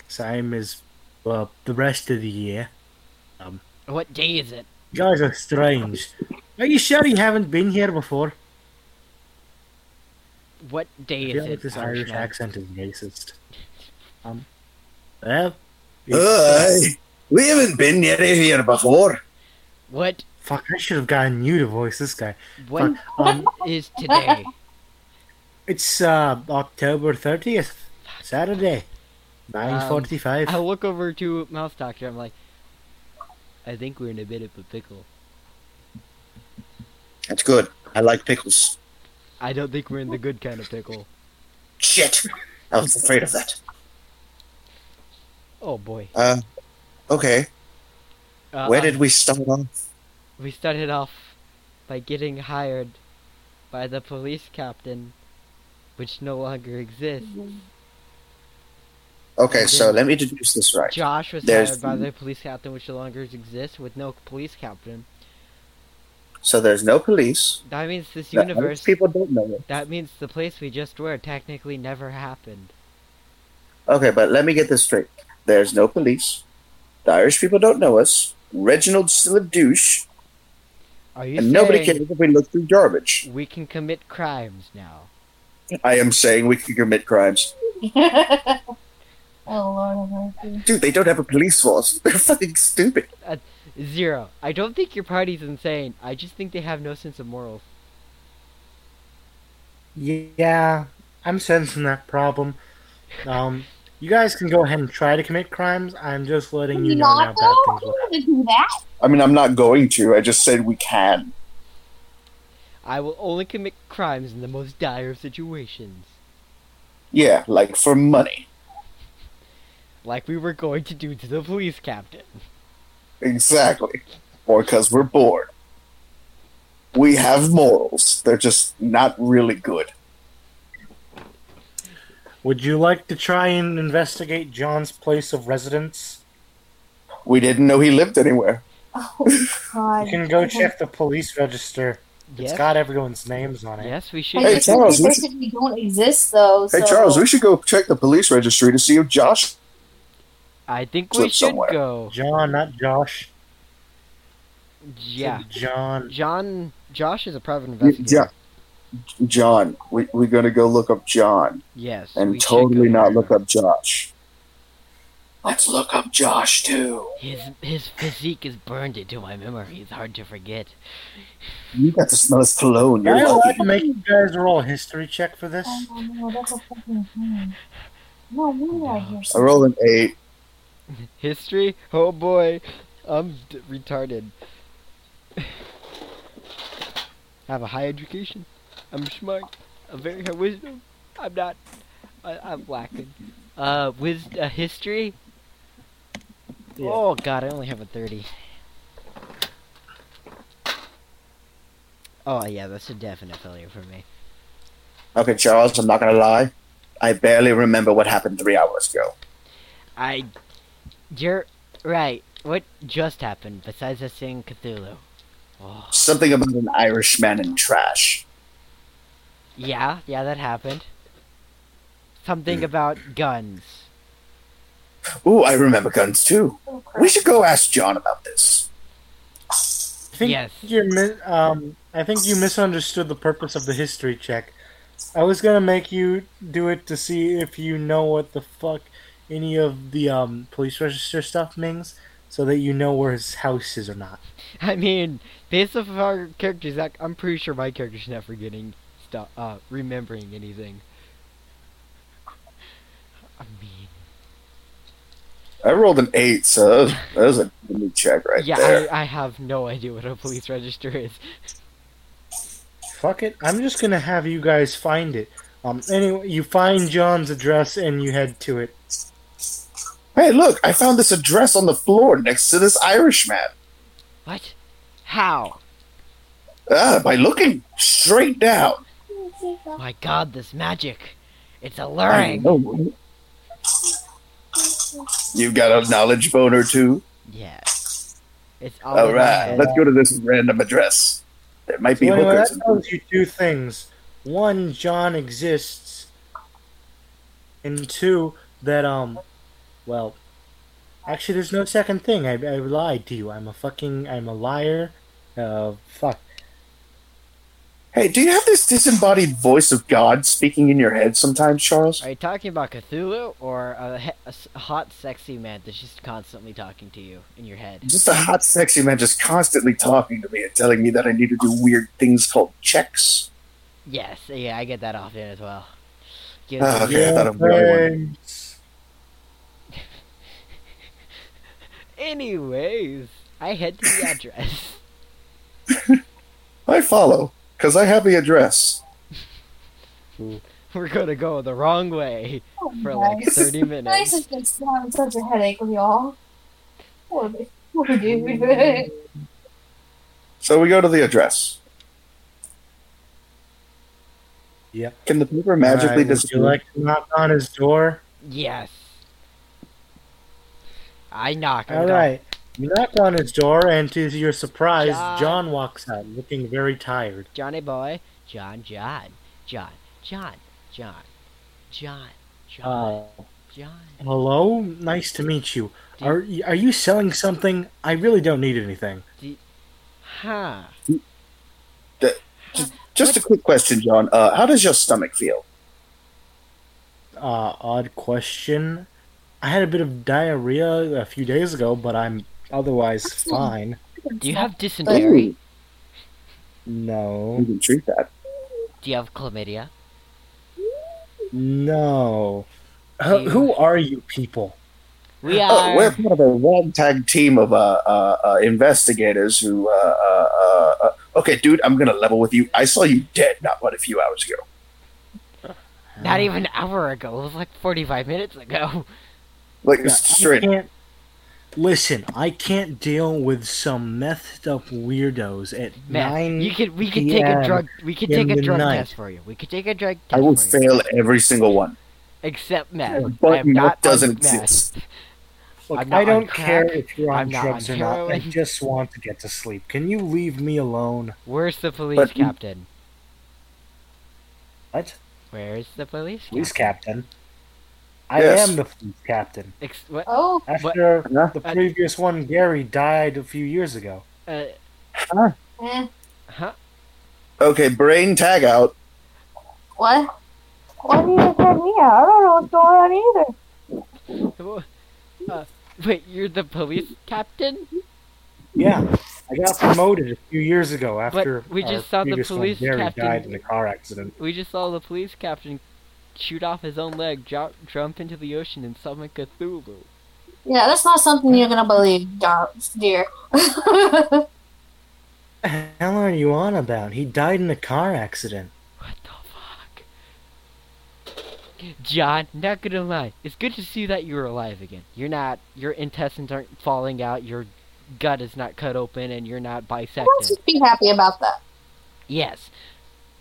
[SPEAKER 2] Same as well, the rest of the year. Um,
[SPEAKER 1] What day is it?
[SPEAKER 2] you guys are strange. Are you sure you haven't been here before?
[SPEAKER 1] What day
[SPEAKER 2] I
[SPEAKER 1] is
[SPEAKER 2] feel like
[SPEAKER 1] it?
[SPEAKER 2] this Irish
[SPEAKER 1] Irishman?
[SPEAKER 2] accent is racist. Um, well,
[SPEAKER 5] Uh,
[SPEAKER 15] Oh, aye. We haven't been near here before.
[SPEAKER 1] What?
[SPEAKER 2] Fuck, I should have gotten you to voice this guy.
[SPEAKER 1] What
[SPEAKER 2] Fuck, um,
[SPEAKER 1] is today?
[SPEAKER 2] it's uh, October 30th, Saturday,
[SPEAKER 1] Um,
[SPEAKER 2] 9.45.
[SPEAKER 1] I look over to Mouse Doctor. I'm like, I think we're in a bit of a pickle.
[SPEAKER 15] That's good. I like pickles.
[SPEAKER 1] I don't think we're in the good kind of pickle.
[SPEAKER 15] Shit. I was afraid of that.
[SPEAKER 1] Oh boy.
[SPEAKER 15] Uh, okay.
[SPEAKER 1] Uh,
[SPEAKER 2] Uh-huh.
[SPEAKER 15] Where did we start off?
[SPEAKER 1] We started off by getting hired by the police captain, which no longer exists.
[SPEAKER 15] Okay, so let me deduce this right.
[SPEAKER 1] Josh was
[SPEAKER 15] There's-
[SPEAKER 1] hired by the police captain, which no longer exists, with no police captain.
[SPEAKER 15] So there's no police.
[SPEAKER 1] That means this
[SPEAKER 15] The Irish
[SPEAKER 1] universe.
[SPEAKER 15] people don't know it.
[SPEAKER 1] That means the place we just were technically never happened.
[SPEAKER 15] Okay, but let me get this straight. There's no police. The Irish people don't know us. Reginald's still a douche.
[SPEAKER 1] Are you
[SPEAKER 15] And nobody
[SPEAKER 1] saying
[SPEAKER 15] cares if we look through garbage.
[SPEAKER 1] we can commit crimes now?
[SPEAKER 15] I am saying we can commit crimes.
[SPEAKER 7] Oh lord have mercy.
[SPEAKER 15] Dude, they don't have a police force. They're fucking stupid.
[SPEAKER 1] Uh, zero. I don't think your party's insane. I just think they have no sense of morals.
[SPEAKER 2] Yeah, I'm sensing that problem. Um, you guys can go ahead and try to commit crimes. I'm just letting you know now bad
[SPEAKER 7] Not though.
[SPEAKER 2] things will
[SPEAKER 7] You don't have to do that.
[SPEAKER 5] I mean, I'm not going to. I just said we can.
[SPEAKER 1] I will only commit crimes in the most dire of situations.
[SPEAKER 5] Yeah, like for money.
[SPEAKER 1] Like we were going to do to the police captain.
[SPEAKER 5] Exactly. Or because we're bored. We have morals. They're just not really good.
[SPEAKER 2] Would you like to try and investigate John's place of residence?
[SPEAKER 5] We didn't know he lived anywhere.
[SPEAKER 7] Oh
[SPEAKER 2] You can go check the police register. It's
[SPEAKER 7] Yes.
[SPEAKER 2] got everyone's names on it.
[SPEAKER 1] Yes, we
[SPEAKER 7] I
[SPEAKER 1] should.
[SPEAKER 5] Hey,
[SPEAKER 7] guess
[SPEAKER 5] Charles,
[SPEAKER 7] they
[SPEAKER 5] we
[SPEAKER 7] basically don't exist though.
[SPEAKER 5] Hey,
[SPEAKER 7] so-
[SPEAKER 5] Charles, we should go check the police registry to see if Josh.
[SPEAKER 1] I think we
[SPEAKER 5] Slip
[SPEAKER 1] should
[SPEAKER 5] somewhere.
[SPEAKER 1] go.
[SPEAKER 2] John, not Josh.
[SPEAKER 1] Yeah.
[SPEAKER 2] John.
[SPEAKER 1] John. Josh is a private
[SPEAKER 5] Y-
[SPEAKER 1] investigator.
[SPEAKER 5] John, John we, we're going to go look up John
[SPEAKER 1] Yes. we
[SPEAKER 5] and
[SPEAKER 1] should
[SPEAKER 5] totally
[SPEAKER 1] go.
[SPEAKER 5] not look up Josh. Let's look up Josh, too.
[SPEAKER 1] His his physique is burned into my memory. It's hard to forget.
[SPEAKER 5] You got to smell his cologne.
[SPEAKER 2] Am I
[SPEAKER 5] You're
[SPEAKER 2] allowed
[SPEAKER 5] lucky.
[SPEAKER 2] to make you guys roll a history check for this?
[SPEAKER 7] Oh, no, that's a fucking thing. No wonder I hear
[SPEAKER 5] I
[SPEAKER 7] something.
[SPEAKER 5] rolled an eight.
[SPEAKER 1] History? Oh boy, I'm d- retarded. I have a high education. I'm smart. A very high wisdom. I'm not. I, I'm lacking. Uh, with uh, history. Oh god, I only have a thirty. Oh yeah, that's a definite failure for me.
[SPEAKER 5] Okay, Charles, I'm not going to lie. I barely remember what happened three hours ago.
[SPEAKER 1] I. You're right. What just happened besides us seeing Cthulhu? Oh,
[SPEAKER 5] Something about an Irishman in trash.
[SPEAKER 1] yeah, yeah, that happened.
[SPEAKER 5] Hmm.
[SPEAKER 1] Something about guns.
[SPEAKER 5] Ooh, I remember guns too. We should go ask John about this.
[SPEAKER 2] I think
[SPEAKER 1] Yes.
[SPEAKER 2] you mi- um, I think you misunderstood the purpose of the history check. I was gonna make you do it to see if you know what the fuck any of the um, police register stuff means, so that you know where his house is or not.
[SPEAKER 1] I mean, based off of our characters, I- I'm pretty sure my character's not forgetting stuff, uh, remembering anything. I mean,
[SPEAKER 5] I rolled an eight, so that was, that was a new check right
[SPEAKER 1] yeah,
[SPEAKER 5] there.
[SPEAKER 1] I, I have no idea what a police register is.
[SPEAKER 2] Fuck it. I'm just gonna have you guys find it. Um, anyway, you find John's address and you head to it.
[SPEAKER 5] Hey, look, I found this address on the floor next to this Irishman.
[SPEAKER 1] What? How?
[SPEAKER 5] Ah, by looking straight down.
[SPEAKER 7] Oh
[SPEAKER 1] My god, this magic! It's
[SPEAKER 5] I
[SPEAKER 1] alluring!
[SPEAKER 5] know, right? You got a knowledge bone or two?
[SPEAKER 1] Yeah. It's
[SPEAKER 2] Oh,
[SPEAKER 1] all,
[SPEAKER 5] All
[SPEAKER 1] in my
[SPEAKER 5] right,
[SPEAKER 1] head.
[SPEAKER 5] let's go to this random address. There might be
[SPEAKER 2] So anyway,
[SPEAKER 5] hookers.
[SPEAKER 2] that tells you two things. One, John exists, and two, that um, well, actually, there's no second thing. I, I lied to you. I'm a fucking, I'm a liar. Uh, fuck.
[SPEAKER 5] Hey, do you have this disembodied voice of God speaking in your head sometimes, Charles?
[SPEAKER 1] Are you talking about Cthulhu or a, he- a s- hot, sexy man that's just constantly talking to you in your head?
[SPEAKER 5] Just a hot, sexy man just constantly talking to me and telling me that I need to do weird things called checks.
[SPEAKER 1] Yes, yeah, I get that often as well. Gives
[SPEAKER 5] Ah,
[SPEAKER 7] Uh.
[SPEAKER 1] me-
[SPEAKER 5] okay, I thought I'm the only one.
[SPEAKER 1] Anyways, I head to the address.
[SPEAKER 5] I follow, because I have the address.
[SPEAKER 1] We're gonna go the wrong way
[SPEAKER 7] Oh,
[SPEAKER 1] for like
[SPEAKER 7] guys.
[SPEAKER 1] 30
[SPEAKER 7] Nice
[SPEAKER 1] minutes.
[SPEAKER 7] has been having such a headache with y'all. Poor, poor dude.
[SPEAKER 5] So we go to the address.
[SPEAKER 2] Yeah.
[SPEAKER 5] Can the paper magically
[SPEAKER 2] Alright, would you
[SPEAKER 5] disappear?
[SPEAKER 2] like to knock on his door?
[SPEAKER 1] Yes. I knock.
[SPEAKER 2] All right. You knock on his door, and to your surprise, John walks out, looking very tired.
[SPEAKER 1] Johnny boy. John, John, John, John, John, John, John,
[SPEAKER 2] Uh,
[SPEAKER 1] John.
[SPEAKER 2] hello, nice to meet you. Are y- are you selling something? I really don't need anything.
[SPEAKER 1] Huh.
[SPEAKER 5] Just a quick question, John. Uh, how does your stomach feel?
[SPEAKER 2] Uh, odd question. I had a bit of diarrhea a few days ago, but I'm otherwise fine.
[SPEAKER 1] Do you have dysentery?
[SPEAKER 2] No.
[SPEAKER 5] You can treat that.
[SPEAKER 1] Do you have chlamydia?
[SPEAKER 16] No. Who, who are you people?
[SPEAKER 1] We
[SPEAKER 5] Oh, we're part of a ragtag team of uh, uh, uh, investigators who. Uh, uh, uh, uh, okay, dude, I'm gonna level with you. I saw you dead not but a few hours ago.
[SPEAKER 1] Not even an hour ago. It was like 45 minutes ago.
[SPEAKER 5] Like
[SPEAKER 1] Yeah,
[SPEAKER 5] straight.
[SPEAKER 1] I
[SPEAKER 5] can't-
[SPEAKER 2] Listen, I can't deal with some methed up weirdos at
[SPEAKER 1] Man,
[SPEAKER 2] nine.
[SPEAKER 1] you could we could take a
[SPEAKER 2] PM
[SPEAKER 1] drug we could
[SPEAKER 2] in
[SPEAKER 1] take a
[SPEAKER 2] the
[SPEAKER 1] drug
[SPEAKER 2] night.
[SPEAKER 1] test for you. We could take a drug
[SPEAKER 5] I will fail every single one.
[SPEAKER 1] except meth.
[SPEAKER 5] But
[SPEAKER 1] I'm not
[SPEAKER 5] that doesn't
[SPEAKER 1] on meth.
[SPEAKER 5] exist.
[SPEAKER 16] Look,
[SPEAKER 1] I'm not
[SPEAKER 16] I don't
[SPEAKER 1] on crack.
[SPEAKER 16] care if you're on
[SPEAKER 1] I'm not
[SPEAKER 16] drugs
[SPEAKER 1] on
[SPEAKER 16] or not. I
[SPEAKER 1] heroin.
[SPEAKER 16] just want to get to sleep. Can you leave me alone?
[SPEAKER 1] Where's the police
[SPEAKER 16] But-
[SPEAKER 1] captain?
[SPEAKER 16] What?
[SPEAKER 1] Where's the police?
[SPEAKER 16] Police
[SPEAKER 1] captain?
[SPEAKER 16] captain. I
[SPEAKER 1] Yes.
[SPEAKER 16] am the police captain.
[SPEAKER 1] Ex- what?
[SPEAKER 7] Oh.
[SPEAKER 16] After
[SPEAKER 1] What?
[SPEAKER 16] the previous one, Gary died a few years ago.
[SPEAKER 1] Uh,
[SPEAKER 7] Eh,
[SPEAKER 1] huh?
[SPEAKER 5] Okay, brain tag out.
[SPEAKER 7] what? Why do you have me out? I don't know what's going on either.
[SPEAKER 1] Wha- Uh, wait, you're the police captain?
[SPEAKER 16] Yeah, I got promoted a few years ago after
[SPEAKER 1] we
[SPEAKER 16] our
[SPEAKER 1] just saw the
[SPEAKER 16] previous one,
[SPEAKER 1] police
[SPEAKER 16] Gary
[SPEAKER 1] captain-
[SPEAKER 16] died in a car accident.
[SPEAKER 1] We just saw the police captain shoot off his own leg, jump, jump into the ocean, and summon Cthulhu.
[SPEAKER 7] Yeah, that's not something you're gonna believe, dar- dear.
[SPEAKER 2] What the hell are you on about? He died in a car accident.
[SPEAKER 1] John, not gonna lie, it's good to see that you're alive again. You're not. Your intestines aren't falling out. Your gut is not cut open, and you're not
[SPEAKER 7] Let's
[SPEAKER 1] bisected.
[SPEAKER 7] just be happy about that.
[SPEAKER 1] Yes.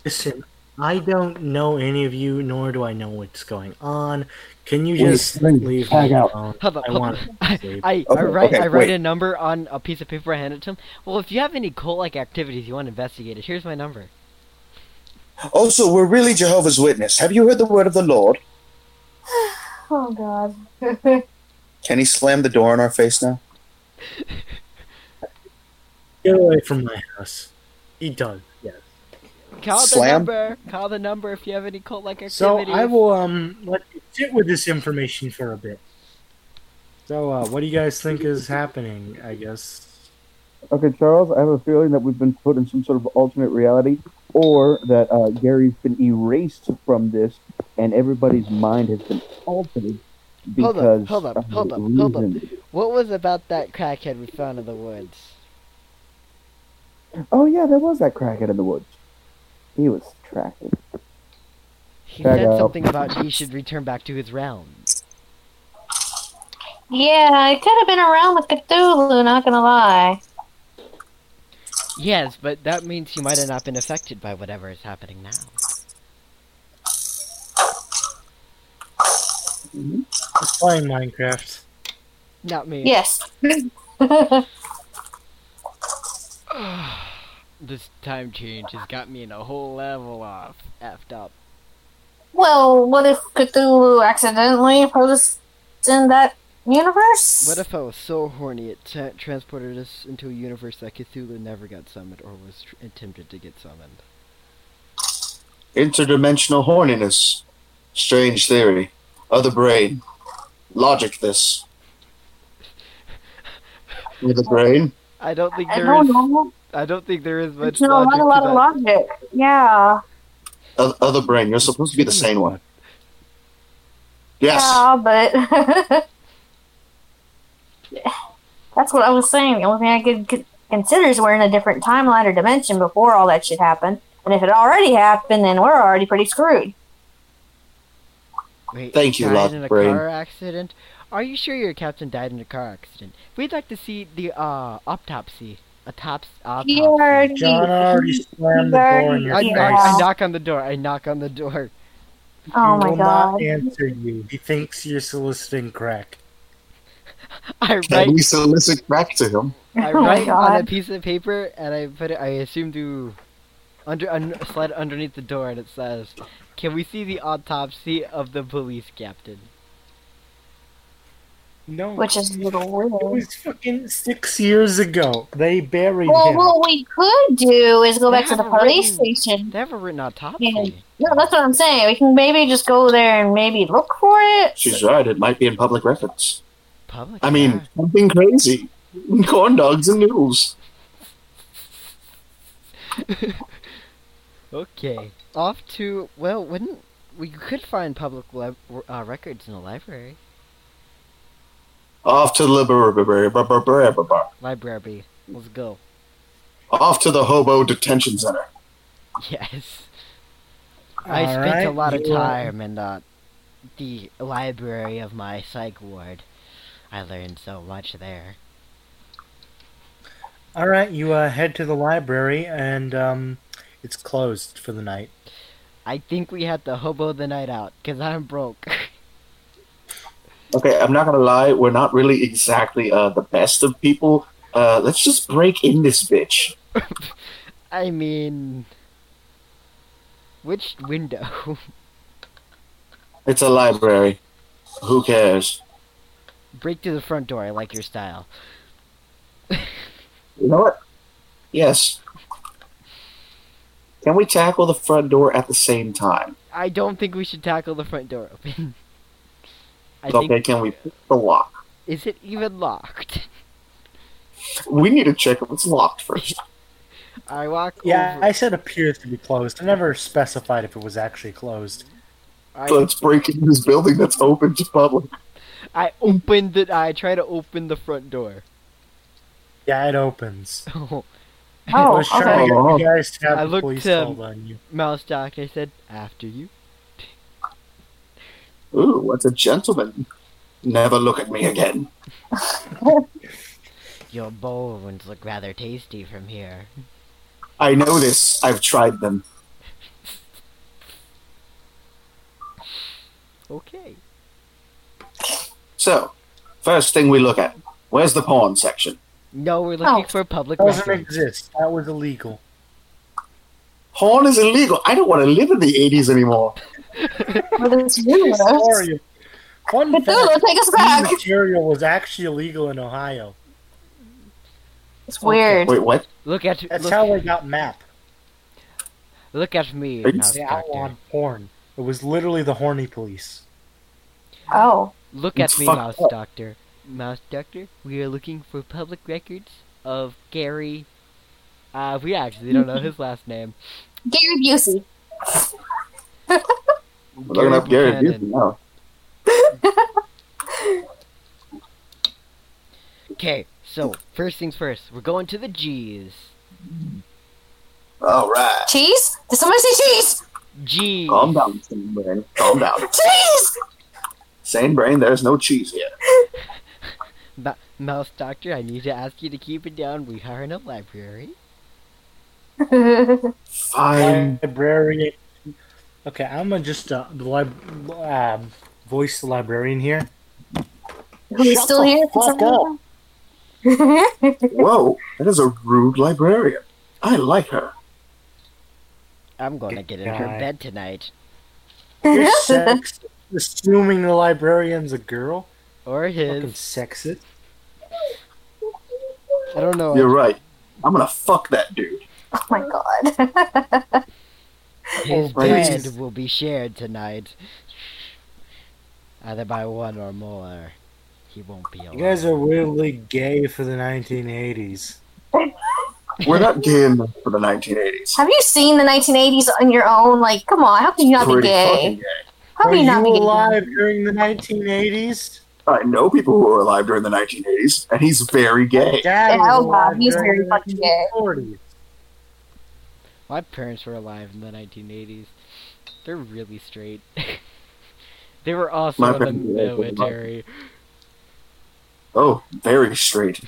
[SPEAKER 2] Listen, I don't know any of you, nor do I know what's going on. Can you just leave me alone?
[SPEAKER 1] Hold up,
[SPEAKER 2] Oh, I
[SPEAKER 1] hold
[SPEAKER 2] want
[SPEAKER 1] up.
[SPEAKER 2] to sleep.
[SPEAKER 1] I, I write I write a number on a piece of paper. I hand it to him. Well, if you have any cult-like activities you want investigated, here's my number.
[SPEAKER 5] Also, we're really Jehovah's Witness. Have you heard the word of the Lord?
[SPEAKER 7] Oh god.
[SPEAKER 5] Can he slam the door in our face now?
[SPEAKER 2] Get away from my house. He does, yes.
[SPEAKER 1] Call the
[SPEAKER 2] Slam?
[SPEAKER 1] number. Call the number if you have any cult-like activities.
[SPEAKER 2] So I will um let you sit with this information for a bit. So uh, what do you guys think is happening? I guess
[SPEAKER 17] Okay, Charles, I have a feeling that we've been put in some sort of alternate reality, or that uh, Gary's been erased from this, and everybody's mind has been altered because
[SPEAKER 1] Hold up, hold up,
[SPEAKER 17] of
[SPEAKER 1] hold up, hold up.
[SPEAKER 17] reason.
[SPEAKER 1] What was about that crackhead we found in the woods?
[SPEAKER 17] Oh yeah, there was that crackhead in the woods. He was tracking.
[SPEAKER 1] He
[SPEAKER 17] Check
[SPEAKER 1] said
[SPEAKER 17] out.
[SPEAKER 1] something about he should return back to his realm.
[SPEAKER 7] yeah, it could have been around with Cthulhu, not gonna lie.
[SPEAKER 1] Yes, but that means he might have not been affected by whatever is happening now.
[SPEAKER 2] it's playing Minecraft.
[SPEAKER 1] Not me.
[SPEAKER 7] Yes.
[SPEAKER 1] This time change has got me in a whole level off. Effed up.
[SPEAKER 7] well, what if Cthulhu accidentally put us in that universe?
[SPEAKER 1] What if I was so horny it tra- transported us into a universe that Cthulhu never got summoned or was tr- attempted to get summoned?
[SPEAKER 18] Interdimensional horniness. Strange theory. Other brain. Logic this. Other brain.
[SPEAKER 1] I don't think
[SPEAKER 7] I
[SPEAKER 1] there
[SPEAKER 7] don't
[SPEAKER 1] is-
[SPEAKER 7] know.
[SPEAKER 1] I don't think there is much
[SPEAKER 7] There's not
[SPEAKER 1] logic
[SPEAKER 7] a lot
[SPEAKER 1] to
[SPEAKER 7] of
[SPEAKER 1] that.
[SPEAKER 7] logic. Yeah.
[SPEAKER 18] Oth- Other brain. You're supposed to be the sane one. Yes.
[SPEAKER 7] Yeah, but that's what I was saying. The only thing I could c- consider is we're in a different timeline or dimension before all that shit happened. And if it already happened, then we're already pretty screwed.
[SPEAKER 1] Wait,
[SPEAKER 18] Thank you,
[SPEAKER 1] died
[SPEAKER 18] Logic
[SPEAKER 1] in a
[SPEAKER 18] Brain.
[SPEAKER 1] car accident? Are you sure your captain died in a car accident? We'd like to see the uh autopsy. A tops autopsy.
[SPEAKER 7] He already-
[SPEAKER 2] John already slammed the
[SPEAKER 1] I,
[SPEAKER 2] door in your
[SPEAKER 1] I-
[SPEAKER 2] face.
[SPEAKER 1] I knock on the door. I knock on the door.
[SPEAKER 7] Oh
[SPEAKER 11] Oh,
[SPEAKER 2] he will not answer you. He thinks you're soliciting crack.
[SPEAKER 1] I
[SPEAKER 18] Can
[SPEAKER 1] write
[SPEAKER 18] we solicit back to him?
[SPEAKER 1] I
[SPEAKER 2] Oh my
[SPEAKER 1] write on a
[SPEAKER 2] God.
[SPEAKER 1] piece of paper and I put it. I assume to under un, slide underneath the door and it says, "Can we see the autopsy of the police captain?"
[SPEAKER 2] No.
[SPEAKER 7] Which is a little weird.
[SPEAKER 2] It was fucking six years ago. They buried
[SPEAKER 7] Well,
[SPEAKER 2] him.
[SPEAKER 7] what we could do is go
[SPEAKER 1] They
[SPEAKER 7] back to the
[SPEAKER 1] haven't
[SPEAKER 7] police
[SPEAKER 1] written-
[SPEAKER 7] station.
[SPEAKER 1] They haven't written autopsy.
[SPEAKER 7] And, no, that's what I'm saying. We can maybe just go there and maybe look for it.
[SPEAKER 18] She's right. It might be in public records.
[SPEAKER 1] Public.
[SPEAKER 18] I mean, something crazy. Corn dogs and noodles.
[SPEAKER 1] Okay, off to well, wouldn't we could find public lib- uh, records in the library.
[SPEAKER 5] Off to the library. br- br- br- br- br-
[SPEAKER 1] Library, let's go.
[SPEAKER 5] Off to the hobo detention center.
[SPEAKER 1] Yes. I
[SPEAKER 5] All
[SPEAKER 1] spent a
[SPEAKER 5] right,
[SPEAKER 1] lot of
[SPEAKER 2] uh,
[SPEAKER 5] you are-
[SPEAKER 1] time in the, the library of my psych ward. I learned so much there.
[SPEAKER 2] All right, you uh, head to the library, and um, it's closed for the night.
[SPEAKER 1] I think we had to hobo the night out, because I'm broke.
[SPEAKER 5] Okay, I'm not gonna lie. We're not really exactly uh, the best of people. Uh, let's just break in this bitch.
[SPEAKER 1] I mean... Which window?
[SPEAKER 5] It's a library. Who cares?
[SPEAKER 1] Break through the front door, I like your style.
[SPEAKER 5] You know what? Yes. Can we tackle the front door at the same time?
[SPEAKER 1] I don't think we should tackle the front door open. I
[SPEAKER 5] okay,
[SPEAKER 1] think...
[SPEAKER 5] can we pick the lock?
[SPEAKER 1] Is it even locked?
[SPEAKER 5] We need to check if it's locked first.
[SPEAKER 1] I walk
[SPEAKER 2] Yeah,
[SPEAKER 1] over...
[SPEAKER 2] I said appears to be closed. I never specified if it was actually closed.
[SPEAKER 1] I-
[SPEAKER 5] Let's break into this building that's open to public.
[SPEAKER 1] I opened it. I try to open the front door.
[SPEAKER 2] Yeah, it opens.
[SPEAKER 1] Oh,
[SPEAKER 2] I was trying to get you guys to have
[SPEAKER 1] I
[SPEAKER 2] the
[SPEAKER 1] looked um,
[SPEAKER 2] police called
[SPEAKER 1] to
[SPEAKER 2] on you.
[SPEAKER 1] Mouse Doctor. I said, "After you."
[SPEAKER 5] Ooh, what's a gentleman? Never look at me again.
[SPEAKER 1] Your bones look rather tasty from here.
[SPEAKER 5] I know this. I've tried them.
[SPEAKER 1] Okay.
[SPEAKER 5] So, first thing we look at where's the porn section?
[SPEAKER 1] No, we're looking for public
[SPEAKER 2] Doesn't
[SPEAKER 1] records.
[SPEAKER 2] exist. That was illegal.
[SPEAKER 5] Porn is illegal. I don't want to live in the 80s anymore.
[SPEAKER 2] Sorry. Fun
[SPEAKER 11] But
[SPEAKER 2] fact,
[SPEAKER 11] Lulu, take us
[SPEAKER 2] clean
[SPEAKER 11] back.
[SPEAKER 2] material was actually illegal in Ohio.
[SPEAKER 11] It's
[SPEAKER 1] weird.
[SPEAKER 5] Wait, what?
[SPEAKER 1] Look at
[SPEAKER 2] That's
[SPEAKER 1] look,
[SPEAKER 2] how they got MAP.
[SPEAKER 1] look at me,
[SPEAKER 2] They
[SPEAKER 1] Mouse Doctor.
[SPEAKER 2] outlawed porn. It was literally the horny police.
[SPEAKER 11] Oh.
[SPEAKER 1] Look
[SPEAKER 2] It's
[SPEAKER 1] at me,
[SPEAKER 2] fucked
[SPEAKER 1] Mouse
[SPEAKER 2] up.
[SPEAKER 1] Doctor. Mouse Doctor, we are looking for public records of Gary. Uh, we actually don't know his last name.
[SPEAKER 11] Gary Busey.
[SPEAKER 5] We're looking up Gary
[SPEAKER 1] Buchanan.
[SPEAKER 5] Busey now.
[SPEAKER 1] Okay, so first things first, we're going to the G's.
[SPEAKER 5] All right.
[SPEAKER 11] Cheese? Did somebody say cheese?
[SPEAKER 1] G's.
[SPEAKER 5] Calm down, sane brain. Calm down.
[SPEAKER 11] Cheese!
[SPEAKER 5] Sane brain, there's no cheese here.
[SPEAKER 1] Ma- Mouse Doctor, I need to ask you to keep it down. We are in a library.
[SPEAKER 5] Fine.
[SPEAKER 2] Librarian. Okay, I'm gonna just uh, the lib- uh, voice the librarian here.
[SPEAKER 11] Who's still here? Can someone-
[SPEAKER 5] Whoa, that is a rude librarian. I like her.
[SPEAKER 1] I'm gonna get in her
[SPEAKER 2] Guy.
[SPEAKER 1] bed tonight.
[SPEAKER 2] You're sex, assuming the librarian's a girl.
[SPEAKER 1] Or
[SPEAKER 2] Fucking
[SPEAKER 1] his.
[SPEAKER 2] sexist.
[SPEAKER 1] I don't know.
[SPEAKER 5] You're right. I'm gonna fuck that dude.
[SPEAKER 11] Oh my god.
[SPEAKER 1] His
[SPEAKER 5] Oh, please.
[SPEAKER 1] bed will be shared tonight. Either by one or more. He won't be alone.
[SPEAKER 2] You guys are weirdly gay for the 1980s.
[SPEAKER 5] We're not gay enough for the 1980s.
[SPEAKER 11] Have you seen the 1980s on your own? Like, come on. How can you not be
[SPEAKER 5] Pretty
[SPEAKER 11] gay?
[SPEAKER 5] fucking gay.
[SPEAKER 11] How can
[SPEAKER 2] Were
[SPEAKER 11] you not be
[SPEAKER 2] you
[SPEAKER 11] gay?
[SPEAKER 2] alive during the 1980s?
[SPEAKER 5] I know people who were alive during the 1980s, and he's very gay.
[SPEAKER 2] Dad
[SPEAKER 11] Yeah,
[SPEAKER 2] was
[SPEAKER 11] oh
[SPEAKER 2] alive
[SPEAKER 11] god, he's
[SPEAKER 2] during
[SPEAKER 11] very
[SPEAKER 2] the
[SPEAKER 11] fucking gay.
[SPEAKER 2] 1940s.
[SPEAKER 1] My parents were alive in the 1980s. They're really straight. they were also
[SPEAKER 5] My
[SPEAKER 1] in the
[SPEAKER 5] parents were also alive.
[SPEAKER 1] military.
[SPEAKER 5] Oh, very straight.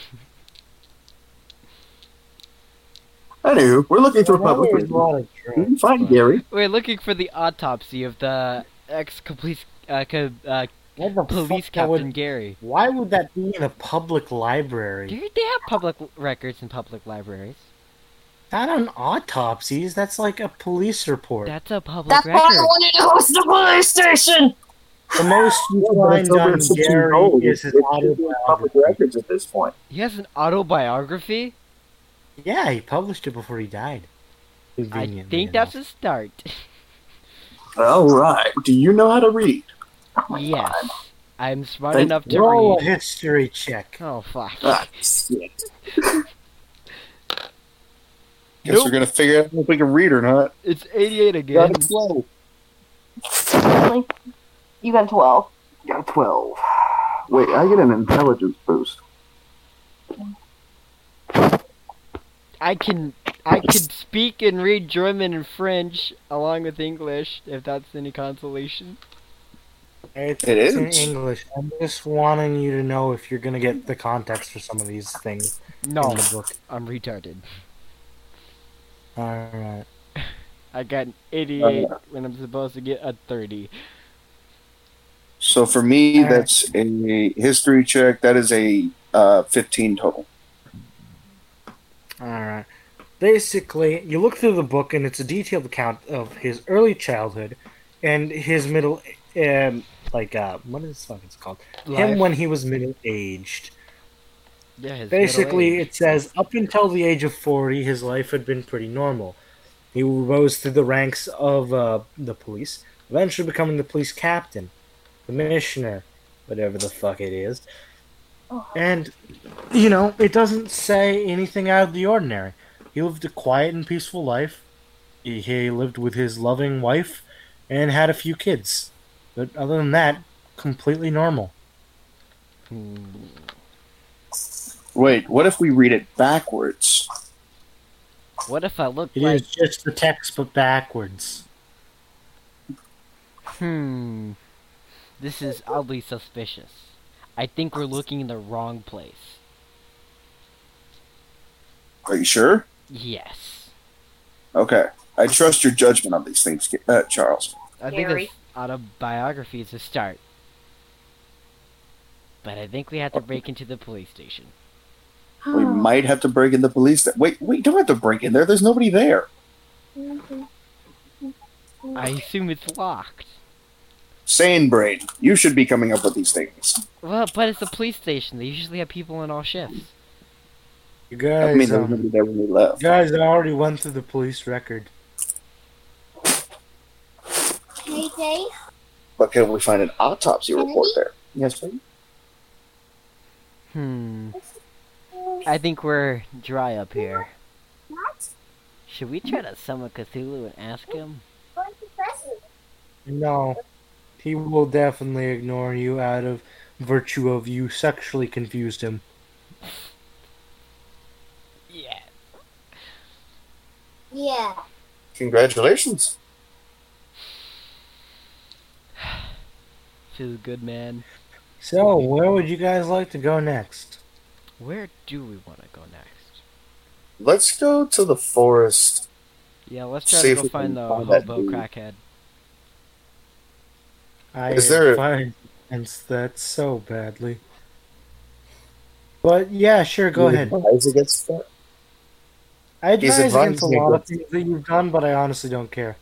[SPEAKER 5] Anywho, we're looking for public.
[SPEAKER 2] There's a
[SPEAKER 5] records.
[SPEAKER 2] lot of
[SPEAKER 5] We
[SPEAKER 2] drugs.
[SPEAKER 5] can find Gary.
[SPEAKER 1] We're looking for the autopsy of the ex police uh, co- uh,
[SPEAKER 2] What the
[SPEAKER 1] police
[SPEAKER 2] fuck that would-
[SPEAKER 1] captain Gary.
[SPEAKER 2] Why would that be in a public library?
[SPEAKER 1] Do they have public l- records in public libraries?
[SPEAKER 2] Not on autopsies. That's like a police report.
[SPEAKER 1] That's a public
[SPEAKER 11] That's why
[SPEAKER 1] record.
[SPEAKER 11] I wanted to go to the police station!
[SPEAKER 2] the most you
[SPEAKER 5] But it's
[SPEAKER 2] find
[SPEAKER 5] over
[SPEAKER 2] on
[SPEAKER 5] 16
[SPEAKER 2] Gary
[SPEAKER 5] gold.
[SPEAKER 2] is his
[SPEAKER 5] It's
[SPEAKER 2] autobiography.
[SPEAKER 5] public records at this point.
[SPEAKER 1] He has an autobiography.
[SPEAKER 2] Yeah, he published it before he died.
[SPEAKER 1] I
[SPEAKER 2] Conveniently
[SPEAKER 1] think
[SPEAKER 2] enough.
[SPEAKER 1] that's a start.
[SPEAKER 5] All right. Do you know how to read?
[SPEAKER 1] yes, I'm smart
[SPEAKER 5] Thank-
[SPEAKER 1] enough to
[SPEAKER 2] Roll a
[SPEAKER 1] read.
[SPEAKER 2] history check.
[SPEAKER 1] Oh fuck!
[SPEAKER 5] Ah, shit.
[SPEAKER 6] Guess we're gonna figure out if we can read or not.
[SPEAKER 1] It's 88 again.
[SPEAKER 6] Gotta slow.
[SPEAKER 11] Ashley? You got a 12.
[SPEAKER 5] Got a 12. Wait, I get an intelligence boost.
[SPEAKER 1] I can I can speak and read German and French along with English, if that's any consolation.
[SPEAKER 2] It's,
[SPEAKER 5] It
[SPEAKER 2] it's in
[SPEAKER 5] is.
[SPEAKER 2] English. I'm just wanting you to know if you're gonna get the context for some of these things.
[SPEAKER 1] No.
[SPEAKER 2] in the book.
[SPEAKER 1] I'm retarded.
[SPEAKER 2] All right.
[SPEAKER 1] I got an 88
[SPEAKER 2] Oh,
[SPEAKER 1] when I'm supposed to get a 30.
[SPEAKER 5] So for me, that's a history check. That is a uh, 15 total.
[SPEAKER 2] All right. Basically, you look through the book, and it's a detailed account of his early childhood and his middle, um, like uh, what is fuck it's called?
[SPEAKER 1] Life.
[SPEAKER 2] Him when he was middle aged.
[SPEAKER 1] Yeah, his middle
[SPEAKER 2] Basically,
[SPEAKER 1] age.
[SPEAKER 2] it says up until the age of 40, his life had been pretty normal. He rose through the ranks of uh, the police, eventually becoming the police captain, commissioner, whatever the fuck it is.
[SPEAKER 1] Oh.
[SPEAKER 2] And, you know, it doesn't say anything out of the ordinary. He lived a quiet and peaceful life. He, he lived with his loving wife and had a few kids. But other than that, completely normal.
[SPEAKER 1] Hmm.
[SPEAKER 5] Wait, what if we read it backwards?
[SPEAKER 1] What if I look
[SPEAKER 2] It is
[SPEAKER 1] like
[SPEAKER 2] just the text, but backwards.
[SPEAKER 1] Hmm. This is oddly suspicious. I think we're looking in the wrong place.
[SPEAKER 5] Are you sure?
[SPEAKER 1] Yes.
[SPEAKER 5] Okay. I trust your judgment on these things, uh, Charles.
[SPEAKER 1] I
[SPEAKER 7] Gary.
[SPEAKER 1] think this autobiography is a start. But I think we have to break into the police station.
[SPEAKER 5] We might have to break in the police. Th- Wait, we don't have to break in there. There's nobody there.
[SPEAKER 1] I assume it's locked.
[SPEAKER 5] Sane brain, you should be coming up with these things.
[SPEAKER 1] Well, but it's a police station. They usually have people in all shifts.
[SPEAKER 2] You
[SPEAKER 5] I
[SPEAKER 2] guys,
[SPEAKER 5] mean, there was
[SPEAKER 2] um,
[SPEAKER 5] nobody there when we left.
[SPEAKER 2] guys, I already went through the police record.
[SPEAKER 5] But can we find an autopsy report there? Yes, please.
[SPEAKER 1] Hmm. I think we're dry up here. Should we try to summon Cthulhu and ask him?
[SPEAKER 2] No. He will definitely ignore you out of virtue of you sexually confused him.
[SPEAKER 1] Yeah.
[SPEAKER 7] Yeah.
[SPEAKER 5] Congratulations.
[SPEAKER 1] Feels good, man.
[SPEAKER 2] So, where would you guys like to go next?
[SPEAKER 1] Where do we want to go next?
[SPEAKER 5] Let's go to the forest.
[SPEAKER 1] Yeah, let's try
[SPEAKER 5] See
[SPEAKER 1] to
[SPEAKER 5] if
[SPEAKER 1] go
[SPEAKER 5] we can
[SPEAKER 1] find the
[SPEAKER 5] find that
[SPEAKER 1] hobo
[SPEAKER 5] dude.
[SPEAKER 1] crackhead.
[SPEAKER 2] I
[SPEAKER 5] Is there a-
[SPEAKER 2] find against that so badly. But yeah, sure, go
[SPEAKER 5] You
[SPEAKER 2] ahead.
[SPEAKER 5] advise against that?
[SPEAKER 2] I
[SPEAKER 5] He's
[SPEAKER 2] advise against a
[SPEAKER 5] advising
[SPEAKER 2] lot of
[SPEAKER 5] against-
[SPEAKER 2] things that you've done, but I honestly don't care.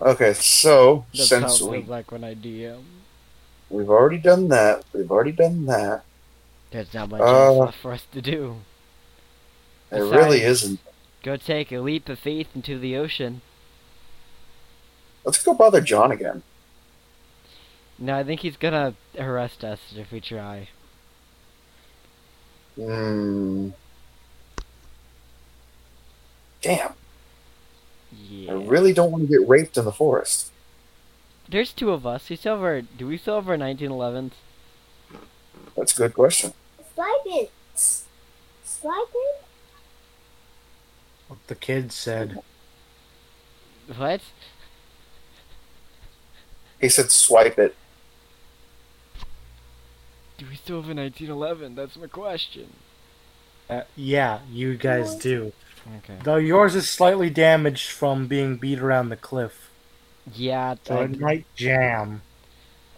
[SPEAKER 5] Okay, so
[SPEAKER 1] That's how it
[SPEAKER 5] since
[SPEAKER 1] feels
[SPEAKER 5] we,
[SPEAKER 1] like when I DM.
[SPEAKER 5] we've already done that, we've already done that.
[SPEAKER 1] There's not much else
[SPEAKER 5] Uh,
[SPEAKER 1] left for us to do.
[SPEAKER 5] It
[SPEAKER 1] Besides,
[SPEAKER 5] really isn't.
[SPEAKER 1] Go take a leap of faith into the ocean.
[SPEAKER 5] Let's go bother John again.
[SPEAKER 1] No, I think he's gonna arrest us if we try.
[SPEAKER 5] Hmm. Damn.
[SPEAKER 1] Yeah.
[SPEAKER 5] I really don't want to get raped in the forest.
[SPEAKER 1] There's two of us. We still have our. Do we still have our 1911s?
[SPEAKER 5] That's a good question.
[SPEAKER 19] Slide it. Slide it.
[SPEAKER 2] What the kid said.
[SPEAKER 1] What?
[SPEAKER 5] He said, "Swipe it."
[SPEAKER 1] Do we still have a 1911? That's my question.
[SPEAKER 2] Uh, yeah, you guys do.
[SPEAKER 1] Okay.
[SPEAKER 2] Though yours is slightly damaged from being beat around the cliff,
[SPEAKER 1] Yeah.
[SPEAKER 2] so
[SPEAKER 1] I-
[SPEAKER 2] it might jam.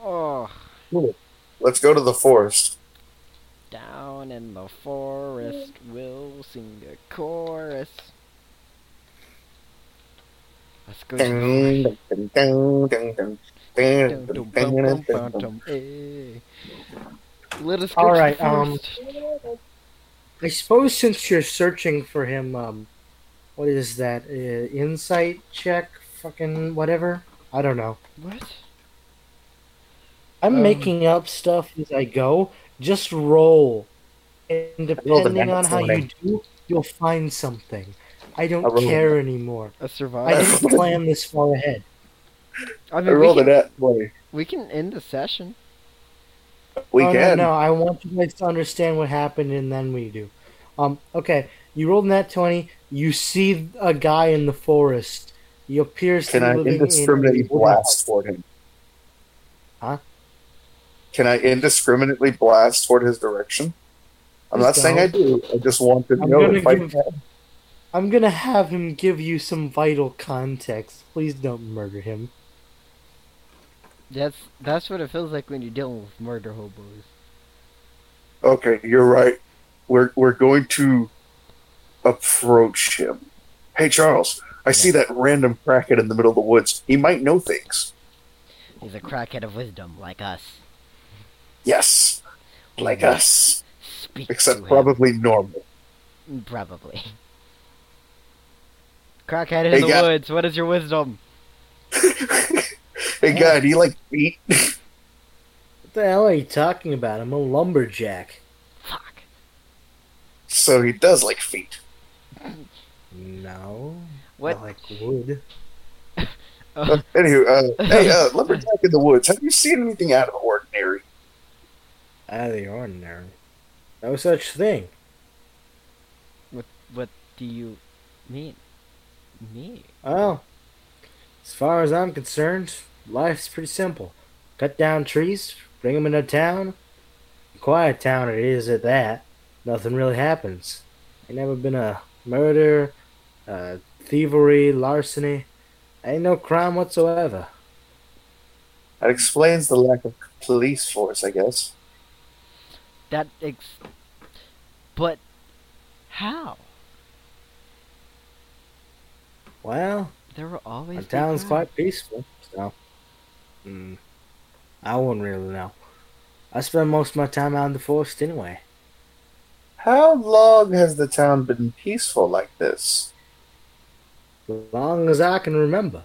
[SPEAKER 1] Oh,
[SPEAKER 5] Let's go to the forest.
[SPEAKER 1] down in the forest, we'll sing a chorus. Let's go. to-
[SPEAKER 5] Dun, dun, dun, dun, dun, dun, dun,
[SPEAKER 1] Dun, dun,
[SPEAKER 5] dun, dun,
[SPEAKER 1] bum,
[SPEAKER 5] dun,
[SPEAKER 1] bum,
[SPEAKER 5] dun,
[SPEAKER 1] bum,
[SPEAKER 5] dun.
[SPEAKER 1] dum, eh. Let us go
[SPEAKER 2] All
[SPEAKER 1] to the
[SPEAKER 2] right, um,
[SPEAKER 1] forest.
[SPEAKER 2] I suppose since you're searching for him, um, what is that? Uh, insight check? Fucking whatever? I don't know.
[SPEAKER 1] What?
[SPEAKER 2] I'm
[SPEAKER 1] Um,
[SPEAKER 2] making up stuff as I go. Just roll. And
[SPEAKER 1] rolled a
[SPEAKER 2] depending
[SPEAKER 1] nat
[SPEAKER 2] on how you
[SPEAKER 1] 20.
[SPEAKER 2] do, you'll find something. I don't
[SPEAKER 1] I rolled a-
[SPEAKER 2] care anymore.
[SPEAKER 1] A
[SPEAKER 2] I
[SPEAKER 1] survivor.
[SPEAKER 2] didn't plan this far ahead.
[SPEAKER 1] I mean,
[SPEAKER 5] I
[SPEAKER 1] we
[SPEAKER 5] rolled
[SPEAKER 1] can-
[SPEAKER 5] a nat 20.
[SPEAKER 1] We can end the session.
[SPEAKER 5] We
[SPEAKER 2] Oh, No, no,
[SPEAKER 5] can.
[SPEAKER 2] No, I want you guys to understand what happened, and then we do. Um, okay, you rolled that twenty. You see a guy in the forest. He appears
[SPEAKER 5] Can
[SPEAKER 2] to
[SPEAKER 5] I
[SPEAKER 2] be living
[SPEAKER 5] indiscriminately
[SPEAKER 2] in a-
[SPEAKER 5] blast toward him?
[SPEAKER 2] Huh?
[SPEAKER 5] Can I indiscriminately blast toward his direction? I'm not
[SPEAKER 2] Just
[SPEAKER 5] saying I do. I just want to
[SPEAKER 2] I'm
[SPEAKER 5] know
[SPEAKER 2] gonna
[SPEAKER 5] if I
[SPEAKER 2] give-
[SPEAKER 5] can.
[SPEAKER 2] I'm gonna have him give you some vital context. Please don't murder him.
[SPEAKER 1] That's that's what it feels like when you're dealing with murder hobos.
[SPEAKER 5] Okay, you're right. We're we're going to approach him. Hey Charles, I see that random crackhead in the middle of the woods. He might know things.
[SPEAKER 1] He's a crackhead of wisdom, like us.
[SPEAKER 5] Yes. Like us.
[SPEAKER 1] Speak
[SPEAKER 5] Except
[SPEAKER 1] to him.
[SPEAKER 5] probably normal.
[SPEAKER 1] Probably. Crackhead in
[SPEAKER 5] Hey,
[SPEAKER 1] the
[SPEAKER 5] guy-
[SPEAKER 1] woods. What is your wisdom?
[SPEAKER 5] Hey God, do you like beat?
[SPEAKER 2] What the hell are you talking about? I'm a lumberjack.
[SPEAKER 5] So he does like feet.
[SPEAKER 2] No.
[SPEAKER 1] What?
[SPEAKER 2] I like wood.
[SPEAKER 5] Uh, anywho, uh, hey, uh, lumberjack in the woods. Have you seen anything out of the ordinary?
[SPEAKER 2] Out of the ordinary. No such thing.
[SPEAKER 1] What What do you mean? Me?
[SPEAKER 2] Oh. As far as I'm concerned, life's pretty simple. Cut down trees, bring them into town. A quiet town it is at that. Nothing really happens. Ain't never been a murder, uh, thievery, larceny. Ain't no crime whatsoever.
[SPEAKER 5] That explains the lack of police force, I guess.
[SPEAKER 1] That ex. But how?
[SPEAKER 2] Well,
[SPEAKER 1] There were always.
[SPEAKER 2] the
[SPEAKER 1] be
[SPEAKER 2] town's
[SPEAKER 1] crime.
[SPEAKER 2] quite peaceful, so. Mm, I wouldn't really know. I spend most of my time out in the forest anyway.
[SPEAKER 5] How long has the town been peaceful like this?
[SPEAKER 2] as long as I can remember.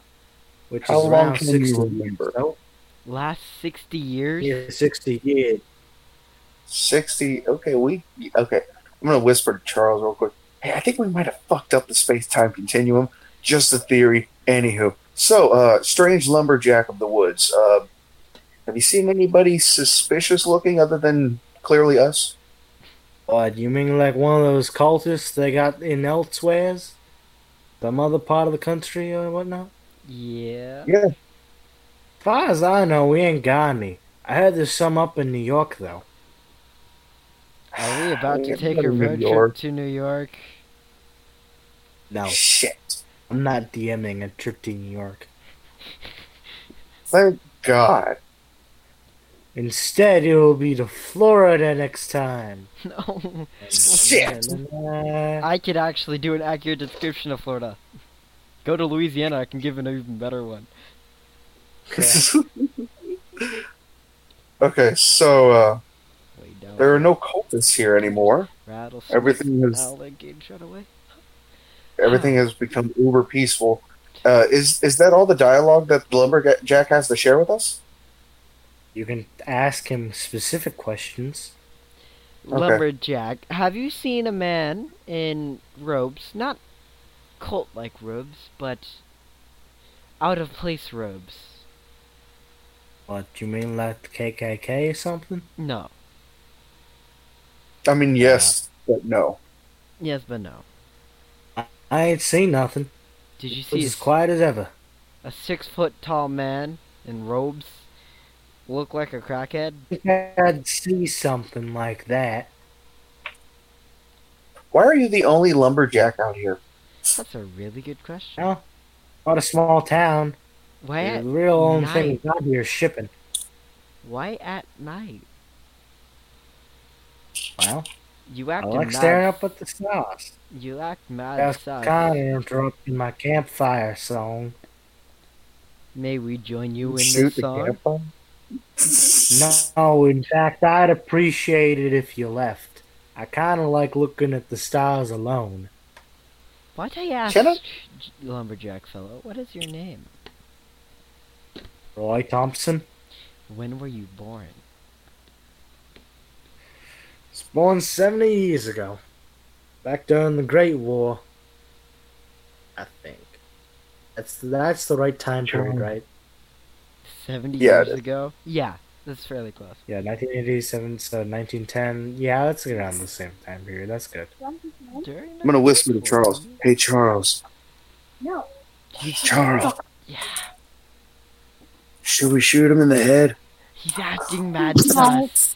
[SPEAKER 2] Which
[SPEAKER 5] How
[SPEAKER 2] is
[SPEAKER 5] long
[SPEAKER 2] around
[SPEAKER 5] can
[SPEAKER 2] 60
[SPEAKER 5] you remember?
[SPEAKER 2] So,
[SPEAKER 1] Last sixty years.
[SPEAKER 2] yeah, 60 years.
[SPEAKER 5] Sixty. Okay, we. Okay, I'm gonna whisper to Charles real quick. Hey, I think we might have fucked up the space-time continuum. Just a theory. Anywho, so uh, strange lumberjack of the woods. Uh, have you seen anybody suspicious looking other than clearly us?
[SPEAKER 2] What, you mean like one of those cultists they got in elsewheres? Some other part of the country or whatnot?
[SPEAKER 1] Yeah.
[SPEAKER 5] Yeah.
[SPEAKER 2] far as I know, we ain't got any. I heard there's some up in New York, though.
[SPEAKER 1] Are we about to
[SPEAKER 2] Yeah,
[SPEAKER 1] take
[SPEAKER 2] New
[SPEAKER 1] a road trip
[SPEAKER 2] York.
[SPEAKER 1] to New York?
[SPEAKER 2] No.
[SPEAKER 5] Shit.
[SPEAKER 2] I'm not DMing a trip to New York.
[SPEAKER 5] Thank God.
[SPEAKER 2] Instead, it'll be to Florida next time.
[SPEAKER 1] No.
[SPEAKER 5] Shit.
[SPEAKER 1] I could actually do an accurate description of Florida. Go to Louisiana, I can give an even better one.
[SPEAKER 5] Okay, so uh,
[SPEAKER 1] Way down.
[SPEAKER 5] there are no cultists here anymore.
[SPEAKER 1] Rattlesnake.
[SPEAKER 5] Everything is
[SPEAKER 1] Alligator shut away.
[SPEAKER 5] everything has become uber peaceful. Uh, is is that all the dialogue that the lumberjack has to share with us?
[SPEAKER 2] You can ask him specific questions. Okay.
[SPEAKER 1] Lumberjack, have you seen a man in robes? Not cult like robes, but out of place robes.
[SPEAKER 2] What, you mean like the KKK or something?
[SPEAKER 1] No.
[SPEAKER 5] I mean, yes, but no.
[SPEAKER 1] Yes, but no.
[SPEAKER 2] I ain't seen nothing.
[SPEAKER 1] Did you
[SPEAKER 2] It's
[SPEAKER 1] see
[SPEAKER 2] as
[SPEAKER 1] a-
[SPEAKER 2] quiet as ever.
[SPEAKER 1] A six foot tall man in robes look like a crackhead?
[SPEAKER 2] If I'd see something like that,
[SPEAKER 5] Why are you the only lumberjack out here?
[SPEAKER 1] That's a really good question.
[SPEAKER 2] no. Not a small town.
[SPEAKER 1] Why
[SPEAKER 2] the
[SPEAKER 1] at
[SPEAKER 2] real only thing we
[SPEAKER 1] night?
[SPEAKER 2] got here is shipping.
[SPEAKER 1] Why at night?
[SPEAKER 2] Well,
[SPEAKER 1] You
[SPEAKER 2] I
[SPEAKER 1] act
[SPEAKER 2] like
[SPEAKER 1] mad.
[SPEAKER 2] staring up at the stars.
[SPEAKER 1] You act mad
[SPEAKER 2] That's
[SPEAKER 1] sus.
[SPEAKER 2] kind of interrupting my campfire song.
[SPEAKER 1] May we join you in
[SPEAKER 2] Shoot
[SPEAKER 1] this
[SPEAKER 2] the
[SPEAKER 1] song?
[SPEAKER 2] camp No, in fact, I'd appreciate it if you left. I kind of like looking at the stars alone.
[SPEAKER 1] Why'd I ask,
[SPEAKER 2] Shut up.
[SPEAKER 1] J- lumberjack fellow, what is your name?
[SPEAKER 2] Roy Thompson
[SPEAKER 1] When were you born?
[SPEAKER 2] was born 70 years ago. Back during the Great War. I think. That's that's the right time period, right?
[SPEAKER 1] Seventy
[SPEAKER 2] Yeah,
[SPEAKER 1] years
[SPEAKER 2] it-
[SPEAKER 1] ago. Yeah, that's fairly close.
[SPEAKER 2] Yeah, 1987, so 1910. Yeah, that's around the same time period. That's good.
[SPEAKER 1] During
[SPEAKER 5] I'm gonna whisper to Charles. Hey, Charles.
[SPEAKER 11] No.
[SPEAKER 5] Charles.
[SPEAKER 1] Yeah.
[SPEAKER 5] Should we shoot him in the head?
[SPEAKER 1] He's acting mad at us.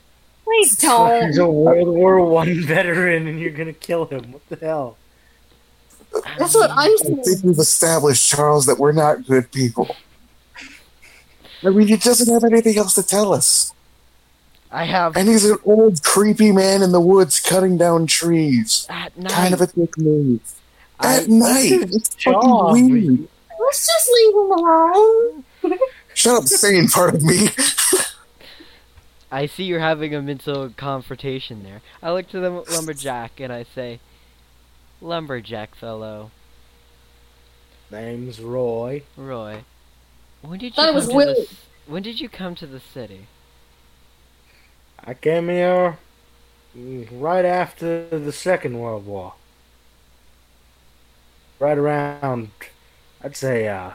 [SPEAKER 7] Please
[SPEAKER 2] He's a World War One veteran, and you're gonna kill him. What the hell?
[SPEAKER 7] That's what I'm
[SPEAKER 5] I think we've established, Charles, that we're not good people. I mean, he doesn't have anything else to tell us.
[SPEAKER 1] I have.
[SPEAKER 5] And he's an old, creepy man in the woods cutting down trees.
[SPEAKER 1] At
[SPEAKER 5] Kind of a dick move. At night. It's
[SPEAKER 11] Job.
[SPEAKER 5] fucking weird.
[SPEAKER 7] Let's just leave him alone.
[SPEAKER 5] Shut up, singing part of me.
[SPEAKER 1] I see you're having a mental confrontation there. I look to the m- lumberjack and I say, "Lumberjack fellow,
[SPEAKER 2] Name's Roy.
[SPEAKER 1] Roy, when did you
[SPEAKER 7] Thought it
[SPEAKER 1] come
[SPEAKER 7] was
[SPEAKER 1] to
[SPEAKER 7] Willie.
[SPEAKER 1] the, c- when did you come to the city?"
[SPEAKER 2] I came here mm, right after the Second World War. Right around, I'd say, uh,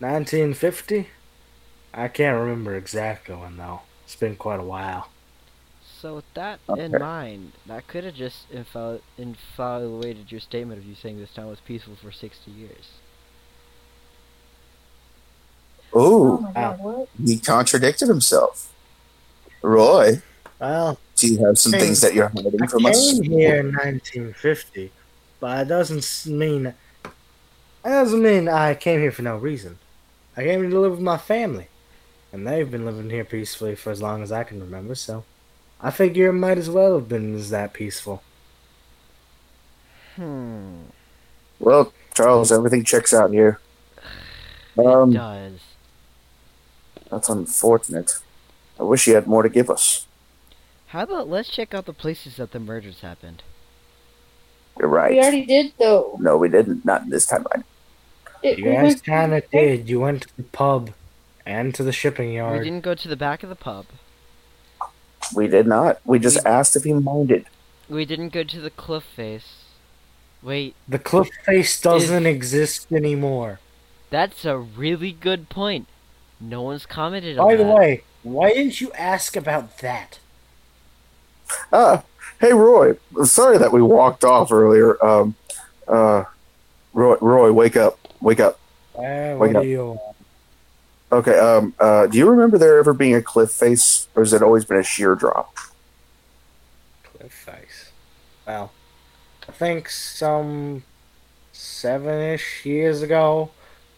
[SPEAKER 2] 1950. I can't remember exactly when though. It's been quite a while.
[SPEAKER 1] So with that in
[SPEAKER 2] Okay.
[SPEAKER 1] mind, that could have just infal- infatuated your statement of you saying this town was peaceful for 60 years.
[SPEAKER 5] Oh,
[SPEAKER 2] God,
[SPEAKER 5] he contradicted himself. Roy,
[SPEAKER 2] Well,
[SPEAKER 5] do you have some things that you're hiding from
[SPEAKER 2] I
[SPEAKER 5] us?
[SPEAKER 2] came here in 1950, but it doesn't s- mean it doesn't mean I came here for no reason. I came here to live with my family, and they've been living here peacefully for as long as I can remember. So, I figure it might as well have been as that peaceful.
[SPEAKER 1] Hmm.
[SPEAKER 5] Well, Charles, everything checks out here. Um,
[SPEAKER 1] does.
[SPEAKER 5] That's unfortunate. I wish he had more to give us.
[SPEAKER 1] How about let's check out the places that the murders happened?
[SPEAKER 5] You're right.
[SPEAKER 7] We already did though.
[SPEAKER 5] no, we didn't. Not this timeline.
[SPEAKER 7] It
[SPEAKER 2] You guys
[SPEAKER 7] was-
[SPEAKER 2] kind of did. You went to the pub and to the shipping
[SPEAKER 1] We
[SPEAKER 2] yard.
[SPEAKER 1] didn't go to the back of the pub.
[SPEAKER 5] We did not. We just asked if he minded.
[SPEAKER 1] We didn't go to the cliff face. Wait,
[SPEAKER 2] The cliff face doesn't exist anymore.
[SPEAKER 1] that's a really good point. No one's commented on
[SPEAKER 2] By the
[SPEAKER 1] that.
[SPEAKER 2] way, why didn't you ask about that?
[SPEAKER 5] Uh, hey, Roy. Sorry that we walked off earlier. Um, uh, Roy, Roy, wake up. Wake up.
[SPEAKER 2] Uh,
[SPEAKER 5] Wake
[SPEAKER 2] what
[SPEAKER 5] up.
[SPEAKER 2] do you?
[SPEAKER 5] Okay. Um, uh, do you remember there ever being a cliff face, or has it always been a sheer drop?
[SPEAKER 2] cliff face. Well, I think some seven-ish years ago,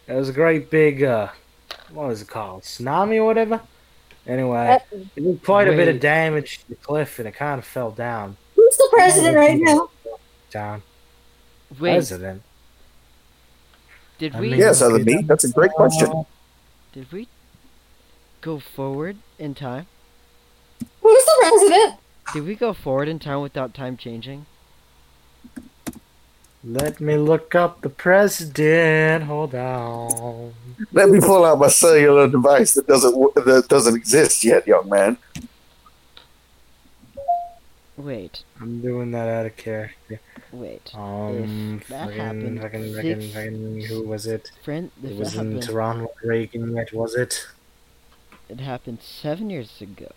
[SPEAKER 2] there was a great big uh, what is it called, tsunami or whatever. Anyway, it did quite a bit of
[SPEAKER 7] Wait.
[SPEAKER 2] damage to the cliff, and it kind of fell down.
[SPEAKER 7] Who's the president right now?
[SPEAKER 2] Down.
[SPEAKER 1] Wait.
[SPEAKER 2] President.
[SPEAKER 1] Did
[SPEAKER 2] I
[SPEAKER 1] we?
[SPEAKER 2] mean, Yes,
[SPEAKER 5] Other than me? uh, That's a great question.
[SPEAKER 1] Did we go forward in time?
[SPEAKER 7] Who's the president?
[SPEAKER 1] Did we go forward in time without time changing?
[SPEAKER 2] Let me look up the president. Hold on.
[SPEAKER 5] Let me pull out my cellular device that doesn't wo- that doesn't exist yet, young man.
[SPEAKER 1] Wait,
[SPEAKER 2] I'm doing that out of character.
[SPEAKER 1] wait.
[SPEAKER 2] Um,
[SPEAKER 1] If that
[SPEAKER 2] friggin',
[SPEAKER 1] happened
[SPEAKER 2] friggin',
[SPEAKER 1] six-
[SPEAKER 2] friggin', friggin', who was it?
[SPEAKER 1] Friend, if
[SPEAKER 2] It
[SPEAKER 1] that
[SPEAKER 2] wasn't
[SPEAKER 1] happened-
[SPEAKER 2] Ronald Reagan yet, was it?
[SPEAKER 1] It happened seven years ago.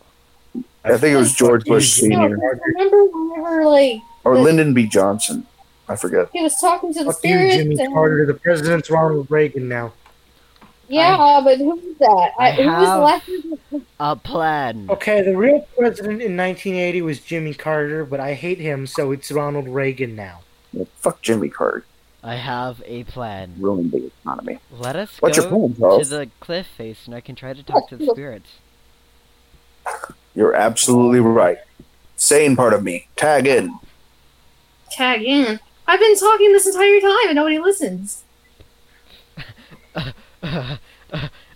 [SPEAKER 5] I think it was George Bush
[SPEAKER 7] No,
[SPEAKER 5] Senior
[SPEAKER 7] remember whenever like
[SPEAKER 5] or Lyndon B. Johnson. I forget.
[SPEAKER 7] he was talking to the
[SPEAKER 2] Fuck you,
[SPEAKER 7] spirits
[SPEAKER 2] Jimmy
[SPEAKER 7] and-
[SPEAKER 2] Carter. The president's Ronald Reagan now.
[SPEAKER 7] Yeah, but who was that? I,
[SPEAKER 1] I
[SPEAKER 7] who
[SPEAKER 1] have-
[SPEAKER 7] was left?
[SPEAKER 1] A plan.
[SPEAKER 2] Okay, the real president in 1980 was Jimmy Carter, but I hate him, so it's Ronald Reagan now.
[SPEAKER 5] Well, fuck Jimmy Carter.
[SPEAKER 1] I have a plan.
[SPEAKER 5] Ruined the economy.
[SPEAKER 1] Let us
[SPEAKER 5] What's
[SPEAKER 1] go
[SPEAKER 5] your plan,
[SPEAKER 1] to
[SPEAKER 5] Charles?
[SPEAKER 1] the cliff face, and I can try to talk to the spirits.
[SPEAKER 5] You're absolutely right. Sane part of me. Tag in.
[SPEAKER 7] Tag in. I've been talking this entire time and nobody listens.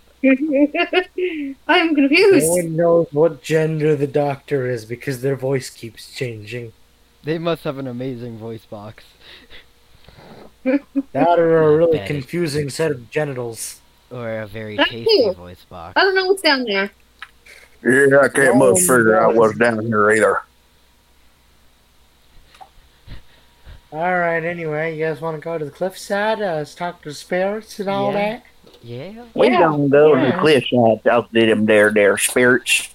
[SPEAKER 2] No
[SPEAKER 7] I'm confused.
[SPEAKER 2] one knows what gender the doctor is because their voice keeps changing.
[SPEAKER 1] They must have an amazing voice box.
[SPEAKER 2] That are a really
[SPEAKER 1] Pathetic.
[SPEAKER 2] confusing set of genitals.
[SPEAKER 1] Or a very
[SPEAKER 7] Thank
[SPEAKER 1] tasty
[SPEAKER 7] you.
[SPEAKER 1] voice box.
[SPEAKER 7] I don't know what's down there.
[SPEAKER 5] Yeah, I can't
[SPEAKER 2] Oh,
[SPEAKER 5] much figure out what's down here either.
[SPEAKER 2] All right. Anyway, you guys want to go to the cliffside? Uh, let's talk to the spirits and all
[SPEAKER 1] Yeah.
[SPEAKER 2] that.
[SPEAKER 1] Yeah.
[SPEAKER 5] We don't go to the
[SPEAKER 2] Yeah.
[SPEAKER 5] cliffside. Talk to them there, there spirits.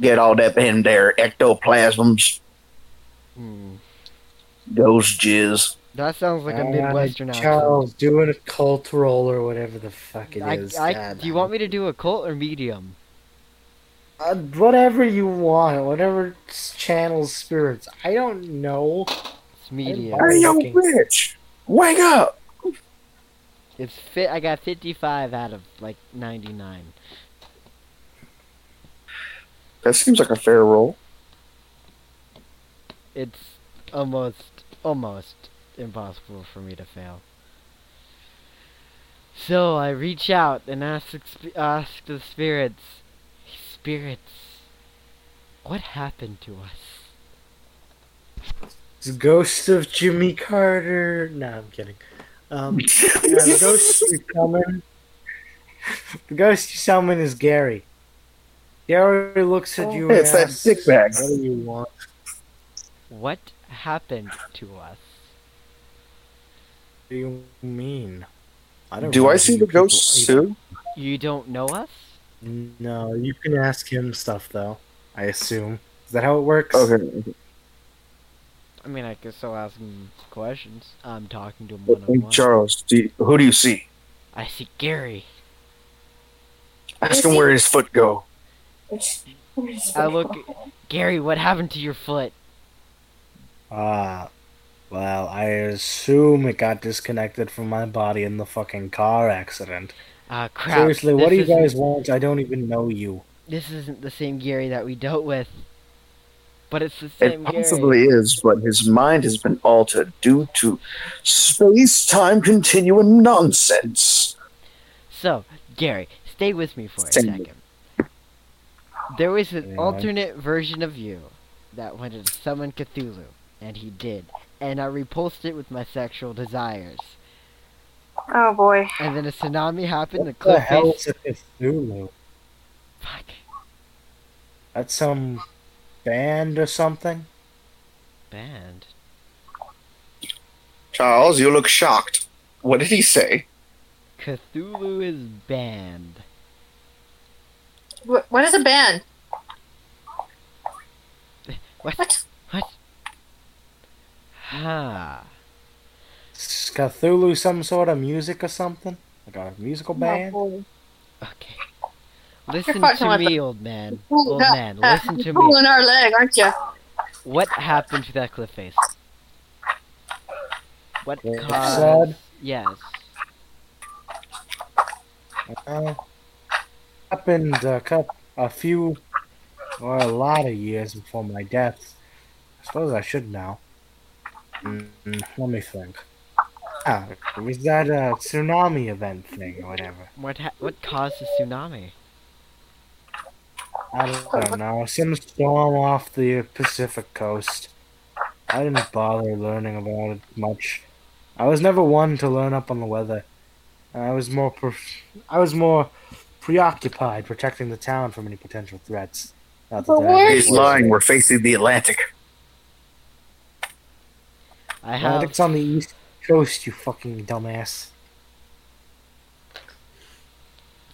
[SPEAKER 5] Get all that in there ectoplasms, ghost jizz.
[SPEAKER 1] Hmm. That sounds like a
[SPEAKER 2] Uh,
[SPEAKER 1] midwestern accent.
[SPEAKER 2] Charles doing a cult roll or whatever the fuck it
[SPEAKER 1] I,
[SPEAKER 2] is.
[SPEAKER 1] I,
[SPEAKER 2] God.
[SPEAKER 1] do you want me to do occult or medium?
[SPEAKER 2] Uh, whatever you want, whatever s- channels spirits. I don't know.
[SPEAKER 1] It's medium.
[SPEAKER 2] I'm
[SPEAKER 1] Hey, yo,
[SPEAKER 5] bitch! Wake up!
[SPEAKER 1] It's fit. I got 55 out of like 99.
[SPEAKER 5] That seems like a fair roll.
[SPEAKER 1] It's almost, almost impossible for me to fail. So I reach out and ask, the sp- ask the spirits, spirits, what happened to us?
[SPEAKER 2] The ghost of Jimmy Carter. No, I'm kidding. Um, yeah, the ghost you summon. The ghost you summon is Gary. Gary looks at you.
[SPEAKER 5] It's
[SPEAKER 2] and
[SPEAKER 5] that
[SPEAKER 2] asks,
[SPEAKER 5] dick bag.
[SPEAKER 2] What do you want?
[SPEAKER 1] What happened to us?
[SPEAKER 2] What do you mean? I
[SPEAKER 5] Do I see the ghosts too?
[SPEAKER 1] You don't know us?
[SPEAKER 2] No, you can ask him stuff though. I assume is that how it works?
[SPEAKER 5] Okay.
[SPEAKER 1] I mean, I could still ask him questions. I'm talking to him one on
[SPEAKER 5] Hey,
[SPEAKER 1] one.
[SPEAKER 5] Charles, do you, who do you see?
[SPEAKER 1] I see Gary.
[SPEAKER 5] Ask him where his foot go.
[SPEAKER 1] I look, Gary, what happened to your foot?
[SPEAKER 2] Ah, well, I assume it got disconnected from my body in the fucking car accident.
[SPEAKER 1] Ah, crap.
[SPEAKER 2] Seriously, what do you
[SPEAKER 1] This
[SPEAKER 2] guys
[SPEAKER 1] isn't-
[SPEAKER 2] want? I don't even know you.
[SPEAKER 1] This isn't the same Gary that we dealt with. But it's the
[SPEAKER 5] It
[SPEAKER 1] same
[SPEAKER 5] possibly
[SPEAKER 1] Gary.
[SPEAKER 5] is, but his mind has been altered due to space time continuum nonsense.
[SPEAKER 1] So, Gary, stay with me for a
[SPEAKER 5] Same.
[SPEAKER 1] second. There was an
[SPEAKER 5] Yeah.
[SPEAKER 1] alternate version of you that wanted to summon Cthulhu, and he did. And I repulsed it with my sexual desires.
[SPEAKER 11] Oh boy.
[SPEAKER 1] And then a tsunami happened, the
[SPEAKER 2] What the
[SPEAKER 1] cliff
[SPEAKER 2] hell
[SPEAKER 1] face
[SPEAKER 2] is a Cthulhu? Fuck. That's some band or something?
[SPEAKER 1] banned.
[SPEAKER 20] Charles, you look shocked. What did he say?
[SPEAKER 1] Cthulhu is banned.
[SPEAKER 7] Wh- What is a band?
[SPEAKER 1] What?
[SPEAKER 7] What?
[SPEAKER 1] Ha.
[SPEAKER 2] Is Cthulhu some sort of music or something? Like a musical band?
[SPEAKER 1] Listen
[SPEAKER 7] fucking
[SPEAKER 1] to
[SPEAKER 7] with
[SPEAKER 1] me,
[SPEAKER 7] the-
[SPEAKER 1] old man.
[SPEAKER 7] Ooh,
[SPEAKER 1] Old
[SPEAKER 7] uh,
[SPEAKER 1] man,
[SPEAKER 7] uh,
[SPEAKER 1] listen to
[SPEAKER 7] you're
[SPEAKER 1] me.
[SPEAKER 7] Pulling our leg, aren't you?
[SPEAKER 1] What happened to that cliff face? What
[SPEAKER 2] Cliff
[SPEAKER 1] caused?
[SPEAKER 2] side?
[SPEAKER 1] Yes.
[SPEAKER 2] Uh, happened a couple, a few, or a lot of years before my death. I suppose I should know. Mm, let me think. Ah, it was that uh, tsunami event thing or whatever?
[SPEAKER 1] What ha- what caused the tsunami?
[SPEAKER 2] I don't know. Some storm off the Pacific coast. I didn't bother learning about it much. I was never one to learn up on the weather. I was more pre- I was more preoccupied protecting the town from any potential threats. Not that
[SPEAKER 7] But
[SPEAKER 2] there ever
[SPEAKER 7] where-
[SPEAKER 2] was.
[SPEAKER 5] He's lying. We're facing the Atlantic.
[SPEAKER 1] I
[SPEAKER 2] Well,
[SPEAKER 1] have.
[SPEAKER 2] It's on the east coast, you fucking dumbass.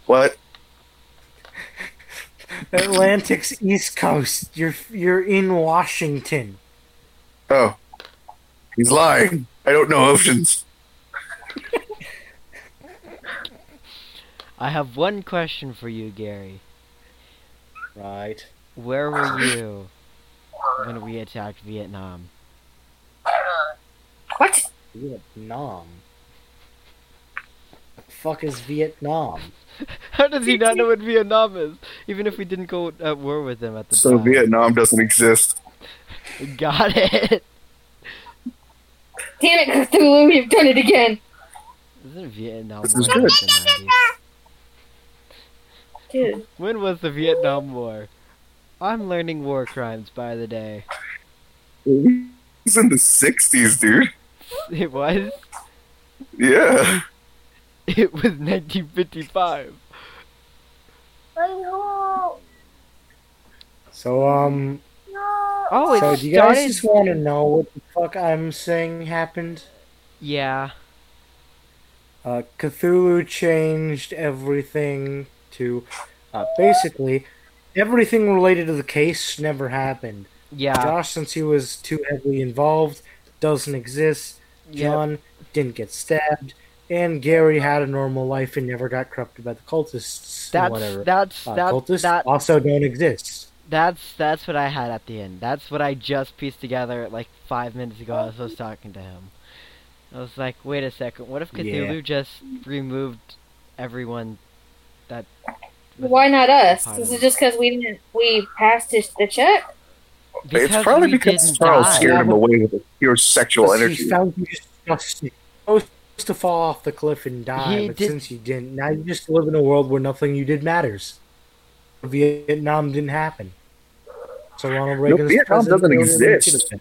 [SPEAKER 20] What?
[SPEAKER 2] Atlantic's east coast. You're you're in Washington.
[SPEAKER 20] Oh. He's lying. I don't know oceans.
[SPEAKER 1] I have one question for you, Gary.
[SPEAKER 2] Right.
[SPEAKER 1] Where were you when we attacked Vietnam?
[SPEAKER 7] What?
[SPEAKER 2] Vietnam. The fuck is Vietnam?
[SPEAKER 1] How does he not know what Vietnam is? Even if we didn't go at war with them at the
[SPEAKER 20] So Vietnam doesn't exist.
[SPEAKER 1] time. Got it.
[SPEAKER 7] Damn it, Cthulhu, you've done it again.
[SPEAKER 1] Isn't Vietnam
[SPEAKER 20] This
[SPEAKER 1] War
[SPEAKER 20] is good.
[SPEAKER 1] in the 90s?
[SPEAKER 7] Dude.
[SPEAKER 1] When was the Vietnam War? I'm learning war crimes by the day.
[SPEAKER 20] He's in the 60s, dude.
[SPEAKER 1] It was.
[SPEAKER 20] Yeah.
[SPEAKER 1] It was 1955.
[SPEAKER 2] So um.
[SPEAKER 1] Oh, it
[SPEAKER 2] so do you guys
[SPEAKER 1] started.
[SPEAKER 2] um,
[SPEAKER 1] Oh,
[SPEAKER 2] just want to know what the fuck I'm saying happened?
[SPEAKER 1] Yeah.
[SPEAKER 2] Uh, Cthulhu changed everything to uh, basically everything related to the case never happened.
[SPEAKER 1] Yeah.
[SPEAKER 2] Josh, since he was too heavily involved, doesn't exist.
[SPEAKER 1] Yep.
[SPEAKER 2] John didn't get stabbed, and Gary had a normal life and never got corrupted by the cultists.
[SPEAKER 1] That's-
[SPEAKER 2] or whatever.
[SPEAKER 1] that's-
[SPEAKER 2] uh,
[SPEAKER 1] that-
[SPEAKER 2] cultists
[SPEAKER 1] that-
[SPEAKER 2] also don't exist.
[SPEAKER 1] That's that's what I had at the end. That's what I just pieced together like five minutes ago as I was talking to him. I was like, wait a second, what if
[SPEAKER 2] Yeah.
[SPEAKER 1] Cthulhu just removed everyone that
[SPEAKER 7] Why not us? Is it just because we didn't we passed his, the check?
[SPEAKER 1] Because
[SPEAKER 5] it's probably
[SPEAKER 1] we
[SPEAKER 5] because
[SPEAKER 1] didn't
[SPEAKER 5] Charles
[SPEAKER 1] die.
[SPEAKER 5] scared him away with his pure sexual
[SPEAKER 2] Because
[SPEAKER 5] energy.
[SPEAKER 2] He found you disgusting. Supposed to fall off the cliff and die,
[SPEAKER 1] He
[SPEAKER 2] but
[SPEAKER 1] did-
[SPEAKER 2] since you didn't, now you just live in a world where nothing you did matters. Vietnam didn't happen. So Ronald Reagan's
[SPEAKER 5] Vietnam
[SPEAKER 2] president
[SPEAKER 5] doesn't
[SPEAKER 2] killed every
[SPEAKER 5] exist.
[SPEAKER 2] citizen.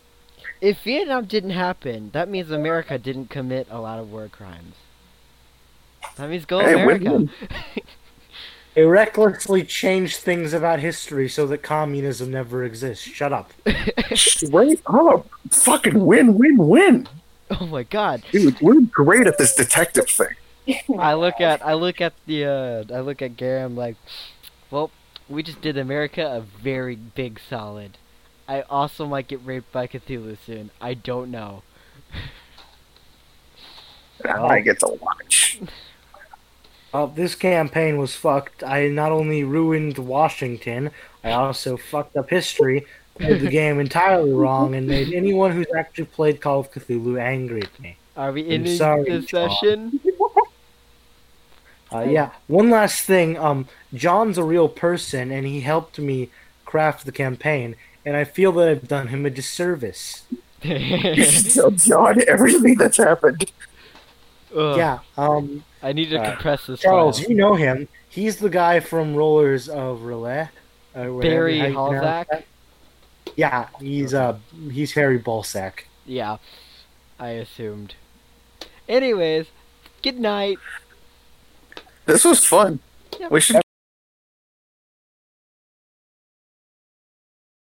[SPEAKER 1] If Vietnam didn't happen, that means America didn't commit a lot of war crimes. That means go
[SPEAKER 2] Hey,
[SPEAKER 1] America.
[SPEAKER 2] win-win. They recklessly changed things about history so that communism never exists. Shut up.
[SPEAKER 5] Straight up. Fucking win, win, win.
[SPEAKER 1] oh my god.
[SPEAKER 5] Dude, we're great at this detective thing.
[SPEAKER 1] I look at I look at the uh, I look at Gary. I'm like, well, we just did America a very big solid. I also might get raped by Cthulhu soon. I don't know.
[SPEAKER 5] I get to watch.
[SPEAKER 2] Well, this campaign was fucked. I not only ruined Washington, I also fucked up history, played the game entirely wrong, and made anyone who's actually played Call of Cthulhu angry at me.
[SPEAKER 1] Are we
[SPEAKER 2] I'm
[SPEAKER 1] ending
[SPEAKER 2] sorry,
[SPEAKER 1] this
[SPEAKER 2] John.
[SPEAKER 1] session?
[SPEAKER 2] Uh, yeah. One last thing. Um, John's a real person, and he helped me craft the campaign, and I feel that I've done him a disservice.
[SPEAKER 5] You should tell John everything that's happened.
[SPEAKER 1] Ugh,
[SPEAKER 2] Yeah. Um,
[SPEAKER 1] I need to
[SPEAKER 2] uh,
[SPEAKER 1] compress this.
[SPEAKER 2] Charles,
[SPEAKER 1] file.
[SPEAKER 2] you know him. He's the guy from Rollers of Relais. or whatever,
[SPEAKER 1] Barry
[SPEAKER 2] how you pronounce
[SPEAKER 1] Halzack?
[SPEAKER 2] that. Yeah, he's uh he's Harry Ballsack.
[SPEAKER 1] Yeah, I assumed. Anyways, good night.
[SPEAKER 5] This was fun.
[SPEAKER 1] Yeah.
[SPEAKER 5] We should